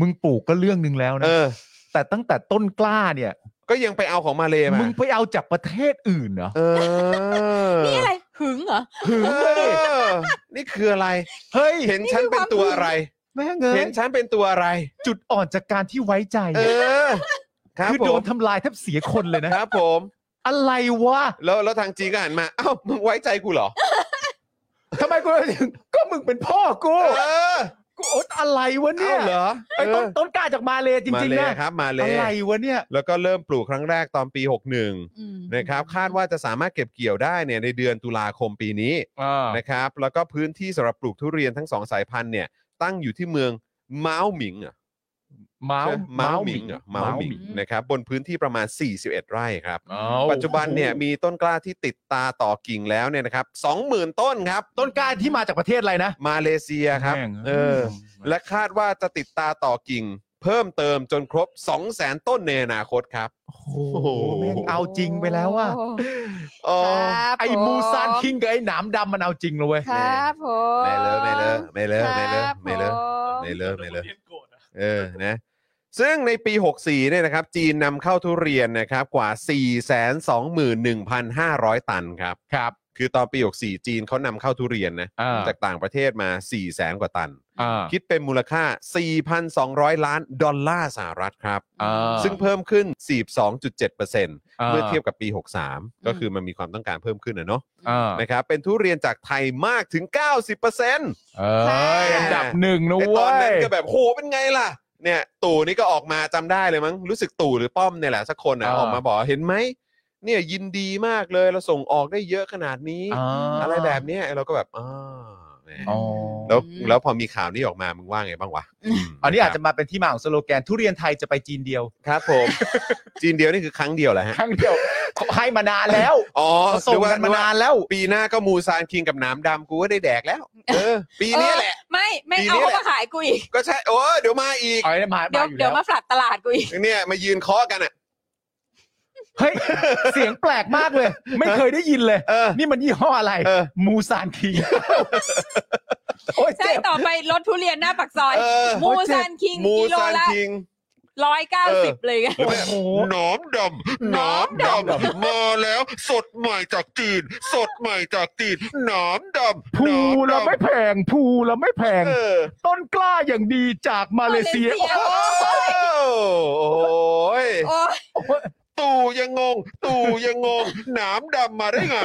B: มึงปลูกก็เรื่องหนึ่งแล้วนะ
A: เออ
B: แต่ตั้งแต่ต้นกล้าเนี่ย
A: ก็ยังไปเอาของมาเลมา
B: มึงไปเอาจากประเทศอื่นเหรอ
A: เออ
C: นี่อะไรหึงเหรอ
B: ถึง
A: เอ
B: ดิ
A: อนี่คืออะไร
B: เฮ้ย
A: เห็นฉันเป็นตัวอะไร
B: แม่งเง
A: เห็
B: ย
A: นฉันเป็นตัวอะไร
B: จุดอ่อนจากการที่ไว้ใจ
A: เออ ครับ
B: คือ
A: ผ
B: โด
A: ม
B: นทำลายแทบเสียคนเลยนะ
A: ครับผม
B: อะไรวะ
A: แล้วแล้วทางจีนก็หันมา เอ้า มึงไว้ใจกูเหรอ
B: ทำไมกูถึงก็มึงเป็นพ่อกู
A: เออ
B: กูอดอะไรวะเนี่ย
A: เอ้าเหรอ
B: ไอ้ต้น
A: เออ
B: ต้นกล้าจากมาเลยจ
A: มา
B: ริง
A: เล
B: ๆนะ
A: ครับ มาเล
B: อะไรวะเนี่ย
A: แล้วก็เริ่มปลูกครั้งแรกตอนปี 61
C: อืม
A: นะครับ คาดว่าจะสามารถเก็บเกี่ยวได้เนี่ยในเดือนตุลาคมปีนี้นะครับ แล้วก็พื้นที่สำหรับปลูกทุเรียนทั้งสองสายพันธุ์เนี่ย ตั้งอยู่ที่เมืองม้าวหมิงเหรอ
B: เมา
A: ใช่
B: ส์
A: ไหม้าวหมิงเหรอม้าวหมิงนะครับบนพื้นที่ประมาณ 41 ไร่ครับ
B: เมา
A: ปัจจุบันเนี่ยมีต้นกล้าที่ติดตาต่อกิ่งแล้วเนี่ยนะครับสองหมื่นต้นครับ
B: ต้นกล้าที่มาจากประเทศอะไรนะ
A: มาเลเซียครับ
B: แม่ง
A: เออ และคาดว่าจะติดตาต่อกิ่ง เพิ่มเติมจนครบ 2 0 0แสนต้นในอนาคตครับ
B: โอ้โหแม่งเอาจริงไปแล้วว่า
C: โอ้
A: อ๋อ
C: ครับ
B: ไอ้มูซานคิงกับไอ้หนามดำมันเอาจริงเลยเว้ย
C: ครับผม
A: ไม่เลิกไม่เลิกไม่เลิกไม่เลิกไม่เลิก
C: ครับผม
A: ไม่เลิกไม่เลิก
D: ดี๋ยวคนรียนโกรธอะ
A: เออนะซึ่งในปี 64เนี่ยนะครับ จีนนำเข้าทุเรียนนะครับกว่า 421,500 ตันครับ
B: ครับ
A: คือตอนปี 64 จีนเขานำเข้าทุเรียนนะ
B: อ่า
A: จากต่างประเทศมา 4 0 0แสนกว่าตัน
B: อ่า
A: คิดเป็นมูลค่า 4,200 ล้านดอลลาร์สหรัฐครับ
B: อ่า
A: ซึ่งเพิ่มขึ้น 42.7%เมื่อเทียบกับปี 63 ก็
C: อืม
A: คือมันมีความต้องการเพิ่มขึ้นนะเนาะ
B: อ่า
A: นะครับ เป็นทุเรียนจากไทยมากถึง 90%
B: เอ้ยอันดับหนึ่งนะ
A: ไอต
B: เว้
A: อนนั้น
B: ย
A: ก็แบบโหเป็นไงล่ะ เนี่ยตู่นี่ก็ออกมาจำได้เลยมั้งรู้สึกตู่หรือป้อมเนี่ยแหละสักคนอ่ะ
B: อ่า
A: ออกมาบอกเห็นไหมเนี่ยยินดีมากเลยเราส่งออกได้เยอะขนาดนี้ อะไรแบบเนี้ยเราก็แบบอ๋อแหม
B: อ๋อ
A: แล้วแล้วพอมีข่าวนี้ออกมามึงว่าไงบ้างวะม
B: อันนี้อาจจะมาเป็นที่มาของสโลแกนทุเรียนไทยจะไปจีนเดียว
A: ครับผม จีนเดียวนี่คือครั้งเดียวแหละฮะ
B: ครั้งเดียวเขาให้มานานแล้ว
A: อ๋อ
B: เขาส่งกันมานานแล้ว
A: ปีหน้าก็มูซานคิงกับหน้ำดำกูก็ได้แดกแล้ว เออ ปีเนี้ยแหละ
C: เออไม่ไม่
A: ปี
C: เอา
A: นี้
C: เข้า
A: แหละ
C: มาขายกูอีก
A: ก็ใช่โอ้เดี๋ยวมาอีก
B: เอาไอ้มา
C: เดี๋ยว
B: มาอยู่
C: เดี๋ย
B: แล้ว ว
C: มาฝลัดตลาดกูอีก
A: เนี่ยมายืนเคาะกันอ่ะ
B: เฮ้ย เสียงแปลกมากเลย ไม่เคยได้ยินเลย
A: เออ
B: นี่มันยี่ห้ออะไร
A: เออ
B: มูซาน คิงโอ้ย
C: ใช่
B: เจ็บ
C: ต่อไปรถทุเรียนหน้าปักซอย
A: เออ
C: มูซานคิง
A: มู
C: กิโล
A: ซาน
C: ละ
A: คิง
C: ร้อยเก้า
A: เอ
C: สิ
A: อ
C: บเลยไง
A: หรือไม่
B: โอ้โห
A: หนอมดำหนอมด
B: หนอมดำ
A: ำมาแล้วสดใหม่จากจีน สดใหม่จากจีนหนอมดำ
B: ภู
A: หนอม
B: เรา
A: ดำ
B: ไม่แพงภูเราไม่แพง
A: เออ
B: ต้นกล้าอย่างดีจากมาเลเซีย
C: มาเลเซีย
B: โอ้โห
A: โอ้ย
C: โอ้ย
A: ตู่ยังงง ตู่ยังงง หนามดำมาได้ไง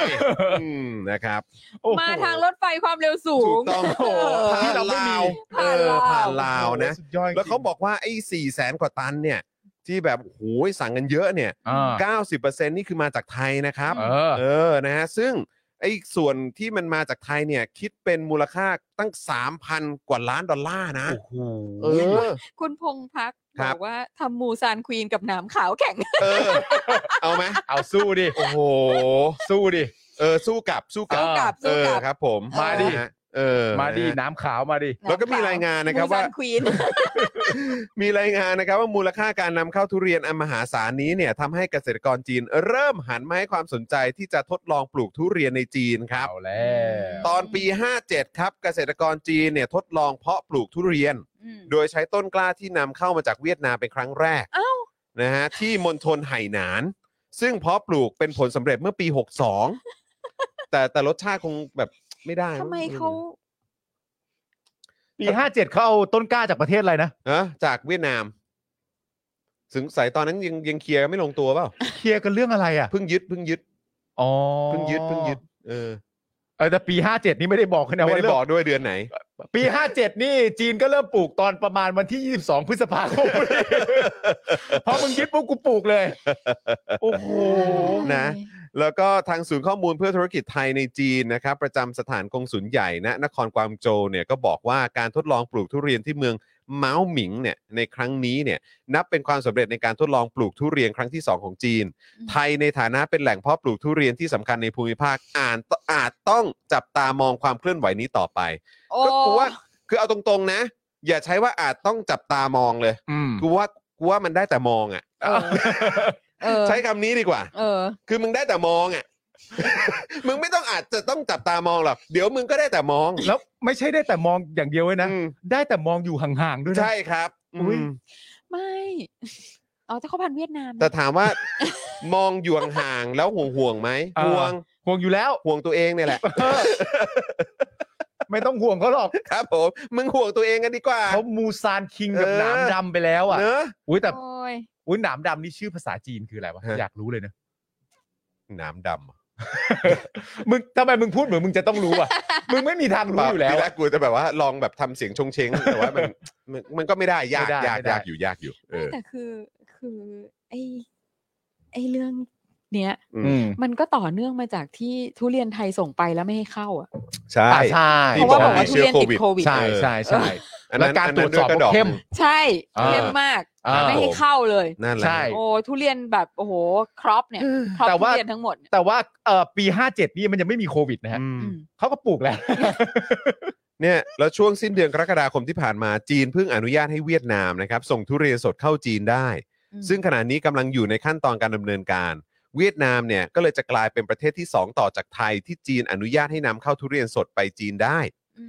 A: อืมนะครับ
B: โอ้โห
C: มาทางรถไฟความเร็วสู
A: ถู
C: ง
A: กต้อง
C: เออ
A: ผ่าน
B: เราไม่มี
A: ลาวเอ
C: ผ่า
A: อ
C: นลาว
A: ผ่านลาวนะ
B: สุดยดจริง
A: แล้วเขาบอกว่าไอ้สี่แสนกว่าตันเนี่ย ที่แบบโอ้โหสั่งกันเยอะเนี่ย
B: อ่า
A: 90%นี่คือมาจากไทยนะครับ
B: เออ
A: เออ นะฮะ ซึ่งไอ้ส่วนที่มันมาจากไทยเนี่ย คิดเป็นมูลค่าตั้ง 3,000 กว่าล้านดอลลาร์นะ
B: โอ้โห
A: เออ
C: คุณพงพัก
A: ครับ บ
C: อกว่าทำมูซานควีนกับหน้ำขาวแข่ง
A: เออ เอาไหม
B: เอาสู้ดิ
A: โอ้โห
B: สู้ดิ
A: เออ สู้กลับ สู้กลับ
C: สู้กลับ
A: เอ
C: สู้
A: อก
C: ลับ
A: ครับผม
B: มาดิ
A: นะฮะเออ
B: มาดิ
A: นะฮะ
B: น้ำขาวมาดิ
A: แล้วก็มีรายงานนะครับว่า
C: ควีน
A: มีรายงานนะครับว่ามูลค่าการนำเข้าทุเรียนอันมหาศาลนี้เนี่ยทำให้เกษตรกรจีนเริ่มหันมาให้ความสนใจที่จะทดลองปลูกทุเรียนในจีนครับ
B: เอาแล้ว
A: ตอนปี 57 ครับ เกษตรกรจีนเนี่ยทดลองเพาะปลูกทุเรียน โดยใช้ต้นกล้าที่นำเข้ามาจากเวียดนามเป็นครั้งแรก
C: อ้าว
A: นะฮะที่มณฑลไหหนาน ซึ่งเพาะปลูกเป็นผลสำเร็จเมื่อปี 62 แต่แต่รสชาติคงแบบไม่ได้
C: ทำไมเขา
B: ปีห้าเจ็ดเขาเอาต้นกล้าจากประเทศอะไรนะ
A: เออจากเวียดนามสงสัยตอนนั้นยังยังเคลียร์กันไม่ลงตัวเป ล่า
B: เคลียร์กันเรื่องอะไรอ่ะ
A: เพิ่งยึดเพิ่งยึด
B: อ๋อ
A: เพิ่งยึดเพิ่งยึดเออ
B: เออแต่ปีห้าเจ็ดนี่ไม่ได้บอกกันนะ
A: ไม่
B: ว่า
A: ได้
B: เรื่
A: บ
B: อ
A: อง กด้วยเดือนไหน
B: ปีห้าเจ็ดนี่จีนก็เริ่มปลูกตอนประมาณวันที่ยี่สิบส องพฤษภาคม พอมึงยึดปุ๊บกูปลูกเลย โอ้โห
A: นะ แล้วก็ทางศูนย์ข้อมูลเพื่อธุรกิจไทยในจีนนะครับประจำสถานกงสุลใหญ่ณนครกวางโจวเนี่ยก็บอกว่าการทดลองปลูกทุเรียนที่เมืองเมาหมิงเนี่ยในครั้งนี้เนี่ยนับเป็นความสำเร็จในการทดลองปลูกทุเรียนครั้งที่ 2 ของจีน ไทยในฐานะเป็นแหล่งเพาะปลูกทุเรียนที่สำคัญในภูมิภาคอ่านอาจต้องจับตามองความเคลื่อนไหวนี้ต่อไป
C: โอ้
A: ก็กูว่าคือเอาตรงๆนะ อย่าใช้ว่าอาจต้องจับตามองเลย
B: อืม
A: กูว่ากูว่ามันได้แต่มองอะ
C: เออเออ
A: ่ะใช้คำนี้ดีกว่า
C: เออ
A: คือมึงได้แต่มองอ่ะ มึงไม่ต้องอาจจะต้องจับตามองหรอก เดี๋ยวมึงก็ได้แต่มอง
B: แล้วไม่ใช่ได้แต่มองอย่างเดียวเว้ยนะ
A: อืม
B: ได้แต่มองอยู่ห่างๆด้วยนะ
A: ใช่ครับ
B: อุ๊ย
A: อืม
C: ไม่อ๋อแต่เขาพันเวียดนามนะ
A: แต่ถามว่า มองอยู่ห่างๆแล้วห่วงห่วงๆไหม
B: เออ
A: ห่วง
B: ห่วงอยู่แล้ว
A: ห่วงตัวเองเนี่ยแหละ
B: ไม่ต้องห่วงเขาหรอก
A: ครับผมมึงห่วงตัวเองกันดีกว่า
B: เขามูซานคิงกับ
A: เออ
B: หนามดำไปแล้วอ่ะ
A: เนอะ
B: อุ้ยแต่
C: โอ้ย
B: อุ้ยหนามดำนี่ชื่อภาษาจีนคืออะไรวะ
A: ฮะ
B: อยากรู้เลยนะ
A: น้ำดำ
B: มึงทำไมมึงพูดเหมือนมึงจะต้องรู้อ่ะ มึงไม่มีทางรู้อยู่แล้ว
A: ทีแร
B: อะ
A: กกูจะแบบว่าลองแบบทำเสียงชงเชงแต่ว่ามัน มันมันก็ไม่ได้ยาก
B: ไม่ได้
A: ยาก
B: ไม่ได้
A: ยากอยู่ยากอยู่ เอ
C: ไม่
A: อ
C: แต่คือคือไอไอเรื่อง เนี้ย
B: อืม
C: มันก็ต่อเนื่องมาจากที่ทุเรียนไทยส่งไปแล้วไม่ให้เข้าอ่ะ
A: ใช่
B: อ่าใช่
C: เพ
A: ที่
C: ราะว่าบอกว่า
A: ใช่
C: ทุเรียนติดโควิด
B: ใช่ใช่ใช่
A: อันนั้น
B: แล้วการ
A: อันนั้น
B: ตรวจสอบ
A: ด้ยระดก
B: เข้ม
A: หนึ่ง
C: ใช่
B: อ่า
C: เข้มมาก
B: อ่า
C: ไม่ให้
A: ผม
C: เข้าเลย
A: นั่นแหละ
B: ใช่
C: โอ้ทุเรียนแบบโอ้โหครอปเนี่ยครอป
B: แต่
C: ทุ
B: ว่า
C: เรียนทั้งหมดเนี่ย
B: แต่ว่าเอ่อปี 57 นี่มันยังไม่มีโควิดนะฮะ
A: อืม
C: อืม
B: เขาก็ปลูกแล้ว
A: เนี่ยแล้วช่วงสิ้นเดือนกรกฎาคมที่ผ่านมาจีนเพิ่งอนุญาตให้เวียดนามนะครับส่งทุเรียนสดเข้าจีนได้
C: อืม
A: ซึ่งขณะนี้กำลังอยู่ในขั้นตอนการดำเนินการ เวียดนามเนี่ยก็เลยจะกลายเป็นประเทศที่ 2 ต่อจากไทยที่จีนอนุญาตให้นำเข้าทุเรียนสดไปจีนได้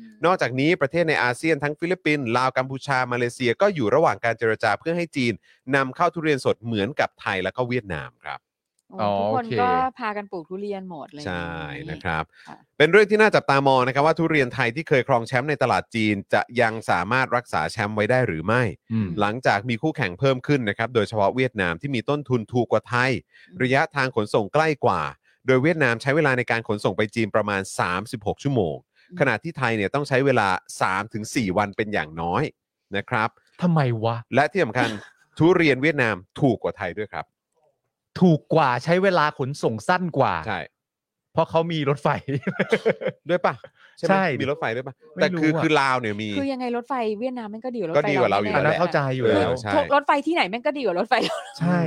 C: ม
A: นอกจากนี้ประเทศในอาเซียนทั้งฟิลิปปินส์ลาวกัมพูชามาเลเซียก็อยู่ระหว่างการเจรจาเพื่อให้จีนนำเข้าทุเรียนสดเหมือนกับไทยแล้วก็เวียดนามครับ
C: โอ้
B: อ๋อ
C: ทุกคน
B: โอเค
C: ก็พากันปลูกทุเรียนหมดเลย
A: ใช่นะครับ
C: ค่ะ
A: เป็นเรื่องที่น่าจับตามองนะครับว่าทุเรียนไทยที่เคยครองแชมป์ในตลาดจีน จะยังสามารถรักษาแชมป์ไว้ได้หรือไม่ หลังจากมีคู่แข่งเพิ่มขึ้นนะครับโดยเฉพาะเวียดนามที่มีต้นทุนถูกกว่าไทย ระยะทางขนส่งใกล้กว่า โดยเวียดนามใช้เวลาในการขนส่งไปจีนประมาณ 36 ชั่วโมง ขณะที่ไทยเนี่ยต้องใช้เวลา 3-4 วันเป็นอย่างน้อยนะครับ
B: ทำไมวะ
A: และที่สำคัญ ทุเรียนเวียดนามถูกกว่าไทยด้วยครับ
B: ถูกกว่าใช้เวลาขนส่งสั้นกว่า
A: ใช่
B: เพราะเขามีรถไฟ
A: ด้วยป่ะไหม
B: ใช่
A: มีรถไฟด้วยป่ะ
B: ไม่
A: แต่
B: รู้
A: คือ
B: อะ
A: คือลาวเนี่ยมี
C: คือยังไงรถไฟเวียดนามแม่งก็ดีกว่ารถ
A: ก็
C: ไฟ
A: ดีกว่าเราอยู่
C: แน่
B: อัน
C: ๆ
A: แล้วน
B: นั้
C: แหละ
B: เข้าใจอยู่
A: เอ
B: แล้
A: อ
B: ว
A: ใช่
C: ทุกรถไฟที่ไหนแม่งก็ดีกว่ารถไฟเรา
B: ใช่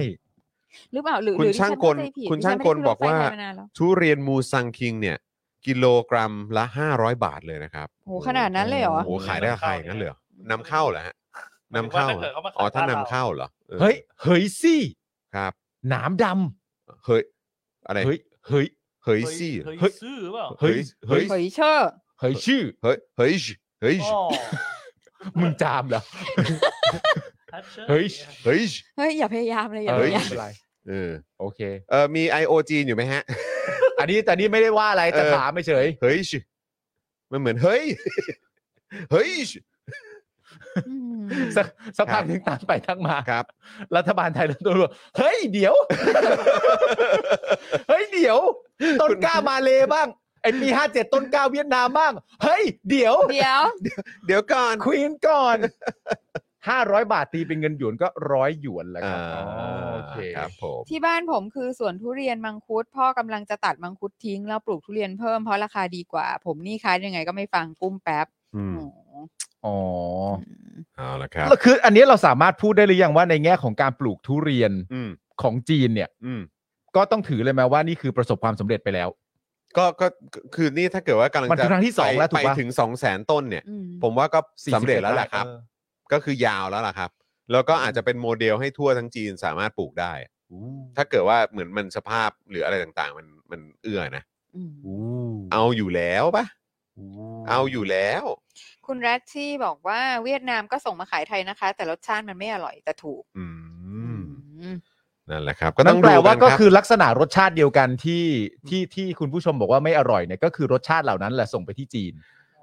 C: หรือเปล่าหรือ
A: คุณ
C: หรือดิฉั
A: ช่าง
C: น
A: กล
C: เข้ใจผิด
A: คุณ
C: ดิฉั
A: ช่างกล
C: ไม่
A: บอก
C: ได้ขึ้นรถ
A: ว่า
C: ไฟมนนแล้ว
A: ทุเรียนมูซังคิงเนี่ย กิโลกรัมละ 500 บาทเลยนะครับ
C: โหขนาดนั้นเลยเหรอ
A: โอ้โหขายได้กับใครนั่นเลยเหรอนำเข้าเหรอฮะนำเข้า
D: หมายถึงว่าถ้า
A: อ๋อถ้า
D: เกิดเขามาขายบ้านเรา
A: นำเข้าเหรอออ
B: เฮ้ย เฮ้ยซี่
A: ครับ
B: หนามด
A: เฮ้ยอะไร
B: ำเฮ้ย เฮ้ย
A: เฮ้ย
D: เฮ้ย
A: ซี่
D: เฮ้ยซื้อหรือเปล่า
B: เฮ้ย เฮ้ย
C: เผยเชอร์
B: เฮ้ยชื่อ
A: เฮ้ยเฮ้ยเฮ้ย
D: อ๋อ
B: มึงจามเหรอ
D: ฮัทชอร์
B: เฮ้ย
A: เฮ้ย
C: เฮ้ยอย่าพยายามเลยอย่า
B: เออย
C: พายาม
B: ไม่เป็นไร
A: เออ
B: โอเค
A: เออมี IO จีนอยู่ไหมฮะ
B: อันนี้แต่นี่ไม่ได้ว่าอะไรจะ
A: เออ
B: ถามไม่เฉย
A: เฮ้ยมันเหมือนเฮ้ยเฮ้ย
C: อืม
B: สักสัก
A: ครั
B: พั
A: บ
B: กหนึ่งตามไปทั้งมา
A: ครับ
B: รัฐบาลไทยแล้วตัวาเฮ้ยเดี๋ ยว เฮ้ยเดี๋ยว ต้นกล้ามาเลบ้างไอปีห้าเจ็ดต้นกล้าเวียดนามบ้าง เฮ้ยเดี๋ยว
C: เดี๋ยว
A: เดี๋ยวก่อน
B: ควีนก่อน ห้าร้อยบาทตีเป็นเงินหยวนก็ร้อยหยวนแหละค
A: อ่า
B: รับอ๋อโอเค
A: ครับผม
C: ที่บ้านผมคือสวนทุเรียนมังคุด พ่อกำลังจะตัดมังคุดทิ้ง แล้วปลูกทุเรียนเพิ่มเพราะราคาดีกว่า ผมนี่ค้านยังไงก็ไม่ฟังกุ้มแป๊บ
A: อืม
C: โอ้โห
B: อ๋อ
A: เอาละครับ
B: แล้วคืออันนี้เราสามารถพูดได้หรือยังว่าในแง่ของการปลูกทุเรียน
A: อืม
B: ของจีนเนี่ย
A: อืม
B: ก็ต้องถือเลยไหมว่านี่คือประสบความสำเร็จไปแล้ว
A: ก็ก็ก็คือนี่ถ้าเกิดว่ากำลัง
B: มันคือ
A: จะ
B: ครั้งที่สอง
A: ไป
B: แล้วถูก
A: ไป
B: ปะ
A: ถึงสองแสนต้นเนี่ย
C: อืม
A: ผมว่าก็
B: 41
A: สำเร็จแล้วแหละครับ
B: เออ
A: ก็คือยาวแล้วล่ะครับ แล้วก็อาจจะเป็นโมเดลให้ทั่วทั้งจีนสามารถปลูกได้ ถ้าเกิดว่าเหมือนมันสภาพหรืออะไรต่างๆ มันมันเอื้อนะ
C: อืม
A: เอาอยู่แล้วปะเอาอยู่แล้ว
C: คุณแรชชี่บอกว่าเวียดนามก็ส่งมาขายไทยนะคะ แต่รสชาติมันไม่อร่อยแต่ถูก
A: อืม
C: อืม
A: นั่นแหละครับ ก็
B: นั่
A: ต้อน ง
B: แปล
A: ดู
B: ว่าก็
A: รับ
B: คือลักษณะรสชาติเดียวกันที่ที่ที่คุณผู้ชมบอกว่าไม่อร่อยเนี่ยก็คือรสชาติเหล่านั้นแหละส่งไปที่จีน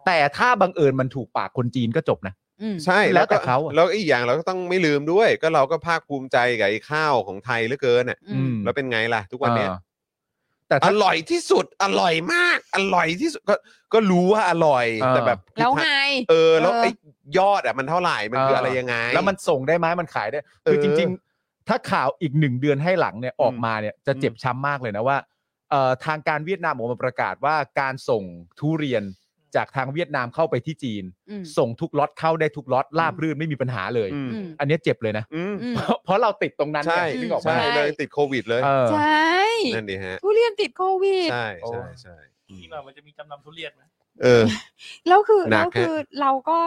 B: แต่ถ้าบังเอิญมันถูกปากคนจีนก็จบนะ
C: อืม
A: ใช่
B: แล้ว
A: ก็
B: แต่เขาอะ
A: แล้วอีกอย่างเราก็ต้องไม่ลืมด้วย ก็เราก็ภาคภูมิใจกับไอ้ข้าวของไทยเหลือเกินอ่ะ
C: อืม
A: แล้วเป็นไงล่ะ ทุกวันเนี้ย
B: อ่าแต่
A: อ
B: ถ้า
A: ร่อยที่สุดอร่อยมาก อร่อยที่สุดก็ก็รู้ว่าอร่อย
B: เออ
A: แต่แบบ
C: แล้วไง
A: เออแล้ว
C: เออ
A: ไอ้ยอดอ่ะมันเท่าไหร่มันคืออะไรยังไง
B: แล้วมันส่งได้ไหมมันขายได้คือ
A: เออ
B: จริง ๆ ถ้าข่าวอีกหนึ่งเดือนให้หลังเนี่ยออกมาเนี่ยจะเจ็บช้ำมากเลยนะว่าเอ่อทางการเวียดนามออกมาประกาศว่าการส่งทุเรียนจากทางเวียดนามเข้าไปที่จีน
C: อืม
B: ส่งทุกล็อตเข้าได้ทุกล็อตราบรื่นไม่มีปัญหาเลย
A: อืม
F: Mm.
C: อืม
B: อันเนี้ยเจ็บเลยนะ
A: อืม
C: อืม
B: เพราะเพราะเราติดตรงนั้น
A: ใช่
B: ไงนึกออกไหม
A: ใช่
C: ใช่
A: เลยติดโควิดเลย
B: เออ
C: ใช่
A: นั่นดีฮะ
C: ทุเรียนติดโควิด
A: ใช่
B: โอ้
A: ใช่ใช่
D: ที่แบบมันจะมีจำนำทุเรียนไหม
A: เออ
C: แล้วคือ
A: หนั
C: แล้
A: ก
C: ว
A: ฮะ
C: คือเราก็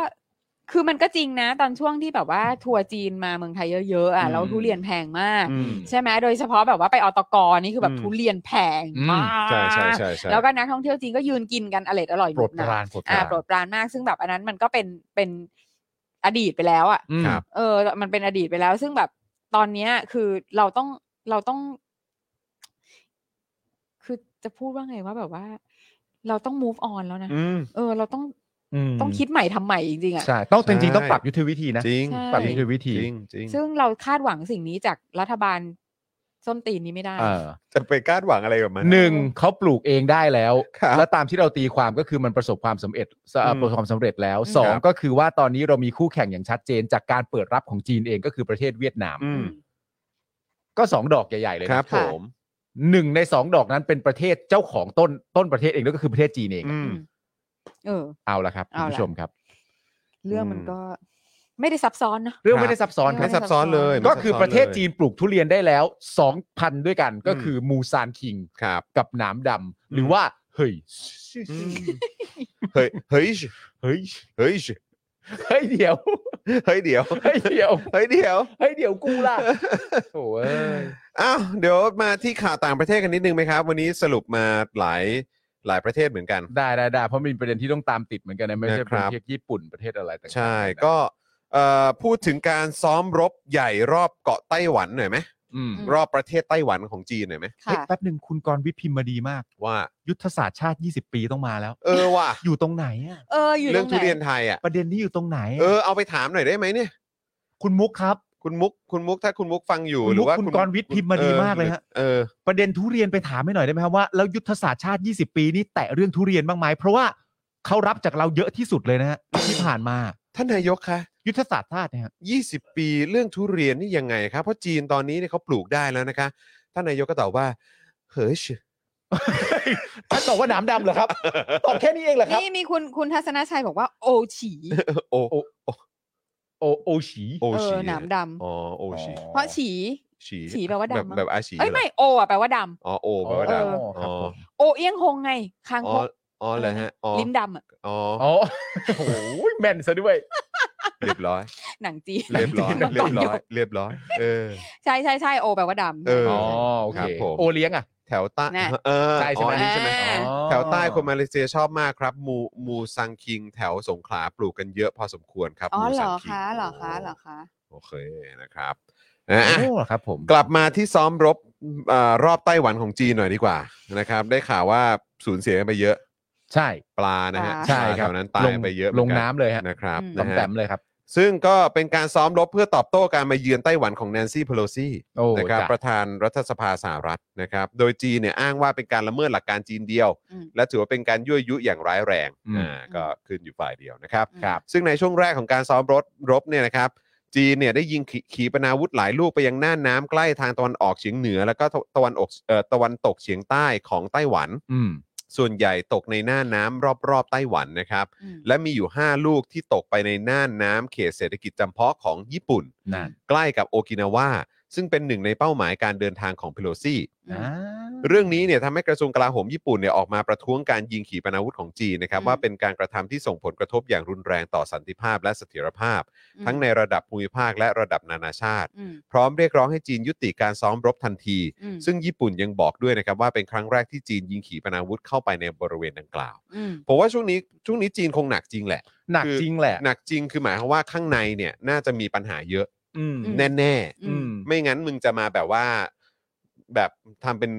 C: คือมันก็จริงนะ ตอนช่วงที่แบบว่าทัวร์จีนมาเมืองไทยเยอะๆอ่ะ
B: อืม
C: แล้วทุเรียนแพงมาก
A: อื
B: Mm.
A: ม
C: ใช่ไหมโดยเฉพาะแบบว่าไปออตกนี่คือแบ
A: อื
C: บ
A: ม
C: ทุเรียนแพงมาก
A: ใช่ใช่ใช่ใช่
C: แล้วก็นักท่องเที่ยวจีนก็ยืนกินกันอร่อยอร่อย
B: โปรดปรานโปรด
C: อ่าร
B: ปาน
C: โปรดปรานมากซึ่งแบบอันนั้นมันก็เป็นเป็นอดีตไปแล้วอ่ะ
B: อืม
A: ครับ
C: เออ มันเป็นอดีตไปแล้ว ซึ่งแบบตอนเนี้ยคือเราต้องเราต้อง คือจะพูดว่าไงว่าแบบว่า เราต้อง move on แล้วนะ
A: อืม
C: เออ เราต้อง
B: อืม
C: ต้องคิดใหม่ทำใหม่จริงๆอ่ะ
B: ใช่ต้องจริง
A: ใช่
B: ๆต้องปรับยุทธวิธีนะ
A: จริง
C: ใช่
B: ปรับยุทธวิ
A: จ
B: ธี
A: ริงจริง
C: ซึ่งเราคาดหวังสิ่งนี้จากรัฐบาลส้นตีนนี้ไม่ได้
B: เออ
A: จะไปคาดหวังอะไรกับมัน
B: หนึ่งเขาปลูกเองได้แล้ว
A: ครับ
B: และตามที่เราตีความก็คือมันประสบความสำเร็จสะ
A: อืม
B: ประสบความสำเร็จแล้ว
C: อืม
B: สอง
A: ครับ
B: ก็คือว่าตอนนี้เรามีคู่แข่งอย่างชัดเจน จากการเปิดรับของจีนเองก็คือประเทศเวียดนาม
A: อืม
B: ก็สองดอกใหญ่ๆเลยนะครับ
A: ผ
C: ค่ะ
A: ม
B: หนึ่งในสองดอกนั้นเป็นประเทศเจ้าของต้นต้นประเทศเองแล้วก็คือประเทศจีนเอง
A: อืม
C: เออ
B: เอาละครับคุณ
C: เอาละ
B: ผู้ชมครับ
C: เรื่องมันก็ไม่ได้ซับซ้อนนะ
B: เรื่อ
A: ค
B: ง
A: รับ
B: ไม่ได้ซับซ้อนค
C: ไม่
B: รับ
A: ไม่
C: ซั
A: ซับบ
C: ซ้
A: ซ้อ
C: อน น
A: เลย
B: ก็คือประเทศจี
A: น
B: นปลูกทุเรียนได้แล้ว2,000ด้วยกันก็
A: อืม
B: คือมูซานคิง
A: ครับ
B: กับหนามดำหรือว่าเฮ้ย
A: เฮ้ยเฮ้ย
B: เฮ้ย
A: เฮ้ย
B: เฮ้ยเดี๋ ยว
A: เฮ้ยเดี๋ยว
B: เฮ้ยเดี๋ยว
A: เฮ้ยเดี๋ยว
B: เฮ้ยเดี๋ยวกูล่ะโอ้ย
A: อ้าวเดี๋ยวมาที่ข่าวต่างประเทศกันนิดนึงไหมครับ วันนี้สรุปมาหลายหลายประเทศเหมือนกัน
B: ได้ได้ได้เพราะมีประเด็นที่ต้องตามติดเหมือนกันนะไม่ใช่
A: นะค
B: ป
A: รั
B: ระ
A: บ
B: เทศญี่ปุ่นประเทศอะไรต่างๆ
A: ใช่
B: นะ
A: ก็เอ่อพูดถึงการซ้อมรบใหญ่รอบเกาะไต้หวันหน่อยไหม
B: อืม
C: อืม
A: รอบประเทศไต้หวันของจีนหน่อยไหม
B: เฮ้ย
C: ค่ะ
B: แป๊บหนึ่งคุณกรณ์วิทย์พิมพ์มาดีมาก
A: ว่า
B: ยุทธศาสตร์ชาติ 20 ปีต้องมาแล้ว
A: เอ อว่ะ
B: อยู่ตรงไหนอะ
C: เออ อยู่
A: เรื่อง
C: ต
A: ทุ
C: ไห
A: เรียนไทยอ่ะ
B: ประเด็นนี้อยู่ตรงไหนอะ
A: เออเอาไปถามหน่อยได้ไหมเนี่ย
B: คุณมุกครับ
A: คุณมุกคุณมุกถ้าคุณมุกฟังอยู่
B: คุณมุ
A: หรือ
B: ก
A: ว่า
B: คุณกรณ์วิทย์พิมพ์มาดีมากเลยฮะ
A: เออ
B: ประเด็นทุเรียนไปถามให้หน่อยได้ไหมครับว่าแล้วยุทธศาสตร์ชาติ 20 ปีนี่แตะเรื่องทุเรียนบ้างไหมเพราะว่าเขารับจากเราเยอะที่สุดเลยนะฮะที่ผ่านมา
A: ท่านนายกคะ
B: ยุทธศาสตร์ชาติเนี่ยฮะ
A: 20 ปีเรื่องทุเรียนนี่ยังไงครับ เพราะจีนตอนนี้เนี่ยเขาปลูกได้แล้วนะคะท่านนายกก็ตอบว่าเฮ้ย
E: ท่านตอบว่าหนามดำเหรอครับ ตอบแค่นี้เองเหรอครับ
C: นี่มีคุณคุณทัศนชัยบอกว่าโอฉี
A: โอโอ
B: โอโอฉี
A: โอ
C: เอ
A: ชี
C: อหนามดำ
A: อ๋อโอชี
C: เพราะฉี
A: ฉี
C: ฉีแปลว่าดำ
A: แบบ
C: มั้ง
A: แบบอาชี
C: เอ้ยไม่โออ่ะแปลว่าดำ
A: อ๋อโอแปลว่าดำ
C: เออ
A: อ๋อ
C: โอเอียงหงไงคาง
A: อ๋
C: ค
A: อก อ๋อเหรอฮะอ๋อ
C: ลิ้นดำอะ
A: อ๋อ
B: อ๋อโอ้โหแม่นซะด้วย
A: เรียบร้อย
C: หนังจีน
A: เรียบร้ อย
C: หนัง
A: เรีย
C: จี
A: บ
C: น
A: ร้อยเรียบร้อยเออ
C: ใช่ใช่ใช่โอแปลว่าดำ
A: เอ
B: อ๋อโอเค
A: ครับผม
B: โอเลี้ยงอ่ะ
A: แถวใต้
C: น่ะ
A: เออ
B: ใช่ใช่ไหม
A: อ๋อนี่ใช่ไหม
C: อ่า
B: อ๋อ
A: แถวใต้คนมาเลเซียชอบมากครับ มูมูซังคิง แถวสงขลาปลูกกันเยอะพอสมควรครับ
C: อ๋อ
A: มู
C: เหร
A: ซัง
C: อ
A: คิง
C: คะเหรอคะเหรอคะ
A: โอเคนะครับนะอ่ะ
B: โอ้ครับผม
A: กลับมาที่ซ้อมรบเอ่อรอบไต้หวันของจีนหน่อยดีกว่านะครับ ได้ข่าวว่าสูญเสียกันไปเยอะ
B: ใช่
A: ปลานะฮะ
C: ปลา
B: ใช่
A: ปลา
B: ค
A: แถ
B: รับ
A: วนั้นตายไปเยอะเหมื
B: ล
A: อง กั
B: น้ำเลยฮะ
A: นะครับ
C: อืม
B: ต้
A: นะ
B: อม
A: ฮะ
B: แต้มเลยครับ
A: ซึ่งก็เป็นการซ้อมรบเพื่อตอบโต้การมาเยือนไต้หวันของแนนซี่เพโลซี
B: โอ้
A: นะครับ
B: จ้ะ
A: ประธานรัฐสภาสหรัฐนะครับ โดยจีนเนี่ยอ้างว่าเป็นการละเมิดหลักการจีนเดียว
C: อืม
A: และถือว่าเป็นการยั่วยุอย่างร้ายแรง
B: อืม
A: อ่าก็ขึ้นอยู่ฝ่ายเดียวนะครับ
C: ครับ
A: ซึ่งในช่วงแรกของการซ้อมรบรบเนี่ยนะครับ จีนเนี่ยได้ยิงขีขีปนาวุธหลายลูกไปยังน่านน้ำใกล้ทางตะวันออกเฉียงเหนือ แล้วก็ตะตะวันออกเอ่อตะวันตกเฉียงใต้ของไต้หวัน
B: อืม
A: ส่วนใหญ่ตกในน่านน้ำรอบๆไต้หวันนะครับ
C: อืม
A: และมีอยู่ 5 ลูกที่ตกไปในน่านน้ำเขตเศรษฐกิจจำเพาะของญี่ปุ่น
B: นั่น
A: ใกล้กับโอกินาวาซึ่งเป็นหนึ่งในเป้าหมายการเดินทางของเพโลซี่
C: อืม
B: อ่า
A: เรื่องนี้เนี่ยทำให้กระทรวงกลาโหมญี่ปุ่นเนี่ยออกมาประท้วงการยิงขีปนาวุธของจีนนะครับ
C: อืม
A: ว่าเป็นการกระทำที่ส่งผลกระทบอย่างรุนแรงต่อสันติภาพและเสถียรภาพ ทั้งในระดับภูมิภาคและระดับนานาชาติ
C: อืม
A: พร้อมเรียกร้องให้จีนยุติการซ้อมรบทันที
C: อืม
A: ซึ่งญี่ปุ่นยังบอกด้วยนะครับว่าเป็นครั้งแรกที่จีนยิงขีปนาวุธเข้าไปในบริเวณดังกล่าว
C: อืม
A: ผมว่าช่วงนี้ช่วงนี้จีนคงหนักจริงแหละ
B: หนัก
A: คือ
B: จริงแหละ
A: หนักจริงคือหมายความว่าข้างในเนี่ยน่าจะมีปัญหาเยอะ
B: อืม
C: อืม
A: แน่ๆ
C: อื
B: อื
C: ม
B: ม
A: ไม่งั้นมึงจะมาแบบว่าแบบทำเป็น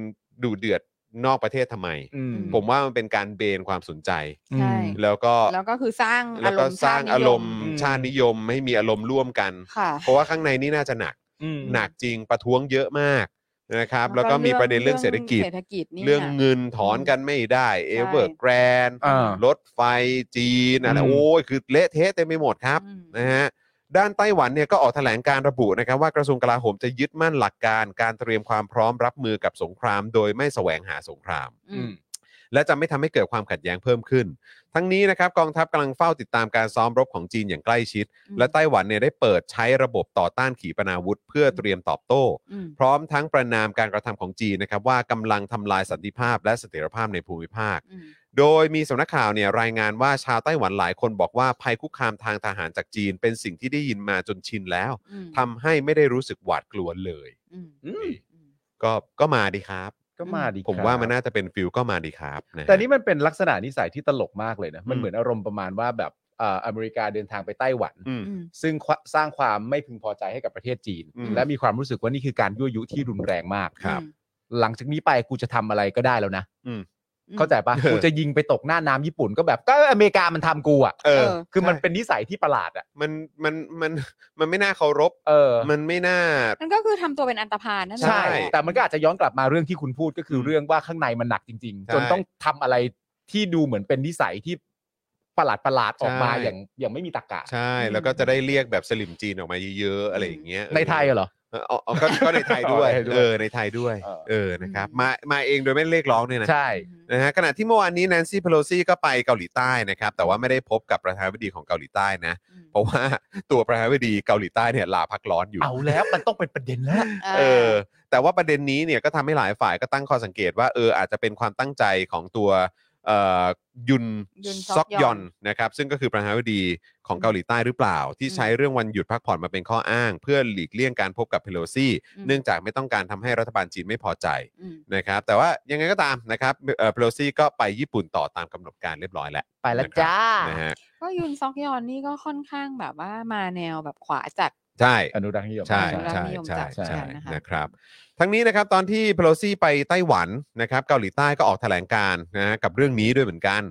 A: ดูเดือดนอกประเทศทำไม
B: อืม
A: ผมว่ามันเป็นการเบนความสนใจ
C: ใช่
A: แล้วก็
C: แล้วก็คือสร้าง
A: แล้
C: อาว ร
A: ก็
C: มณ์
A: สร้างอารมณ์
C: ชาติ
A: ชาติ
C: นิยม
A: นิยมให้มีอารมณ์ร่วมกัน
C: ค่ะ
A: เพราะว่าข้างในนี่น่าจะหนัก
B: อืม
A: หนักจริงประท้วงเยอะมากนะครับ แล้วก็มีประเด็นเรื่องเศรษฐกิจ
C: เศรษฐกิจนี่
A: เรื่อง
C: น่ะ
A: เงินถอนกันไม่ได้เอเวอร์แกรน
B: อ่าร
A: ถไฟจีนอะไร
B: อืม
A: โอ้ยคือเละเทะเต็มไปหมดครับ
C: อืม
A: นะฮะด้านไต้หวันเนี่ยก็ออกแถลงการระบุนะครับว่ากระทรวงกลาโหมจะยึดมั่นหลักการการเตรียมความพร้อมรับมือกับสงคราม โดยไม่แสวงหาสงคราม
C: อืม
A: และจะไม่ทำให้เกิดความขัดแย้งเพิ่มขึ้น ทั้งนี้นะครับกองทัพกำลังเฝ้าติดตามการซ้อมรบของจีนอย่างใกล้ชิด
C: อืม
A: และไต้หวันเนี่ยได้เปิดใช้ระบบต่อต้านขีปนาวุธ เพื่อเตรียมตอบโต้
C: อืม
A: พร้อมทั้งประนามการกระทำของจีนนะครับว่ากำลังทำลายสันติภาพและเสถียรภาพในภูมิภาค
C: อืม
A: โดยมีสำนักข่าวเนี่ยรายงานว่าชาวไต้หวันหลายคนบอกว่าภัยคุกคามทางทหารจากจีนเป็นสิ่งที่ได้ยินมาจนชินแล้ว
C: อืม
A: ทำให้ไม่ได้รู้สึกหวาดกลัวเลย
C: อืม
B: อืม
C: อืม
A: ก็ก็มาดีครับ
B: ก็มาดี
A: ผม
B: ครับ
A: ว่ามันน่าจะเป็นฟิลก็มาดีครับะฮะ
B: แต่นี่มันเป็นลักษณะนิสัยที่ตลกมากเลยนะ มั
A: อื
B: น
A: ม
B: เหมือนอารมณ์ประมาณว่าแบบเอ่ออเมริกาเดินทางไปไต้หวัน
A: อืม
C: อืม
B: ซึ่งควสร้างความไม่พึงพอใจให้กับประเทศจีน
A: อืม
B: และมีความรู้สึกว่านี่คือการยั่วยุที่รุนแรงมาก
A: ครับ
B: หลังจากนี้ไปกูจะทำอะไรก็ได้แล้วนะ
C: อืม
B: เข้าใจปะ
A: เออ
B: กูจะยิงไปตกหน้าน้ำญี่ปุ่นก็แบบก็อเมริกามันทำกูอ่ะ
A: เออ
B: คือมัน
A: ใช่
B: เป็นนิสัยที่ประหลาดอ่ะ
A: มันมันมันมันไม่น่าเคารพ
B: เออ
A: มันไม่น่า
C: นั่นก็คือทำตัวเป็นอันตรพาลนั่นแหละ
B: ใช่
A: ใช่
B: แต่มันก็อาจจะย้อนกลับมาเรื่องที่คุณพูดก็คืออ
A: ม
B: เรื่องว่าข้างในมันหนักจริง
A: ใช่
B: ๆ จนต้องทำอะไรที่ดูเหมือนเป็นนิสัยที่ประหลาดประหลาดๆออกมา
A: ใช่
B: อย่างอย่างไม่มีตรรกะ
A: ใช่แล้วก็จะได้เรียกแบบสลิมจีนออกมาเยอะๆอะไรอย่างเงี้ย
B: ในไทยเหรอ
A: เออเอาเอาก็ก็ในไทยด้วย
B: ในไทยด้วย
A: เออในไทยด้วย
B: เออ
A: เออนะครับมามาเองโดยไม่เรียกร้องเนี่ยนะ
B: ใช่
A: นะฮะขณะที่เมื่อวานนี้แนนซี่เพโลซี่ก็ไปเกาหลีใต้นะครับ แต่ว่าไม่ได้พบกับประธานาธิบดีของเกาหลีใต้นะ
C: อืม
A: เพราะว่าตัวประธานาธิบดีเกาหลีใต้เนี่ยลาพักร้อนอยู่
B: เอาแล้วมันต้องเป็นประเด็นแล้ว
A: เออ แต่ว่าประเด็นนี้เนี่ยก็ทำให้หลายฝ่ายก็ตั้งข้อสังเกตว่าเอออาจจะเป็นความตั้งใจของตัวเอ่อยุน
C: ยุน
A: ซ
C: ซ
A: อ
C: อก ก
A: ย
C: ย
A: อ
C: อน น
A: นะครับ ซึ่งก็คือประธานาธิบดีของเกาหลีใต้หรือเปล่า ที่
C: อืม
A: ใช้เรื่องวันหยุดพักผ่อนมาเป็นข้ออ้าง เพื่อหลีกเลี่ยงการพบกับเพโลซี่
C: อืม
A: เนื่องจากไม่ต้องการทำให้รัฐบาลจีนไม่พอใจ
C: อืม
A: นะครับแต่ว่ายังไงก็ตามนะครับเอ่อเพโลซี่ก็ไปญี่ปุ่นต่อตามกำหนดการเรียบร้อยแล้ว
B: ไปแล้วจ้า
A: นะฮะ
C: ก็ยุนซอกยอนนี่ก็ค่อนข้างแบบว่ามาแนวแบบขวาจัด
A: ใช่
B: อนุรักษ์นิยม
A: ใช่
C: อนุรักษ์
A: ใช่
C: นิยม
A: ใช่
C: จัด
A: ใช่
C: กันนะคะ
A: นะครับ ทั้งนี้นะครับตอนที่เพโลซี่ไปไต้หวันนะครับเกาหลีใต้ก็ออกแถลงการนะฮะกับเรื่องนี้ด้วยเหมือนกัน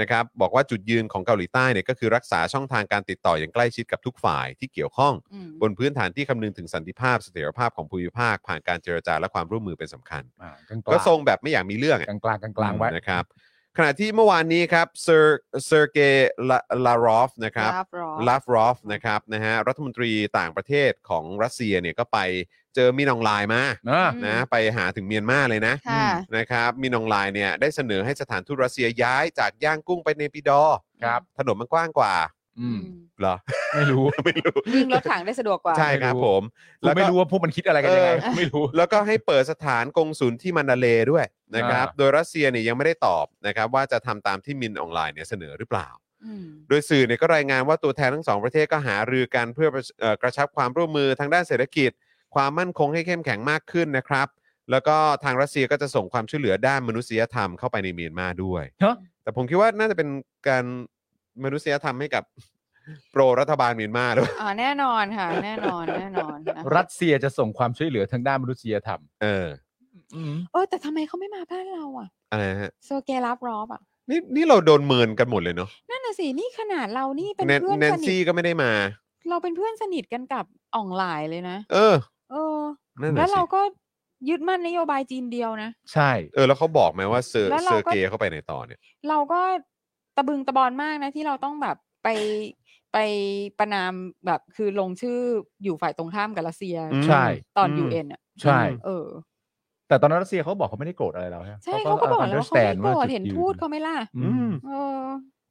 A: นะครับบอกว่าจุดยืนของเกาหลีใต้เนี่ยก็คือรักษาช่องทางการติดต่ออย่างใกล้ชิดกับทุกฝ่ายที่เกี่ยวข้อง
C: อืม
A: บนพื้นฐานที่คำนึงถึงสันติภาพเสถียรภาพของภูมิภาค ผ่านการเจรจาและความร่วมมือเป็นสำคัญ
B: อ่ากลางๆ
A: ก็ทรงแบบไม่อยากมีเรื่องอะ
B: กลางๆกลางๆไว้
A: นะครับ ขณะที่เมื่อวานนี้ครับเซอร์เซอร์เกย์ลารอฟนะครับ
C: รับรอง
A: ลาฟรอฟนะครับนะฮะรัฐมนตรีต่างประเทศของรัสเซียเนี่ยก็ไปเจอมินอองไลน์มา
B: อ่า
C: ม
A: นะไปหาถึงเมียนมาเลย นะ
C: ค่ะ
A: นะครับมินอองไลน์เนี่ยได้เสนอให้สถานทูตรัสเซียย้ายจากย่างกุ้งไปเนปิดอร์
B: ครับ
A: ถนนมันกว้างกว่า
B: อืม
A: เหรอ
B: ไม่รู้
A: ไม่รู้
C: วิ่งรถถังได้สะดวกกว่า
A: ใช่ครับผม
B: กูไม่รู้ว่าพวกมันคิดอะไรกันยังไงกูไม่ รู้
A: แล้วก็ให้เปิดสถานกงศูนย์ที่มันดาเลย์ด้วยนะครับ
B: อ่า
A: โดยรัสเซียเนี่ยยังไม่ได้ตอบนะครับว่าจะทำตามที่มินอองไลน์เนี่ยเสนอหรือเปล่า
C: อืม
A: โดยสื่อเนี่ยก็รายงานว่าตัวแทนทั้งสองประเทศก็หารือกันเพื่อประเอ่อกระชับความร่วมมือทางด้านเศรษฐกิจ ความมั่นคงให้เข้มแข็งมากขึ้นนะครับ แล้วก็ทางรัสเซียก็จะส่งความช่วยเหลือด้านมนุษยธรรมเข้าไปในเมียนมาด้วย
B: ฮะ
A: แต่ผมคิดว่าน่าจะเป็นการมนุษยธรรมให้กับ โปรรัฐบาลเมียนมาด้วย
C: อ๋อแน่นอนค่ะ แน่นอนแน่นอนนะคะ
B: รัสเซียจะส่งความช่วยเหลือทางด้านมนุษยธรรม
A: เออ
C: เออแต่ทำไมเขาไม่มาบ้านเราอ่ะ
A: อะไรฮะ
C: โซเกรับรอบอ่ะ
A: นี่นี่เราโดนเมินกันหมดเลยเนาะ
C: นั่นน่ะสินี่ขนาดเรานี่เป็น
A: แนน
C: เพื่อน
A: แน
C: ส
A: น
C: นิ
A: ซี่
C: ท
A: ก็ไม่ได้มา
C: เราเป็นเพื่อนสนิทกันกับอ่องหลายเลยนะ
A: เออ
C: เออ
A: นั่น
C: แล้
A: น่ะ
C: ว
A: สิ
C: เราก็ยึดมั่นนโยบายจีนเดียวนะ
B: ใช่
A: เออแล้วเขาบอกไหมว่าเซอร์
C: แล้ว
A: เซ
C: เรา
A: อ
C: ก็
A: ร์เกย์เข้าไปในตอนเนี่ย
C: เราก็ตะบึงตะบอนมากนะที่เราต้องแบบไปไปประนามแบบคือลงชื่ออยู่ฝ่ายตรงข้ามกับรัสเซีย
A: อืม
B: ใช่
C: ตอน
B: อืม
C: ยูเอ็นอ่ะ
B: ใช่
C: เออ
B: แต่ตอนนั้นรัสเซียเขาบอกเขาไม่ได้โกรธอะไรเราใช่ไหม
C: ใช่เขาก็บอกแล้วว่าเขาไม่โกรธเห็นพูดเขา
B: ไม่
C: ไหม่ล่ะ
A: อืม
C: เออ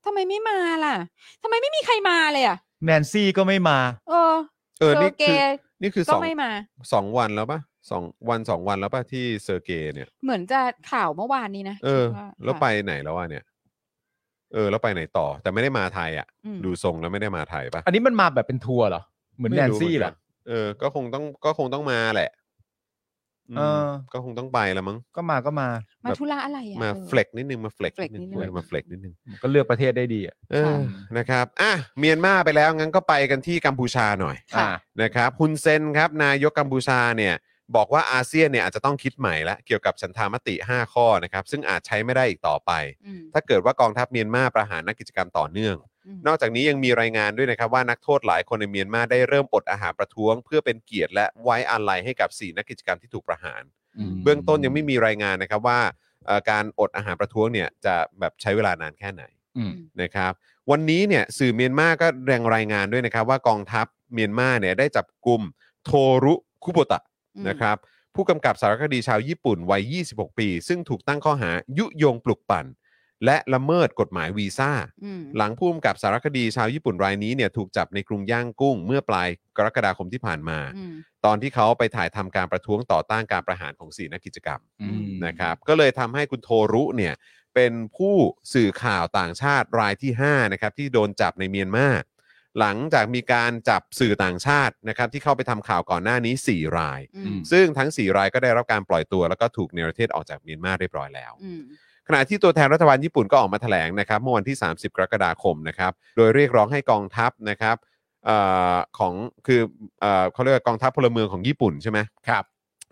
C: ทำไมไม่มาล่ะทำไมไม่มีใครมาเลยอ่ะ
B: แนนซี่ก็ไม่มา
C: เออ
A: เออ
C: โซ
A: นี่
C: เก
A: คือ นี่คือ
C: ก็
A: สอง
C: ไม่มา
A: สองวันแล้วปะสองวันสองวันแล้วปะที่เซอร์เกย์เนี่ย
C: เหมือนจะข่าวเมื่อวานนี้นะ
A: เออ
C: คิดา
A: แล้ว
C: ค่ะ
A: ไปไหนแล้วอ่ะเนี่ย เออ แล้วไปไหนต่อ แต่ไม่ได้มาไทยอ่ะ
C: อืม
A: ดูทรงแล้วไม่ได้มาไทยปะ
B: อันนี้มันมาแบบเป็นทัวร์เหรอ เหมือนแน
A: ไม่
B: นซี่เหรอ
A: มืกัเออ ก็คงต้องก็คงต้องมาแหละม
B: เออ
A: ก็คงต้องไปละมั้ง
B: ก็มาก็มา
C: มา
A: แบบ
C: ธุระอะไรอ่ะ
A: มา
C: เออ
A: เฟล็กนิดนึงมาเฟล็ก
C: flex นิดนึง
A: เออมาเฟล็กนิดนึง
B: ก็เลือกประเทศได้ดีอ่ะ
A: เออ
C: ค่ะ
A: นะครับอ่ะเมียนมาไปแล้วงั้นก็ไปกันที่กัมพูชาหน่อย
C: ค่ะ
B: อ่า
A: นะครับฮุนเซนครับ นายกกัมพูชาเนี่ย บอกว่าอาเซียนเนี่ยอาจจะต้องคิดใหม่ละเกี่ยวกับฉันทามติ 5 ข้อนะครับ ซึ่งอาจใช้ไม่ได้อีกต่อไป
C: อืม
A: ถ้าเกิดว่ากองทัพเมียนมาประหารนักกิจกรรมต่อเนื่อง
C: ม
A: นอกจากนี้ยังมีรายงานด้วยนะครับว่านักโทษหลายคนในเมียนมาได้เริ่มอดอาหารประท้วง เพื่อเป็นเกียรติและไว้อาลัยให้กับสี่นักกิจกรรมที่ถูกประหาร
C: อืม
A: เบื้องต้นยังไม่มีรายงานนะครับว่าเอ่อการอดอาหารประท้วงเนี่ยจะแบบใช้เวลานานแค่ไหน
B: อืม
A: นะครับวันนี้เนี่ยสื่อเมียนมาก็แรงรายงานด้วยนะครับว่ากองทัพเมียนมาเนี่ยได้จับกลุ่มโทรุคุโบตะ
C: อืม
A: นะครับผู้กำกับสารคดีชาวญี่ปุ่นวัย 26 ปี ซึ่งถูกตั้งข้อหายุยงปลุกปั่น และละเมิดกฎหมายวีซ่า
C: อืม
A: หลังผู้กำกับสารคดีชาวญี่ปุ่นรายนี้เนี่ยถูกจับในกรุงย่างกุ้งเมื่อปลายกรกฎาคมที่ผ่านมา
C: อืม
A: ตอนที่เขาไปถ่ายทำการประท้วงต่อต้านการประหารของสีนักกิจกรรม
B: อืม
A: นะครับก็เลยทำให้คุณโทรุเนี่ยเป็นผู้สื่อข่าวต่างชาติรายที่5นะครับที่โดนจับในเมียนมาหลังจากมีการจับสื่อต่างชาตินะครับที่เข้าไปทำข่าวก่อนหน้านี้ 4 ราย
C: อื
B: อื
C: ม
B: ม
A: ซึ่งทั้ง 4 รายก็ได้รับการปล่อยตัว แล้วก็ถูกเนรเทศออกจากเมียนมาเรียบร้อยแล้ว
C: อืม
A: ขณะที่ตัวแทนรัฐบาลญี่ปุ่นก็ออกมาแถลงนะครับเมื่อวันที่ 30 กรกฎาคมนะครับ โดยเรียกร้องให้กองทัพนะครับเอ่อของคือเอ่อเขาเรียกว่ากองทัพพลเมืองของญี่ปุ่นใช่ไหมครับ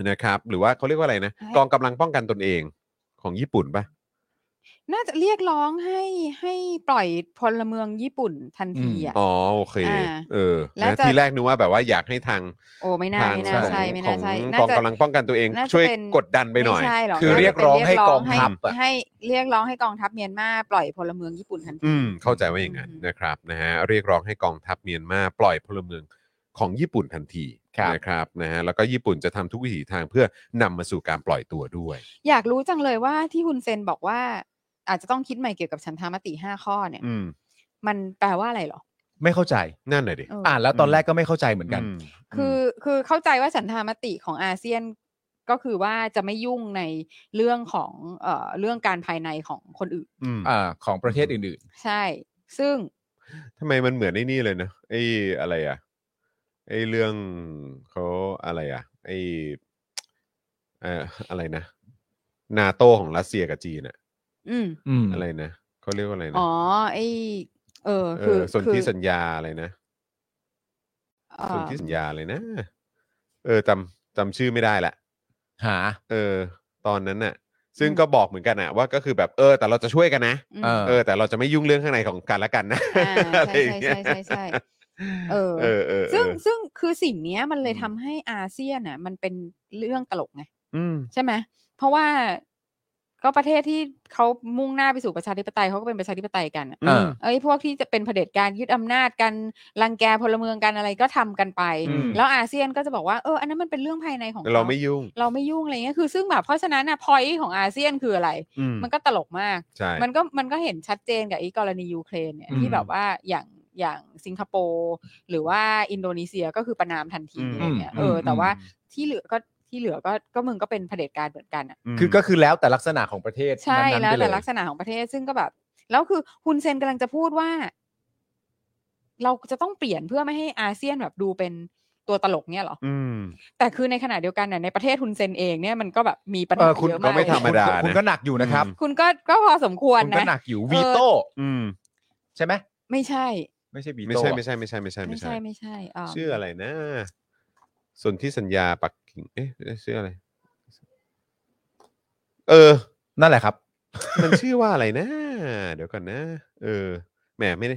A: นะครับ หรือว่าเขาเรียกว่าอะไรนะกองกำลังป้องกันตนเองของญี่ปุ่นปะ
C: น่าจะเรียกร้องให้ให้ปล่อยพลเมืองญี่ปุ่นทันทีอ่ะ
A: อ๋อโอเค
C: อ่า
A: เออ
C: แล้ว
A: นะ
C: จะ
A: ทีแรกนึกว่าแบบว่าอยากให้ทาง
C: โอ้ไม่น่า
A: ทาง
C: ไม่
A: ข
C: น่า
A: อง
C: ใช่ไม่
A: ข
C: น่า
A: อง
C: ใช่
A: ก
C: น่า
A: อง
C: จะ
A: กำลังป้องกันตัวเอง
C: น่าจะ
A: ช่วย
C: เป็น
A: กดดันไปหน่อย
C: ม่ใช่หรอก
B: คือ
C: น่าจะ
B: เรียกร้องให้
C: ป็น
B: กองทัพอะ
C: ให้เรียกร้องให้กองทัพเมียนมาปล่อยพลเมืองญี่ปุ่นทันที
A: อืมเข้าใจว่าอย่างนั้น
C: อืม
A: นะครับนะฮะเรียกร้องให้กองทัพเมียนมาปล่อยพลเมืองของญี่ปุ่นทันที
B: ครับ
A: นะครับนะฮะแล้วก็ญี่ปุ่นจะทำทุกวิถีทางเพื่อนำมาสู่การปล่อยตัวด้วย
C: อยากรู้จังเลยว่าที่ฮุนเซนบอกว่า อาจจะต้องคิดใหม่เกี่ยวกับฉันทามติห้าข้อเนี่ย
A: อืม
C: มันแปลว่าอะไรหรอ
B: ไม่เข้าใจ
A: นั่นแหละดิ
C: เออ
B: อ่านแล้วตอนแรกก็ไม่เข้าใจเหมือนกัน
A: อืม
C: คือคือเข้าใจว่าฉันทามติของอาเซียนก็คือว่าจะไม่ยุ่งในเรื่องของเอ่อเรื่องการภายในของคนอื่น
A: อืม
B: อ่า ของประเทศอื่น
C: ใช่ ซึ่ง
A: ทำไมมันเหมือนไอ้นี่เลยนะไอ้อะไรอ่ะไอ้เรื่องเขาอะไรอ่ะไอ้เอ่ออะไรนะนาโตของรัสเซียกับจีนอะ
C: อืม
B: ๆ อืม
A: อะไรนะเขาเรียกว่าอะไรนะ
C: อ๋อไอเออ
A: เอ
C: คือ
A: อส่วน
C: คื
A: ที่
C: อ
A: สัญญาอะไรนะ
C: เอ่
A: ส่วน
C: อ
A: ที่สัญญาเลยนะ เออจำจำชื่อไม่ได้ละ
B: หา
A: เออ ตอนนั้นน่ะ ซึ่งก็บอกเหมือนกันน่ะว่าก็คือแบบเออ แต่เราจะช่วยกันนะ
C: อืม
B: เออ
A: เออ แต่เราจะไม่ยุ่งเรื่องข้างในของกันและกันนะ
C: อ่า
A: อะ
C: ใช่
A: ไรอย่างเงี้ย
C: ใช่ใช่ใช่ใช่เออ
A: เอ อเออเออ
C: ซึ่งซึ่งคือสิ่งเนี้ยมันเลย
A: อืม
C: ทำให้อาเซียนอ่ะ มันเป็นเรื่องตลกไง
A: อืม
C: ใช่ไหม เพราะว่า ก็ประเทศที่เขามุ่งหน้าไปสู่ประชาธิปไตยเขาก็เป็นประชาธิปไตยกันอะ
B: เออ
C: เอ้ยพวกที่จะเป็นเผด็จการยึดอำนาจกันรังแกพลเมืองกันอะไรก็ทำกันไป
B: อืม
C: แล้วอาเซียนก็จะบอกว่าเอออันนั้นมันเป็นเรื่องภายในของ
A: เราไม่ยุ่ง
C: เราไม่ยุ่งอะไรเงี้ยคือซึ่งแบบเพราะฉะนั้นนะพอยของอาเซียนคืออะไร
A: อืม
C: มันก็ตลกมาก
A: ใช่
C: มันก็มันก็เห็นชัดเจนกับไอ้กรณียูเครนเนี่ย
B: อืม
C: ที่แบบว่าอย่างอย่างสิงคโปร์หรือว่าอินโดนีเซียก็คือประนามทันที
A: อืม
C: อะไรเงี้ย
B: อืม
C: เอออ
B: ม
C: แต่ว่าที่เหลือก็ที่เหลือก็ก็มึงก็เป็นเผด็จการเหมือนกันอ่ะ
A: ม
B: คือก็คือแล้วแต่ลักษณะของประเทศ
C: ใช่
B: นั้นๆ
C: แล้ว
B: ไปเย
C: แต่ลักษณะของประเทศซึ่งก็แบบแล้วคือฮุนเซนกำลังจะพูดว่า เราจะต้องเปลี่ยนเพื่อไม่ให้อาเซียนแบบดูเป็นตัวตลกเนี่ยเหรอ
A: อืม
C: แต่คือในขณะเดียวกันน่ะในประเทศฮุนเซนเองเนี่ยมันก็แบบมีปัญ
B: เอ
C: หา
B: อคุณ
C: เยอะ
A: ก็
C: มาก
A: ไม่
C: เลย
A: ธรรมดา
B: คุณก็หนักอยู่นะครับ
C: คุณก็ก็พอสมควร
B: คุณ
C: นะ
B: ก็หนักอยู่วีโต้
A: อืม
B: ใช่ไหม
C: ไม่ใช่
B: ไม่ใช่วี
A: ไม่
B: โต้
A: ใช่ไม่ใช่ไม่ใช่ไม่ใช่
C: ไม่
A: ไม่ใช่
C: ใช่ไม่ใช่เอ่อ
A: ชื่ออะไรนะส่วนที่สัญญาปักกิ่งเอ๊ะชื่ออะไร เออ
B: นั่นแหละครับ
A: มันชื่อว่าอะไรนะ เดี๋ยวก่อนนะ เออแหมไม่ได้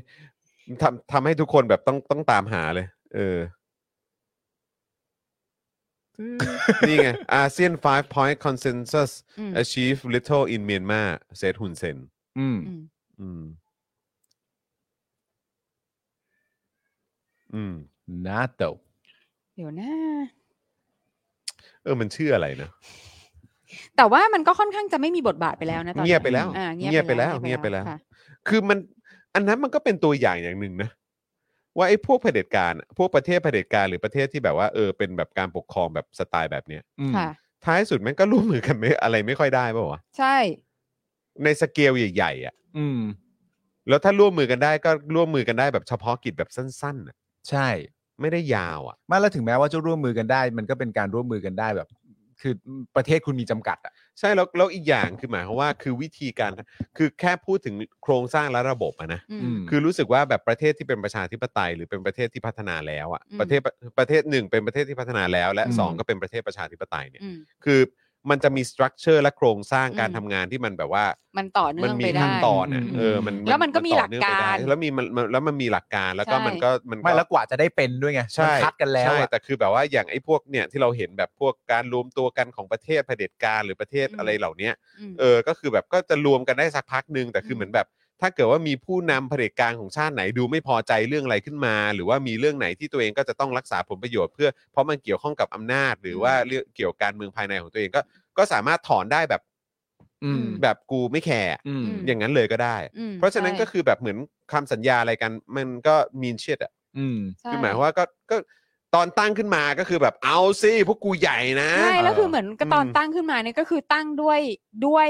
A: ทำทำให้ทุกคนแบบต้องต้องตามหาเลย เออ นี่ไง ASEAN 5 Point Consensus
C: อืม
A: Achieve Little in Myanmar said Hun Sen
B: อืม
C: อืม
A: อืม อืม
B: นาโต
C: เดี๋ยวนะ
A: เออ มันชื่ออะไรนะ
C: แต่ว่ามันก็ค่อนข้างจะไม่มีบทบาทไปแล้วนะตอนนี้
A: เงียบไปแล้ว
C: อ่า
A: เงียบไปแล้วเงียบไปแล้ว
C: ค่ะ
A: คือมันอันนั้นมันก็เป็นตัวอย่างอย่างหนึ่งนะ ว่าไอ้พวกเผด็จการอะพวกประเทศเผด็จการหรือประเทศที่แบบว่าเออเป็นแบบการปกครองแบบสไตล์แบบเนี้ย
B: อืม
C: ค่ะ
A: ท้ายสุดมันก็ร่วมมือกันไม่อะไรไม่ค่อยได้ป่าวะ
C: ใช่
A: ในสเกลใหญ่ๆอ่ะ
B: อืม
A: แล้วถ้าร่วมมือกันได้ก็ร่วมมือกันได้แบบเฉพาะกิจแบบสั้นๆน่ะ
B: ใช่
A: ไม่ได้ยาวอ่ะ
B: ไมาแล้วถึงแม้ว่าจะร่วมมือกันได้ มันก็เป็นการร่วมมือกันได้แบบ คือประเทศคุณมีจำกัดอ่ะ
A: ใช่แล้วแล้วอีกอย่างคือหมายความว่าคือวิธีการคือแค่พูดถึงโครงสร้างและระบบอะนะ
C: อื
B: อื
C: ม
B: ม
A: คือรู้สึกว่าแบบประเทศที่เป็นประชาธิปไตย หรือเป็นประเทศที่พัฒนาแล้วอ่ะ
C: อืม
A: ประเทศประเทศหนึ่งเป็นประเทศที่พัฒนาแล้ว และ
B: อืม
A: สองก็เป็นประเทศประชาธิปไตยเนี่ย
C: อืม
A: คือมันจะมีสตรัคเจอร์และโครงสร้างการ
C: อืม
A: ทำงานที่มันแบบว่า
C: มันต่อเนื่
A: มั
C: อง
A: มี
C: ไปได้
A: ขั้นตอนอ่ะ
B: อืม
A: เออมัน
C: แล้วมันก็มีหลัก
A: ต่อเนื่องไปได้
C: การ
A: แล้วมีมันมันแล้วมันมีหลักการแล้วก็
C: ใช่
A: มันก็มัน
B: ไม่แล้วกว่าจะได้เป็นด้วยไง
A: ใช่
B: มันคัดกันแล้ว
A: ใช่
B: อะ
A: แต่คือแบบว่าอย่างไอ้พวกเนี่ยที่เราเห็นแบบพวกการรวมตัวกันของประเทศเผด็จการหรือประเทศ
C: อืม
A: อะไรเหล่าเนี้ย
C: ม
A: เออก็คือแบบก็จะรวมกันได้สักพักหนึ่งแต่คือ
C: ม
A: เหมือนแบบ ถ้าเกิดว่ามีผู้นำเผด็จการของชาติไหนดูไม่พอใจเรื่องอะไรขึ้นมา หรือว่ามีเรื่องไหนที่ตัวเองก็จะต้องรักษาผลประโยชน์เพื่อเพราะมันเกี่ยวข้องกับอำนาจ หรือว่าเรื่องเกี่ยวกับการเมืองภายในของตัวเองก็ก็สามารถถอนได้แบบ
B: อืม
A: แบบกูไม่แคร์
B: อืม
C: อืม
A: อย่างนั้นเลยก็ได้
C: ม
A: เพราะฉะนั้นก็คือแบบเหมือนคำสัญญาอะไรกัน มันก็มีนเชิดอ่ะ
B: อืม
C: ใช่
A: คือหมายความว่าก็ก็ตอนตั้งขึ้นมาก็คือแบบเอาสิพวกกูใหญ่นะ
C: ใช่แล้วคือเหมือนก็ตอน
A: อืม
C: ตั้งขึ้นมาเนี่ยก็คือตั้งด้วยด้วย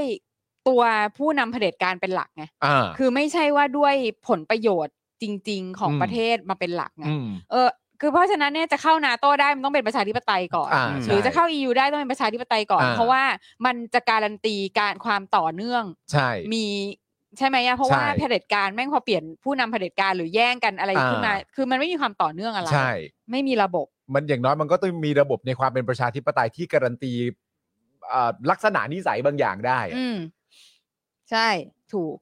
C: ตัวผู้นำเผด็จการเป็นหลักไง
B: อ่า
C: คือไม่ใช่ว่าด้วยผลประโยชน์จริง ๆ ของ
B: อืม
C: ประเทศมาเป็นหลักไง
B: อืม
C: เออคือเพราะฉะนั้นเนี่ยจะเข้านาโต้ได้มันต้องเป็นประชาธิปไตยก่อน
B: อ่า
C: หรือ
B: ใช่
C: จะเข้า EU ได้ต้องเป็นประชาธิปไตยก่อน
B: อ่า
C: เพราะว่ามันจะการันตีการความต่อเนื่อง
B: ใช่
C: มีใช่ไหมอะเพราะว่า
B: ใช่
C: เผด็จการแม่งพอเปลี่ยนผู้นำเผด็จการหรือแย่งกันอะไร
B: อ่า
C: ขึ้นมา คือมันไม่มีความต่อเนื่องอะไร
B: ใช่
C: ไม่มีระบบ
B: มันอย่างน้อยมันก็ต้องมีระบบในความเป็นประชาธิปไตยที่การันตีอ่าลักษณะนิสัยบางอย่างได้อะ
C: อืมใช่ถูก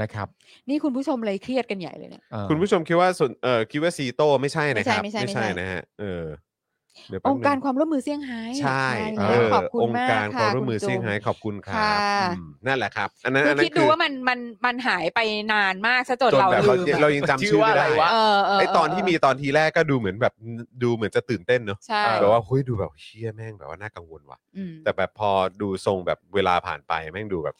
B: นะครับ
C: นี่คุณผู้ชมเลยเครียดกันใหญ่เลยเนี่ย
B: เอ่อ
A: คุณผู้ชมคิดว่าส่วนเออคิดว่าซีโต้ไม่ใช่นะครับ
C: ไม่ใช่ไม่
A: ไม่
C: ใช่
A: ใช่
C: ไม่ใช่
A: นะฮะเออเดี๋ยว
C: อ
A: แป๊บ
C: งค์
A: นึ
C: การความร่วมมือเซี่ยงไฮ้
A: ใช่
C: ใช่
A: เอ
C: แล้ว
A: อ
C: ขอบคุณ
A: องค์
C: มาก
A: การความ
C: ะ
A: ร่วมมือ
C: คุณจู
A: เซี่ยงไฮ้ขอบคุณครับ
C: ค่ะ
A: อืมนั่นแหละครับ อันนั้นอั
C: คือน
A: นั้น
C: คิดดูว่ามันมันมันหายไปนานมากซะจน
A: จน
C: เรา
A: แบบ
C: ลื
A: เรา
C: ม
A: ยังเรายั
C: อะ
A: งจำชื่อไม่ได้
C: เออเ
A: ไอตอนที่มีตอนทีแรกก็ดูเหมือนแบบดูเหมือนจะตื่นเต้นเนอะ
C: ใช่
A: แบบว่าเฮ้ยดูแบบเชี่ยแม่งแบบว่าน่ากังวลว่ะ
C: อืม
A: แต่แบบพอดูทรงแบบเวลาผ่านไปแม่งดูแบบ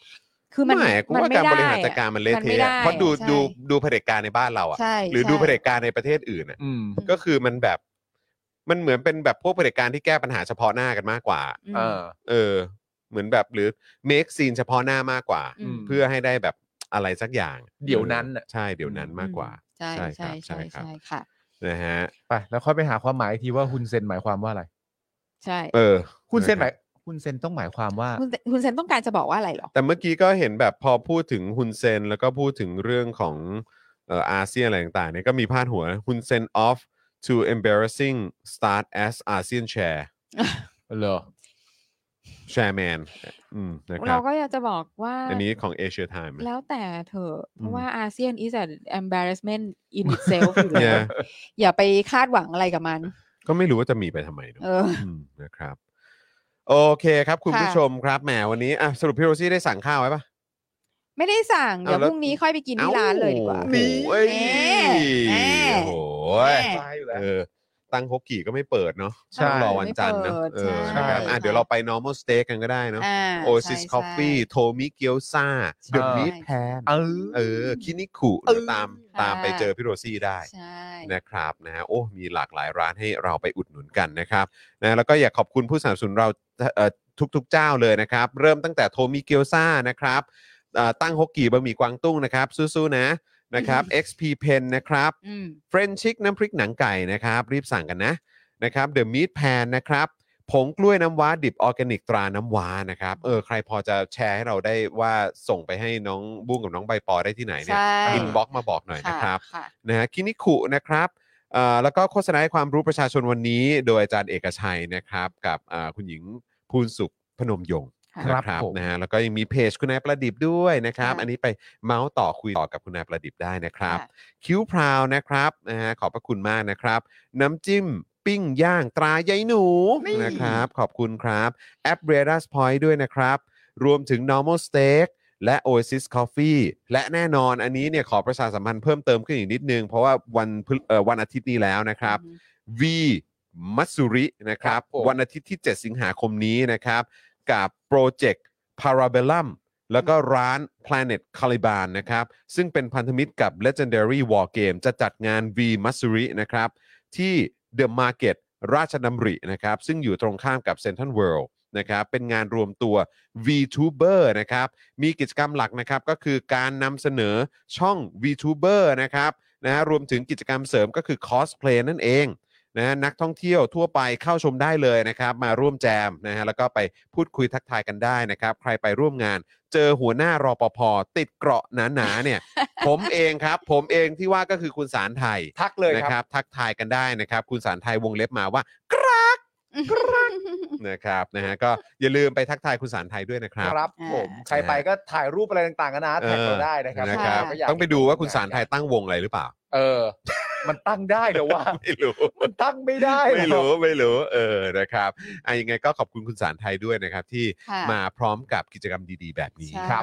C: คือมัน
A: ไกู
C: มัน
A: ว่า
C: ไม่
A: การบริหาร
C: ได้อะ
A: จัดการมันเละ
C: มันไม่
A: เทะ
C: ได้
A: เพราะดู
C: ใช่
A: ดูดูเผด็จการในบ้านเราอ่ะ
C: ใช่
A: หรือดูเผ
C: ใช่
A: ด็จการในประเทศอื่นอ่ะ
B: อืม
A: ก็คือมันแบบ มันเหมือนเป็นแบบพวกเผด็จการที่แก้ปัญหาเฉพาะหน้ากันมากกว่า
C: อืม
B: เออ
A: เออ เหมือนแบบหรือ make scene เฉพาะหน้ามากกว่า
C: อืม
A: เพื่อให้ได้แบบอะไรสักอย่าง
B: เดี๋ยวนั้นน่ะ
A: ใช่เดี๋ยวนั้นมากกว่า
C: ใช่
A: ใช่
C: ใช่
A: ครับใช่ครับ
C: ใช่ใช่ค่ะ
A: นะฮะ
B: ไปแล้วค่อยไปหาความหมายอีกทีว่าฮุนเซนหมายความว่าอะไร
C: ใช่
A: เออ
B: ฮุนเซนหมายฮุนเซนต้องหมายความว่า
C: คุณเซคุณเซนต้องการจะบอกว่าอะไรเหรอ
A: แต่เมื่อกี้ก็เห็นแบบพอพูดถึงฮุนเซนแล้วก็พูดถึงเรื่องของเอ่ออาเซียนอะไรต่างๆเนี่ยก็มีพาดหัวฮุนเซน off to embarrassing start as ASEAN chair
B: เหรอ
A: chairman อืมนะค
C: เรา
A: รับ
C: ก็อยากจะบอกว่า
A: อันนี้ของ Asia Time นะ
C: แล้วแต่เธอะเพ
A: อื
C: ราะ
A: ม
C: ว่าอาเซียน is an embarrassment in itself อยู่แล้ว
A: Yeah
C: อย่าไปคาดหวังอะไรกับมัน
A: ก็ไม่รู้ว่าจะมีไปทำไมเนอะ
C: เออ
A: มนะครับ โอเคครับ คุณ
C: ค่ะ
A: ผู้ชมครับแหมวันนี้อ่ะสรุปพี่โรซี่ได้สั่งข้าวไว้ปะ
C: ไม่ได้สั่ง เดี๋ยว
A: เอาแล้ว
C: พรุ่งนี้ค่อยไปกินที่ร้านเลยดีกว่า
A: อ้นี่เอ้ย
C: แหม่
A: โอ้โห
C: แหม่
E: ตายอยู่แล้ว
A: เออตั้งฮกกี่ก็ไม่เปิดเนาะ
B: ใช่
A: ต้องรอวันจันทร์เนาะเออ
C: ไม่
A: นะค
C: เปิดใช่
A: รับอ่ะเดี๋ยวเราไป normal steak กันก็ได้เนาะ
C: อ่า
A: Oasis
C: ใช่
A: Coffee โทมิเกียวซา
C: ใช่
A: เดอะมิท
C: ใช่
B: แทน
E: เออ
A: เออคินิคุหรือตามตามไปเจอพี่โรซี่ได้
C: ใช่
A: นะครับนะฮะโอ้มีหลากหลายร้านให้เราไปอุดหนุนกันนะครับนะแล้วก็อยากขอบคุณผู้สนับสนุนเราเอ่อทุกๆเจ้าเลยนะครับ เริ่มตั้งแต่โทมิเกียวซ่านะครับเอ่อตั้งฮกกี่บะหมี่กวางตุ้งนะครับสู้ๆนะนะครับ XP Pen นะครับ
C: อืม
A: เฟรนชิกน้ำพริกหนังไก่นะครับ รีบสั่งกันนะนะครับเดอะมีทแพนนะครับผงกล้วยน้ำว้าดิบออร์แกนิกตราน้ำว้านะครับเออใครพอจะแชร์ให้เราได้ว่าส่งไปให้น้องบุ้งกับน้องใบปอได้ที่ไหนเนี่ย
C: ใช่
A: อินบ็อกมาบอกหน่อยนะครับ
C: ค่ะ
A: นะฮะคินิคุนะครับเอ่อแล้วก็โฆษณาให้ความรู้ประชาชนวันนี้ โดยอาจารย์เอกชัยนะครับ กับเอ่อคุณหญิงภูนสุขพนมยงค์
C: ค่ะ
A: นะครับ
B: ผม
A: นะฮะแล้วก็ยังมีเพจคุณนายประดิบด้วยนะครับ
C: ค่ะ
A: อันนี้ไปเมาส์ต่อคุยต่อกับคุณนายประดิบได้นะครับ
C: ค่ะ
A: คิ้วพราวนะครับนะฮะขอบพระคุณมากนะครับ น้ำจิ้มปิ้งย่างตรายายหนูนะครับ ขอบคุณครับแอป r a d a s Point ด้วยนะครับ รวมถึง normal steak และ Oasis Coffee และแน่นอนอันนี้เนี่ยขอประชาสัมพันธ์เพิ่มเติมขึ้นอีกนิดนึง เพราะว่าวันพฤเอ่อวันอาทิตย์นี้แล้วนะครับ V มัตสุรินะครับ
B: ครับผม
A: วันอาทิตย์ที่ 7 สิงหาคมนี้นะครับ กับโปรเจกต์ Parabellum แล้วก็ร้าน Planet Caliban นะครับ ซึ่งเป็นพันธมิตรกับ Legendary War Game จะจัดงาน V m a s u r i นะครับ ที่ The Market ราชดำรินะครับ ซึ่งอยู่ตรงข้ามกับ Central World นะครับ เป็นงานรวมตัว VTuber นะครับ มีกิจกรรมหลักนะครับ ก็คือการนำเสนอช่อง VTuber นะครับนะฮะรวมถึงกิจกรรมเสริมก็คือ Cosplay นั่นเอง นะฮะนักท่องเที่ยวทั่วไปเข้าชมได้เลยนะครับ มาร่วมแจมนะฮะแล้วก็ไปพูดคุยทักทายกันได้นะครับ ใครไปร่วมงาน เจอหัวหน้ารอปภติดเกราะหนาๆเนี่ย ผมเองครับ ผมเองที่ว่าก็คือคุณสารไทย
E: ทักเลย
A: นะครับ ทักทายกันได้นะครับ คุณสารไทยวงเล็บมาว่ากราก นะครับนะฮะก็อย่าลืมไปทักทายคุณสารไทยด้วยนะครับ
E: ครับผม ใครไปก็ถ่ายรูปอะไรต่างๆกันนะแท็กเราได้นะครับ
A: นะครับ
E: ก็ยาก
A: ต้องไปดูว่าคุณสารไทยตั้งวงอะไรหรือเปล่า
E: เออ มันตั้งได้เหรอวะ
A: ไม่รู้
E: มันตั้งไม่ได้
A: ไม่รู้ไม่รู้เออนะครับอ่ะยังไงก็ขอบคุณคุณสารไทยด้วยนะครับ ที่
C: ค่ะ
A: มาพร้อมกับกิจกรรมดีๆ แบบนี้
C: ใช่
A: ครับ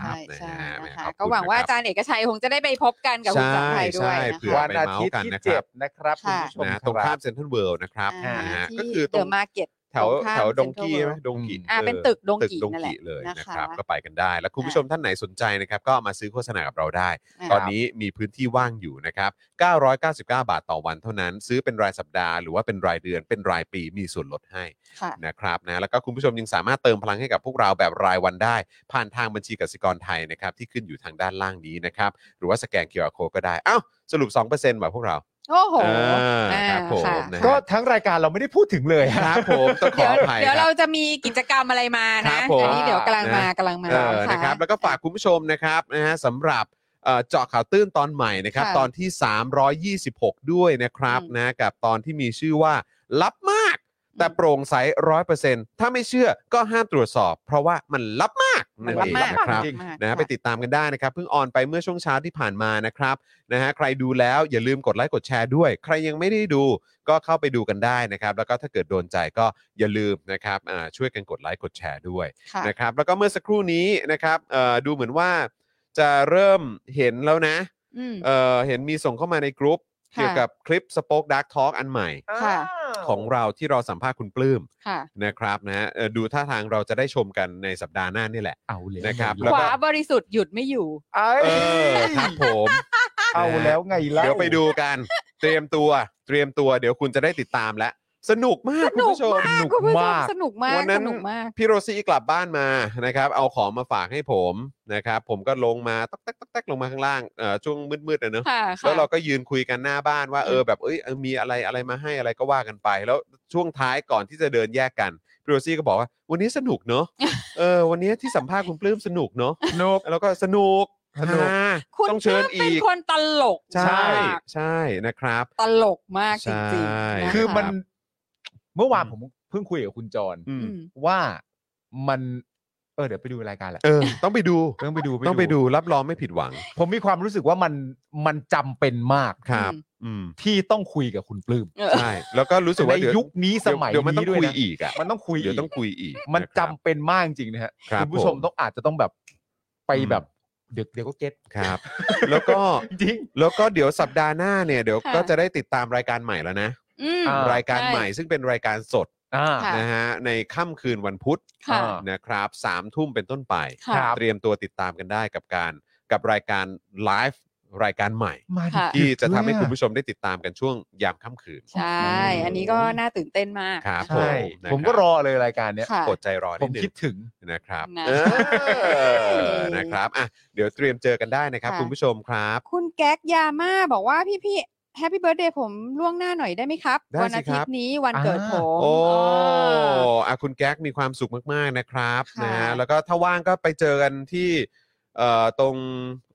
C: ใช่
A: นะ
C: ใช่
A: ฮะแหม
C: นะคะ
A: ขอบคุณ
C: ก็หวังว่า
A: นะค
C: อา
A: รับ
C: จารย์เอกชัยคงจะได้ไปพบกันกับคุณ
A: ใช่
C: สังไทยด้วย
A: ใช่
C: นะ
A: เผื่อ
C: คะ
E: วันอาทิตย์ที่เจ็ดนะครับคุณผู้ชม
A: นะตรงข้ามเซ็นทรัลเวิลด์นะครับ
C: อ่า
A: นะฮะ
C: ที่
A: ก็คือต
C: เด
A: รง
C: อะมาร์เก็ต
A: แถว
C: ตรงข้าม
A: แถวดงกี้ไหม
C: Central
A: ดงกี้
C: อ่าเป็นตึกดงกิ
A: ดง
C: นั่นแห
A: กี้
C: ละ
A: เลย
C: นะ
A: นะ
C: ค
A: ครับ
C: ะ
A: ก็ไปกันได้ แล้วคุณผู้ชมท่านไหนสนใจนะครับ ก็มาซื้อโฆษณากับเราได้ ตอนนี้มีพื้นที่ว่างอยู่นะครับ 999 บาทต่อวันเท่านั้น ซื้อเป็นรายสัปดาห์หรือว่าเป็นรายเดือนเป็นรายปีมีส่วนลดให้
C: ค่ะ
A: นะครับนะแล้วก็คุณผู้ชมยังสามารถเติมพลังให้กับพวกเราแบบรายวันได้ ผ่านทางบัญชีกสิกรไทยนะครับ ที่ขึ้นอยู่ทางด้านล่างนี้นะครับ หรือว่าสแกน QR Code ก็ได้ เอ้า สรุป 2%แบบพวกเรา
C: โอ้โห
A: อ่า
C: อ่า
A: ครับผม
C: ค่ะ
A: นะ
E: ก็
A: ฮะ
E: ทั้งรายการเราไม่ได้พูดถึงเลยฮะ
A: ครับผมต้องขอ
C: เดี๋ยว
A: อภัย
C: เดี๋ยว
A: ค
C: เรา
A: รับ
C: จะมีกิจกรรมอะไรมา
A: ครั
C: นะ
A: บผม
C: อันนี้เดี๋ยวกำลังมา
A: นะ
C: กำลังมา
A: เออ
C: ค่ะ
A: นะครับแล้วก็ฝากคุณผู้ชมนะครับนะฮะสำหรับเอ่อเจาะข่าวตื้นตอนใหม่นะครับ
C: ค่ะ
A: ตอนที่ 326 ด้วยนะครับ
C: อืม
A: นะกับตอนที่มีชื่อว่าลับมาก แต่โปร่งใสร้อยเปอร์เซ็นต์ถ้าไม่เชื่อก็ห้ามตรวจสอบ เพราะว่ามันลับมาก
C: มั
A: นั่
C: น
A: น
C: รัก
A: เอง
C: มาก
A: นะครับนะฮะ
C: มากค่ะ
A: ไปติดตามกันได้นะครับ เพิ่งออนไปเมื่อช่วงเช้าที่ผ่านมานะครับนะฮะใครดูแล้วอย่าลืมกดไลค์กดแชร์ด้วย ใครยังไม่ได้ดูก็เข้าไปดูกันได้นะครับ แล้วก็ถ้าเกิดโดนใจก็อย่าลืมนะครับอ่าช่วยกันกดไลค์กดแชร์ด้วย
C: ค่ะ
A: นะครับแล้วก็เมื่อสักครู่นี้นะครับเอ่อดูเหมือนว่าจะเริ่มเห็นแล้วนะ
C: อืม
A: เอ่อเห็นมีส่งเข้ามาในกรุ๊ป
C: ค่ะ
A: เกี่ยวกับคลิป Spoke Dark Talk อันใหม่
C: ค่ะ
A: ของเราที่เราสัมภาษณ์คุณปลื้ม
C: ค่ะ
A: นะครับนะฮะเอ่อดูท่าทางเราจะได้ชมกันในสัปดาห์หน้านี่แหละ
B: เอาเลย
A: นะครับ
C: ข
A: แล้วก็
C: วาบริสุทธิ์หยุดไม่อยู่
E: เอ้ย
A: เออครับผม
E: เอาแล้วไงล่ะ
A: เดี๋ยวไปดูกัน เตรียมตัวเตรียมตัวเดี๋ยวคุณจะได้ติดตามแล้ว สนุกมาก
C: ส
A: คุณ
C: นุก
A: ผู้ชม
C: มากคุณผู้ชมสนุกมาก
A: วันนั้
C: ส
A: น
C: นุกมาก
A: พี่โรซี่กลับบ้านมานะครับ เอาของมาฝากให้ผมนะครับ ผมก็ลงมาตักตักตักตักลงมาข้างล่างเอ่อช่วงมืดๆนะเนอะ
C: ค่ะ
A: แล้ว
C: ค่ะ
A: เราก็ยืนคุยกันหน้าบ้านว่า
C: อืม
A: เออแบบเอ้ยเออมีอะไรอะไรมาให้อะไรก็ว่ากันไป แล้วช่วงท้ายก่อนที่จะเดินแยกกันพี่โรซี่ก็บอกว่า วันนี้สนุกเนอะ เออวันนี้ที่สัมภาษณ์คุณปลื้มสนุกเนอะ
B: นก
A: แล้วก็สนุก
B: สนุก
A: อ่า
C: คุณ
A: ต้องเชิญ
C: ปลื้ม
A: อี
C: เป็น
A: ก
C: คนตลก
A: ใช่
C: มาก
A: ใช่นะครับ
C: ตลกมากจริง
A: ใช่
C: ๆะะ
B: คือมัน
A: ครับ
B: เมื่อวานผมเพิ่งคุยกับคุณจร
A: อื
C: อื
A: ม
C: ม
B: ว่ามันเออเดี๋ยวไปดูรายการแหละ
A: เออ ต้องไปดู
B: ต้องไปดู
A: ต้องไปดูรับรองไม่ผิดหวัง
B: ผมมีความรู้สึกว่ามันมันจำเป็นมาก
A: ครับ
C: อืม
A: อืม
B: ที่ต้องคุยกับคุณปลื้ม
A: ใช่ แล้วก็รู้สึกว่า
B: ใน
A: เดี๋ว
B: ยุคนี้สมัย
A: เดี๋ยวมันต้อ
B: นี้
A: ง
B: ด้วย
A: คุย
B: นะ
A: อีกอ่ะ
B: มันต้องคุย
A: เดี๋ยว
B: ก
A: ต้องคุยอีก
B: มันจำ
A: ะครับ
B: เป็นมากจริงๆนะฮะ
A: ครับ
B: ณผู้ชม
A: ผม
B: ต้องอาจจะต้องแบบไป
A: อืม
B: แบบเดี๋ยวเดี๋ยวก็เก็ต
A: ครับ แล้วก็
B: จริง
A: แล้วก็เดี๋ยวสัปดาห์หน้าเนี่ยเดี๋ยว
C: ค่ะ
A: ก็จะได้ติดตามรายการใหม่แล้วนะ
C: อืม
B: อ่า
A: รายการ
C: ใช่
A: ใหม่ซึ่งเป็นรายการสด
B: อ่า
C: ค่ะ
A: นะฮะในค่ำคืนวันพุธ
C: ค่ะ
B: อ่า
A: นะครับสามทุ่มเป็นต้นไป
C: ค่ะ
B: ครับ
A: เตรียมตัวติดตามกันได้กับการกับรายการไลฟ์รายการใหม่
B: มา
C: ค่ะ
B: ดึ
A: ที่
B: กๆ
A: จะทำให้
B: ด้วยอ
A: คุณผู้ชมได้ติดตามกันช่วงยามค่ำคืน
C: ใช่ อันนี้ก็น่าตื่นเต้นมาก
A: ครับผ
B: ใช่
A: มนะครับ
B: ผมก็รอเลยรายการเนี้ย
C: ค่ะ
A: อดใจรอ
B: ผ
A: นิด
B: ม
A: นึง
B: คิดถึง
A: นะครับ
C: นะ
A: เออนะครับอ่ะเดี๋ยวเตรียมเจอกันได้นะครับ
C: ค่ะ
A: คุณผู้ชมครับ
C: คุณแก๊กยาม่าบอกว่าพี่พี่แฮปปี้เบิร์ดเดย์ผมล่วงหน้าหน่อยได้ไหมครับ
A: ได้สิครับ
C: วัอาทิตย์นี้วัน
B: อ่า
C: เกิดผม
A: โอ้อะคุณแก๊กมีความสุขมาก ๆ นะครับ
C: ค่ะ
A: นะฮะแล้วก็ถ้าว่างก็ไปเจอกันที่เอ่อตรง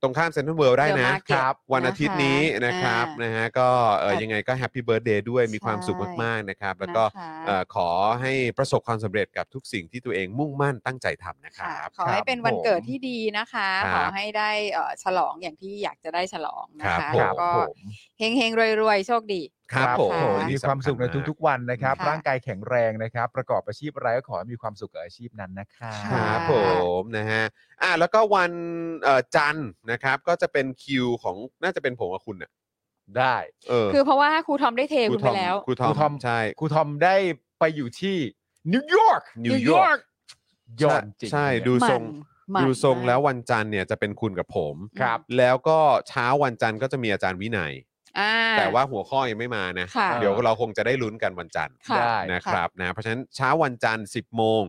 A: ตรงข้ามเซ็นทรัลเวิลด์ได้นะ
C: The Market
A: วันอาทิตย์นี้นะครับ
C: นะคะ
A: นะฮะก็เอ่อ
C: ค่ะ
A: ยังไงก็แฮปปี้เบิร์ดเดย์ด้วยมีความสุข
C: ใช่
A: มาก ๆ นะครับ
C: อ่า
A: แล้วก็
C: นะคะ
A: เอ่อขอให้ประสบความสำเร็จกับทุกสิ่งที่ตัวเองมุ่งมั่นตั้งใจทำนะค
C: ค่ะ
A: รับ
C: ขอให้เป็นวันเกิดที่ดีนะคะ
A: ครับ
C: ขอให้ได้เอ่อฉลองอย่างที่อยากจะได้ฉลองนะ
A: ครั
C: คะ
A: บ
C: แล้วก็
B: ผม
C: เฮงเฮงๆรวยๆ โชคดี
A: ครับ
C: ครับ
A: ผม
C: ผม
A: อันนี้
B: มีความสุขใน
A: ำญมก
B: ทุกๆวันนะครับ
C: ค่ะ
B: ร่างกายแข็งแรงนะครับ ประกอบอาชีพอะไรก็ขอให้มีความสุขกับอาชีพนั้นนะครับ
A: ครับ
C: ค่ะ
A: ผมนะฮะอ่ะแล้วก็วันเอ่อจันทร์นะครับก็จะเป็นคิวของน่าจะเป็นผมกับคุณน่ะ
B: ได้
A: เออ
C: คือเพราะว่าครูทอมได้เทคุณ
A: ท
C: ไป
A: อม
C: แล้ว
A: ครูทอมใช่
B: ครูทอมได้ไปอยู่ที่นิวยอร์ก
A: นิวยอร์ก
B: ยอดจริง
A: ใช่ดูทรง
C: มัน
A: ดูทรง
C: มัน
A: แล้ววันจันทร์เนี่ยจะเป็นคุณกับผม
B: ครับ
A: แล้วก็เช้าวันจันทร์ก็จะมีอาจารย์วินัย
C: อ่า
A: แต่ว่าหัวข้อยังไม่มานะ
C: ค่ะ
A: เดี๋ยวเราคงจะได้ลุ้นกันวันจันทร์
C: ค่ะ
B: ได้
A: นะครับนะเพราะฉะนั้นเช้าวันจันทร์10โมง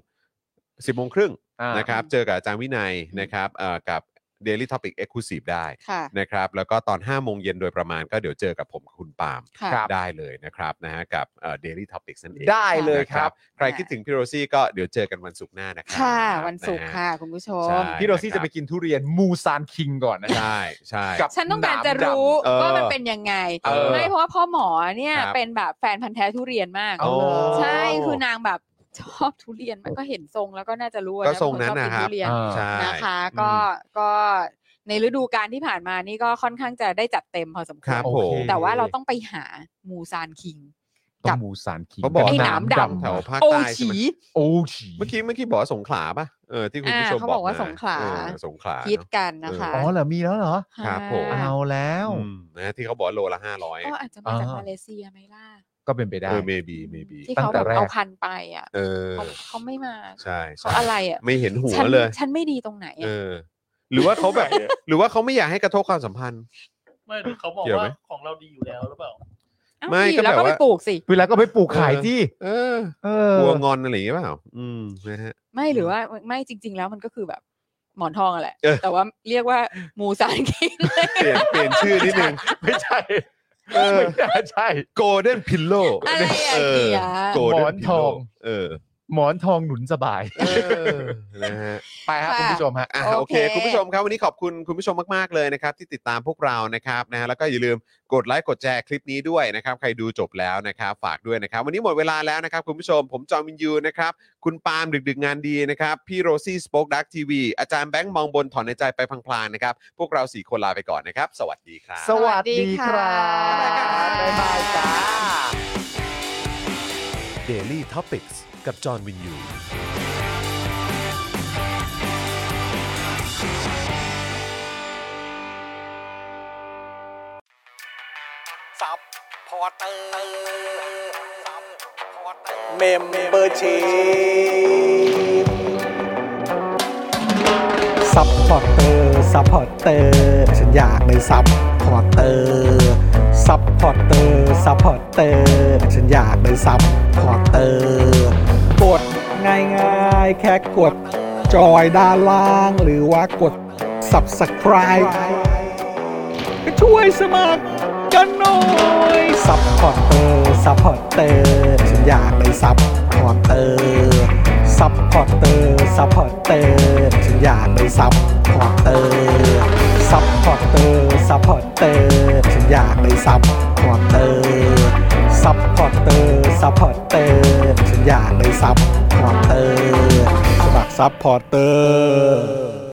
A: 10โมงครึ่ง
B: อ่าน
A: นะครับเจอกับอาจารย์วินัยนะครับเอ่อกับ Daily Topic Exclusive ได้
C: ค่ะ
A: นะครับแล้วก็ตอน 5 โมงเย็นโดยประมาณก็เดี๋ยวเจอกับผมกับคุณปาล์ม
C: ค่ะ
B: ครับ
A: ได้เลยนะครับนะฮะกับเดลี่ท็อปิกนั่นเอง
B: ได้เลย
A: นะ
B: ครับ
A: ใครคิดถึงพี่โรซี่ก็เดี๋ยวเจอกันวันศุกร์หน้านะครั
C: ค่ะ วันศุกร์
A: นฮ
C: ค่ะ คุณผู้ช
A: ใช่
C: ม
B: พี่โรซี่จะไปกินทุเรียนมูซานคิงก่อนนะครั
A: ใช่ใช่
B: กับ
C: ฉันต้องการจะรู้
B: หนามด
A: เออ
C: ว่ามันเป็นยังไง
A: เออ
C: ไม่เพราะว่าพ่อหมอเนี่ย
A: ครับ
C: เป็นแบบแฟนพันธ์แท้ทุเรียนมาก
A: โอ้
C: ใช่คือนางแบบชอบทุเรียนมันก็เห็นทรงแล้วก็น่าจะรู้อะ
A: ก็
C: นะ
A: ทรงนั้น
C: เป็
A: นะ
C: คชอบ
A: ครับ
C: กิทุเรียน
B: อ่า
A: ใช่
C: นะคะก็ก็ในฤดูกาลที่ผ่านมานี่ก็ค่อนข้างจะได้จัดเต็มพอสม
A: ค
C: ค
A: วรั
C: ร
A: บผม
B: โอค
C: แต่ว่าเราต้องไปหามูซานคิง
B: ำต้องมูซานคิง
A: เขาบอก
C: ไอ้
A: ว่า
C: หนามดำ
A: แถวภาค
C: โอ
A: ใต้ใช่
C: ชี
A: ไหม
B: โอ้ชี
A: เมื่อกี้เมื่อกี้บอกว่าสงขลาป่ะเออที่คุณผู้ชม
C: อ่าเขา
A: บบ อ
C: อก ก
A: มา
C: ว่าสงขลา
A: เออสงขลา
C: คิดกันนะคะ
B: อ๋อเหรอมีแล้วเหรอ
C: ค่ะ
A: ครับผม
C: ก็
B: เอาแล้ว
A: อืมนะที่เขาบอกว่าโลละ 500เอง
C: อาจจะมาจาก
B: อ่าม
C: มาเลเซียไหมล่ะ
B: ก็เป็นไปได้
A: เออ maybe maybe
C: ที่
B: ตั้ง
C: เขา
B: แต่
C: แบบ
B: แรก
C: เอาพันธุ์ไปอ่ะ
A: เออ
C: เขาเขาไม่มา
A: ใช่
C: เขา
A: ใช่
C: อะไรอ่ะ
A: ไม่เห็นหัว
C: ฉัน
A: เลย
C: ฉันไม่ดีตรงไหน
A: เอ
C: อะ
A: อ หรือว่าเขาแบบ หรือว่าเขาไม่อยากให้กระทบความสัมพันธ์
D: ไม่หรือเขาบอก
A: เกี่ยวไหม
D: ว่าของเราดีอยู่แล้วหรือเปล่า
C: เอ้า
A: ไม่
C: พี่
A: ก็
C: แล้ว
A: แบบ
C: ก็ไป
A: ว่า
C: ปลูกสิ
B: เวลาก็ไปปลูกขายที่
A: เออ
B: เอก อ
A: ลัวงอนอะไรอย่างเงี้ยเปล่า อืมนะฮะ
C: ไม่หรือว่าไม่จริง ๆ แล้วมันก็คือแบบหมอนทองอะแหละ
A: เออ
C: แต่ว่าเรียกว่าหมูสารกิน
A: เปลี่ยนเปลี่ยนชื่อนิดนึง
B: ไม่ใช่
A: เออ
B: ไม่น่าใช่
A: Golden Pillow
C: อะไรอ่ะ
A: เออ
C: เกีย
A: Golden
B: หมอนทอง
A: Pillow เออ
B: หมอนทองหนุนสบาย
A: เออนะฮะ
B: ไปครับ
C: ค่ะ
B: คุณผู้ชมฮะ
A: อ่ะโอ
C: โอ
A: เค
C: เค
A: คุณผู้ชมครับ วันนี้ขอบคุณคุณผู้ชมมาก ๆ เลยนะครับ ที่ติดตามพวกเรานะครับนะฮะแล้วก็อย่าลืมกดไลค์กดแชร์คลิปนี้ด้วยนะครับ ใครดูจบแล้วนะครับ ฝากด้วยนะครับ วันนี้หมดเวลาแล้วนะครับ คุณผู้ชมผมจอมินยูนะครับ คุณปาล์มดึก ๆ งานดีนะครับ พี่โรซี่สป็อคดักทีวีอาจารย์แบงค์มองบนถอนในใจไปพลางๆนะครับ พวกเราสี่คนลาไปก่อนนะครับ สวัสดีครับ
B: สวัสดีครับ
C: สวัสดีค่ะ
B: บ๊ายบายจ้า
A: Daily Topics กับจอห์นวินยู
G: ซับพอร์เตอร์ซับพอร์เตอร์
F: เมมเบอร์ชีซัพพอร์เตอร์ซัพพอร์เตอร์ฉันอยากเป็นซัพพอร์เตอร์ซัพพอร์เตอร์ซัพพอร์เตอร์ฉันอยากเป็นซัพพอร์เตอร์กดง่ายๆ แค่กดจอยด้านล่าง หรือว่ากด subscribe ก็ช่วยสมัครกันหน่อย ซัพพอร์เตอร์ซัพพอร์เตอร์ฉันอยากเป็นซัพพอร์เตอร์ซัพพอร์เตอร์ซัพพอร์เตอร์ฉันอยากเป็นซัพพอร์เตอร์ซัพพอร์เตอร์ซัพพอร์เตอร์ฉันอยากเป็นซัพพอร์เตอร์ซัพพอร์เตอร์ซัพพอร์เตอร์ฉันอยากเป็นซัพพอร์เตอร์สมัครซัพพอร์เตอร์